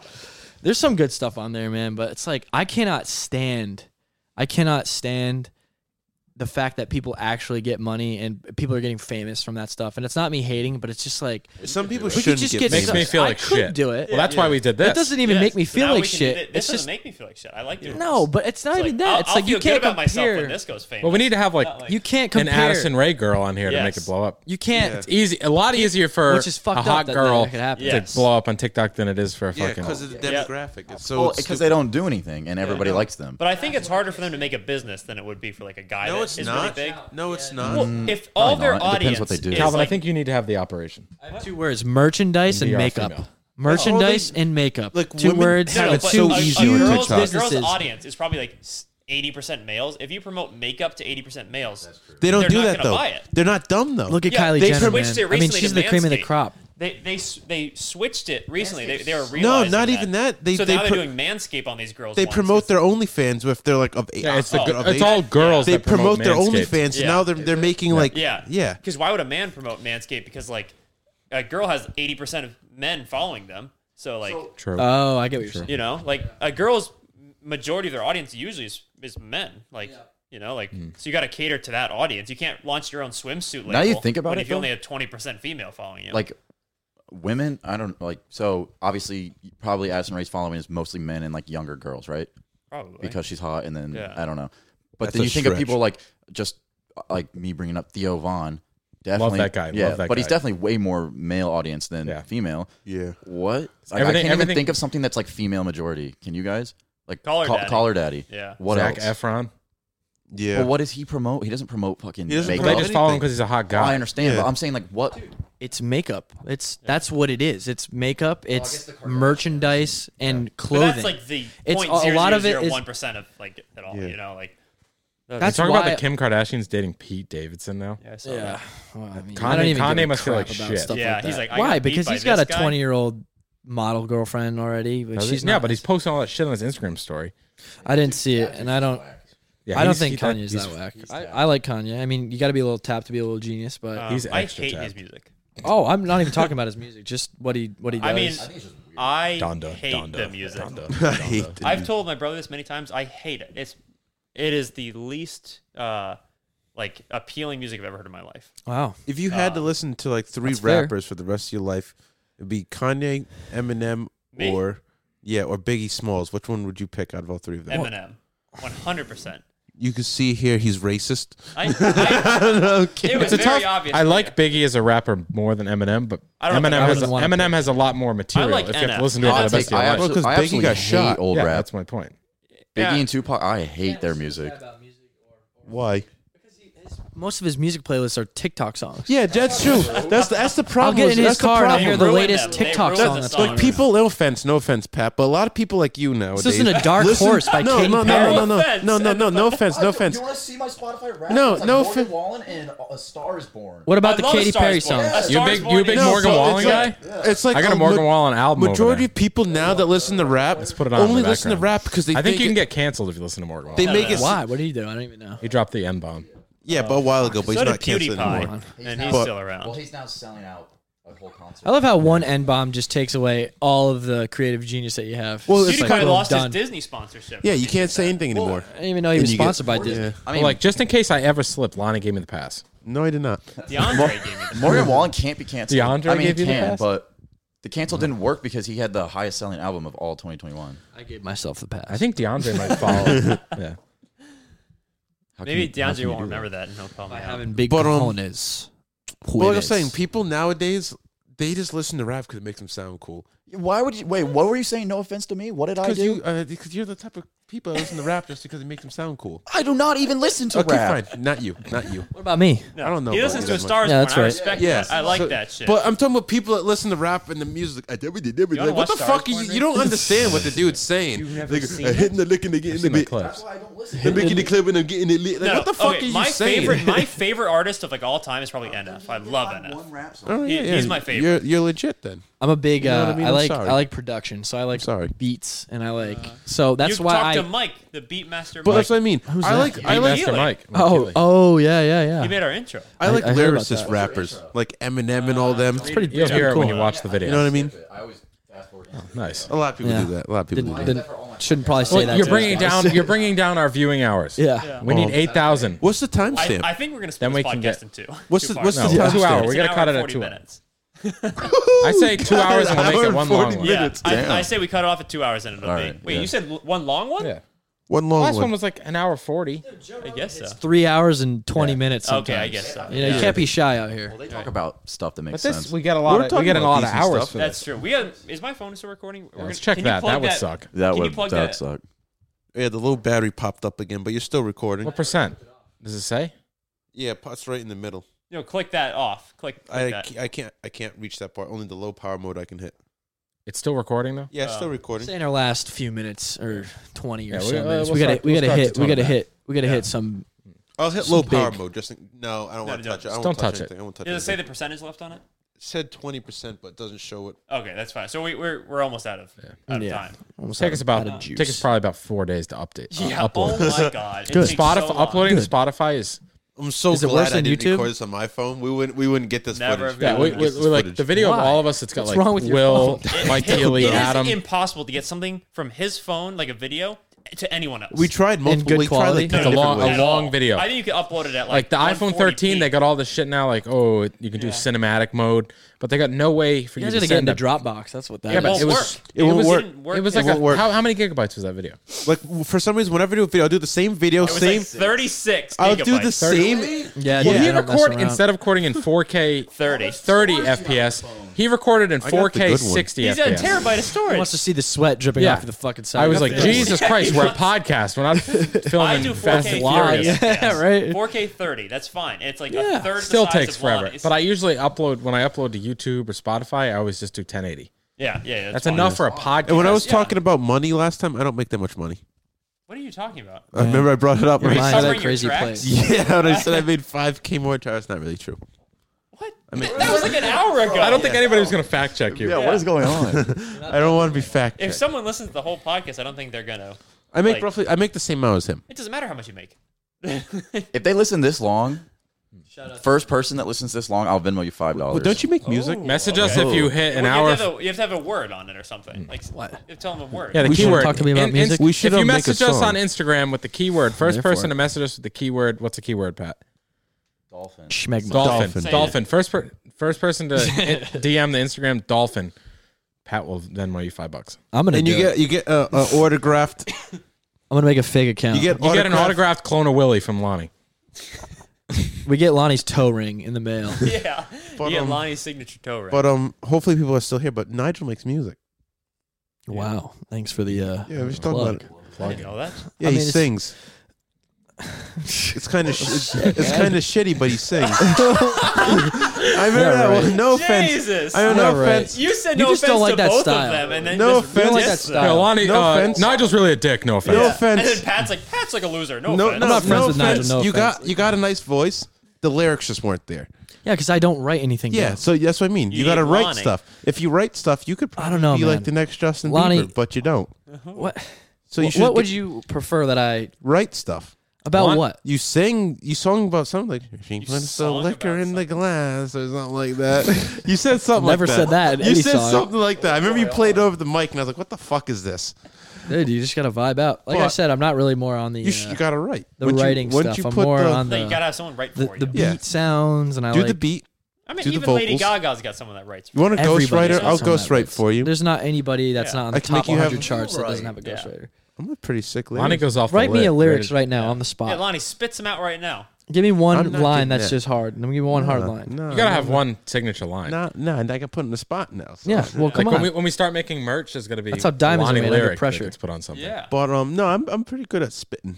Speaker 2: there's some good stuff on there, man. But it's like I cannot stand, I cannot stand the fact that people actually get money and people are getting famous from that stuff. And it's not me hating, but it's just like
Speaker 5: Some people
Speaker 2: we could
Speaker 5: shouldn't
Speaker 2: just
Speaker 5: get,
Speaker 2: get.
Speaker 4: Makes
Speaker 2: some-
Speaker 4: me feel
Speaker 2: I
Speaker 4: like
Speaker 2: could
Speaker 4: shit.
Speaker 2: Do it.
Speaker 4: Well, that's why we did this.
Speaker 2: That doesn't even
Speaker 1: Yes,
Speaker 2: make me
Speaker 1: so
Speaker 2: feel
Speaker 1: now
Speaker 2: like
Speaker 1: we can-
Speaker 2: shit.
Speaker 1: This
Speaker 2: it's
Speaker 1: doesn't
Speaker 2: just
Speaker 1: make me feel like shit. I like doing
Speaker 2: no,
Speaker 1: this.
Speaker 2: but it's
Speaker 1: It's
Speaker 2: not even
Speaker 1: like,
Speaker 2: that.
Speaker 1: I'll-
Speaker 2: it's
Speaker 1: I'll
Speaker 2: like you
Speaker 1: feel good
Speaker 2: can't
Speaker 1: about myself
Speaker 2: compare.
Speaker 1: when this goes famous.
Speaker 4: Well, we need to have like
Speaker 1: Not like-
Speaker 2: you can't
Speaker 4: an
Speaker 2: compare.
Speaker 4: Addison Ray girl on here to make
Speaker 1: Yes.
Speaker 4: it blow up.
Speaker 2: You can't.
Speaker 4: Easy, a lot easier for
Speaker 2: Which is fucked
Speaker 4: a
Speaker 2: up
Speaker 4: hot
Speaker 2: that
Speaker 4: girl
Speaker 2: that could happen.
Speaker 4: to
Speaker 1: Yes.
Speaker 4: blow up on TikTok than it is for a
Speaker 5: yeah,
Speaker 4: fucking.
Speaker 5: because of the
Speaker 1: Yeah.
Speaker 5: demographic. It's so
Speaker 3: well because oh, they don't do anything and everybody
Speaker 1: no.
Speaker 3: likes them.
Speaker 1: But I think it's harder for them to make a business than it would be for like a guy.
Speaker 5: No,
Speaker 1: that
Speaker 5: it's
Speaker 1: is
Speaker 5: not.
Speaker 1: Really big.
Speaker 5: No, it's not.
Speaker 1: Well, if all
Speaker 3: Probably
Speaker 1: their
Speaker 3: not. It
Speaker 1: audience
Speaker 3: depends what they do.
Speaker 1: is
Speaker 4: Calvin,
Speaker 1: like,
Speaker 4: I think you need to have the operation.
Speaker 2: Two words: merchandise and
Speaker 4: VR
Speaker 2: makeup.
Speaker 4: female.
Speaker 2: Merchandise
Speaker 5: Well, they-
Speaker 2: and makeup.
Speaker 5: like,
Speaker 2: two
Speaker 5: women
Speaker 2: words.
Speaker 5: have
Speaker 1: no, no,
Speaker 5: it
Speaker 1: but
Speaker 5: so
Speaker 1: a,
Speaker 5: easy
Speaker 1: a
Speaker 5: on
Speaker 1: girl's,
Speaker 5: TikTok.
Speaker 1: The girl's
Speaker 2: Businesses.
Speaker 1: audience is probably like eighty percent males. If you promote makeup to eighty percent males,
Speaker 5: They don't
Speaker 1: they're
Speaker 5: do
Speaker 1: not
Speaker 5: that
Speaker 1: gonna
Speaker 5: though.
Speaker 1: Buy it.
Speaker 5: They're not dumb though.
Speaker 2: Look at
Speaker 1: Yeah,
Speaker 2: Kylie
Speaker 1: they
Speaker 2: Jenner.
Speaker 1: switched
Speaker 2: man.
Speaker 1: it
Speaker 2: I mean,
Speaker 1: recently
Speaker 2: she's
Speaker 1: to
Speaker 2: the cream of the
Speaker 1: Manscaped.
Speaker 2: crop.
Speaker 1: They they s- they switched it recently. They they were
Speaker 5: no,
Speaker 1: realizing
Speaker 5: not even that. They
Speaker 1: so
Speaker 5: they
Speaker 1: now
Speaker 5: pro-
Speaker 1: they're doing manscape on these girls.
Speaker 5: they
Speaker 1: ones.
Speaker 5: promote
Speaker 1: It's-
Speaker 5: their OnlyFans with they're like of eight.
Speaker 4: Yeah, it's, the,
Speaker 1: Oh.
Speaker 4: gir-
Speaker 5: of
Speaker 4: it's
Speaker 5: eight.
Speaker 4: all girls
Speaker 5: They
Speaker 4: that promote,
Speaker 5: promote their
Speaker 4: Manscaped.
Speaker 5: OnlyFans.
Speaker 1: Yeah.
Speaker 5: Now they're they're making like
Speaker 1: Yeah,
Speaker 5: yeah.
Speaker 1: Because why would a man promote manscape? Because like a girl has eighty percent of men following them. So like
Speaker 4: True.
Speaker 2: Oh, I get what you're saying.
Speaker 1: You know, like a girl's majority of their audience usually is, is men. Like, you know, like so you got to cater to that audience. You can't launch your own swimsuit. Label
Speaker 3: Now you think about
Speaker 1: when
Speaker 3: it,
Speaker 1: if you
Speaker 3: though.
Speaker 1: only have twenty percent female following you.
Speaker 3: like women i don't like so obviously probably addison ray's following is mostly men and like younger girls right
Speaker 1: probably
Speaker 3: because she's hot and then
Speaker 1: Yeah.
Speaker 3: i don't know but
Speaker 5: That's
Speaker 3: then
Speaker 5: a
Speaker 3: you think of
Speaker 5: stretch.
Speaker 3: people like just uh, like me bringing up theo vaughn definitely
Speaker 4: that guy, love
Speaker 3: yeah
Speaker 4: that
Speaker 3: but he's
Speaker 4: guy.
Speaker 3: definitely way more male audience than
Speaker 4: Yeah.
Speaker 3: female
Speaker 5: Yeah.
Speaker 3: what like, i
Speaker 4: Everything-
Speaker 3: can't even
Speaker 4: everything-
Speaker 3: think of something that's like female majority can you guys like
Speaker 1: Call Her
Speaker 3: Call-
Speaker 1: Daddy.
Speaker 3: Call Her daddy
Speaker 1: Yeah.
Speaker 3: what
Speaker 4: Zac
Speaker 3: else
Speaker 4: Efron.
Speaker 5: Yeah.
Speaker 3: well, what does he promote he doesn't promote fucking
Speaker 5: He doesn't
Speaker 3: makeup
Speaker 4: They
Speaker 5: promote-
Speaker 4: just follow him
Speaker 5: anything.
Speaker 4: because he's a hot
Speaker 3: i
Speaker 4: guy.
Speaker 3: understand
Speaker 5: Yeah.
Speaker 3: but i'm saying like what
Speaker 2: It's makeup. It's that's what it is. It's makeup. It's merchandise and
Speaker 1: But
Speaker 2: clothing.
Speaker 1: that's like the
Speaker 2: It's
Speaker 1: point
Speaker 2: a- a lot of it is-
Speaker 1: one percent of like at all.
Speaker 5: Yeah.
Speaker 1: You know, like
Speaker 2: That's
Speaker 4: Talking about
Speaker 2: why-
Speaker 4: the Kim Kardashians dating Pete Davidson now.
Speaker 1: yeah,
Speaker 2: Yeah. Well, I mean,
Speaker 4: Kanye-
Speaker 2: I don't even
Speaker 4: Kanye
Speaker 2: give a
Speaker 4: must feel
Speaker 2: crap
Speaker 4: like
Speaker 2: about
Speaker 4: shit.
Speaker 2: stuff
Speaker 1: Yeah,
Speaker 2: like
Speaker 1: he's
Speaker 2: that.
Speaker 1: like, I
Speaker 2: why?
Speaker 1: got beat
Speaker 2: Because
Speaker 1: by
Speaker 2: he's got a
Speaker 1: this guy.
Speaker 2: 20 year old model girlfriend already, but
Speaker 4: Does he?
Speaker 2: she's
Speaker 4: yeah,
Speaker 2: not.
Speaker 4: but he's posting all that shit on his Instagram story.
Speaker 2: I didn't see it, and I don't.
Speaker 4: Yeah,
Speaker 2: I don't
Speaker 4: he's-
Speaker 2: think
Speaker 4: he- that-
Speaker 2: Kanye's
Speaker 4: he's-
Speaker 2: that whack. I, I like Kanye. I mean, you got to be a little tapped to be a little genius, but
Speaker 1: Um,
Speaker 4: He's
Speaker 1: I
Speaker 4: extra
Speaker 1: hate
Speaker 4: tapped.
Speaker 1: his music.
Speaker 2: oh, I'm not even talking about his music. Just what he what he does.
Speaker 1: I mean, I
Speaker 4: Donda,
Speaker 1: hate
Speaker 4: Donda,
Speaker 1: the music.
Speaker 4: Donda,
Speaker 5: I
Speaker 4: Donda.
Speaker 5: hate it.
Speaker 1: I've told my brother this many times. I hate it. It's it is the least uh like appealing music I've ever heard in my life.
Speaker 2: wow.
Speaker 5: If you had to listen to like three
Speaker 2: Um, that's fair.
Speaker 5: rappers for the rest of your life, it'd be Kanye, Eminem,
Speaker 1: Me?
Speaker 5: or yeah, or Biggie Smalls. Which one would you pick out of all three of them?
Speaker 1: Eminem, one hundred percent.
Speaker 5: You can see here he's racist.
Speaker 1: I, I
Speaker 5: okay.
Speaker 1: it was
Speaker 4: It's a
Speaker 1: very
Speaker 4: tough.
Speaker 1: obvious.
Speaker 4: I
Speaker 1: to me.
Speaker 4: like Biggie as a rapper more than Eminem, but
Speaker 1: I don't think
Speaker 4: Eminem
Speaker 1: I
Speaker 4: has a,
Speaker 2: would wanna
Speaker 4: Eminem has a lot more material.
Speaker 1: like
Speaker 4: if you have
Speaker 1: NF.
Speaker 4: to listen to it for
Speaker 1: I'll
Speaker 4: the
Speaker 1: take-
Speaker 4: best of your
Speaker 3: I
Speaker 4: life.
Speaker 5: Well,
Speaker 3: absolutely,
Speaker 5: 'cause
Speaker 3: I
Speaker 5: Biggie
Speaker 3: absolutely
Speaker 5: got
Speaker 3: hate
Speaker 5: shot.
Speaker 3: old
Speaker 4: yeah,
Speaker 3: rap.
Speaker 4: that's my point.
Speaker 1: Yeah.
Speaker 3: Biggie and Tupac, I hate their music.
Speaker 5: Why?
Speaker 2: Most of his music playlists are TikTok songs.
Speaker 5: Yeah, that's true. That's the, that's the
Speaker 2: I'll
Speaker 5: problem.
Speaker 2: get in his
Speaker 5: that's
Speaker 2: car
Speaker 5: the
Speaker 2: and I'll
Speaker 5: problem.
Speaker 2: hear the
Speaker 1: Ruined
Speaker 2: latest
Speaker 1: them. They
Speaker 2: TikTok
Speaker 1: ruined
Speaker 2: song.
Speaker 1: the
Speaker 2: That's
Speaker 1: song.
Speaker 2: playing.
Speaker 5: Like people, no offense, no offense, Pat, but a lot of people like you nowadays.
Speaker 2: Let's listen to Dark
Speaker 5: Listen-
Speaker 2: Horse by
Speaker 5: no,
Speaker 2: Katy
Speaker 5: no, no,
Speaker 2: Perry.
Speaker 5: no, no, no,
Speaker 1: Offense.
Speaker 5: no, no, no, no offense, no offense.
Speaker 6: want to see my Spotify rap?
Speaker 5: No,
Speaker 6: It's like
Speaker 5: no
Speaker 6: Morgan
Speaker 5: offen-
Speaker 6: Wallen and A Star Is Born.
Speaker 2: What
Speaker 1: I
Speaker 2: about the
Speaker 1: love A
Speaker 2: Katy
Speaker 1: Star
Speaker 2: Perry
Speaker 1: Is Born.
Speaker 2: songs?
Speaker 1: A
Speaker 4: You
Speaker 1: Star Is
Speaker 4: big,
Speaker 1: Born
Speaker 4: you big
Speaker 1: is-
Speaker 4: Morgan
Speaker 5: but
Speaker 4: Wallen
Speaker 5: it's
Speaker 4: guy?
Speaker 5: like- It's like oh,
Speaker 4: I got a Morgan Wallen album. over
Speaker 5: Majority
Speaker 4: there.
Speaker 5: of people now that listen to rap
Speaker 4: put it on in
Speaker 5: only
Speaker 4: the
Speaker 5: listen to
Speaker 4: background.
Speaker 5: rap because
Speaker 4: I
Speaker 5: they
Speaker 4: think
Speaker 5: think
Speaker 4: you can
Speaker 5: it-
Speaker 4: get canceled if you listen to Morgan Wallen.
Speaker 5: they make it.
Speaker 2: Why? What did he do? I don't even know.
Speaker 4: he dropped the M bomb.
Speaker 5: Yeah, but a while ago, but he's
Speaker 1: so did
Speaker 5: not canceled anymore.
Speaker 1: PewDiePie, and he's
Speaker 5: But-
Speaker 1: still
Speaker 6: Well,
Speaker 1: around.
Speaker 6: he's now selling out a whole concert.
Speaker 2: I love how one N bomb just takes away all of the creative genius that you have.
Speaker 5: Well,
Speaker 2: It's
Speaker 5: it's
Speaker 1: PewDiePie
Speaker 2: like, boom,
Speaker 1: lost
Speaker 2: done.
Speaker 1: his Disney sponsorship.
Speaker 5: Yeah, you can't say anything anymore.
Speaker 2: I didn't even know he
Speaker 5: And
Speaker 2: was
Speaker 5: you get-
Speaker 2: sponsored by Disney.
Speaker 5: Yeah.
Speaker 3: I
Speaker 4: But
Speaker 3: mean,
Speaker 4: like just in case I ever slipped, Lonnie gave me the pass.
Speaker 5: No, I did not.
Speaker 1: DeAndre gave me the
Speaker 3: Morgan Wallen can't be canceled.
Speaker 4: DeAndre
Speaker 3: I mean,
Speaker 4: gave
Speaker 3: he
Speaker 4: you the
Speaker 3: can,
Speaker 4: pass?
Speaker 3: but the cancel didn't work because he had the highest selling album of all 2021.
Speaker 2: I gave myself the pass.
Speaker 4: I think DeAndre might follow. yeah. How can
Speaker 1: Maybe
Speaker 4: you- how can
Speaker 1: DeAndre
Speaker 4: you
Speaker 1: won't
Speaker 4: do that?
Speaker 1: remember that, and he'll call me
Speaker 2: by
Speaker 1: out.
Speaker 2: having big
Speaker 5: But, um,
Speaker 2: cojones.
Speaker 5: Well, like I was saying, people nowadays they just listen to rap because it makes them sound cool.
Speaker 3: Why would you wait? What were you saying? No offense to me. What did I
Speaker 5: Because
Speaker 3: do?
Speaker 5: you, uh, because you're the type of people that listen to rap just because it makes them sound cool.
Speaker 3: I do not even listen to
Speaker 5: Okay,
Speaker 3: rap.
Speaker 5: fine. Not you. Not you.
Speaker 2: What about me?
Speaker 1: No,
Speaker 5: I don't know
Speaker 1: He
Speaker 5: about
Speaker 1: listens
Speaker 5: you
Speaker 1: to a
Speaker 5: that
Speaker 1: Star
Speaker 2: much.
Speaker 1: Is
Speaker 2: Yeah,
Speaker 1: Born.
Speaker 2: that's
Speaker 1: I
Speaker 2: right.
Speaker 1: respect
Speaker 5: Yeah.
Speaker 1: that. I like
Speaker 5: So-
Speaker 1: that shit.
Speaker 5: But I'm talking about people that listen to rap and the music. I did- we did- we
Speaker 1: wanna
Speaker 5: did- What
Speaker 1: watch
Speaker 5: the
Speaker 1: Star
Speaker 5: fuck?
Speaker 1: Wars
Speaker 5: Are you,
Speaker 1: Born?
Speaker 5: you don't understand what the dude's saying.
Speaker 1: You've never
Speaker 5: Like,
Speaker 1: seen
Speaker 5: uh,
Speaker 1: it?
Speaker 5: hitting the lick and the
Speaker 4: I've
Speaker 5: getting the
Speaker 4: seen the
Speaker 5: bit.
Speaker 4: clips.
Speaker 6: I don't listen.
Speaker 5: The making the clip and I'm getting it lit. Like,
Speaker 1: No,
Speaker 5: what the
Speaker 1: no,
Speaker 5: fuck
Speaker 1: okay,
Speaker 5: are you
Speaker 1: my
Speaker 5: saying?
Speaker 1: favorite, my favorite artist of like all time is probably NF. I love NF.
Speaker 6: One rap song.
Speaker 5: Oh,
Speaker 1: He- he's my favorite.
Speaker 5: You're, you're legit then.
Speaker 2: I'm a big.
Speaker 5: You know what
Speaker 2: uh,
Speaker 5: I mean?
Speaker 2: I
Speaker 5: I'm
Speaker 2: like.
Speaker 5: sorry.
Speaker 2: I like production, so I like
Speaker 5: sorry.
Speaker 2: beats, and I like. so that's
Speaker 1: you
Speaker 2: why
Speaker 1: talked
Speaker 2: I. Oh,
Speaker 1: to Mike, the Beatmaster.
Speaker 5: But
Speaker 1: Mike.
Speaker 5: that's what I mean. I
Speaker 2: that?
Speaker 5: like I
Speaker 1: Beatmaster
Speaker 5: like
Speaker 4: Master Mike.
Speaker 2: oh,
Speaker 4: Keeley.
Speaker 2: oh, yeah, yeah,
Speaker 1: he
Speaker 2: yeah.
Speaker 1: made our intro.
Speaker 5: I like
Speaker 2: I heard about
Speaker 5: lyricist
Speaker 2: that.
Speaker 5: rappers like Eminem and all them. It's pretty.
Speaker 4: You'll hear it when
Speaker 2: cool.
Speaker 4: you watch the video.
Speaker 5: You know what I mean?
Speaker 6: I always fast forward.
Speaker 4: Oh, Nice.
Speaker 5: A lot of people
Speaker 2: Yeah.
Speaker 5: do that. A lot of people
Speaker 2: Didn't,
Speaker 5: do that.
Speaker 2: didn't- shouldn't probably say that.
Speaker 4: You're
Speaker 2: to
Speaker 4: bringing
Speaker 2: us guys.
Speaker 4: down. You're bringing down our viewing hours.
Speaker 2: Yeah.
Speaker 4: We need eight thousand.
Speaker 5: What's the
Speaker 1: I,
Speaker 5: timestamp?
Speaker 1: I think we're gonna split
Speaker 4: Then we
Speaker 1: this
Speaker 4: can
Speaker 1: podcast
Speaker 4: get-
Speaker 1: in two.
Speaker 5: What's
Speaker 1: two
Speaker 5: the- what's
Speaker 1: parts.
Speaker 4: No,
Speaker 5: the
Speaker 4: two
Speaker 5: timestamp?
Speaker 4: hour. We
Speaker 1: It's
Speaker 4: gotta
Speaker 1: an hour
Speaker 4: cut it
Speaker 1: and
Speaker 4: at
Speaker 1: 40
Speaker 4: two. hour.
Speaker 1: minutes.
Speaker 4: I say two hours and we'll
Speaker 5: Hour
Speaker 4: make it
Speaker 5: and
Speaker 4: one
Speaker 5: 40
Speaker 4: long one.
Speaker 5: minutes.
Speaker 1: Yeah,
Speaker 5: Minutes,
Speaker 1: I,
Speaker 5: damn.
Speaker 1: I say we cut it off at two hours and it'll be.
Speaker 3: right,
Speaker 1: Wait,
Speaker 3: yeah.
Speaker 1: you said l- one long one?
Speaker 4: Yeah.
Speaker 5: One long
Speaker 4: Last
Speaker 5: one.
Speaker 4: one was like an hour forty.
Speaker 1: I guess so.
Speaker 2: Three hours and twenty minutes. Sometimes.
Speaker 1: Okay, I guess so.
Speaker 2: You know, you can't be shy out here.
Speaker 3: They talk about stuff that
Speaker 4: But
Speaker 3: makes
Speaker 4: this
Speaker 3: sense.
Speaker 4: we got a lot.
Speaker 5: We're
Speaker 4: Of, we
Speaker 5: talking
Speaker 4: get a
Speaker 5: about
Speaker 4: lot of
Speaker 5: decent
Speaker 4: hours
Speaker 5: stuff.
Speaker 4: for
Speaker 1: That's
Speaker 4: this.
Speaker 1: true. We have. Is my phone still recording? We're
Speaker 4: Let's
Speaker 1: gonna-
Speaker 4: check
Speaker 1: can you
Speaker 4: that.
Speaker 1: plug
Speaker 4: That would suck.
Speaker 3: that
Speaker 1: Can
Speaker 3: would
Speaker 1: you plug
Speaker 3: that would
Speaker 1: that?
Speaker 3: suck.
Speaker 5: yeah, the little battery popped up again, but you're still recording.
Speaker 4: What percent does it say?
Speaker 5: Yeah, it's right in the middle.
Speaker 1: No, click that off. Click. click
Speaker 5: I,
Speaker 1: that.
Speaker 5: ca- I can't I can't reach that part. Only the low power mode I can hit.
Speaker 4: It's still recording though.
Speaker 5: Yeah, it's still
Speaker 1: Um,
Speaker 5: recording.
Speaker 2: Say in our last few minutes or twenty or
Speaker 4: Yeah, we-
Speaker 2: so
Speaker 4: uh,
Speaker 2: minutes,
Speaker 4: we'll
Speaker 2: we gotta
Speaker 4: start-
Speaker 2: we
Speaker 4: we'll
Speaker 2: gotta
Speaker 4: start
Speaker 2: hit
Speaker 4: to
Speaker 2: we
Speaker 4: tone
Speaker 2: gotta
Speaker 4: it
Speaker 2: hit we gotta hit some.
Speaker 5: I'll hit
Speaker 2: some
Speaker 5: low power
Speaker 2: big-
Speaker 5: mode. Just in, no, I don't want to
Speaker 1: don't-
Speaker 5: touch it. I won't
Speaker 4: don't
Speaker 5: touch,
Speaker 4: touch it.
Speaker 5: anything. I won't touch
Speaker 1: Does it say
Speaker 5: anything.
Speaker 1: the percentage left on it?
Speaker 5: It said twenty percent, but it doesn't show it.
Speaker 1: Okay, that's fine. So we, we're we're almost out of out of
Speaker 2: Yeah.
Speaker 1: time.
Speaker 2: Almost
Speaker 4: Take
Speaker 2: out
Speaker 4: us
Speaker 2: of- out
Speaker 4: about.
Speaker 2: of juice.
Speaker 4: Take us probably about four days to update. uh,
Speaker 1: Yeah.
Speaker 4: upload.
Speaker 1: Oh my god. It takes
Speaker 4: Spotify
Speaker 1: so long.
Speaker 4: uploading to Spotify is
Speaker 5: I'm so
Speaker 2: Is it
Speaker 5: glad
Speaker 2: worse
Speaker 5: I
Speaker 2: than
Speaker 5: didn't
Speaker 2: YouTube?
Speaker 5: record this on my phone. We wouldn't we wouldn't get this
Speaker 1: Never
Speaker 5: footage.
Speaker 1: have Yeah,
Speaker 4: yeah.
Speaker 1: we-
Speaker 4: We,
Speaker 1: we-
Speaker 5: wouldn't get this
Speaker 4: like
Speaker 5: footage.
Speaker 4: the video
Speaker 2: Why?
Speaker 4: of all of us. It's got
Speaker 2: What's
Speaker 4: like
Speaker 2: wrong with your
Speaker 4: Will, Mike Healy,
Speaker 1: It is
Speaker 4: Adam.
Speaker 1: impossible to get something from his phone, like a video, to anyone else.
Speaker 5: We tried multiple.
Speaker 2: good
Speaker 5: we tried
Speaker 2: quality?
Speaker 5: like
Speaker 2: No,
Speaker 5: ten
Speaker 4: no, no. Long-
Speaker 5: different ways.
Speaker 1: At
Speaker 4: a long
Speaker 1: all.
Speaker 4: video.
Speaker 1: I think you could upload it at like,
Speaker 4: like the iPhone 13, they
Speaker 1: go.
Speaker 4: got all this shit now. Like, oh, it- you can do cinematic mode, but they got no way for
Speaker 2: You guys
Speaker 4: you, to
Speaker 2: gotta get
Speaker 4: send
Speaker 2: into
Speaker 4: a
Speaker 2: Dropbox. That's what that
Speaker 4: Yeah,
Speaker 2: is.
Speaker 4: but
Speaker 1: won't
Speaker 4: it was-
Speaker 1: work.
Speaker 5: it won't
Speaker 1: was,
Speaker 5: work.
Speaker 1: didn't
Speaker 4: It was like
Speaker 5: won't
Speaker 4: a,
Speaker 5: work.
Speaker 4: How, how many gigabytes was that video?
Speaker 5: Like for some reason, whenever I do a video, I'll do the same video,
Speaker 1: It was
Speaker 5: same.
Speaker 1: like 36
Speaker 5: I'll
Speaker 1: gigabytes.
Speaker 5: do the same.
Speaker 2: yeah,
Speaker 4: Well,
Speaker 2: yeah,
Speaker 4: he
Speaker 2: I don't mess
Speaker 4: record
Speaker 2: around.
Speaker 4: instead of recording in 4K
Speaker 1: 30.
Speaker 4: 30 FPS. He recorded in
Speaker 5: the
Speaker 4: 4K
Speaker 5: good one.
Speaker 4: 60
Speaker 1: He's got a
Speaker 4: FPS.
Speaker 1: terabyte of
Speaker 2: He
Speaker 1: storage.
Speaker 2: wants to see the sweat dripping
Speaker 4: Yeah.
Speaker 2: off of the fucking side.
Speaker 4: I was like,
Speaker 1: Yeah.
Speaker 4: Jesus Christ, we're a podcast. We're not
Speaker 1: I
Speaker 4: filming
Speaker 1: do
Speaker 4: Fast
Speaker 1: 4K
Speaker 4: and
Speaker 1: 30.
Speaker 4: Furious.
Speaker 2: Yeah, right.
Speaker 1: 4K 30. That's fine. It's like
Speaker 2: Yeah.
Speaker 1: a third. the
Speaker 4: Still
Speaker 1: size
Speaker 4: takes
Speaker 1: of
Speaker 4: forever.
Speaker 1: Lonnie's.
Speaker 4: But I usually upload when I upload to YouTube or Spotify. I always just do 1080.
Speaker 1: yeah, yeah, yeah.
Speaker 4: That's
Speaker 1: fine.
Speaker 4: enough for a podcast.
Speaker 5: And when I was
Speaker 1: Yeah.
Speaker 5: talking about money last time, I don't make that much money.
Speaker 1: What are you talking about?
Speaker 5: I remember I brought it up.
Speaker 2: Your
Speaker 5: and I
Speaker 2: mind's
Speaker 5: said-
Speaker 1: Covering
Speaker 2: that
Speaker 1: your
Speaker 2: crazy
Speaker 1: tracks?
Speaker 2: place.
Speaker 5: Yeah, and I said I made five K more tires. Not really true.
Speaker 1: What?
Speaker 5: I mean,
Speaker 1: That was like an hour ago.
Speaker 4: I don't think anybody was going to fact check you.
Speaker 3: Yeah, what is going on?
Speaker 5: I don't want to be fact.
Speaker 1: If someone listens to the whole podcast, I don't think they're gonna.
Speaker 5: I make
Speaker 1: Like-
Speaker 5: roughly. I make the same amount as him.
Speaker 1: It doesn't matter how much you make.
Speaker 3: If they listen this long,
Speaker 1: Shut up.
Speaker 3: first person that listens this long, I'll Venmo you five dollars.
Speaker 5: But don't you make music?
Speaker 1: Oh.
Speaker 4: Message us if you hit an
Speaker 1: you
Speaker 4: hour.
Speaker 1: have, to have a, you have to have a word on it or something. Like what? You tell them a word.
Speaker 4: Yeah, the
Speaker 5: We should
Speaker 4: keyword.
Speaker 2: talk to me about music.
Speaker 5: We
Speaker 4: if
Speaker 5: should
Speaker 4: you
Speaker 5: make a
Speaker 4: message us
Speaker 5: song.
Speaker 4: on Instagram with the keyword, first
Speaker 7: Therefore.
Speaker 4: person to message us with the keyword. What's the keyword, Pat?
Speaker 8: Dolphin.
Speaker 2: Schmegma.
Speaker 4: Dolphin.
Speaker 5: Dolphin.
Speaker 4: Dolphin.
Speaker 1: Say
Speaker 4: First per- first person to in- DM the Instagram dolphin. Pat will Venmo you five bucks.
Speaker 2: I'm gonna
Speaker 5: And
Speaker 2: do
Speaker 5: you
Speaker 2: it.
Speaker 5: get you get a, a autographed.
Speaker 2: I'm gonna make a fake account.
Speaker 5: You get
Speaker 4: You get an autographed clone of Willie from Lonnie.
Speaker 2: we get Lonnie's toe ring in the mail.
Speaker 1: yeah. You get
Speaker 5: um,
Speaker 1: Lonnie's signature toe ring.
Speaker 5: But um, hopefully people are still here. But Nigel makes music.
Speaker 2: wow. Thanks for the. Uh,
Speaker 5: Yeah, we should talk about it.
Speaker 1: I didn't know that.
Speaker 5: Yeah,
Speaker 2: I
Speaker 5: he
Speaker 2: mean, it's-
Speaker 5: sings. It's kind of sh- it's, it's kind of shitty, but he sings. I remember
Speaker 2: Yeah,
Speaker 5: that
Speaker 2: right.
Speaker 5: one. No offense.
Speaker 1: Jesus.
Speaker 5: I don't know
Speaker 2: Yeah, right.
Speaker 5: offense.
Speaker 1: You said
Speaker 2: You
Speaker 1: no
Speaker 2: just
Speaker 1: offense
Speaker 2: don't like
Speaker 1: to
Speaker 2: that
Speaker 1: both
Speaker 2: style.
Speaker 1: of them, and then
Speaker 5: No
Speaker 1: just
Speaker 5: offense.
Speaker 1: dissed
Speaker 5: You don't like
Speaker 2: that
Speaker 1: them.
Speaker 2: style.
Speaker 4: Yeah, Lonnie.
Speaker 5: no
Speaker 4: uh,
Speaker 5: offense.
Speaker 4: Nigel's really a dick. No offense.
Speaker 5: No
Speaker 1: And then
Speaker 5: offense.
Speaker 1: Pat's like Pat's like a loser. No,
Speaker 5: No,
Speaker 1: offense.
Speaker 5: no,
Speaker 2: not friends
Speaker 5: no
Speaker 2: with Nigel,
Speaker 5: offense.
Speaker 2: no
Speaker 5: you
Speaker 2: offense.
Speaker 5: got you got a nice voice. The lyrics just weren't there.
Speaker 2: yeah, because I don't write anything.
Speaker 5: Yeah,
Speaker 2: down.
Speaker 5: so that's what I mean. You,
Speaker 1: You
Speaker 5: got to
Speaker 1: need
Speaker 5: write
Speaker 1: Lonnie.
Speaker 5: stuff. If you write stuff, you could probably
Speaker 2: I don't know,
Speaker 5: be like
Speaker 2: man.
Speaker 5: the next Justin
Speaker 2: Lonnie-
Speaker 5: Bieber, but you don't.
Speaker 2: What?
Speaker 5: So you
Speaker 2: what
Speaker 5: should
Speaker 2: what would
Speaker 5: get-
Speaker 2: you prefer that I
Speaker 5: write stuff.
Speaker 2: about
Speaker 4: Lon-
Speaker 2: what?
Speaker 5: You sing, you sung about something like she puts the
Speaker 1: sung
Speaker 5: liquor
Speaker 1: about
Speaker 5: in the glass or something like that. You said something.
Speaker 2: Never
Speaker 5: like
Speaker 2: said that in
Speaker 5: You
Speaker 2: any
Speaker 5: said
Speaker 2: song.
Speaker 5: something like that. I remember
Speaker 4: Oh,
Speaker 5: you played over the mic, and I was like, "What the fuck is this?"
Speaker 2: Dude, you just gotta vibe out. Like I
Speaker 5: But-
Speaker 2: said, I'm not really more on the
Speaker 5: You, sh-
Speaker 2: uh,
Speaker 5: you gotta write
Speaker 2: the
Speaker 5: Once you-
Speaker 2: writing
Speaker 5: once
Speaker 2: stuff.
Speaker 5: you
Speaker 2: I'm
Speaker 5: put
Speaker 2: more
Speaker 5: the-
Speaker 2: on
Speaker 1: Like, you
Speaker 2: the,
Speaker 1: gotta have someone write
Speaker 2: the,
Speaker 1: for
Speaker 2: the
Speaker 1: you.
Speaker 2: beat
Speaker 5: Yeah.
Speaker 2: sounds, and I
Speaker 5: do
Speaker 2: like.
Speaker 5: the beat.
Speaker 1: I mean,
Speaker 5: do the
Speaker 1: even Lady
Speaker 5: vocals.
Speaker 1: Gaga's got someone that writes.
Speaker 5: You want a
Speaker 2: everybody
Speaker 5: ghostwriter?
Speaker 2: does
Speaker 5: I'll
Speaker 2: someone that
Speaker 5: ghostwrite
Speaker 2: writes.
Speaker 5: for you.
Speaker 2: There's not anybody that's
Speaker 1: Yeah.
Speaker 2: not on
Speaker 5: I
Speaker 2: the
Speaker 5: can make
Speaker 2: top
Speaker 5: you have-
Speaker 2: 100 charts that doesn't have a
Speaker 1: Yeah.
Speaker 2: ghostwriter.
Speaker 5: I'm a pretty sick
Speaker 4: Lonnie
Speaker 5: lyric.
Speaker 4: goves off. the
Speaker 2: Write me
Speaker 4: lid.
Speaker 2: a lyrics
Speaker 4: Ready?
Speaker 2: right now on the spot.
Speaker 1: Yeah, Lonnie spits them out right now.
Speaker 2: Give me
Speaker 5: I'm
Speaker 2: one
Speaker 5: not doing
Speaker 2: line that's
Speaker 5: that.
Speaker 2: just hard. Let me give me one hard line.
Speaker 5: No,
Speaker 4: You gotta have one signature line.
Speaker 5: No, no, and I got put in the spot now. so.
Speaker 2: Yeah, well, come
Speaker 4: Like when
Speaker 2: on.
Speaker 4: we, when we start making merch, there's gonna be
Speaker 2: That's how diamonds are
Speaker 4: Lonnie
Speaker 2: made, under
Speaker 4: lyric that
Speaker 2: pressure.
Speaker 4: gets put on something.
Speaker 1: Yeah,
Speaker 5: But um, no, I'm I'm pretty good at spitting.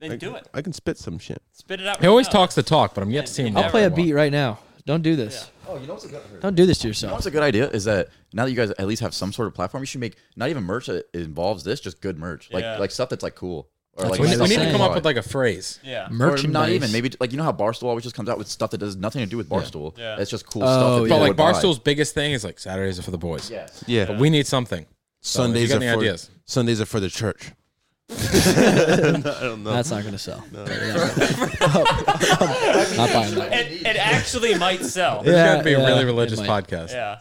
Speaker 1: then do it.
Speaker 5: I can spit some shit.
Speaker 1: Spit it out.
Speaker 4: He always
Speaker 1: right now.
Speaker 4: talks the talk, but I'm yet to see him.
Speaker 1: I'll
Speaker 4: walk
Speaker 2: I'll play
Speaker 4: the
Speaker 2: a
Speaker 4: walk.
Speaker 2: beat right now. Don't do this.
Speaker 8: Oh, you know what's a good idea?
Speaker 2: Don't do this to
Speaker 3: You know
Speaker 2: yourself.
Speaker 3: what's a good idea is that now that you guys at least have some sort of platform, you should make not even merch that involves this, just good merch, like
Speaker 1: Yeah.
Speaker 3: like stuff that's like cool. Or
Speaker 2: That's
Speaker 3: like
Speaker 2: what
Speaker 4: We
Speaker 2: I'm
Speaker 4: need, we need to
Speaker 2: saying.
Speaker 4: come up with like a phrase.
Speaker 1: Yeah.
Speaker 3: Or
Speaker 2: Merchandise.
Speaker 3: not even maybe like you know how Barstool always just comes out with stuff that does nothing to do with Barstool.
Speaker 1: Yeah.
Speaker 3: It's just cool
Speaker 2: Oh,
Speaker 3: stuff. that
Speaker 4: But
Speaker 3: people
Speaker 4: like
Speaker 3: would buy.
Speaker 4: Barstool's biggest thing is like Saturdays are for the boys.
Speaker 3: Yes.
Speaker 5: Yeah,
Speaker 4: But we need something.
Speaker 5: Sundays
Speaker 4: you got
Speaker 5: are
Speaker 4: any
Speaker 5: for
Speaker 4: ideas?
Speaker 5: Sundays are for the church.
Speaker 2: That's not going to sell. not buying that.
Speaker 1: It, it actually might sell.
Speaker 4: This
Speaker 2: Yeah,
Speaker 4: yeah, to be
Speaker 2: yeah,
Speaker 4: a really
Speaker 2: it
Speaker 4: religious
Speaker 2: might.
Speaker 4: podcast.
Speaker 1: Yeah.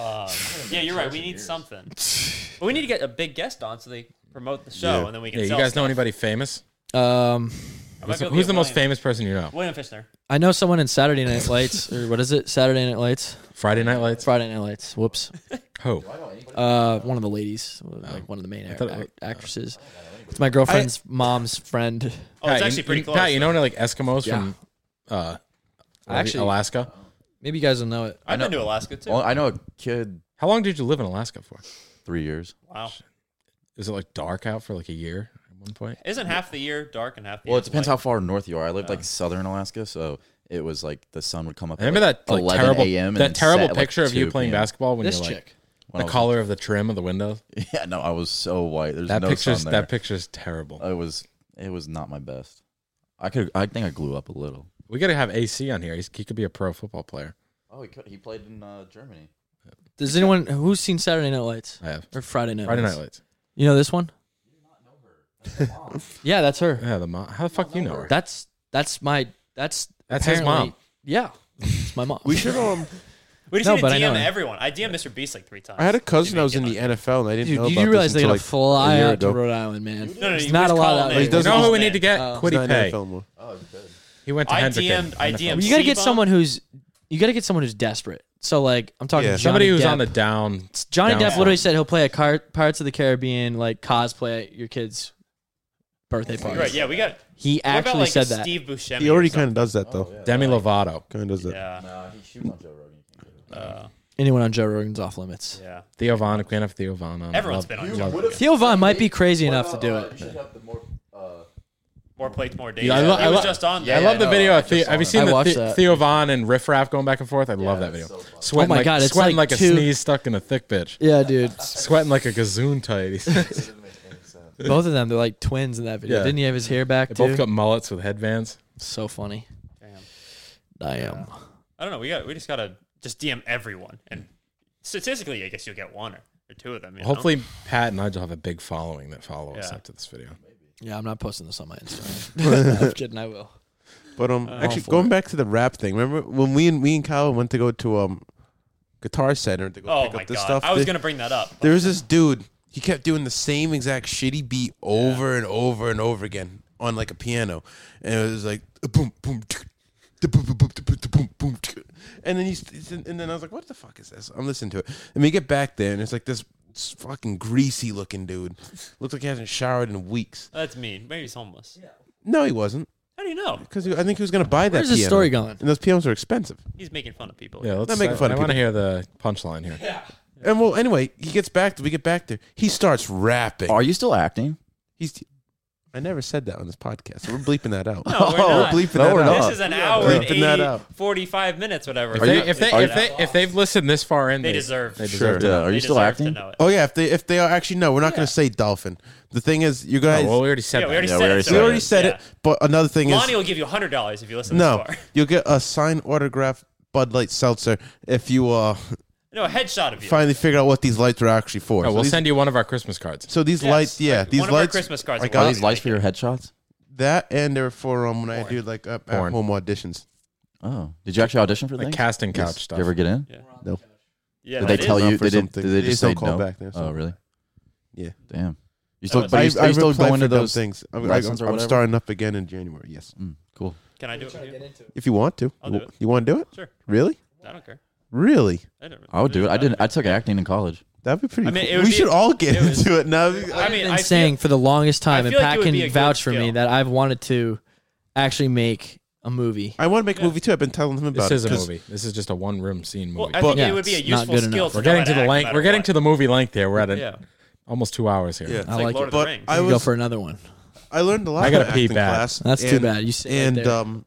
Speaker 1: Um, yeah, you're right. We need something. But we need to get a big guest on so they promote the show
Speaker 5: Yeah.
Speaker 1: and then we can
Speaker 4: Yeah, you
Speaker 1: sell
Speaker 4: guys know
Speaker 1: stuff.
Speaker 4: anybody famous?
Speaker 2: Um,
Speaker 1: I might
Speaker 4: Who's,
Speaker 1: be able to
Speaker 4: who's
Speaker 1: get
Speaker 4: the most
Speaker 1: William-
Speaker 4: famous person you know?
Speaker 1: William Fishner.
Speaker 2: I know someone in Saturday Night Lights, or what is it? Saturday Night Lights?
Speaker 4: Friday Night Lights?
Speaker 2: Friday Night Lights. Whoops.
Speaker 4: Who?
Speaker 2: Uh, one of the ladies, like one of the main
Speaker 4: thought it
Speaker 2: ac-
Speaker 4: was-
Speaker 2: actresses. It's my girlfriend's mom's friend.
Speaker 1: Oh, it's
Speaker 4: Pat,
Speaker 1: actually
Speaker 4: you,
Speaker 1: pretty
Speaker 4: you-
Speaker 1: close.
Speaker 4: Pat, you know any like Eskimos
Speaker 2: Yeah.
Speaker 4: from uh,
Speaker 2: Actually-
Speaker 4: actually, Alaska?
Speaker 2: Maybe you guys will know it.
Speaker 1: I've been to Alaska too.
Speaker 3: Well, I know a kid
Speaker 4: How long did you live in Alaska for?
Speaker 3: three years.
Speaker 1: wow.
Speaker 4: Is it like dark out for like a year at one point?
Speaker 1: Isn't half the year dark and half the
Speaker 3: Well,
Speaker 1: year
Speaker 3: it depends
Speaker 1: light?
Speaker 3: how far north you are. I lived like southern Alaska, so it was like the sun would come up.
Speaker 4: I remember
Speaker 3: at,
Speaker 4: that like,
Speaker 3: 11
Speaker 4: terrible
Speaker 3: a.m. and then
Speaker 4: that terrible
Speaker 3: set at, like,
Speaker 4: picture of you
Speaker 3: 2
Speaker 4: playing
Speaker 3: p.m.
Speaker 4: basketball when
Speaker 2: This
Speaker 4: you're like
Speaker 2: chick.
Speaker 3: When I
Speaker 4: the
Speaker 3: was-
Speaker 4: color of the trim of the window.
Speaker 3: Yeah, no, I was so white. There's
Speaker 4: That
Speaker 3: no
Speaker 4: picture's
Speaker 3: sun there.
Speaker 4: that picture's terrible.
Speaker 3: It was it was not my best. I could I think I glue up a little.
Speaker 4: we gotta have AC on here. He's, he could be a pro football player.
Speaker 3: Oh, he could. He played in uh, Germany.
Speaker 2: Does anyone who's seen Saturday Night Lights
Speaker 4: I have
Speaker 2: or Friday Night?
Speaker 4: Friday
Speaker 2: Lights?
Speaker 4: Night Lights.
Speaker 2: You know this one? yeah, that's her.
Speaker 4: Yeah, the mom. How the fuck do you know her?
Speaker 2: That's that's my that's
Speaker 4: That's his
Speaker 2: apparently-
Speaker 4: mom.
Speaker 2: Yeah, it's my mom.
Speaker 5: We should um.
Speaker 1: We just
Speaker 2: No,
Speaker 1: need
Speaker 2: but
Speaker 1: to
Speaker 2: I know
Speaker 1: DM
Speaker 2: him.
Speaker 1: everyone. I DM Mr. Beast like three times.
Speaker 5: I had a
Speaker 1: See if he
Speaker 5: cousin that
Speaker 1: can
Speaker 5: was
Speaker 1: get
Speaker 5: in the
Speaker 1: on.
Speaker 5: NFL, and I didn't
Speaker 2: Dude,
Speaker 5: know
Speaker 2: do
Speaker 5: about
Speaker 2: you realize
Speaker 5: this
Speaker 2: they
Speaker 5: until,
Speaker 2: gotta
Speaker 5: like, a
Speaker 2: fly
Speaker 5: year
Speaker 2: out to
Speaker 5: ago.
Speaker 2: Rhode Island, man?
Speaker 1: No, no,
Speaker 2: There's
Speaker 1: you
Speaker 2: not
Speaker 1: just
Speaker 2: a lot
Speaker 1: call
Speaker 2: of
Speaker 1: him
Speaker 2: that.
Speaker 1: in.
Speaker 5: He
Speaker 2: lady.
Speaker 5: doesn't-
Speaker 4: You know who we need to get?
Speaker 2: Uh,
Speaker 4: Quiddy
Speaker 5: He's not an
Speaker 4: Pay.
Speaker 5: NFL more.
Speaker 4: He went to
Speaker 1: I
Speaker 4: Hendrick.
Speaker 1: DM'd I DM'd
Speaker 2: You gotta get
Speaker 1: C-Bomb.
Speaker 2: someone who's you gotta get someone who's desperate. So like I'm talking
Speaker 5: Yeah.
Speaker 2: Johnny
Speaker 4: Somebody who's
Speaker 2: Depp.
Speaker 4: on the down.
Speaker 2: Johnny
Speaker 4: down
Speaker 2: Depp
Speaker 4: low.
Speaker 2: literally said he'll play a car- Pirates of the Caribbean like cosplay at your kid's birthday party.
Speaker 1: Right, yeah, we got what
Speaker 2: He
Speaker 1: about
Speaker 2: actually
Speaker 1: like
Speaker 2: said
Speaker 1: a
Speaker 2: that.
Speaker 1: Steve Buscemi.
Speaker 5: He already kind of does that though.
Speaker 4: Demi Lovato.
Speaker 5: Kind of does that.
Speaker 1: Yeah.
Speaker 8: Nah, he shoots on Joe Rogan.
Speaker 1: Uh,
Speaker 2: Anyone on Joe Rogan's off limits.
Speaker 1: yeah.
Speaker 4: Theo Von. I can't have Theo Von on.
Speaker 1: Everyone's
Speaker 4: Love-
Speaker 1: been on
Speaker 8: You
Speaker 1: Joe.
Speaker 8: would've-
Speaker 2: Theo Vaughn might be crazy
Speaker 8: What
Speaker 2: enough to
Speaker 8: about,
Speaker 2: do
Speaker 8: uh,
Speaker 2: it.
Speaker 8: You should have the more. Uh,
Speaker 1: More plates, more days.
Speaker 4: Yeah, I
Speaker 1: I,
Speaker 4: lo- I
Speaker 1: was
Speaker 4: lo-
Speaker 1: just on.
Speaker 3: Yeah,
Speaker 4: I
Speaker 1: there.
Speaker 4: love the
Speaker 3: no,
Speaker 4: video.
Speaker 3: I
Speaker 4: of Theo,
Speaker 3: just
Speaker 4: have you
Speaker 3: saw
Speaker 4: seen
Speaker 2: that. I
Speaker 4: the
Speaker 2: watched
Speaker 4: Th-
Speaker 2: that.
Speaker 4: Theo Von and Riff Raff going back and forth? I love that
Speaker 8: that's
Speaker 4: video.
Speaker 8: so fun.
Speaker 4: sweating
Speaker 2: Oh my
Speaker 4: like,
Speaker 2: God, it's
Speaker 4: sweating
Speaker 2: like
Speaker 4: like, a
Speaker 2: two-
Speaker 4: sneeze stuck in a thick bitch.
Speaker 2: Yeah, dude.
Speaker 4: Sweating like a gazoon tight. He says.
Speaker 2: Both of them, they're like twins in that video.
Speaker 4: Yeah.
Speaker 2: Didn't he have his hair back
Speaker 4: they
Speaker 2: too?
Speaker 4: both got mullets with headbands.
Speaker 2: so funny.
Speaker 1: Damn.
Speaker 2: Damn.
Speaker 1: I don't know. We got. We just gotta just DM everyone, and statistically, I guess you'll get one. Or or two of them. you know?
Speaker 4: Hopefully, Pat and Nigel have a big following that follow us
Speaker 1: Yeah.
Speaker 4: after this video.
Speaker 2: Yeah, I'm not posting this on my Instagram. I'm kidding. I will.
Speaker 5: But um,
Speaker 1: Uh,
Speaker 5: actually,
Speaker 4: awful.
Speaker 5: going back to the rap thing, remember when we and we and Kyle went to go to um, Guitar Center to go
Speaker 1: Oh
Speaker 5: pick
Speaker 1: my
Speaker 5: up this
Speaker 1: god!
Speaker 5: stuff?
Speaker 1: I was
Speaker 5: There-
Speaker 1: gonna bring that up.
Speaker 5: There was this dude. He kept doing the same exact shitty beat over and over and over again on like a piano, and it was like boom, boom, tsk, da boom, boom, boom, da boom, da boom, boom, tsk. and then he's and then I was like, what the fuck is this? I'm listening to it, and we get back there, and it's like this fucking greasy looking dude. Looks like he hasn't showered in weeks.
Speaker 1: That's mean. Maybe he's homeless.
Speaker 5: No, he wasn't,
Speaker 1: How do you know?
Speaker 5: because I think he was gonna buy that.
Speaker 2: Where's this
Speaker 5: piano.
Speaker 2: story going?
Speaker 5: And those pianos are expensive.
Speaker 1: He's making fun of people.
Speaker 4: Yeah, let's
Speaker 5: Not making
Speaker 4: I-
Speaker 5: fun
Speaker 4: I
Speaker 5: of
Speaker 4: want to hear
Speaker 5: people.
Speaker 4: the punchline here.
Speaker 5: And well, anyway, he gets back. We get back there. He starts rapping.
Speaker 3: Are you still acting?
Speaker 5: He's. I never said that on this podcast. so We're bleeping that out.
Speaker 1: No, we're not.
Speaker 5: bleeping
Speaker 3: No,
Speaker 5: that
Speaker 3: we're
Speaker 5: out.
Speaker 3: not.
Speaker 1: This is an hour and
Speaker 5: Bleeping that
Speaker 1: 80,
Speaker 5: out.
Speaker 1: 45 minutes, whatever.
Speaker 4: If
Speaker 3: Are
Speaker 4: they,
Speaker 3: you-
Speaker 4: if they,
Speaker 3: are
Speaker 4: if
Speaker 3: you-
Speaker 4: they, if they've listened this far in,
Speaker 1: They deserve.
Speaker 4: They
Speaker 5: Sure.
Speaker 4: deserve.
Speaker 3: Yeah.
Speaker 4: it.
Speaker 3: uh, Are
Speaker 1: They
Speaker 3: you still
Speaker 1: deserve
Speaker 3: acting?
Speaker 1: To know it.
Speaker 5: Oh yeah, if they if they are actually no, we're not
Speaker 1: Yeah.
Speaker 5: going to say dolphin. The thing is, you guys,
Speaker 4: Oh, well, we already said
Speaker 1: yeah, we
Speaker 4: that.
Speaker 1: already
Speaker 3: Yeah,
Speaker 1: said
Speaker 3: we already
Speaker 1: it.
Speaker 3: said
Speaker 5: we
Speaker 1: so-
Speaker 5: already said it. But another thing
Speaker 1: Yeah. Lonnie
Speaker 5: is,
Speaker 1: will give you hundred dollars if you listen.
Speaker 5: no,
Speaker 1: this far.
Speaker 5: you'll get a signed autograph Bud Light Seltzer if you uh
Speaker 1: no a headshot of you.
Speaker 5: finally figure out what these lights are actually for.
Speaker 4: Oh,
Speaker 5: so
Speaker 4: we'll
Speaker 5: these,
Speaker 4: send you one of our Christmas cards.
Speaker 5: so these
Speaker 1: Yes,
Speaker 5: lights, yeah,
Speaker 1: like
Speaker 5: these
Speaker 1: one of our
Speaker 5: lights.
Speaker 1: Christmas cards
Speaker 5: I
Speaker 1: and
Speaker 5: got
Speaker 3: Are
Speaker 1: one-
Speaker 3: these lights for your headshots?
Speaker 5: that, and they were for um when I
Speaker 1: Porn.
Speaker 5: do like up at
Speaker 4: Porn.
Speaker 5: home auditions.
Speaker 3: Oh, did you actually audition for
Speaker 4: Like
Speaker 3: things?
Speaker 4: casting couch
Speaker 3: Did
Speaker 4: stuff.
Speaker 3: you ever get in?
Speaker 1: Yeah,
Speaker 3: Did they
Speaker 1: that
Speaker 3: tell
Speaker 1: is-
Speaker 5: Not
Speaker 3: you?
Speaker 5: for
Speaker 3: They didn't.
Speaker 5: something.
Speaker 3: Did they
Speaker 5: They
Speaker 3: just
Speaker 5: still
Speaker 3: say
Speaker 5: call
Speaker 3: no?
Speaker 5: back there,
Speaker 3: oh,
Speaker 5: so-
Speaker 3: really?
Speaker 5: Yeah.
Speaker 3: Damn. You
Speaker 1: That
Speaker 3: still,
Speaker 1: was-
Speaker 3: but
Speaker 5: I-
Speaker 3: you, are
Speaker 5: I
Speaker 3: you still
Speaker 5: replied
Speaker 3: going
Speaker 5: for
Speaker 3: to
Speaker 5: dumb
Speaker 3: those?
Speaker 5: things. I'm, I'm,
Speaker 3: lessons or
Speaker 5: I'm
Speaker 3: whatever?
Speaker 5: starting up again in January. Yes,
Speaker 3: Mm, cool.
Speaker 1: Can I do it? with you?
Speaker 5: if you want to,
Speaker 1: I'll do it.
Speaker 5: you want to do it?
Speaker 1: Sure.
Speaker 5: Really,
Speaker 1: I don't care.
Speaker 5: really?
Speaker 1: I don't.
Speaker 3: I would do it. I
Speaker 1: don't-
Speaker 3: didn't. I took acting in college.
Speaker 5: That'd be pretty.
Speaker 1: I mean, it
Speaker 5: cool.
Speaker 1: would
Speaker 5: We
Speaker 1: be-
Speaker 5: should all get
Speaker 1: it was-
Speaker 5: into it now.
Speaker 1: I mean,
Speaker 9: been
Speaker 1: I feel-
Speaker 9: saying for the longest time, and
Speaker 1: feel like
Speaker 9: Pat
Speaker 1: it would be a
Speaker 9: can
Speaker 1: good
Speaker 9: vouch for me
Speaker 1: skill.
Speaker 9: that I've wanted to actually make a movie.
Speaker 5: I want to make a
Speaker 1: Yeah.
Speaker 5: movie too. I've been telling him about
Speaker 4: This
Speaker 5: it.
Speaker 4: is a
Speaker 5: 'cause-
Speaker 4: movie. This is just a one room scene movie.
Speaker 1: Well, I
Speaker 5: But-
Speaker 1: think it would be
Speaker 9: Yeah,
Speaker 1: a
Speaker 9: it's not
Speaker 1: useful
Speaker 9: good
Speaker 1: skill.
Speaker 9: enough.
Speaker 1: to
Speaker 4: we're
Speaker 1: know
Speaker 4: getting
Speaker 1: how
Speaker 4: to the
Speaker 1: act no
Speaker 4: length.
Speaker 1: matter
Speaker 4: We're getting
Speaker 1: what.
Speaker 4: to the movie length here. We're at a,
Speaker 1: Yeah,
Speaker 4: almost two hours here.
Speaker 5: Yeah.
Speaker 1: I like,
Speaker 9: like
Speaker 1: Lord
Speaker 9: it.
Speaker 1: of the
Speaker 5: But
Speaker 1: Rings.
Speaker 5: I
Speaker 9: You could go
Speaker 5: was,
Speaker 9: for another one.
Speaker 5: I learned a lot.
Speaker 4: I gotta
Speaker 5: in
Speaker 4: pee
Speaker 5: acting
Speaker 4: bad.
Speaker 5: class,
Speaker 9: That's too
Speaker 5: and-
Speaker 9: bad. You sit right
Speaker 5: And
Speaker 9: there.
Speaker 5: um,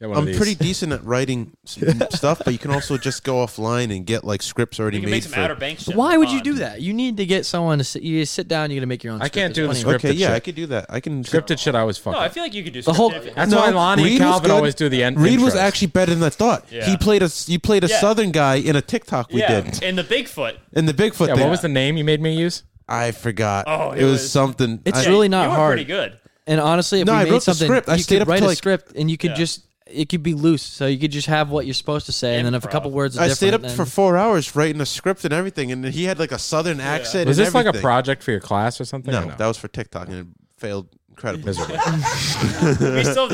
Speaker 4: Get one of
Speaker 5: I'm
Speaker 4: these.
Speaker 5: pretty decent at writing some stuff, but you can also just go offline and get like scripts already
Speaker 1: you can
Speaker 5: made
Speaker 1: make some
Speaker 5: for.
Speaker 1: Outer Banks. shit
Speaker 9: Why
Speaker 1: for
Speaker 9: would you
Speaker 1: fun.
Speaker 9: do that? You need to get someone to sit. You just sit down. You're gonna make your own.
Speaker 4: I
Speaker 9: script.
Speaker 4: can't
Speaker 9: There's
Speaker 4: do the
Speaker 9: plenty of-
Speaker 4: script.
Speaker 5: okay,
Speaker 4: Scripted
Speaker 5: yeah, I
Speaker 4: shit.
Speaker 5: could do that. I can
Speaker 4: scripted shit. I was fucked.
Speaker 1: No,
Speaker 4: up.
Speaker 1: I feel like you could do
Speaker 9: The whole-
Speaker 1: scripted if you-
Speaker 4: That's
Speaker 5: No,
Speaker 4: why Lonnie
Speaker 5: Reed
Speaker 4: and
Speaker 5: was
Speaker 4: Calvin
Speaker 5: good.
Speaker 4: always do the end.
Speaker 5: Reed was
Speaker 4: intros.
Speaker 5: actually better than I thought. He
Speaker 1: Yeah.
Speaker 5: played a you played a
Speaker 1: Yeah.
Speaker 5: Southern guy in a TikTok we
Speaker 1: yeah,
Speaker 5: did,
Speaker 1: in the Bigfoot.
Speaker 5: and the Bigfoot
Speaker 4: Yeah,
Speaker 5: thing.
Speaker 4: what was the name you made me use?
Speaker 5: I forgot.
Speaker 1: Oh,
Speaker 5: it,
Speaker 1: it
Speaker 5: was,
Speaker 1: was-
Speaker 5: something.
Speaker 9: It's
Speaker 5: I-
Speaker 9: really
Speaker 1: Yeah,
Speaker 9: not
Speaker 1: you were
Speaker 9: hard.
Speaker 1: Pretty good.
Speaker 9: And honestly, if
Speaker 5: No,
Speaker 9: we
Speaker 5: I
Speaker 9: made
Speaker 5: wrote the
Speaker 9: something,
Speaker 5: script. I
Speaker 9: you
Speaker 5: stayed
Speaker 9: could
Speaker 5: up
Speaker 9: write
Speaker 5: till,
Speaker 9: a
Speaker 5: like-
Speaker 9: script, and you could
Speaker 1: Yeah.
Speaker 9: just it could be loose, so you could just have what you're supposed to say, and then if a couple
Speaker 1: Improv.
Speaker 9: words. Are
Speaker 5: I stayed up
Speaker 9: different,
Speaker 5: for
Speaker 9: then-
Speaker 5: four hours writing a script and everything, and he had like a Southern accent.
Speaker 4: Was
Speaker 5: and
Speaker 4: this like a
Speaker 5: everything.
Speaker 4: project for your class or something? or
Speaker 5: No, that was for TikTok, and it failed incredibly.
Speaker 4: Miserable.
Speaker 1: We still have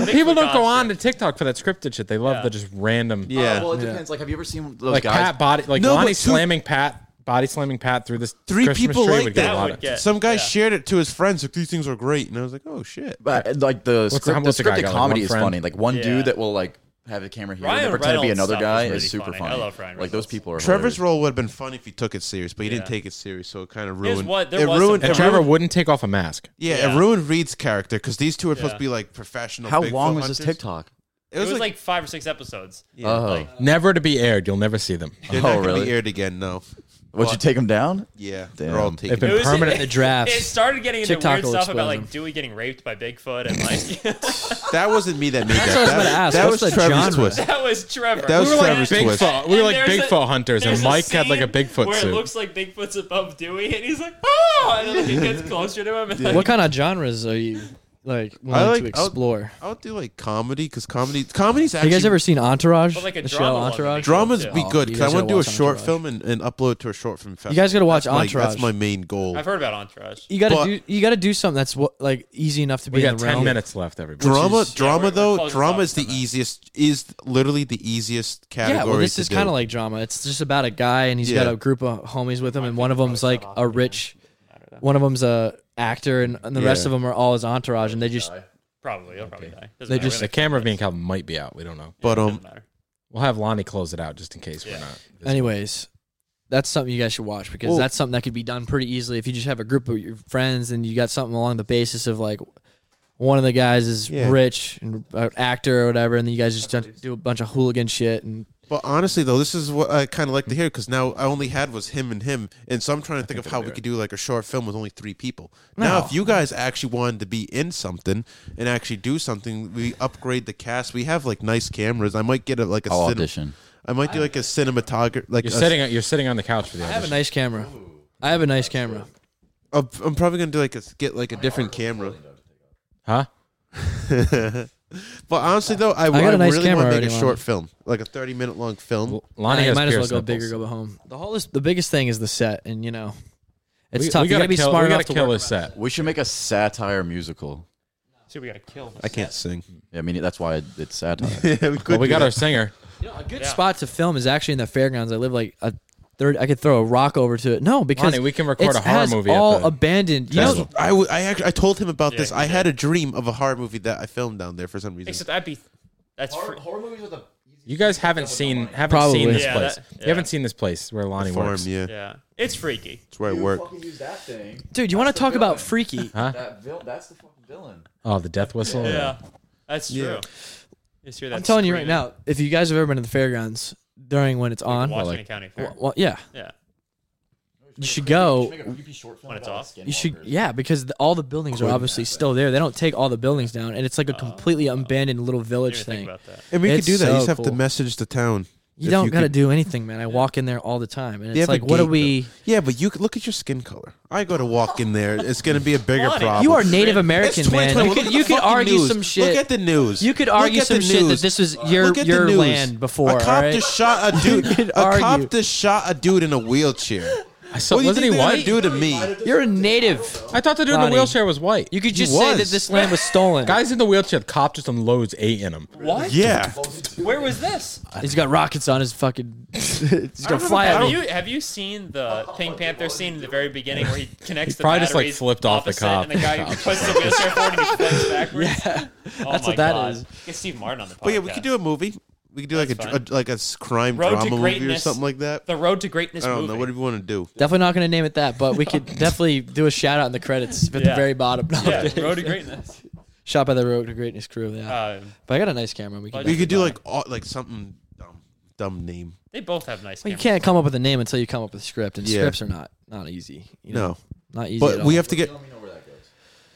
Speaker 1: the
Speaker 4: People
Speaker 1: Bigfoot
Speaker 4: don't go on
Speaker 1: concept.
Speaker 4: to TikTok for that scripted shit. They love
Speaker 1: Yeah.
Speaker 4: the just random.
Speaker 5: Yeah.
Speaker 1: Oh,
Speaker 3: it depends. Like, have you ever seen those
Speaker 4: like Pat body, like
Speaker 5: No,
Speaker 4: Lonnie
Speaker 5: but two-
Speaker 4: slamming Pat, body slamming Pat through this.
Speaker 5: Three
Speaker 4: Christmas
Speaker 5: people
Speaker 4: tree
Speaker 5: like
Speaker 4: would get
Speaker 1: that
Speaker 4: a lot
Speaker 1: would
Speaker 4: of.
Speaker 1: get-
Speaker 5: Some guy
Speaker 1: Yeah.
Speaker 5: shared it to his friends. Like these things are great, and I was like, "Oh shit!"
Speaker 3: But uh, like the,
Speaker 4: the-
Speaker 3: script, the
Speaker 4: what's the guy
Speaker 3: scripted
Speaker 4: got, like,
Speaker 3: comedy
Speaker 4: one
Speaker 3: is
Speaker 4: friend?
Speaker 3: funny. Like one
Speaker 1: Yeah.
Speaker 3: dude that will like have a camera here, and
Speaker 1: Ryan
Speaker 3: then pretend to be
Speaker 1: Reynolds
Speaker 3: another
Speaker 1: stuff
Speaker 3: guy
Speaker 1: is really
Speaker 3: is super
Speaker 1: funny.
Speaker 3: funny.
Speaker 1: I love Ryan
Speaker 3: Like those
Speaker 1: Reynolds.
Speaker 3: people are.
Speaker 5: Trevor's
Speaker 3: hilarious.
Speaker 5: role would have been funny if he took it serious, but he didn't
Speaker 1: Yeah.
Speaker 5: take it serious, so it kind of
Speaker 1: Here's
Speaker 5: ruined.
Speaker 1: what- there
Speaker 5: it
Speaker 1: was
Speaker 5: ruined.
Speaker 1: some-
Speaker 4: And
Speaker 5: it
Speaker 4: Trevor
Speaker 5: ruined-
Speaker 4: wouldn't take off a mask.
Speaker 5: yeah,
Speaker 1: Yeah.
Speaker 5: it ruined Reed's character because these two are supposed
Speaker 1: Yeah.
Speaker 5: to be like professional.
Speaker 3: How
Speaker 5: Bigfoot
Speaker 3: long was this
Speaker 5: hunters.
Speaker 3: TikTok?
Speaker 5: It was, like,
Speaker 1: five or six episodes.
Speaker 5: Yeah.
Speaker 3: Oh,
Speaker 1: Like,
Speaker 4: Never to be aired. You'll never see them.
Speaker 5: they're
Speaker 3: Oh,
Speaker 5: not gonna
Speaker 3: really?
Speaker 5: be aired again. No.
Speaker 3: Would you take him down?
Speaker 5: Yeah,
Speaker 3: Damn.
Speaker 5: they're all
Speaker 4: They've
Speaker 5: taken.
Speaker 4: been
Speaker 1: It was-
Speaker 4: permanent.
Speaker 1: it-
Speaker 9: the drafts.
Speaker 1: It started getting into
Speaker 9: TikTok
Speaker 1: weird
Speaker 9: will
Speaker 1: stuff
Speaker 9: expose
Speaker 1: about like
Speaker 9: them.
Speaker 1: Dewey getting raped by Bigfoot and like
Speaker 5: that wasn't me that made
Speaker 9: what I was
Speaker 5: that.
Speaker 9: gonna
Speaker 5: That,
Speaker 9: ask.
Speaker 5: that
Speaker 9: What's
Speaker 5: was
Speaker 9: the
Speaker 5: Trevor's
Speaker 9: genre?
Speaker 5: twist.
Speaker 1: that was Trevor.
Speaker 5: That was
Speaker 1: we were
Speaker 5: Trevor's
Speaker 1: like,
Speaker 5: twist.
Speaker 4: Bigfoot. We were like
Speaker 1: And there's a-
Speaker 4: Bigfoot hunters, and
Speaker 1: there's a
Speaker 4: Mike had like a
Speaker 1: scene
Speaker 4: Bigfoot
Speaker 1: where
Speaker 4: suit.
Speaker 1: it looks like Bigfoot's above Dewey, and he's like, oh, and then he gets closer to him. And like,
Speaker 9: What kind of genres are you like willing
Speaker 5: I like-
Speaker 9: to
Speaker 5: I'll-
Speaker 9: explore?
Speaker 5: I would do like comedy because comedy, comedy's
Speaker 9: Have
Speaker 5: actually.
Speaker 9: you guys ever seen Entourage?
Speaker 1: But, like, a
Speaker 9: the show
Speaker 1: drama one.
Speaker 9: Entourage.
Speaker 5: Dramas
Speaker 1: Yeah.
Speaker 5: be
Speaker 9: Oh,
Speaker 5: good
Speaker 9: you
Speaker 5: because
Speaker 9: guys
Speaker 5: I
Speaker 9: gotta
Speaker 5: want to do a
Speaker 9: watch
Speaker 5: short
Speaker 9: Entourage.
Speaker 5: film and, and upload to a short film festival.
Speaker 9: You guys gotta watch
Speaker 5: that's my,
Speaker 9: Entourage.
Speaker 5: That's my main goal.
Speaker 1: I've heard about Entourage.
Speaker 9: you gotta
Speaker 5: but-
Speaker 9: do. You gotta do something that's what like easy enough to be
Speaker 4: we
Speaker 9: in
Speaker 4: got
Speaker 9: the
Speaker 4: ten
Speaker 9: realm.
Speaker 4: minutes left, everybody.
Speaker 5: drama,
Speaker 1: Yeah,
Speaker 5: drama
Speaker 1: we're- we're
Speaker 5: though,
Speaker 1: closing
Speaker 5: drama
Speaker 1: up
Speaker 5: is the
Speaker 1: on that.
Speaker 5: easiest. Is literally the easiest category.
Speaker 9: Yeah, well, this
Speaker 5: to
Speaker 9: is
Speaker 5: do.
Speaker 9: kind of like drama. It's just about a guy, and he's
Speaker 5: Yeah.
Speaker 9: got a group of homies with him, and one of them's like a rich, one of them's a actor, and, and the rest
Speaker 5: Yeah.
Speaker 9: of them are all his entourage, and they just
Speaker 1: Probably, he'll probably die. Doesn't
Speaker 9: They
Speaker 1: matter,
Speaker 9: just-
Speaker 1: we're
Speaker 4: The camera of me and Calvin might be out. We don't know.
Speaker 5: But
Speaker 1: not-
Speaker 5: um,
Speaker 1: doesn't matter.
Speaker 4: We'll have Lonnie close it out just in case we're
Speaker 1: Yeah.
Speaker 4: not.
Speaker 9: Anyways, that's something you guys should watch because
Speaker 5: Well-
Speaker 9: that's something that could be done pretty easily if you just have a group of your friends and you got something along the basis of like one of the guys is
Speaker 5: Yeah.
Speaker 9: rich and an actor or whatever, and then you guys just done- do a bunch of hooligan shit and
Speaker 5: but honestly though, this is what I kind of like to hear because now I only had was him and him, and so I'm trying to think of how we could do like a short film with only three people. Now,
Speaker 9: No.
Speaker 5: if you guys actually wanted to be in something and actually do something, we upgrade the cast. We have like nice cameras. I might get a, like a
Speaker 3: I'll
Speaker 5: cinem-
Speaker 3: audition.
Speaker 5: I might do like a cinematographer. Like
Speaker 4: You're
Speaker 5: a-
Speaker 4: sitting. You're sitting on the couch for the
Speaker 9: I have a
Speaker 4: audition.
Speaker 9: nice camera.
Speaker 2: I have a nice camera.
Speaker 5: I'm, I'm probably gonna do like a get like a different camera.
Speaker 4: Huh?
Speaker 5: but honestly, though, I,
Speaker 2: got
Speaker 5: I
Speaker 2: a nice
Speaker 5: really
Speaker 2: camera
Speaker 5: want to
Speaker 2: already,
Speaker 5: make a
Speaker 2: Lonnie.
Speaker 5: short film, like a 30 minute long film.
Speaker 4: Well, Lonnie
Speaker 2: I
Speaker 4: has
Speaker 2: might as well
Speaker 4: pierced
Speaker 2: go
Speaker 4: nipples.
Speaker 2: big or go home. The whole the biggest thing is the set, and you know, it's
Speaker 4: we,
Speaker 2: tough.
Speaker 4: We
Speaker 2: you gotta,
Speaker 4: gotta
Speaker 2: be
Speaker 4: kill,
Speaker 2: smart
Speaker 4: we gotta
Speaker 2: enough to
Speaker 4: kill
Speaker 2: work
Speaker 4: his set.
Speaker 10: We should make a satire musical.
Speaker 1: See, we gotta kill. This
Speaker 5: I can't sing.
Speaker 10: Yeah, I mean that's why it's satire.
Speaker 5: yeah, we could.
Speaker 4: Well, we
Speaker 5: do
Speaker 4: got
Speaker 5: that.
Speaker 4: our singer.
Speaker 2: You know, a good
Speaker 1: Yeah.
Speaker 2: spot to film is actually in the fairgrounds. I live like a third. I could throw a rock over to it. No, because
Speaker 4: Lonnie, we can record
Speaker 2: it's-
Speaker 4: a horror
Speaker 2: has
Speaker 4: movie at
Speaker 2: All
Speaker 4: the
Speaker 2: abandoned. You
Speaker 5: That's-
Speaker 2: know,
Speaker 5: I, w- I actually I told him about
Speaker 1: Yeah,
Speaker 5: this.
Speaker 1: you
Speaker 5: I
Speaker 1: did.
Speaker 5: had a dream of a horror movie that I filmed down there for some reason.
Speaker 1: Except I'd be. That's free.
Speaker 3: horror movies are the
Speaker 4: You guys haven't seen haven't
Speaker 2: Probably.
Speaker 4: seen this
Speaker 1: Yeah,
Speaker 4: place.
Speaker 1: that-
Speaker 4: You haven't seen this place where Lonnie
Speaker 5: Farm,
Speaker 4: works.
Speaker 5: yeah.
Speaker 1: Yeah, it's freaky.
Speaker 5: It's where I work.
Speaker 3: fucking use that thing.
Speaker 2: dude, you want to
Speaker 3: the
Speaker 2: talk about
Speaker 3: villain.
Speaker 2: freaky?
Speaker 4: Huh?
Speaker 3: That vil- that's the fucking villain.
Speaker 4: Oh, the death whistle.
Speaker 1: Yeah, that's true.
Speaker 5: Yeah.
Speaker 1: Just hear that
Speaker 2: I'm telling you right
Speaker 1: screaming.
Speaker 2: now, if you guys have ever been to the fairgrounds during when it's on, well,
Speaker 1: Washington County Fair.
Speaker 2: yeah,
Speaker 1: yeah,
Speaker 2: you should go.
Speaker 3: Make a creepy short film
Speaker 1: When it's
Speaker 3: about
Speaker 1: off.
Speaker 3: the
Speaker 2: Oh. You should,
Speaker 3: skinwalkers.
Speaker 2: yeah, because the, all the buildings are obviously still there. They don't take all the buildings down, and it's like a completely abandoned little
Speaker 1: didn't
Speaker 2: village
Speaker 1: even think
Speaker 2: thing.
Speaker 1: about that.
Speaker 5: And we
Speaker 2: It's
Speaker 5: could do that.
Speaker 2: so
Speaker 5: you just have to
Speaker 2: cool.
Speaker 5: message the town.
Speaker 2: You
Speaker 5: if
Speaker 2: don't got to
Speaker 5: could-
Speaker 2: do anything, man. I walk in there all the time, and it's
Speaker 5: They have a
Speaker 2: like, what
Speaker 5: gate,
Speaker 2: are we?
Speaker 5: though. Yeah, but you could look at your skin color. I go to walk in there. It's gonna be a bigger
Speaker 1: Lonnie,
Speaker 5: problem.
Speaker 2: You are Native
Speaker 5: It's
Speaker 2: American, man.
Speaker 5: 2021.
Speaker 2: You
Speaker 5: Look
Speaker 2: could,
Speaker 5: at
Speaker 2: you
Speaker 5: the
Speaker 2: could
Speaker 5: fucking
Speaker 2: argue
Speaker 5: news.
Speaker 2: some shit.
Speaker 5: Look at the news.
Speaker 2: You could
Speaker 5: Look
Speaker 2: argue
Speaker 5: at the
Speaker 2: some shit that
Speaker 5: news.
Speaker 2: this was your
Speaker 5: Look at the
Speaker 2: your
Speaker 5: news.
Speaker 2: land before.
Speaker 5: A cop
Speaker 2: all right?
Speaker 5: just shot a
Speaker 2: You
Speaker 5: dude.
Speaker 2: could
Speaker 5: a
Speaker 2: argue.
Speaker 5: cop just shot a dude in a wheelchair.
Speaker 4: I saw,
Speaker 5: what do you
Speaker 4: wasn't
Speaker 5: think
Speaker 4: he
Speaker 5: they're gonna
Speaker 4: white?
Speaker 5: do to me?
Speaker 2: You're a native.
Speaker 4: I thought the dude in
Speaker 2: Lonnie.
Speaker 4: the wheelchair was white.
Speaker 2: You could just
Speaker 5: He
Speaker 2: say
Speaker 5: was.
Speaker 2: that this land was stolen.
Speaker 4: guys in the wheelchair, the cop just unloads eight in him.
Speaker 1: What?
Speaker 5: Yeah.
Speaker 1: Where was this?
Speaker 2: He's got rockets on his fucking. He's gonna
Speaker 1: I
Speaker 2: fly
Speaker 1: remember-
Speaker 2: at
Speaker 1: have
Speaker 2: you.
Speaker 1: you have you seen the Pink Panther scene in the very beginning where he connects the
Speaker 4: probably just, like,
Speaker 1: batteries
Speaker 4: flipped off the
Speaker 1: opposite
Speaker 4: cop.
Speaker 1: and the guy puts the wheelchair forward and he flips backwards? Yeah, oh
Speaker 2: that's
Speaker 1: my
Speaker 2: what that
Speaker 1: God.
Speaker 2: is.
Speaker 1: Get Steve Martin on the podcast.
Speaker 5: But yeah, we could do a movie. We could do like a,
Speaker 1: That's
Speaker 5: dr- a like a s- crime
Speaker 1: Road to
Speaker 5: drama movie or
Speaker 1: Greatness.
Speaker 5: something like that.
Speaker 1: the Road to Greatness
Speaker 5: I don't
Speaker 1: movie.
Speaker 5: know. What do you want to do?
Speaker 2: Definitely not gonna name it that, but we could definitely do a shout out in the credits at the
Speaker 1: Yeah.
Speaker 2: very bottom. No, I'm
Speaker 1: yeah,
Speaker 2: kidding.
Speaker 1: Road to Greatness.
Speaker 2: Shot by the Road to Greatness crew. Yeah,
Speaker 1: Um,
Speaker 2: but I got a nice camera. We can.
Speaker 1: But-
Speaker 5: We could do
Speaker 1: Bye.
Speaker 5: like au- like something dumb, dumb name.
Speaker 1: they both have nice.
Speaker 2: Well, you
Speaker 1: cameras.
Speaker 2: can't come up with a name until you come up with a script, and
Speaker 5: Yeah.
Speaker 2: scripts are not not easy. You know,
Speaker 5: No,
Speaker 2: not easy.
Speaker 5: but
Speaker 2: at
Speaker 5: we
Speaker 2: all.
Speaker 5: have to get.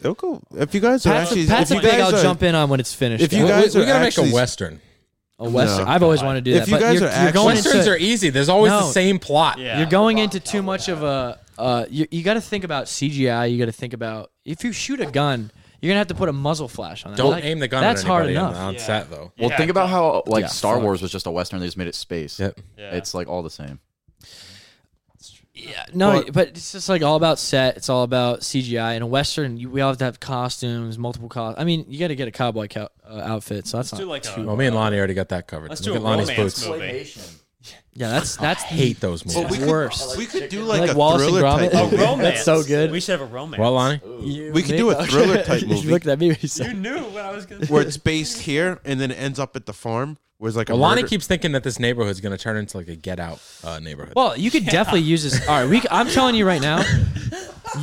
Speaker 5: It'll go. If you guys are
Speaker 2: Pat's,
Speaker 5: actually,
Speaker 2: Pat's a
Speaker 5: if you
Speaker 2: big.
Speaker 5: guys
Speaker 2: I'll
Speaker 5: are,
Speaker 2: jump in on when it's finished.
Speaker 5: If you
Speaker 2: though.
Speaker 4: We-
Speaker 5: guys
Speaker 4: we,
Speaker 5: are
Speaker 4: gotta
Speaker 5: actually-
Speaker 4: make a western.
Speaker 2: A western.
Speaker 5: No.
Speaker 2: I've always wanted to do
Speaker 5: If
Speaker 2: that.
Speaker 5: you
Speaker 2: but
Speaker 5: guys
Speaker 2: you're,
Speaker 5: are
Speaker 2: you're going
Speaker 5: actually-
Speaker 4: Westerns
Speaker 2: into,
Speaker 4: are easy. There's always
Speaker 2: No.
Speaker 4: the same plot.
Speaker 1: Yeah.
Speaker 2: you're going into too much of a. Uh, you you got to think about CGI. You got to think about if you shoot a gun, you're gonna have to put a muzzle flash on. that.
Speaker 4: Don't
Speaker 2: Like,
Speaker 4: aim the gun
Speaker 2: That's
Speaker 4: at
Speaker 2: hard
Speaker 4: anybody
Speaker 2: enough.
Speaker 4: on, on
Speaker 1: Yeah.
Speaker 4: set though.
Speaker 10: Well,
Speaker 1: Yeah,
Speaker 10: think about how like
Speaker 2: Yeah,
Speaker 10: Star
Speaker 2: fuck.
Speaker 10: Wars was just a western. They just made it space.
Speaker 4: Yep.
Speaker 1: Yeah.
Speaker 10: It's like all the same.
Speaker 2: Yeah, no,
Speaker 5: But-
Speaker 2: but, it's just like all about set. It's all about CGI. In a western, you, we all have to have costumes, multiple costumes. I mean, you got to get a cowboy co- uh, outfit, so
Speaker 1: Let's
Speaker 2: that's not
Speaker 1: do like a-
Speaker 2: too.
Speaker 4: Well, me and Lonnie already got that covered.
Speaker 1: Let's
Speaker 4: Look
Speaker 1: do a
Speaker 4: at Lonnie's
Speaker 1: romance
Speaker 4: boots.
Speaker 1: movie.
Speaker 2: yeah, that's that's
Speaker 4: Hate those movies.
Speaker 5: But we
Speaker 2: worst.
Speaker 5: could, we could do
Speaker 2: Like
Speaker 5: like, a
Speaker 2: Wallace and
Speaker 5: thriller
Speaker 2: Gromit?
Speaker 5: type.
Speaker 1: A
Speaker 5: movie.
Speaker 1: romance.
Speaker 2: so good.
Speaker 1: We should have a romance.
Speaker 4: Well, Lonnie,
Speaker 5: We could do a thriller type movie.
Speaker 2: you looked at me. when you
Speaker 1: you
Speaker 2: said-
Speaker 1: knew what I was gonna.
Speaker 5: where it's based here and then it ends up at the farm where it's like a
Speaker 4: well, Lonnie
Speaker 5: murder-
Speaker 4: keeps thinking that this neighborhood's gonna turn into like a Get Out uh, neighborhood.
Speaker 2: Well, you could definitely use this. All right, we. c- I'm telling you right now,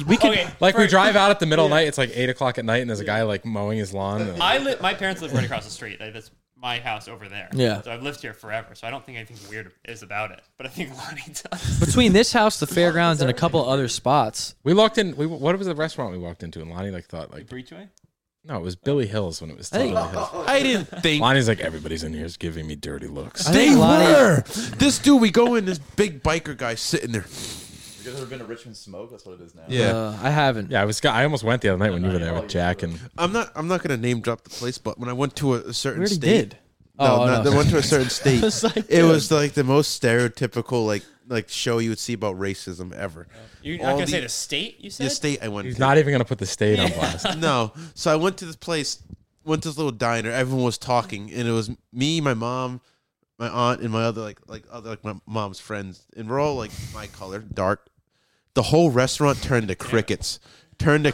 Speaker 2: we
Speaker 5: Oh,
Speaker 2: could.
Speaker 1: Okay,
Speaker 4: like we drive out at the middle of night. It's like eight o'clock at night, and there's a guy like mowing his lawn. and-
Speaker 1: I live. My parents live right across the street. Like, That's my house over there.
Speaker 2: Yeah.
Speaker 1: So I've lived here forever. So I don't think anything weird is about it. But I think Lonnie does.
Speaker 2: Between this house, the fairgrounds, and a couple other spots,
Speaker 4: we walked in. We what was the restaurant we walked into? And Lonnie like thought like
Speaker 1: Breachway.
Speaker 4: no, it was Billy Hills when it was still
Speaker 2: Hey.
Speaker 4: Billy Hills.
Speaker 5: I didn't think
Speaker 4: Lonnie's like everybody's in here is giving me dirty looks.
Speaker 2: I
Speaker 5: they
Speaker 2: think Lonnie-
Speaker 5: were. This dude, we go in, this big biker guy sitting there.
Speaker 3: You guys ever been to Richmond Smoke? That's what it is now.
Speaker 5: Yeah,
Speaker 2: Uh, I haven't.
Speaker 4: Yeah, I was. I almost went the other night when you were there with Jack and
Speaker 5: I'm not. I'm not gonna name drop the place, but when I went to a, a
Speaker 2: we
Speaker 5: certain
Speaker 2: already
Speaker 5: state,
Speaker 2: did.
Speaker 5: no,
Speaker 2: oh,
Speaker 5: not-
Speaker 2: no.
Speaker 5: I went to a certain state.
Speaker 2: It's like,
Speaker 5: it was like the most stereotypical like like show you would see about racism ever.
Speaker 1: You're
Speaker 5: All
Speaker 1: not gonna
Speaker 5: the-
Speaker 1: say the state you said.
Speaker 5: The state I went
Speaker 4: he's
Speaker 5: to.
Speaker 4: not even gonna put the state on blast.
Speaker 5: no. So I went to this place, went to this little diner. Everyone was talking, and it was me, my mom, my aunt, and my other like like other like my mom's friends, and we're all like my color, dark. The whole restaurant turned to crickets. Turned to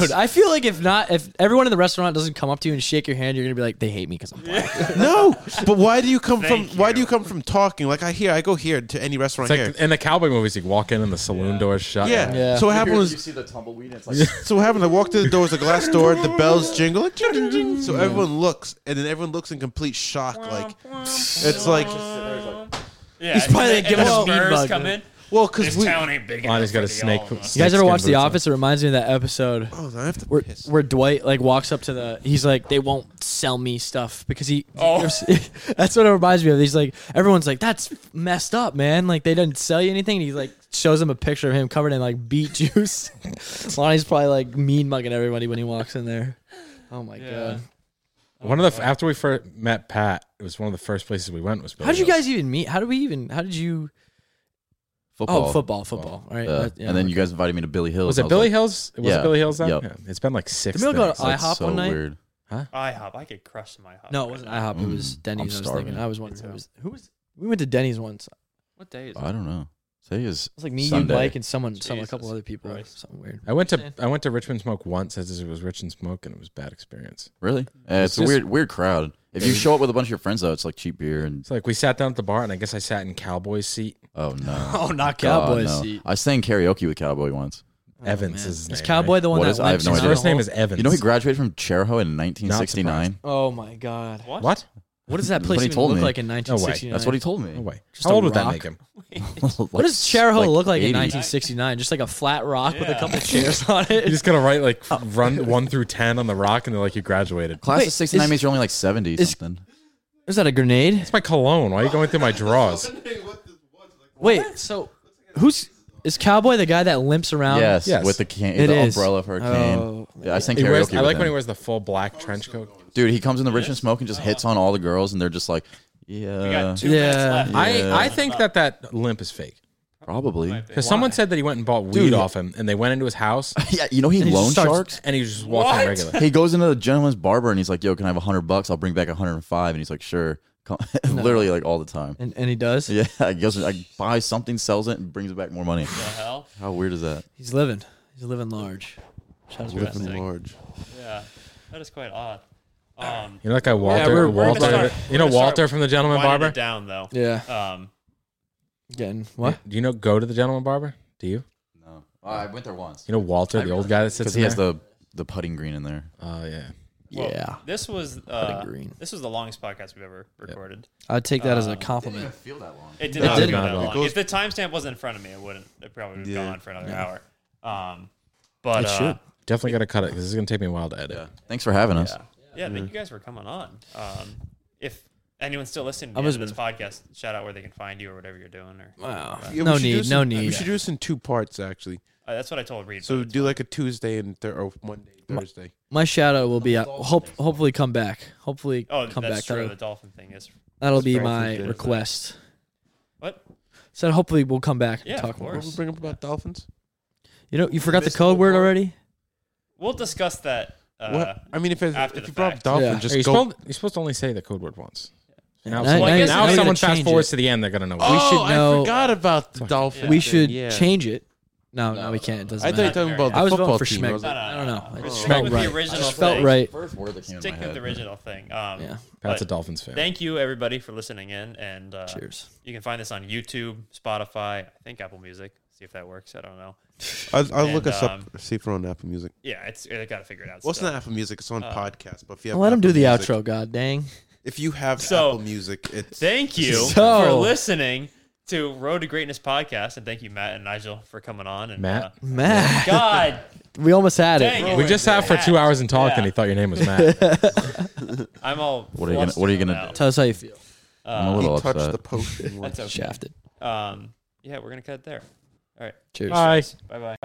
Speaker 2: Dude, I feel like if not, if everyone in the restaurant doesn't come up to you and shake your hand, you're gonna be like, they hate me because I'm black.
Speaker 5: no, but why do you come from?
Speaker 1: Thank
Speaker 5: Why do
Speaker 1: you.
Speaker 5: you come from talking? Like I hear, I go here to any restaurant
Speaker 4: It's like
Speaker 5: here.
Speaker 4: in the cowboy movies, you walk in and the saloon door's shut.
Speaker 5: Yeah.
Speaker 2: Yeah.
Speaker 5: So what
Speaker 3: Here,
Speaker 5: happened
Speaker 3: you
Speaker 5: was,
Speaker 3: see the tumbleweed, and it's like
Speaker 5: so what happened? I walked through the door, it was a glass door, the bells jingle, like, ding, ding, ding. so everyone looks, and then everyone looks in complete shock, like it's like
Speaker 3: Just sit there, it's like,
Speaker 1: yeah.
Speaker 2: He's probably
Speaker 1: and
Speaker 2: giving
Speaker 1: the
Speaker 2: us speed
Speaker 1: Spurs
Speaker 2: bug,
Speaker 1: come
Speaker 2: dude.
Speaker 1: in.
Speaker 5: Well, because
Speaker 1: This
Speaker 5: we.
Speaker 1: town ain't big enough.
Speaker 4: Lonnie's got
Speaker 1: for
Speaker 4: a
Speaker 1: the
Speaker 4: snake.
Speaker 1: all of us.
Speaker 2: You guys ever
Speaker 4: snakeskin
Speaker 2: watch The
Speaker 4: boots on.
Speaker 2: Office? It reminds me of that episode
Speaker 5: Oh, I have to
Speaker 2: where
Speaker 5: piss.
Speaker 2: where Dwight like walks up to the he's like they won't sell me stuff because he
Speaker 1: Oh.
Speaker 2: that's what it reminds me of. He's like everyone's like that's messed up, man. Like they didn't sell you anything. And he like shows him a picture of him covered in like beet juice. Lonnie's probably like mean mugging everybody when he walks in there. Oh my god!
Speaker 4: One of the after we first met Pat, it was one of the first places we went was.
Speaker 2: How did you
Speaker 4: Billy Joe's.
Speaker 2: guys even meet? How did we even? How did you?
Speaker 3: Football.
Speaker 2: Oh, football, football. All right,
Speaker 3: Yeah.
Speaker 2: that- yeah,
Speaker 3: and then
Speaker 2: okay.
Speaker 3: you guys invited me to Billy Hill.
Speaker 4: Was it Billy Hill's? Was
Speaker 3: Yeah.
Speaker 4: it Billy Hill's? Then?
Speaker 3: Yep.
Speaker 4: Yeah. It's been like six.
Speaker 2: Did we all go
Speaker 4: things.
Speaker 2: to
Speaker 3: uh,
Speaker 2: IHOP one night?
Speaker 3: Weird.
Speaker 1: IHOP. I could crush some IHOP.
Speaker 2: No,
Speaker 1: right
Speaker 2: it wasn't
Speaker 1: now.
Speaker 2: IHOP. It was
Speaker 3: Mm,
Speaker 2: Denny's. I
Speaker 3: I'm
Speaker 2: was thinking.
Speaker 3: starving.
Speaker 2: I was
Speaker 1: Me
Speaker 2: wondering who
Speaker 1: too.
Speaker 2: was who was. We went to Denny's once. It
Speaker 1: What day is it?
Speaker 3: I don't know. Say is
Speaker 2: was like me,
Speaker 3: Sunday.
Speaker 2: you, Mike, and someone, some a couple
Speaker 1: Jesus
Speaker 2: other people.
Speaker 1: Christ.
Speaker 2: Something weird.
Speaker 4: I went to I went to Richmond Smoke once as it was Richmond Smoke and it was a bad experience.
Speaker 3: really. Yeah, it's,
Speaker 4: It's
Speaker 3: a
Speaker 4: just-
Speaker 3: weird, weird crowd. If you
Speaker 4: Yeah.
Speaker 3: show up with a bunch of your friends though, it's like cheap beer and
Speaker 4: It's like we sat down at the bar and I guess I sat in Cowboy's seat.
Speaker 3: oh no.
Speaker 2: Oh, not
Speaker 3: God,
Speaker 2: Cowboy
Speaker 3: no.
Speaker 2: seat.
Speaker 3: I sang karaoke with Cowboy once.
Speaker 4: Evans is his
Speaker 2: Oh,
Speaker 4: name,
Speaker 2: Is Cowboy
Speaker 4: right?
Speaker 2: the one
Speaker 3: What
Speaker 2: that
Speaker 3: is- I have
Speaker 2: limps
Speaker 3: no
Speaker 2: around
Speaker 4: His
Speaker 3: idea.
Speaker 2: the
Speaker 4: first name
Speaker 2: whole-
Speaker 4: is Evans.
Speaker 3: You know he graduated from Cherho in 1969.
Speaker 2: Oh my god!
Speaker 1: What?
Speaker 4: What?
Speaker 2: What does that
Speaker 3: That's what
Speaker 2: place
Speaker 3: he
Speaker 2: even
Speaker 3: told
Speaker 2: look
Speaker 3: me.
Speaker 2: like in
Speaker 4: way.
Speaker 2: 1969?
Speaker 3: That's what he told me.
Speaker 4: No way.
Speaker 2: Just
Speaker 4: How
Speaker 2: a
Speaker 4: old would that
Speaker 2: rock?
Speaker 4: make him?
Speaker 2: What does Cherry Hill look like in
Speaker 3: 80.
Speaker 2: 1969? Just like a flat rock with a
Speaker 1: Yeah.
Speaker 2: couple chairs on
Speaker 4: You're
Speaker 2: it.
Speaker 4: just gonna write like
Speaker 3: Oh.
Speaker 4: run one through ten on the rock and they're like you graduated.
Speaker 3: Class
Speaker 2: Wait,
Speaker 3: of 69
Speaker 2: is-
Speaker 3: means you're only like 70
Speaker 2: is-
Speaker 3: something.
Speaker 2: Is that a grenade?
Speaker 4: It's my cologne. Why are you going through my drawers?
Speaker 2: Wait, so who's is Cowboy the guy that limps around?
Speaker 3: Yes,
Speaker 4: Yes.
Speaker 3: with the can,
Speaker 2: Oh, It
Speaker 3: the
Speaker 2: is.
Speaker 3: umbrella for a cane.
Speaker 2: Oh.
Speaker 3: yeah, I sang
Speaker 4: He
Speaker 3: karaoke.
Speaker 4: wears, I
Speaker 3: with
Speaker 4: like
Speaker 3: him.
Speaker 4: when he wears the full black trench coat.
Speaker 3: Dude, he comes in the rich and smoke and just hits on all the girls, and they're just like,
Speaker 1: We
Speaker 3: yeah,
Speaker 1: got two
Speaker 2: Yeah.
Speaker 1: minutes left.
Speaker 3: Yeah.
Speaker 4: I, I think that that limp is fake.
Speaker 3: probably.
Speaker 4: Because someone said that he went and bought weed off him, and they went into his house,
Speaker 3: yeah, you know he
Speaker 2: he just
Speaker 3: loan
Speaker 2: starts-
Speaker 3: sharks.
Speaker 4: and he was just walking
Speaker 1: What?
Speaker 4: regular.
Speaker 3: He goes into the gentleman's barber and he's like, "Yo, can I have a hundred bucks? I'll bring back a hundred and five. And he's like, "Sure." Come- Literally like all the time.
Speaker 2: and, and he does.
Speaker 3: Yeah, I guess I buy something, sells it, and brings it back more money.
Speaker 1: The hell?
Speaker 3: How weird is that?
Speaker 2: He's living. He's living large. Shout out to
Speaker 1: Living
Speaker 2: him.
Speaker 5: large.
Speaker 1: Yeah. That is quite odd. Um,
Speaker 4: You know, that guy Walter.
Speaker 2: we're- we're
Speaker 4: Walter.
Speaker 2: gonna start-
Speaker 4: you know
Speaker 1: we're gonna start
Speaker 4: Walter from the Gentleman
Speaker 1: winding
Speaker 4: Barber.
Speaker 1: it down though.
Speaker 2: Yeah,
Speaker 1: Um,
Speaker 2: getting what?
Speaker 4: Do you know go to the Gentleman Barber? Do you?
Speaker 3: No, Oh, I went there once
Speaker 4: You know Walter, the old guy that sits
Speaker 3: because
Speaker 4: in
Speaker 3: he has
Speaker 4: there?
Speaker 3: the the putting green in there.
Speaker 4: Oh yeah.
Speaker 1: well,
Speaker 2: yeah,
Speaker 1: This was uh,
Speaker 2: green.
Speaker 1: this was the longest podcast we've ever recorded.
Speaker 2: I'd take that as a
Speaker 1: Uh,
Speaker 2: compliment.
Speaker 3: feel that long.
Speaker 1: It did
Speaker 2: It
Speaker 1: not
Speaker 2: did
Speaker 1: go
Speaker 4: not
Speaker 1: that
Speaker 4: go.
Speaker 1: long.
Speaker 5: Goes-
Speaker 1: If the timestamp wasn't in front of me, it wouldn't. It probably would have
Speaker 5: Yeah.
Speaker 1: gone on for another hour. Um, but
Speaker 2: It
Speaker 1: uh,
Speaker 2: should.
Speaker 4: Definitely gotta cut it because this is gonna take me a while to edit.
Speaker 3: Thanks for having us.
Speaker 1: yeah, yeah, thank you guys for coming on. Um, if anyone's still listening to
Speaker 2: I'm
Speaker 1: the end of this
Speaker 2: just
Speaker 1: podcast, shout out where they can find you or whatever you're doing. Or
Speaker 2: Wow.
Speaker 5: Yeah, we
Speaker 2: no
Speaker 5: should do
Speaker 2: need.
Speaker 5: this
Speaker 2: no
Speaker 5: in- We
Speaker 2: need.
Speaker 5: should do this in two parts, actually.
Speaker 1: uh, that's what I told Reed.
Speaker 5: So
Speaker 1: but it's
Speaker 5: do like a Tuesday and thir- or Monday, Thursday.
Speaker 2: My shadow will be out. Hope, hopefully, come back. Hopefully,
Speaker 1: Oh,
Speaker 2: come
Speaker 1: that's
Speaker 2: back.
Speaker 1: true. The
Speaker 2: That'll,
Speaker 1: dolphin thing is
Speaker 2: that'll be
Speaker 5: That's
Speaker 2: my
Speaker 5: right.
Speaker 2: request.
Speaker 1: what?
Speaker 2: So hopefully, we'll come back and
Speaker 1: Yeah,
Speaker 2: talk
Speaker 1: of
Speaker 2: more.
Speaker 5: What we
Speaker 1: course.
Speaker 5: bring up about dolphins?
Speaker 2: You know, you forgot the code word already.
Speaker 1: We'll discuss that. Uh,
Speaker 5: what? I mean, if, it,
Speaker 1: after
Speaker 5: if
Speaker 1: the
Speaker 5: you brought up
Speaker 1: fact.
Speaker 5: dolphins,
Speaker 2: Yeah.
Speaker 5: just
Speaker 4: Are you
Speaker 5: go.
Speaker 4: supposed, you're supposed to only say the code word once.
Speaker 2: Now-
Speaker 4: Now, if someone-
Speaker 1: now you-
Speaker 4: now
Speaker 1: now
Speaker 4: if
Speaker 1: you
Speaker 4: someone
Speaker 2: gotta
Speaker 4: fast
Speaker 2: change
Speaker 4: forwards
Speaker 2: it.
Speaker 4: to the end, they're gonna know.
Speaker 2: We should
Speaker 5: oh, I
Speaker 2: know-
Speaker 5: forgot about the dolphin.
Speaker 1: Yeah.
Speaker 2: We
Speaker 1: Yeah.
Speaker 2: should
Speaker 5: Yeah.
Speaker 2: change it. No, no, we can't. It doesn't
Speaker 5: I thought you were
Speaker 2: matter.
Speaker 5: talking about the
Speaker 2: I was
Speaker 5: football
Speaker 2: voting for
Speaker 5: team. I
Speaker 2: Schmeck.
Speaker 5: was like,
Speaker 1: I
Speaker 2: I don't know. It
Speaker 1: Just
Speaker 2: just
Speaker 1: stick
Speaker 2: felt
Speaker 1: with
Speaker 2: right.
Speaker 1: the original.
Speaker 2: Just felt
Speaker 1: thing.
Speaker 2: right.
Speaker 3: First word that came
Speaker 1: Stick with the original thing. Um,
Speaker 2: Yeah.
Speaker 4: Pat's a
Speaker 1: but
Speaker 4: Dolphins fan.
Speaker 1: Thank you, everybody, for listening in. And uh,
Speaker 2: Cheers.
Speaker 1: you can find this on YouTube, Spotify, I think Apple Music. See if that works. I don't know.
Speaker 5: I'll, I'll
Speaker 1: And,
Speaker 5: look us
Speaker 1: um,
Speaker 5: up. See if we're on Apple Music.
Speaker 1: Yeah, it's I gotta figure it out.
Speaker 5: Well, it's
Speaker 1: still.
Speaker 5: not Apple Music. It's on podcast. But if you have
Speaker 2: Let him
Speaker 5: Apple
Speaker 2: do the
Speaker 5: Music-
Speaker 2: outro. God dang.
Speaker 5: If you have
Speaker 1: So-
Speaker 5: Apple Music, it's
Speaker 1: Thank you
Speaker 2: So-
Speaker 1: for listening to Road to Greatness podcast, and thank you, Matt and Nigel, for coming on. And
Speaker 4: Matt?
Speaker 1: uh,
Speaker 2: Matt,
Speaker 1: God
Speaker 2: we almost had
Speaker 1: dang
Speaker 2: it.
Speaker 1: it.
Speaker 4: We just sat for two hours and talked,
Speaker 1: Yeah.
Speaker 4: and he thought your name was Matt.
Speaker 1: I'm all.
Speaker 3: What are you gonna- what are you gonna
Speaker 2: Tell us how you feel.
Speaker 1: do?
Speaker 3: I'm a
Speaker 5: he
Speaker 3: little
Speaker 5: touched
Speaker 3: upset.
Speaker 5: the potion.
Speaker 1: that's okay.
Speaker 2: Shafted.
Speaker 1: Uh, Um, yeah, we're gonna cut it there. All right.
Speaker 2: Cheers.
Speaker 4: Bye.
Speaker 1: Bye bye.